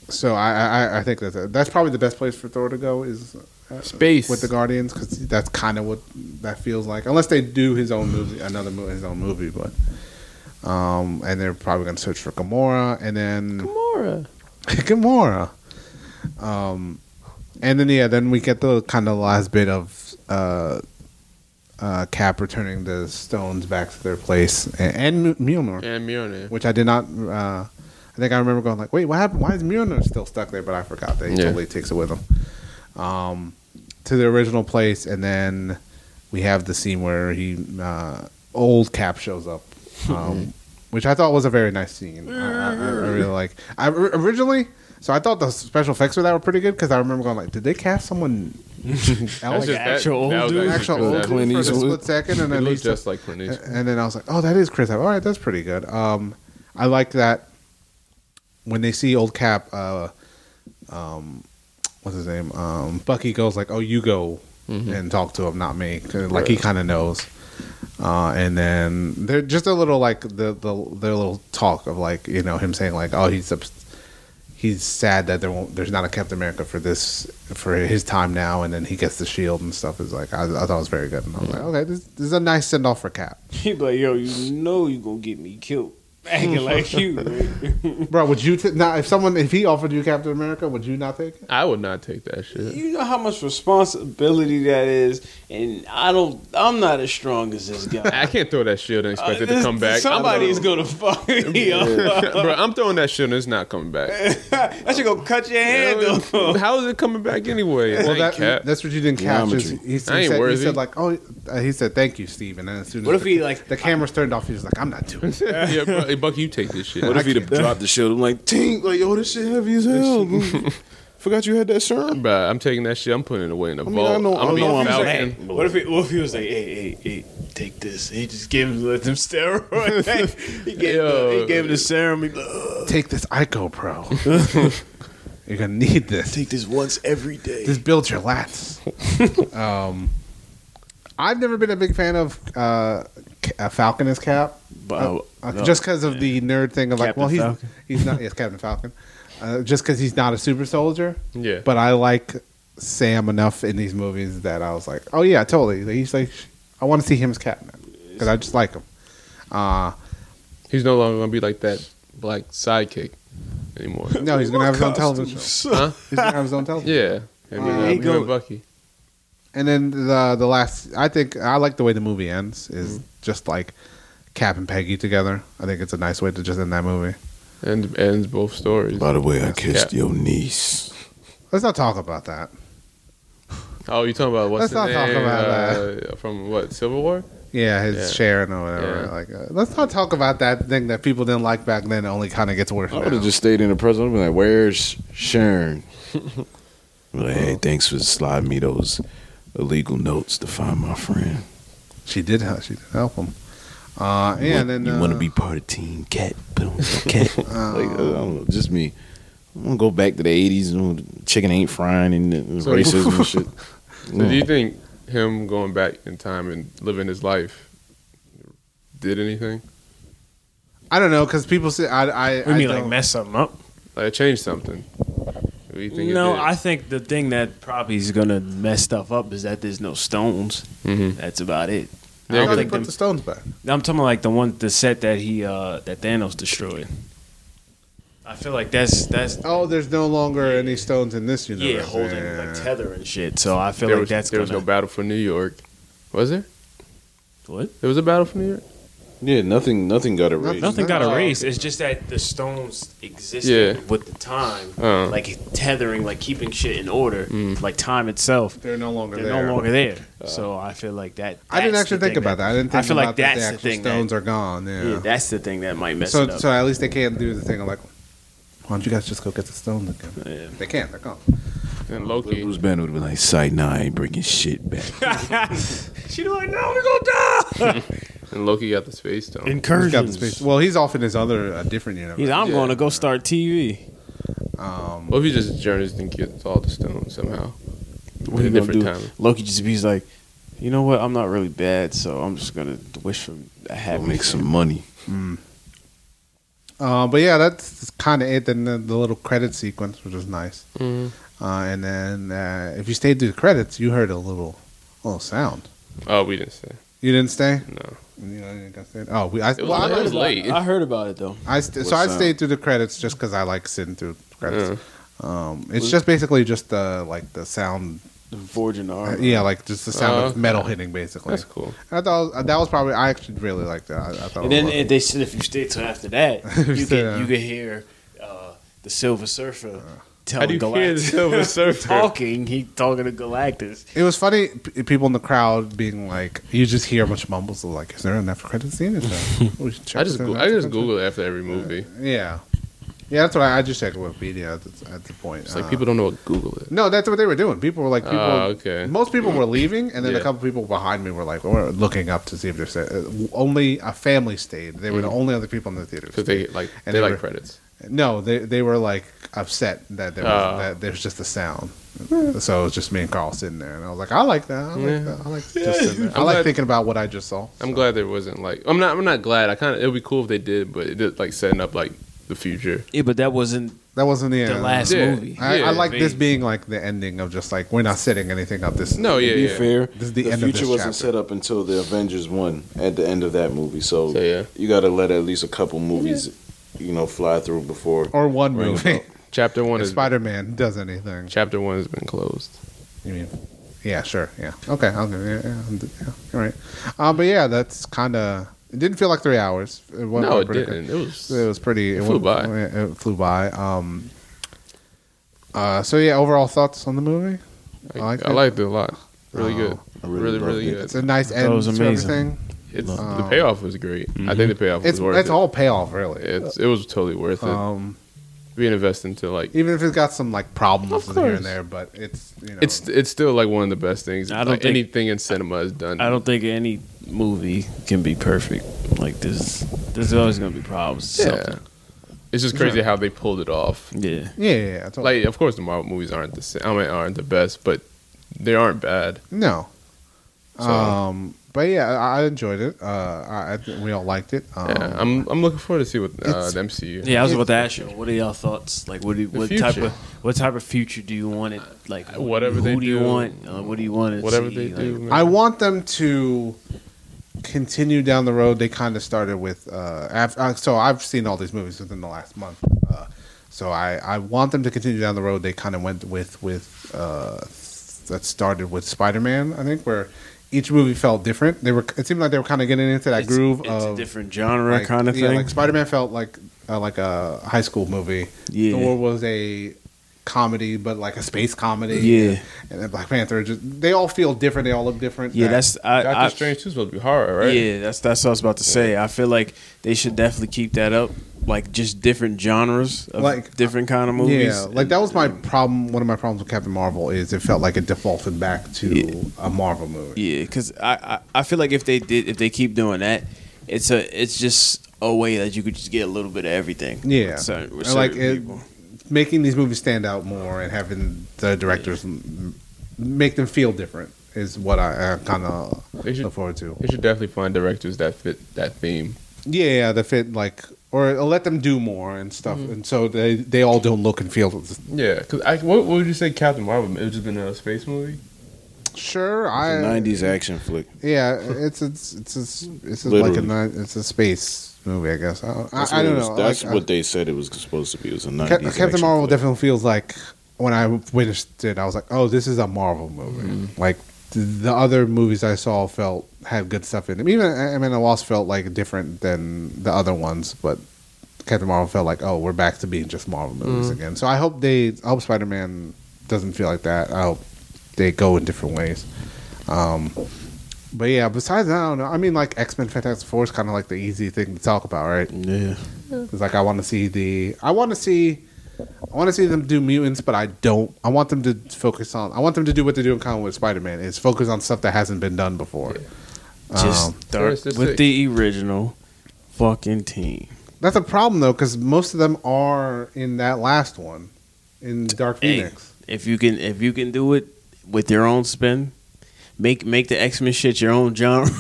[SPEAKER 1] so I, I I- I think that's that's probably the best place for Thor to go is uh,
[SPEAKER 2] Space.
[SPEAKER 1] with the Guardians because that's kind of what that feels like. Unless they do his own movie, another movie, his own movie, but Um, and they're probably going to search for Gamora, and then Gamora. Um, and then yeah, then we get the kind of last bit of uh, uh, Cap returning the stones back to their place, and, and Mjolnir,
[SPEAKER 2] And Mjolnir.
[SPEAKER 1] which I did not. Uh, I think I remember going like, "Wait, what happened? Why is Mjolnir still stuck there?" But I forgot that he
[SPEAKER 2] Yeah.
[SPEAKER 1] totally takes it with him um, to the original place, and then we have the scene where he uh, old Cap shows up. Um, Which I thought was a very nice scene. I, I, I really like. I or- originally, so I thought the special effects for that were pretty good because I remember going like, did they cast someone else?
[SPEAKER 2] just- that-
[SPEAKER 16] actual old
[SPEAKER 2] that was
[SPEAKER 16] dude?
[SPEAKER 2] actually
[SPEAKER 1] actual
[SPEAKER 2] Chris
[SPEAKER 1] old
[SPEAKER 2] Evans.
[SPEAKER 1] dude for the split second, and
[SPEAKER 2] He
[SPEAKER 1] then
[SPEAKER 2] looked
[SPEAKER 1] he's
[SPEAKER 2] just like Clint Eastwood.
[SPEAKER 1] and then I was like, oh, that is Chris Evans. All right, that's pretty good. Um, I like that when they see old Cap. Uh, um, what's his name? Um, Bucky goes like, oh, you go and talk to him, not me. 'Cause, Like he kind of knows. Uh, and then they're just a little like the, the their little talk of like you know him saying like oh he's ups- he's sad that there won't there's not a Captain America for this for his time now and then he gets the shield and stuff is like I, I thought it was very good and I was like okay this, this is a nice send off for Cap
[SPEAKER 3] He be like, yo, you know you gonna get me killed. Acting like you. man.
[SPEAKER 1] Bro, would you t- now if someone if he offered you Captain America, would you not take it?
[SPEAKER 2] I would not take that shit.
[SPEAKER 3] You know how much responsibility that is, and I don't. I'm not as strong as this guy.
[SPEAKER 2] I can't throw that shield and expect it to
[SPEAKER 3] Uh, This-
[SPEAKER 2] come back.
[SPEAKER 3] Somebody
[SPEAKER 2] I'm
[SPEAKER 3] is gonna fuck me up.
[SPEAKER 2] throwing, bro, I'm throwing that shield and it's not coming back.
[SPEAKER 3] I should go cut your hand off.
[SPEAKER 2] How is it coming back anyway? Well,
[SPEAKER 1] that,
[SPEAKER 2] that, cap.
[SPEAKER 1] that's what you didn't catch. Is
[SPEAKER 4] Geometry.
[SPEAKER 1] he, said-
[SPEAKER 2] I
[SPEAKER 1] he
[SPEAKER 2] ain't
[SPEAKER 1] said, he
[SPEAKER 2] worthy.
[SPEAKER 1] said like, oh, uh, he said thank you, Steve. And then as soon as
[SPEAKER 3] What if
[SPEAKER 1] the,
[SPEAKER 3] he, like-
[SPEAKER 1] the cameras turned off, he was like, I'm not doing it.
[SPEAKER 2] yeah, bro, hey, Bucky, you take this shit.
[SPEAKER 4] What if he'd have dropped the shield? I'm like, tink, like, yo, this shit heavy as hell. Forgot you had that serum.
[SPEAKER 2] Bro, I'm taking that shit. I'm putting it away in the
[SPEAKER 4] mean,
[SPEAKER 2] vault.
[SPEAKER 4] I know-
[SPEAKER 2] I'm
[SPEAKER 4] I
[SPEAKER 2] gonna be
[SPEAKER 4] know
[SPEAKER 2] a
[SPEAKER 4] I'm
[SPEAKER 2] Falcon.
[SPEAKER 3] What if, he, what if he was like, hey, hey, hey, take this? He just gave him let them steroid. he, gave the,
[SPEAKER 2] Yo.
[SPEAKER 3] he gave him the serum. He, be like, "Ugh,
[SPEAKER 1] Take this Ico Pro. You're gonna need this.
[SPEAKER 3] take this once every day.
[SPEAKER 1] This builds your lats. um, I've never been a big fan of uh, Ca- uh, Falcon as Cap.
[SPEAKER 3] But
[SPEAKER 2] Oh,
[SPEAKER 1] Uh, just because of the nerd thing of like,
[SPEAKER 17] Captain
[SPEAKER 1] well, he's
[SPEAKER 17] Falcon.
[SPEAKER 1] he's not yes, Captain Falcon, uh, just because he's not a super soldier.
[SPEAKER 2] Yeah.
[SPEAKER 1] but I like Sam enough in these movies that I was like, oh yeah, totally. He's like, I want to see him as Captain because I just like him. Uh,
[SPEAKER 2] He's no longer gonna be like that black sidekick anymore.
[SPEAKER 1] no, he's gonna have his own television show.
[SPEAKER 2] Huh?
[SPEAKER 1] He's gonna have his own television.
[SPEAKER 2] Yeah. Him and, uh,
[SPEAKER 17] he
[SPEAKER 2] him
[SPEAKER 17] go-
[SPEAKER 2] and Bucky.
[SPEAKER 1] And then the the last, I think I like the way the movie ends is
[SPEAKER 2] Mm-hmm.
[SPEAKER 1] just like Cap and Peggy together. I think it's a nice way to just end that movie.
[SPEAKER 2] And ends both stories.
[SPEAKER 4] By the way, I kissed
[SPEAKER 2] Yeah.
[SPEAKER 4] your niece.
[SPEAKER 1] Let's not talk about that.
[SPEAKER 2] Oh, you talking about what's
[SPEAKER 1] Let's
[SPEAKER 2] the
[SPEAKER 1] not talk
[SPEAKER 2] name,
[SPEAKER 1] about
[SPEAKER 2] uh, from what Civil War?
[SPEAKER 1] Yeah, his
[SPEAKER 2] Yeah.
[SPEAKER 1] Sharon or whatever.
[SPEAKER 2] Yeah.
[SPEAKER 1] Like, uh, let's not talk about that thing that people didn't like back then. It only kind of gets worse.
[SPEAKER 4] I
[SPEAKER 1] Now.
[SPEAKER 4] would have just stayed in the present. I'd been like, "Where's Sharon?" like, hey, thanks for sliding me those illegal notes to find my friend.
[SPEAKER 1] she did. help- She did help him. Uh, yeah, and then
[SPEAKER 4] you
[SPEAKER 1] uh,
[SPEAKER 4] want to be part of Team Cat, but I'm not Cat. like, uh, I don't know, just me. I'm gonna go back to the '80s. and Chicken ain't frying and
[SPEAKER 2] So-
[SPEAKER 4] racism and shit.
[SPEAKER 2] So do you think him going back in time and living his life did anything?
[SPEAKER 1] I don't know because people say I. I,
[SPEAKER 16] We
[SPEAKER 1] I
[SPEAKER 16] mean like
[SPEAKER 1] don't-
[SPEAKER 16] mess something up?
[SPEAKER 2] Like it changed something. What do you think
[SPEAKER 16] No,
[SPEAKER 2] it did?
[SPEAKER 16] I think the thing that probably is gonna mess stuff up is that there's no stones.
[SPEAKER 2] Mm-hmm.
[SPEAKER 16] That's about it.
[SPEAKER 1] I
[SPEAKER 2] Yeah,
[SPEAKER 1] thought they
[SPEAKER 16] think
[SPEAKER 1] put
[SPEAKER 16] them-
[SPEAKER 1] the stones back.
[SPEAKER 16] I'm talking like the one, the set that he, uh that Thanos destroyed. I feel like that's that's
[SPEAKER 1] Oh, there's no longer any stones in this universe.
[SPEAKER 16] yeah, holding like
[SPEAKER 1] Yeah.
[SPEAKER 16] tether and shit. So I feel
[SPEAKER 2] there
[SPEAKER 16] like
[SPEAKER 2] was,
[SPEAKER 16] that's
[SPEAKER 2] there
[SPEAKER 16] gonna.
[SPEAKER 2] was no battle for New York. Was there?
[SPEAKER 16] What?
[SPEAKER 2] There was a battle for New York?
[SPEAKER 4] Yeah, nothing. Nothing got erased.
[SPEAKER 16] Nothing got
[SPEAKER 1] Oh,
[SPEAKER 16] erased. It's just that the stones existed
[SPEAKER 2] Yeah.
[SPEAKER 16] with the time,
[SPEAKER 2] Uh. Mm.
[SPEAKER 16] like tethering, like keeping shit in order, like time itself.
[SPEAKER 1] They're no longer
[SPEAKER 16] They're
[SPEAKER 1] there.
[SPEAKER 16] no longer there.
[SPEAKER 2] Uh.
[SPEAKER 16] so I feel like that.
[SPEAKER 1] I didn't
[SPEAKER 16] that's
[SPEAKER 1] actually
[SPEAKER 16] the
[SPEAKER 1] think
[SPEAKER 16] thing
[SPEAKER 1] about
[SPEAKER 16] that-
[SPEAKER 1] that. I didn't think
[SPEAKER 16] I feel
[SPEAKER 1] about
[SPEAKER 16] like
[SPEAKER 1] that
[SPEAKER 16] that's
[SPEAKER 1] the
[SPEAKER 16] the
[SPEAKER 1] actual
[SPEAKER 16] thing that-
[SPEAKER 1] stones are gone. Yeah.
[SPEAKER 16] Yeah, that's the thing that might mess
[SPEAKER 1] so,
[SPEAKER 16] it up.
[SPEAKER 1] so at least they can't do the thing of like, why don't you guys just go get the stones again? They can't. They're gone.
[SPEAKER 2] And
[SPEAKER 4] Loki.
[SPEAKER 2] Loki.
[SPEAKER 4] Bruce Banner would be like, "Sight, nah, I ain't bringing shit back."
[SPEAKER 16] She'd be like, "No, we're gonna die."
[SPEAKER 2] And Loki got the space stone.
[SPEAKER 1] He's got the
[SPEAKER 3] Incursions.
[SPEAKER 1] space. Well, he's off in his other, a different universe.
[SPEAKER 3] He's, I'm
[SPEAKER 2] Yeah.
[SPEAKER 3] going to go start TV.
[SPEAKER 1] um,
[SPEAKER 2] What if he just journeys and gets all the stones somehow?
[SPEAKER 3] What
[SPEAKER 2] In
[SPEAKER 3] are
[SPEAKER 2] a
[SPEAKER 3] you gonna
[SPEAKER 2] different
[SPEAKER 3] do?
[SPEAKER 2] time.
[SPEAKER 3] Loki just be like, you know what? I'm not really bad, so I'm just gonna wish for a happy.
[SPEAKER 4] I'll make some money.
[SPEAKER 1] Uh, but yeah, that's kind of it. Then the, the little credit sequence, which was nice. Uh, and then uh, if you stayed through the credits, you heard a little little sound.
[SPEAKER 2] Oh, we didn't say.
[SPEAKER 1] You didn't stay?
[SPEAKER 2] No.
[SPEAKER 1] You know, you didn't stay? Oh, we, I,
[SPEAKER 2] It was,
[SPEAKER 1] well, I
[SPEAKER 2] it was
[SPEAKER 1] heard-
[SPEAKER 2] late.
[SPEAKER 3] I heard about it though.
[SPEAKER 1] I st- so
[SPEAKER 4] What's
[SPEAKER 1] I
[SPEAKER 4] that?
[SPEAKER 1] stayed through the credits just because I like sitting through credits. Um, it's just basically just the like the sound, uh,
[SPEAKER 3] Forging the armor.
[SPEAKER 1] yeah, like just the sound
[SPEAKER 2] Oh,
[SPEAKER 1] of metal hitting basically.
[SPEAKER 2] That's cool.
[SPEAKER 1] I thought that was probably I actually really liked that. I, I thought
[SPEAKER 3] And
[SPEAKER 1] it
[SPEAKER 3] then
[SPEAKER 1] was-
[SPEAKER 3] if they said if you stay till after that, you
[SPEAKER 1] Yeah.
[SPEAKER 3] can you can hear uh, the Silver
[SPEAKER 1] Uh,
[SPEAKER 3] Surfer
[SPEAKER 2] I
[SPEAKER 3] telling
[SPEAKER 2] do hear
[SPEAKER 3] Galactus
[SPEAKER 2] the Silver Surfer.
[SPEAKER 3] talking. He talking to Galactus.
[SPEAKER 1] It was funny. p- People in the crowd being like, you just hear a bunch of mumbles of like, "Is there enough credit scene?" Is there- we should check
[SPEAKER 2] I just
[SPEAKER 1] this
[SPEAKER 2] go-
[SPEAKER 1] out."
[SPEAKER 2] I just Google it after every movie.
[SPEAKER 1] Yeah, yeah. That's what I, I just checked Wikipedia at the, at the point.
[SPEAKER 2] It's like
[SPEAKER 1] Uh,
[SPEAKER 2] people don't know what Google is.
[SPEAKER 1] No, that's what they were doing. People were like, people,
[SPEAKER 2] Oh, okay.
[SPEAKER 1] Most people were leaving, and then a
[SPEAKER 2] Yeah.
[SPEAKER 1] couple people behind me were like, were looking up to see if they're sa- uh, only a family stayed. They were the only other people in the theater.
[SPEAKER 2] Because Mm. they like
[SPEAKER 1] And
[SPEAKER 2] they
[SPEAKER 1] they
[SPEAKER 2] like
[SPEAKER 1] were-
[SPEAKER 2] credits.
[SPEAKER 1] No, they they were like upset that there was
[SPEAKER 2] Oh.
[SPEAKER 1] that there's just a sound. So it was just me and Carl sitting there, and I was like, I like that. I like
[SPEAKER 2] Yeah.
[SPEAKER 1] that. I like just sitting there. I
[SPEAKER 2] I'm
[SPEAKER 1] like
[SPEAKER 2] glad-
[SPEAKER 1] thinking about what I just saw.
[SPEAKER 2] I'm glad there wasn't like I'm not I'm not glad. I kind of it would be cool if they did, but it did like setting up like the future.
[SPEAKER 3] Yeah, but that wasn't
[SPEAKER 1] That wasn't the, end.
[SPEAKER 3] last
[SPEAKER 2] Yeah.
[SPEAKER 3] movie.
[SPEAKER 1] I,
[SPEAKER 2] Yeah,
[SPEAKER 1] I like this
[SPEAKER 2] they-
[SPEAKER 1] being like the ending of just like we're not setting anything up. This
[SPEAKER 2] No, yeah,
[SPEAKER 4] To be
[SPEAKER 2] yeah.
[SPEAKER 4] fair,
[SPEAKER 1] This is the end of this
[SPEAKER 4] future wasn't
[SPEAKER 1] chapter.
[SPEAKER 4] set up until the Avengers one at the end of that movie. So,
[SPEAKER 2] So, yeah.
[SPEAKER 4] you got to let at least a couple movies, you know, fly through before.
[SPEAKER 1] or one
[SPEAKER 4] Ring of
[SPEAKER 1] movie.
[SPEAKER 2] Chapter one
[SPEAKER 1] If
[SPEAKER 2] is
[SPEAKER 1] Spider Man does anything.
[SPEAKER 2] Chapter one has been closed.
[SPEAKER 1] You mean? Yeah, sure. Yeah. Okay. I'll give you. Yeah, I'm- yeah, all right. Um, but yeah, that's kind of. It didn't feel like three hours. It went
[SPEAKER 2] No,
[SPEAKER 1] by
[SPEAKER 2] it
[SPEAKER 1] pretty
[SPEAKER 2] didn't. It was.
[SPEAKER 1] quick. It was pretty.
[SPEAKER 2] It flew
[SPEAKER 1] went-
[SPEAKER 2] by.
[SPEAKER 1] It flew by. Um. Uh. So yeah, overall thoughts on the movie.
[SPEAKER 2] I,
[SPEAKER 1] I liked
[SPEAKER 2] I
[SPEAKER 1] it.
[SPEAKER 2] liked it a lot. Really
[SPEAKER 1] Oh,
[SPEAKER 2] good.
[SPEAKER 4] I really
[SPEAKER 2] Really, really,
[SPEAKER 4] loved it.
[SPEAKER 2] good.
[SPEAKER 1] It's a nice
[SPEAKER 18] it
[SPEAKER 1] end
[SPEAKER 18] was
[SPEAKER 1] to
[SPEAKER 18] amazing.
[SPEAKER 1] everything.
[SPEAKER 2] It's
[SPEAKER 1] Wow.
[SPEAKER 2] the payoff was great. I think the payoff
[SPEAKER 1] It's
[SPEAKER 2] was worth
[SPEAKER 1] it's
[SPEAKER 2] it.
[SPEAKER 1] all payoff really.
[SPEAKER 2] It's it was totally worth it.
[SPEAKER 1] um.
[SPEAKER 2] Being invested into like
[SPEAKER 1] Even if it's got some like problems
[SPEAKER 2] Of
[SPEAKER 1] here and
[SPEAKER 2] course.
[SPEAKER 1] there, but it's you know
[SPEAKER 2] it's it's still like one of the best things.
[SPEAKER 19] I don't
[SPEAKER 2] like,
[SPEAKER 19] think-
[SPEAKER 2] anything in cinema is done.
[SPEAKER 19] I don't think any movie can be perfect. Like this, there's always gonna be problems.
[SPEAKER 2] Yeah.
[SPEAKER 19] Yeah,
[SPEAKER 2] It's just crazy how they pulled it off.
[SPEAKER 19] yeah.
[SPEAKER 1] yeah yeah. yeah it's all-
[SPEAKER 2] Like, of course, the Marvel movies aren't the same. I mean, aren't the best, but they aren't bad.
[SPEAKER 1] No.
[SPEAKER 2] So-
[SPEAKER 1] Um, but yeah, I I enjoyed it. Uh, I, I think we all liked it. Um,
[SPEAKER 2] yeah, I'm I'm looking forward to see what uh,
[SPEAKER 1] It's-
[SPEAKER 2] the MCU.
[SPEAKER 19] I was about to ask you, what are y'all thoughts? Like, what do you,
[SPEAKER 2] The
[SPEAKER 19] what type
[SPEAKER 2] future.
[SPEAKER 19] of what type of future do you want it? Like,
[SPEAKER 2] Whatever
[SPEAKER 19] who
[SPEAKER 2] they
[SPEAKER 19] do you
[SPEAKER 2] do.
[SPEAKER 19] want? Uh, what do you want? To
[SPEAKER 2] Whatever
[SPEAKER 19] see?
[SPEAKER 2] they do,
[SPEAKER 19] Like,
[SPEAKER 2] man.
[SPEAKER 1] I want them to continue down the road they kind of started with. Uh, af uh, so I've seen all these movies within the last month. Uh, so I, I want them to continue down the road they kind of went with with uh, that started with Spider Man. I think where each movie felt different. They were it seemed like they were kind of getting into that
[SPEAKER 3] it's,
[SPEAKER 1] groove
[SPEAKER 3] it's
[SPEAKER 1] of
[SPEAKER 3] a different genre
[SPEAKER 1] like-
[SPEAKER 3] kind of
[SPEAKER 1] yeah,
[SPEAKER 3] thing.
[SPEAKER 1] like Spider Man felt like uh, like a high school movie.
[SPEAKER 3] Yeah.
[SPEAKER 1] Thor was a comedy, but like a space comedy.
[SPEAKER 3] Yeah.
[SPEAKER 1] and then Black Panther just they all feel different. They all look different.
[SPEAKER 3] yeah,
[SPEAKER 1] That-
[SPEAKER 3] that's I,
[SPEAKER 2] Doctor
[SPEAKER 3] I,
[SPEAKER 2] Strange two is supposed to be horror, right?
[SPEAKER 3] Yeah, that's that's what I was about to say. I feel like they should definitely keep that up, like just different genres of
[SPEAKER 1] Like-
[SPEAKER 3] different kind of movies.
[SPEAKER 1] Yeah, like that was my problem. One of my problems with Captain Marvel is it felt like it defaulted back to
[SPEAKER 3] Yeah.
[SPEAKER 1] a Marvel movie.
[SPEAKER 3] Yeah, because I, I I feel like if they did if they keep doing that, it's a it's just a way that you could just get a little bit of everything.
[SPEAKER 1] Yeah,
[SPEAKER 3] with certain, with
[SPEAKER 1] And, like
[SPEAKER 3] certain
[SPEAKER 1] it,
[SPEAKER 3] people.
[SPEAKER 1] making these movies stand out more and having the directors m make them feel different is what I, I kind of
[SPEAKER 2] They should-
[SPEAKER 1] look forward to.
[SPEAKER 2] They should definitely find directors that fit that theme.
[SPEAKER 1] Yeah, yeah, the fit like or let them do more and stuff, and so they they all don't look and feel.
[SPEAKER 2] Yeah, because I what, what would you say Captain Marvel? It just been a space movie.
[SPEAKER 1] Sure,
[SPEAKER 4] The
[SPEAKER 1] I
[SPEAKER 4] '90s action flick.
[SPEAKER 1] yeah, it's it's it's a, it's a, like a
[SPEAKER 4] Literally.
[SPEAKER 1] ni- it's a space movie, I guess. I, I,
[SPEAKER 4] That's
[SPEAKER 1] I
[SPEAKER 4] what
[SPEAKER 1] don't
[SPEAKER 4] it was-
[SPEAKER 1] know.
[SPEAKER 4] That's
[SPEAKER 1] like,
[SPEAKER 4] what
[SPEAKER 1] I-
[SPEAKER 4] they said it was supposed to be. It was a
[SPEAKER 1] Cap-
[SPEAKER 4] '90s.
[SPEAKER 1] Captain
[SPEAKER 4] action
[SPEAKER 1] Marvel
[SPEAKER 4] flick.
[SPEAKER 1] definitely feels like when I witnessed it, I was like, oh, this is a Marvel movie. Like th- the other movies I saw felt had good stuff in them. Even I mean, the Wasp felt like different than the other ones, but Captain Marvel felt like, oh, we're back to being just Marvel movies again. So I hope they, I hope Spider Man doesn't feel like that. I hope they go in different ways. Um, but yeah, besides that, I don't know. I mean, like X Men Fantastic Four is kind of like the easy thing to talk about, right?
[SPEAKER 3] yeah.
[SPEAKER 1] It's like I want to see the I want to see I want to see them do mutants, but I don't. I want them to focus on. I want them to do what they do in common with Spider Man is focus on stuff that hasn't been done before.
[SPEAKER 3] just
[SPEAKER 1] Um,
[SPEAKER 3] start
[SPEAKER 2] First to
[SPEAKER 3] with
[SPEAKER 2] six.
[SPEAKER 3] the original fucking team.
[SPEAKER 1] That's a problem though, because most of them are in that last one, in Dark
[SPEAKER 3] Hey.
[SPEAKER 1] Phoenix.
[SPEAKER 3] If you can if you can do it with your own spin, make make the X Men shit your own genre,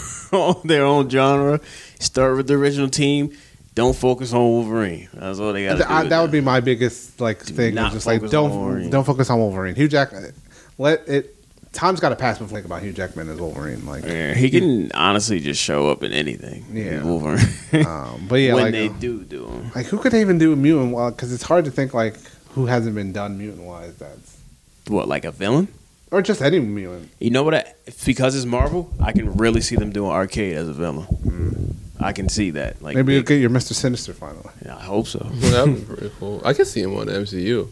[SPEAKER 3] their own genre. Start with the original team. Don't focus on Wolverine. That's all they got to do.
[SPEAKER 1] I,
[SPEAKER 3] with
[SPEAKER 1] that would
[SPEAKER 3] them.
[SPEAKER 1] be my biggest like thing.
[SPEAKER 3] not
[SPEAKER 1] Is just like
[SPEAKER 3] focus on
[SPEAKER 1] don't
[SPEAKER 3] Wolverine.
[SPEAKER 1] don't focus on Wolverine. Hugh Jack, let it time's got to pass before I think about Hugh Jackman as Wolverine. Like,
[SPEAKER 3] Yeah, he can honestly just show up in anything.
[SPEAKER 1] Yeah.
[SPEAKER 3] Wolverine.
[SPEAKER 1] um, but yeah,
[SPEAKER 3] when
[SPEAKER 1] like,
[SPEAKER 3] they
[SPEAKER 1] uh,
[SPEAKER 3] do do him,
[SPEAKER 1] like who could they even do mutant? Because it's hard to think like who hasn't been done mutant wise. That's
[SPEAKER 3] what like a villain?
[SPEAKER 1] or just any mutant.
[SPEAKER 3] You know what? I, because it's Marvel, I can really see them doing Arcade as a villain. Mm. I can see that. Like
[SPEAKER 1] Maybe you'll
[SPEAKER 3] big-
[SPEAKER 1] get your Mister Sinister finally.
[SPEAKER 3] I hope so.
[SPEAKER 2] Well, that'd be pretty cool. I could see him on the MCU.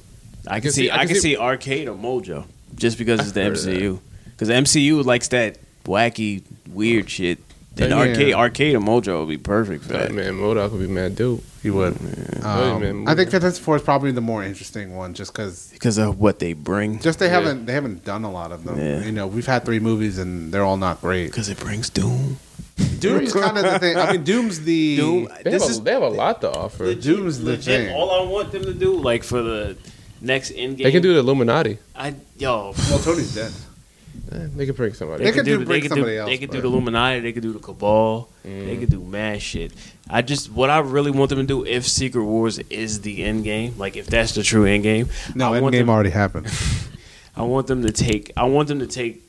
[SPEAKER 3] I can see, I can see Arcade or Mojo just because it's the
[SPEAKER 2] heard of that.
[SPEAKER 3] MCU. Because the MCU likes that wacky, weird shit. Then
[SPEAKER 2] Yeah.
[SPEAKER 3] Arcade, Arcade or Mojo would be perfect for that.
[SPEAKER 2] Man, Modoc would be mad dope.
[SPEAKER 1] He would.
[SPEAKER 20] Um,
[SPEAKER 2] Oh, yeah, man.
[SPEAKER 1] I think Fantastic Four is probably the more interesting one, just because
[SPEAKER 3] Because of what they bring.
[SPEAKER 1] just they
[SPEAKER 2] Yeah.
[SPEAKER 1] haven't they haven't done a lot of them.
[SPEAKER 3] Yeah.
[SPEAKER 1] You know, we've had three movies and they're all not great.
[SPEAKER 3] Because it brings Doom.
[SPEAKER 1] Doom's kind of the thing. I mean, Doom's the
[SPEAKER 3] Doom.
[SPEAKER 2] They
[SPEAKER 3] this
[SPEAKER 2] have,
[SPEAKER 3] is
[SPEAKER 2] a, they have a lot to offer.
[SPEAKER 1] Doom's the
[SPEAKER 20] Legit,
[SPEAKER 1] thing.
[SPEAKER 20] all I want them to do, like for the next end game,
[SPEAKER 2] They can do the Illuminati.
[SPEAKER 20] I yo,
[SPEAKER 1] Well, Tony's dead.
[SPEAKER 2] Eh, They could bring somebody.
[SPEAKER 1] They could do
[SPEAKER 20] they
[SPEAKER 1] break
[SPEAKER 20] could
[SPEAKER 1] somebody
[SPEAKER 20] do,
[SPEAKER 1] else,
[SPEAKER 20] They could do
[SPEAKER 1] but-
[SPEAKER 20] the Illuminati. They could do the Cabal. They could do mad shit. I just what I really want them to do if Secret Wars is the end game, like if that's the true end game.
[SPEAKER 1] No,
[SPEAKER 20] I want
[SPEAKER 1] Endgame
[SPEAKER 20] them,
[SPEAKER 1] already happened.
[SPEAKER 20] I want them to take. I want them to take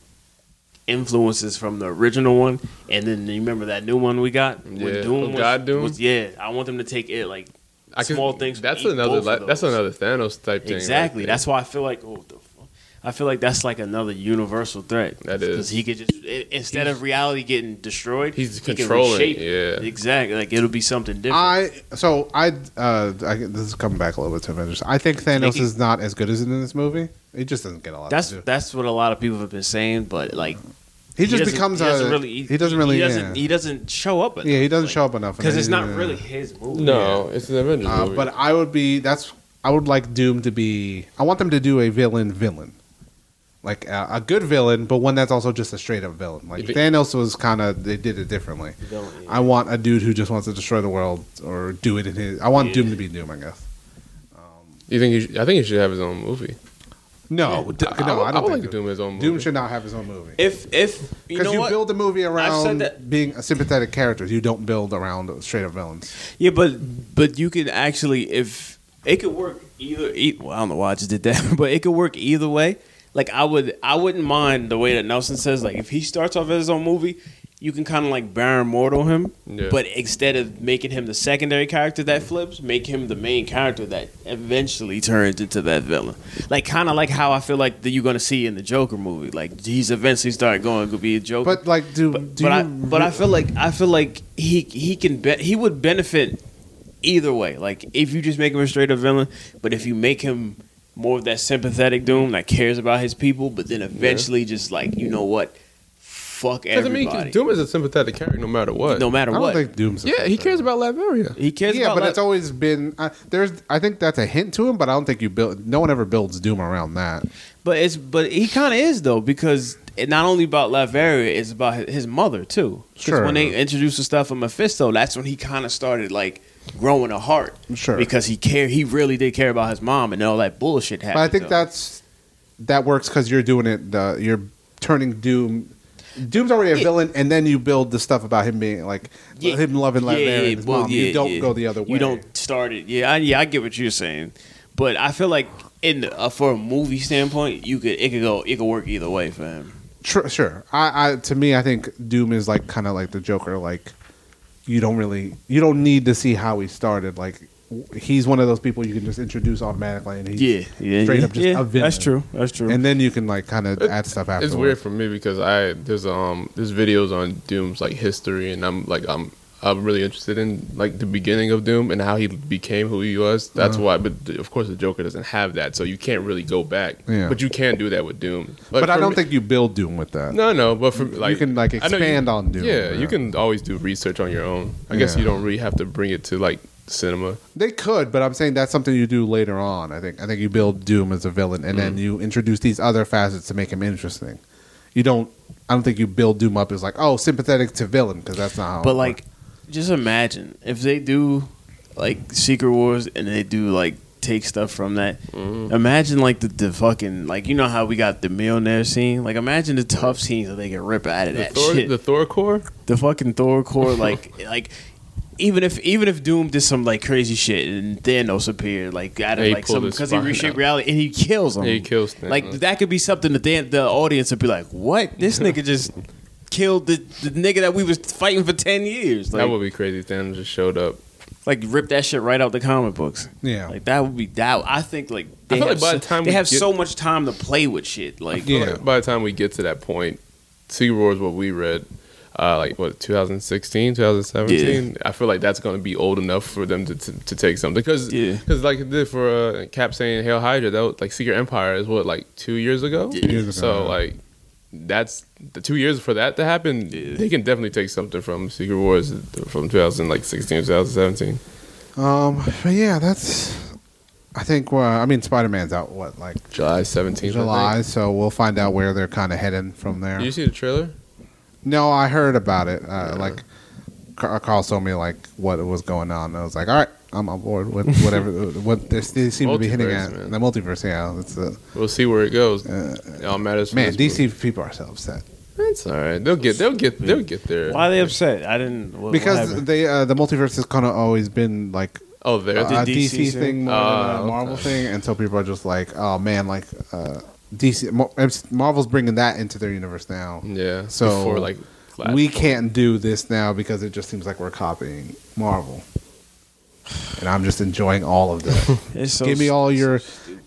[SPEAKER 20] influences from the original one, and then you remember that new one we got. when
[SPEAKER 2] Yeah. Oh, God Doom?
[SPEAKER 20] was- yeah, I want them to take it like
[SPEAKER 2] I could-
[SPEAKER 20] small things.
[SPEAKER 2] That's
[SPEAKER 20] eat
[SPEAKER 2] another.
[SPEAKER 20] both
[SPEAKER 2] Li-
[SPEAKER 20] of
[SPEAKER 2] that's
[SPEAKER 20] those.
[SPEAKER 2] another Thanos type thing. right
[SPEAKER 20] Exactly.
[SPEAKER 2] there.
[SPEAKER 20] that's why I feel like oh, the fuck? I feel like that's like another universal threat.
[SPEAKER 2] That is.
[SPEAKER 20] because he could just i- instead of reality getting destroyed,
[SPEAKER 2] he's
[SPEAKER 20] he can
[SPEAKER 2] controlling,
[SPEAKER 20] reshape
[SPEAKER 2] yeah.
[SPEAKER 20] exactly. Like it'll be something different.
[SPEAKER 1] I so I uh I, this is coming back a little bit to Avengers. I think Thanos
[SPEAKER 20] Nikki-
[SPEAKER 1] is not as good as in this movie. He just doesn't get a lot.
[SPEAKER 20] that's
[SPEAKER 1] to do.
[SPEAKER 20] that's what a lot of people have been saying, but like
[SPEAKER 1] he just
[SPEAKER 20] doesn't-
[SPEAKER 1] becomes
[SPEAKER 20] he
[SPEAKER 1] a
[SPEAKER 20] doesn't really
[SPEAKER 3] e-
[SPEAKER 1] he, doesn't really
[SPEAKER 20] he doesn't,
[SPEAKER 1] yeah.
[SPEAKER 20] he doesn't show up
[SPEAKER 1] Yeah, he doesn't show up enough in
[SPEAKER 20] because
[SPEAKER 1] it.
[SPEAKER 20] it's not
[SPEAKER 1] Yeah.
[SPEAKER 20] really his movie.
[SPEAKER 2] No, it's an Avengers
[SPEAKER 1] Uh,
[SPEAKER 2] movie.
[SPEAKER 1] but I would be that's I would like Doom to be I want them to do a villain villain. Like a, a good villain, but one that's also just a straight up villain. Like
[SPEAKER 2] If it-
[SPEAKER 1] Thanos was kind of they did it differently.
[SPEAKER 20] Villain, yeah.
[SPEAKER 1] I want a dude who just wants to destroy the world or do it in his. I want Doom to be Doom, I guess.
[SPEAKER 2] you think? He should, I think he should have his own movie.
[SPEAKER 1] No, d-
[SPEAKER 2] I-
[SPEAKER 1] no,
[SPEAKER 2] I-
[SPEAKER 1] I,
[SPEAKER 2] I
[SPEAKER 1] don't
[SPEAKER 2] would
[SPEAKER 1] think
[SPEAKER 2] like to do his own
[SPEAKER 1] Doom
[SPEAKER 2] movie.
[SPEAKER 1] should not have his own movie.
[SPEAKER 3] If if you
[SPEAKER 1] Because
[SPEAKER 3] know
[SPEAKER 1] you,
[SPEAKER 3] what?
[SPEAKER 1] build a movie around
[SPEAKER 3] that-
[SPEAKER 1] being a sympathetic characters, you don't build around straight up villains.
[SPEAKER 3] yeah, but but you can actually if it could work either. E- well, I don't know why I just did that, but it could work either way. Like I would I wouldn't mind the way that Nelson says. Like if he starts off as his own movie. You can kind of like Baron Mortal him,
[SPEAKER 2] Yeah.
[SPEAKER 3] but instead of making him the secondary character that flips, make him the main character that eventually turns into that villain. Like kind of like how I feel like that you're gonna see in the Joker movie. Like he's eventually start going to be a Joker.
[SPEAKER 1] But like, do,
[SPEAKER 3] but,
[SPEAKER 1] do
[SPEAKER 3] but I
[SPEAKER 1] you
[SPEAKER 3] but I feel like I feel like he he can be, he would benefit either way. Like if you just make him a straight up villain, but if you make him more of that sympathetic Doom that cares about his people, but then eventually just like you know what, fuck
[SPEAKER 2] Because I mean, 'cause
[SPEAKER 3] everybody,
[SPEAKER 2] Doom is a sympathetic character no matter what.
[SPEAKER 3] no matter
[SPEAKER 1] I don't
[SPEAKER 3] what.
[SPEAKER 1] think Doom's. a
[SPEAKER 2] yeah, he
[SPEAKER 1] sympathetic.
[SPEAKER 2] cares about Latveria.
[SPEAKER 3] he cares
[SPEAKER 1] yeah,
[SPEAKER 3] about
[SPEAKER 1] but
[SPEAKER 3] like-
[SPEAKER 1] it's always been uh, there's. I think that's a hint to him, but I don't think you build. No one ever builds Doom around that.
[SPEAKER 3] But it's but he kind of is though because it not only about Laveria, it's about hi- his mother too. Because
[SPEAKER 1] Sure.
[SPEAKER 3] when they introduced the stuff of Mephisto, that's when he kind of started like growing a heart.
[SPEAKER 1] Sure.
[SPEAKER 3] Because he care, he really did care about his mom and all that bullshit
[SPEAKER 1] But
[SPEAKER 3] happened.
[SPEAKER 1] I think
[SPEAKER 3] to him.
[SPEAKER 1] that's that works because you're doing it. The, you're turning Doom. Doom's already a
[SPEAKER 3] Yeah.
[SPEAKER 1] villain, and then you build the stuff about him being like
[SPEAKER 3] Yeah.
[SPEAKER 1] him loving Latveria
[SPEAKER 3] yeah,
[SPEAKER 1] and his
[SPEAKER 3] well,
[SPEAKER 1] mom.
[SPEAKER 3] yeah,
[SPEAKER 1] you don't
[SPEAKER 3] yeah.
[SPEAKER 1] go the other way.
[SPEAKER 3] You don't start it. Yeah, I, yeah, I get what you're saying, but I feel like in uh, for a movie standpoint, you could it could go it could work either way for him.
[SPEAKER 1] Tr- sure. I, I to me, I think Doom is like kind of like the Joker. Like you don't really, you don't need to see how he started. Like w- he's one of those people you can just introduce automatically, and he's
[SPEAKER 3] Yeah, yeah,
[SPEAKER 1] straight
[SPEAKER 3] yeah.
[SPEAKER 1] up just
[SPEAKER 3] Yeah,
[SPEAKER 1] a villain.
[SPEAKER 3] that's true, that's true.
[SPEAKER 1] And then you can like kind of add stuff after.
[SPEAKER 2] It's weird for me because I there's um there's videos on Doom's like history and I'm like I'm I'm really interested in like the beginning of Doom and how he became who he was. That's
[SPEAKER 1] Uh-huh.
[SPEAKER 2] why, but th- of course the Joker doesn't have that, so you can't really go back.
[SPEAKER 1] Yeah.
[SPEAKER 2] But you can do that with Doom.
[SPEAKER 1] but, I
[SPEAKER 2] for
[SPEAKER 1] don't
[SPEAKER 2] me-
[SPEAKER 1] think you build Doom with that.
[SPEAKER 2] No, no, but for like
[SPEAKER 1] can, like,
[SPEAKER 2] I know you-
[SPEAKER 1] expand on Doom, yeah.
[SPEAKER 2] Yeah, you can always do research on your own. I guess
[SPEAKER 1] Yeah.
[SPEAKER 2] you don't really have to bring it to like cinema.
[SPEAKER 1] They could, but I'm saying that's something you do later on. I think I think you build Doom as a villain, and
[SPEAKER 2] Mm.
[SPEAKER 1] then you introduce these other facets to make him interesting. You don't. I don't think you build Doom up as like oh sympathetic to villain because that's not how. it
[SPEAKER 3] But
[SPEAKER 1] works.
[SPEAKER 3] like, just imagine if they do like Secret Wars and they do like take stuff from that.
[SPEAKER 2] Mm-hmm.
[SPEAKER 3] Imagine like the, the fucking like you know how we got the millionaire scene. Like imagine the tough scenes that they can rip out of
[SPEAKER 2] The
[SPEAKER 3] that
[SPEAKER 2] Thor,
[SPEAKER 3] shit.
[SPEAKER 2] the
[SPEAKER 3] The,
[SPEAKER 2] Thor core.
[SPEAKER 3] fucking Thor core like like. even if even if Doom did some like crazy shit and Thanos appeared like out of
[SPEAKER 2] They
[SPEAKER 3] like
[SPEAKER 2] pulled
[SPEAKER 3] some
[SPEAKER 2] his
[SPEAKER 3] because he
[SPEAKER 2] spine
[SPEAKER 3] reshaped
[SPEAKER 2] out.
[SPEAKER 3] reality and he kills him.
[SPEAKER 2] Yeah, he kills Thanos.
[SPEAKER 3] Like that could be something that the, the audience would be like, "What? This nigga just killed the, the nigga that we was fighting for ten years." Like,
[SPEAKER 2] that would be crazy. if Thanos just showed up.
[SPEAKER 3] like rip that shit right out the comic books.
[SPEAKER 1] Yeah.
[SPEAKER 3] like that would be that. I think like they
[SPEAKER 2] feel
[SPEAKER 3] have
[SPEAKER 2] like by
[SPEAKER 3] so,
[SPEAKER 2] the time
[SPEAKER 3] they
[SPEAKER 2] we
[SPEAKER 3] have
[SPEAKER 2] get-
[SPEAKER 3] so much time to play with shit. Like
[SPEAKER 2] I feel
[SPEAKER 1] Yeah.
[SPEAKER 2] like by the time we get to that point, Sea Roar is what we read. Uh, like what 2016 2017 i feel like that's going to be old enough for them to, to, to take something because
[SPEAKER 3] Yeah.
[SPEAKER 2] like it did for uh, cap saying hail hydra that was like secret empire is what like two years ago
[SPEAKER 1] Years ago,
[SPEAKER 2] so
[SPEAKER 1] yeah.
[SPEAKER 2] like that's the two years for that to happen they can definitely take something from secret wars from 2016 2017
[SPEAKER 1] Um, but yeah, that's. I think. Well, I mean, Spider Man's out what like
[SPEAKER 2] july 17th I
[SPEAKER 1] July,
[SPEAKER 2] think.
[SPEAKER 1] so we'll find out where they're kind of heading from there.
[SPEAKER 2] Did you see the trailer
[SPEAKER 1] No, I heard about it. Uh, Like Car- Carl told me like what was going on. I was like, all right, I'm on board with whatever what they, they seem to be hitting
[SPEAKER 2] Multiverse,
[SPEAKER 1] at
[SPEAKER 2] man.
[SPEAKER 1] the multiverse. Yeah, it's uh,
[SPEAKER 2] we'll see where it goes
[SPEAKER 1] Uh,
[SPEAKER 2] it all matters for
[SPEAKER 1] man.
[SPEAKER 2] this
[SPEAKER 1] DC people are so upset
[SPEAKER 2] movie. it's all right they'll get they'll get they'll get there
[SPEAKER 21] Why are they upset? I didn't what, what
[SPEAKER 1] because
[SPEAKER 21] happened?
[SPEAKER 1] they uh, the multiverse has kind of always been like
[SPEAKER 2] Oh, there.
[SPEAKER 1] a
[SPEAKER 2] Uh,
[SPEAKER 1] DC,
[SPEAKER 21] DC
[SPEAKER 1] thing,
[SPEAKER 21] thing?
[SPEAKER 1] more than a
[SPEAKER 3] Ah,
[SPEAKER 2] Oh,
[SPEAKER 1] Marvel
[SPEAKER 2] okay.
[SPEAKER 1] thing, and so people are just like, oh man, like uh, DC Mar- Marvel's bringing that into their universe now.
[SPEAKER 2] yeah.
[SPEAKER 1] So,
[SPEAKER 2] before, like last-
[SPEAKER 1] we can't do this now because it just seems like we're copying Marvel. And I'm just enjoying all of that.
[SPEAKER 21] It's so
[SPEAKER 1] Give me all your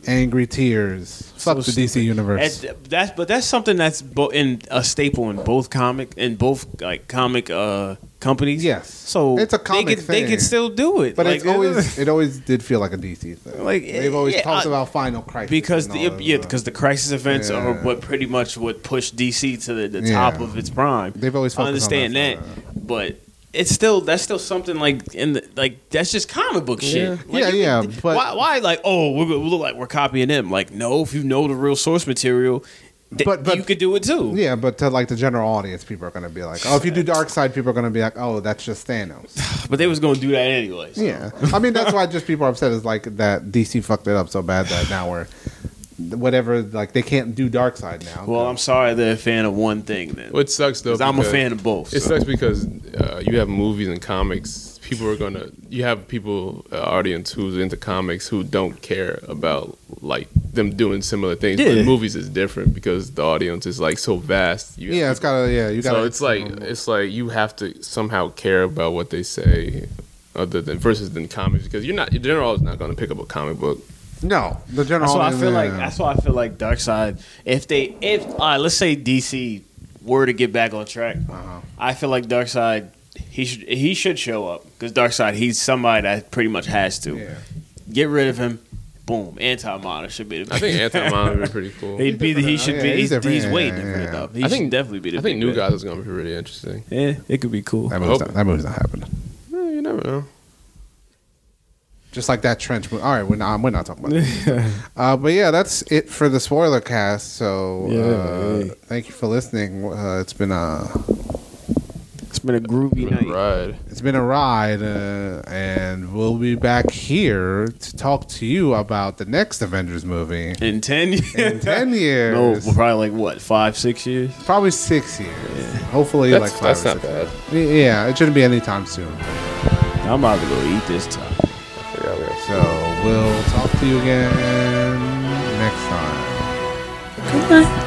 [SPEAKER 1] angry tears. Fuck the DC universe.
[SPEAKER 3] That's, that's but that's something that's bo- in a staple in both comic in both like comic uh companies.
[SPEAKER 1] Yes.
[SPEAKER 3] So
[SPEAKER 1] It's a comic
[SPEAKER 3] they could, They
[SPEAKER 1] thing.
[SPEAKER 3] could still do it,
[SPEAKER 1] But
[SPEAKER 3] like,
[SPEAKER 1] it's always it always did feel like a DC thing.
[SPEAKER 3] Like,
[SPEAKER 1] they've always
[SPEAKER 3] yeah,
[SPEAKER 1] talked
[SPEAKER 3] I-
[SPEAKER 1] about Final Crisis
[SPEAKER 3] because
[SPEAKER 1] and
[SPEAKER 3] the,
[SPEAKER 1] all that
[SPEAKER 3] yeah
[SPEAKER 1] stuff.
[SPEAKER 3] because the crisis events are
[SPEAKER 1] Yeah.
[SPEAKER 3] what pretty much what pushed DC to the, the
[SPEAKER 1] Yeah.
[SPEAKER 3] top of its prime.
[SPEAKER 1] They've always
[SPEAKER 3] I
[SPEAKER 1] focused on
[SPEAKER 3] understand
[SPEAKER 1] that
[SPEAKER 3] that,
[SPEAKER 1] for
[SPEAKER 3] but. It's still that's still something like in the like that's just comic book shit. Like,
[SPEAKER 1] Yeah,
[SPEAKER 3] you-
[SPEAKER 1] yeah, but-
[SPEAKER 3] why, why like oh we're, we look like we're copying them? Like no, if you know the real source material, th-
[SPEAKER 1] But- but-
[SPEAKER 3] you could do it too.
[SPEAKER 1] yeah, but to like the general audience, people are gonna be like, "Oh, if you do Dark Side, people are gonna be like, "Oh, that's just Thanos."
[SPEAKER 3] But they was gonna do that anyway. so.
[SPEAKER 1] Yeah, I mean that's why just people are upset is like that DC fucked it up so bad that now we're whatever like they can't do Dark Side now.
[SPEAKER 3] Well, I'm sorry they're a fan of one thing then.
[SPEAKER 2] What sucks though?
[SPEAKER 3] Because I'm a
[SPEAKER 2] because
[SPEAKER 3] fan of both.
[SPEAKER 2] It
[SPEAKER 3] so.
[SPEAKER 2] sucks because uh, you have movies and comics. People are gonna. You have people uh, audience who's into comics who don't care about like them doing similar things.
[SPEAKER 3] Yeah.
[SPEAKER 2] But movies is different because the audience is like so vast. You
[SPEAKER 1] yeah, it's gotta yeah you gotta.
[SPEAKER 2] so it's like it's like you have to somehow care about what they say, other than versus than comics because you're not. Your general is not going to pick up a comic book.
[SPEAKER 1] no the general.
[SPEAKER 3] That's why I
[SPEAKER 1] audience,
[SPEAKER 3] feel like
[SPEAKER 1] yeah.
[SPEAKER 3] that's why I feel like Dark Side. If they if all right, let's say DC were to get back on track,
[SPEAKER 1] Uh-huh.
[SPEAKER 3] I feel like Dark Side he should he should show up because Dark Side he's somebody that pretty much has to
[SPEAKER 1] Yeah.
[SPEAKER 3] get rid of him. Boom, anti monitor should be. The
[SPEAKER 2] I think Anti Man would be pretty cool.
[SPEAKER 3] He'd be the, he should
[SPEAKER 1] Yeah,
[SPEAKER 3] be.
[SPEAKER 1] he's
[SPEAKER 3] He's,
[SPEAKER 1] different,
[SPEAKER 3] he's
[SPEAKER 1] yeah,
[SPEAKER 3] way
[SPEAKER 1] yeah,
[SPEAKER 3] different
[SPEAKER 1] yeah.
[SPEAKER 3] enough. He
[SPEAKER 2] I
[SPEAKER 3] I
[SPEAKER 2] think-
[SPEAKER 3] think, definitely be. The
[SPEAKER 2] I think
[SPEAKER 3] big
[SPEAKER 2] New
[SPEAKER 3] bad.
[SPEAKER 2] Guys is going to be really interesting.
[SPEAKER 3] Yeah, it could be cool.
[SPEAKER 1] that movie's,
[SPEAKER 2] hope-
[SPEAKER 1] not, that movie's not happening.
[SPEAKER 2] Eh, you never know.
[SPEAKER 1] Just like that trench move. All right, we're not we're not talking about it. uh, but yeah, that's it for the spoiler cast. So uh, thank you for listening. Uh, it's been a
[SPEAKER 3] It's been a groovy night.
[SPEAKER 2] Ride.
[SPEAKER 1] it's been a ride, uh, and we'll be back here to talk to you about the next Avengers movie.
[SPEAKER 3] In ten years,
[SPEAKER 1] in 10
[SPEAKER 3] no,
[SPEAKER 1] years.
[SPEAKER 3] probably like what five, six years.
[SPEAKER 1] Probably six years. Hopefully,
[SPEAKER 2] That's,
[SPEAKER 1] like five
[SPEAKER 2] that's
[SPEAKER 1] or
[SPEAKER 2] not bad.
[SPEAKER 1] six. Yeah, it shouldn't be anytime soon.
[SPEAKER 3] I'm about to go eat this time.
[SPEAKER 2] Yeah, we have
[SPEAKER 1] So we'll talk to you again next time.
[SPEAKER 22] Goodbye.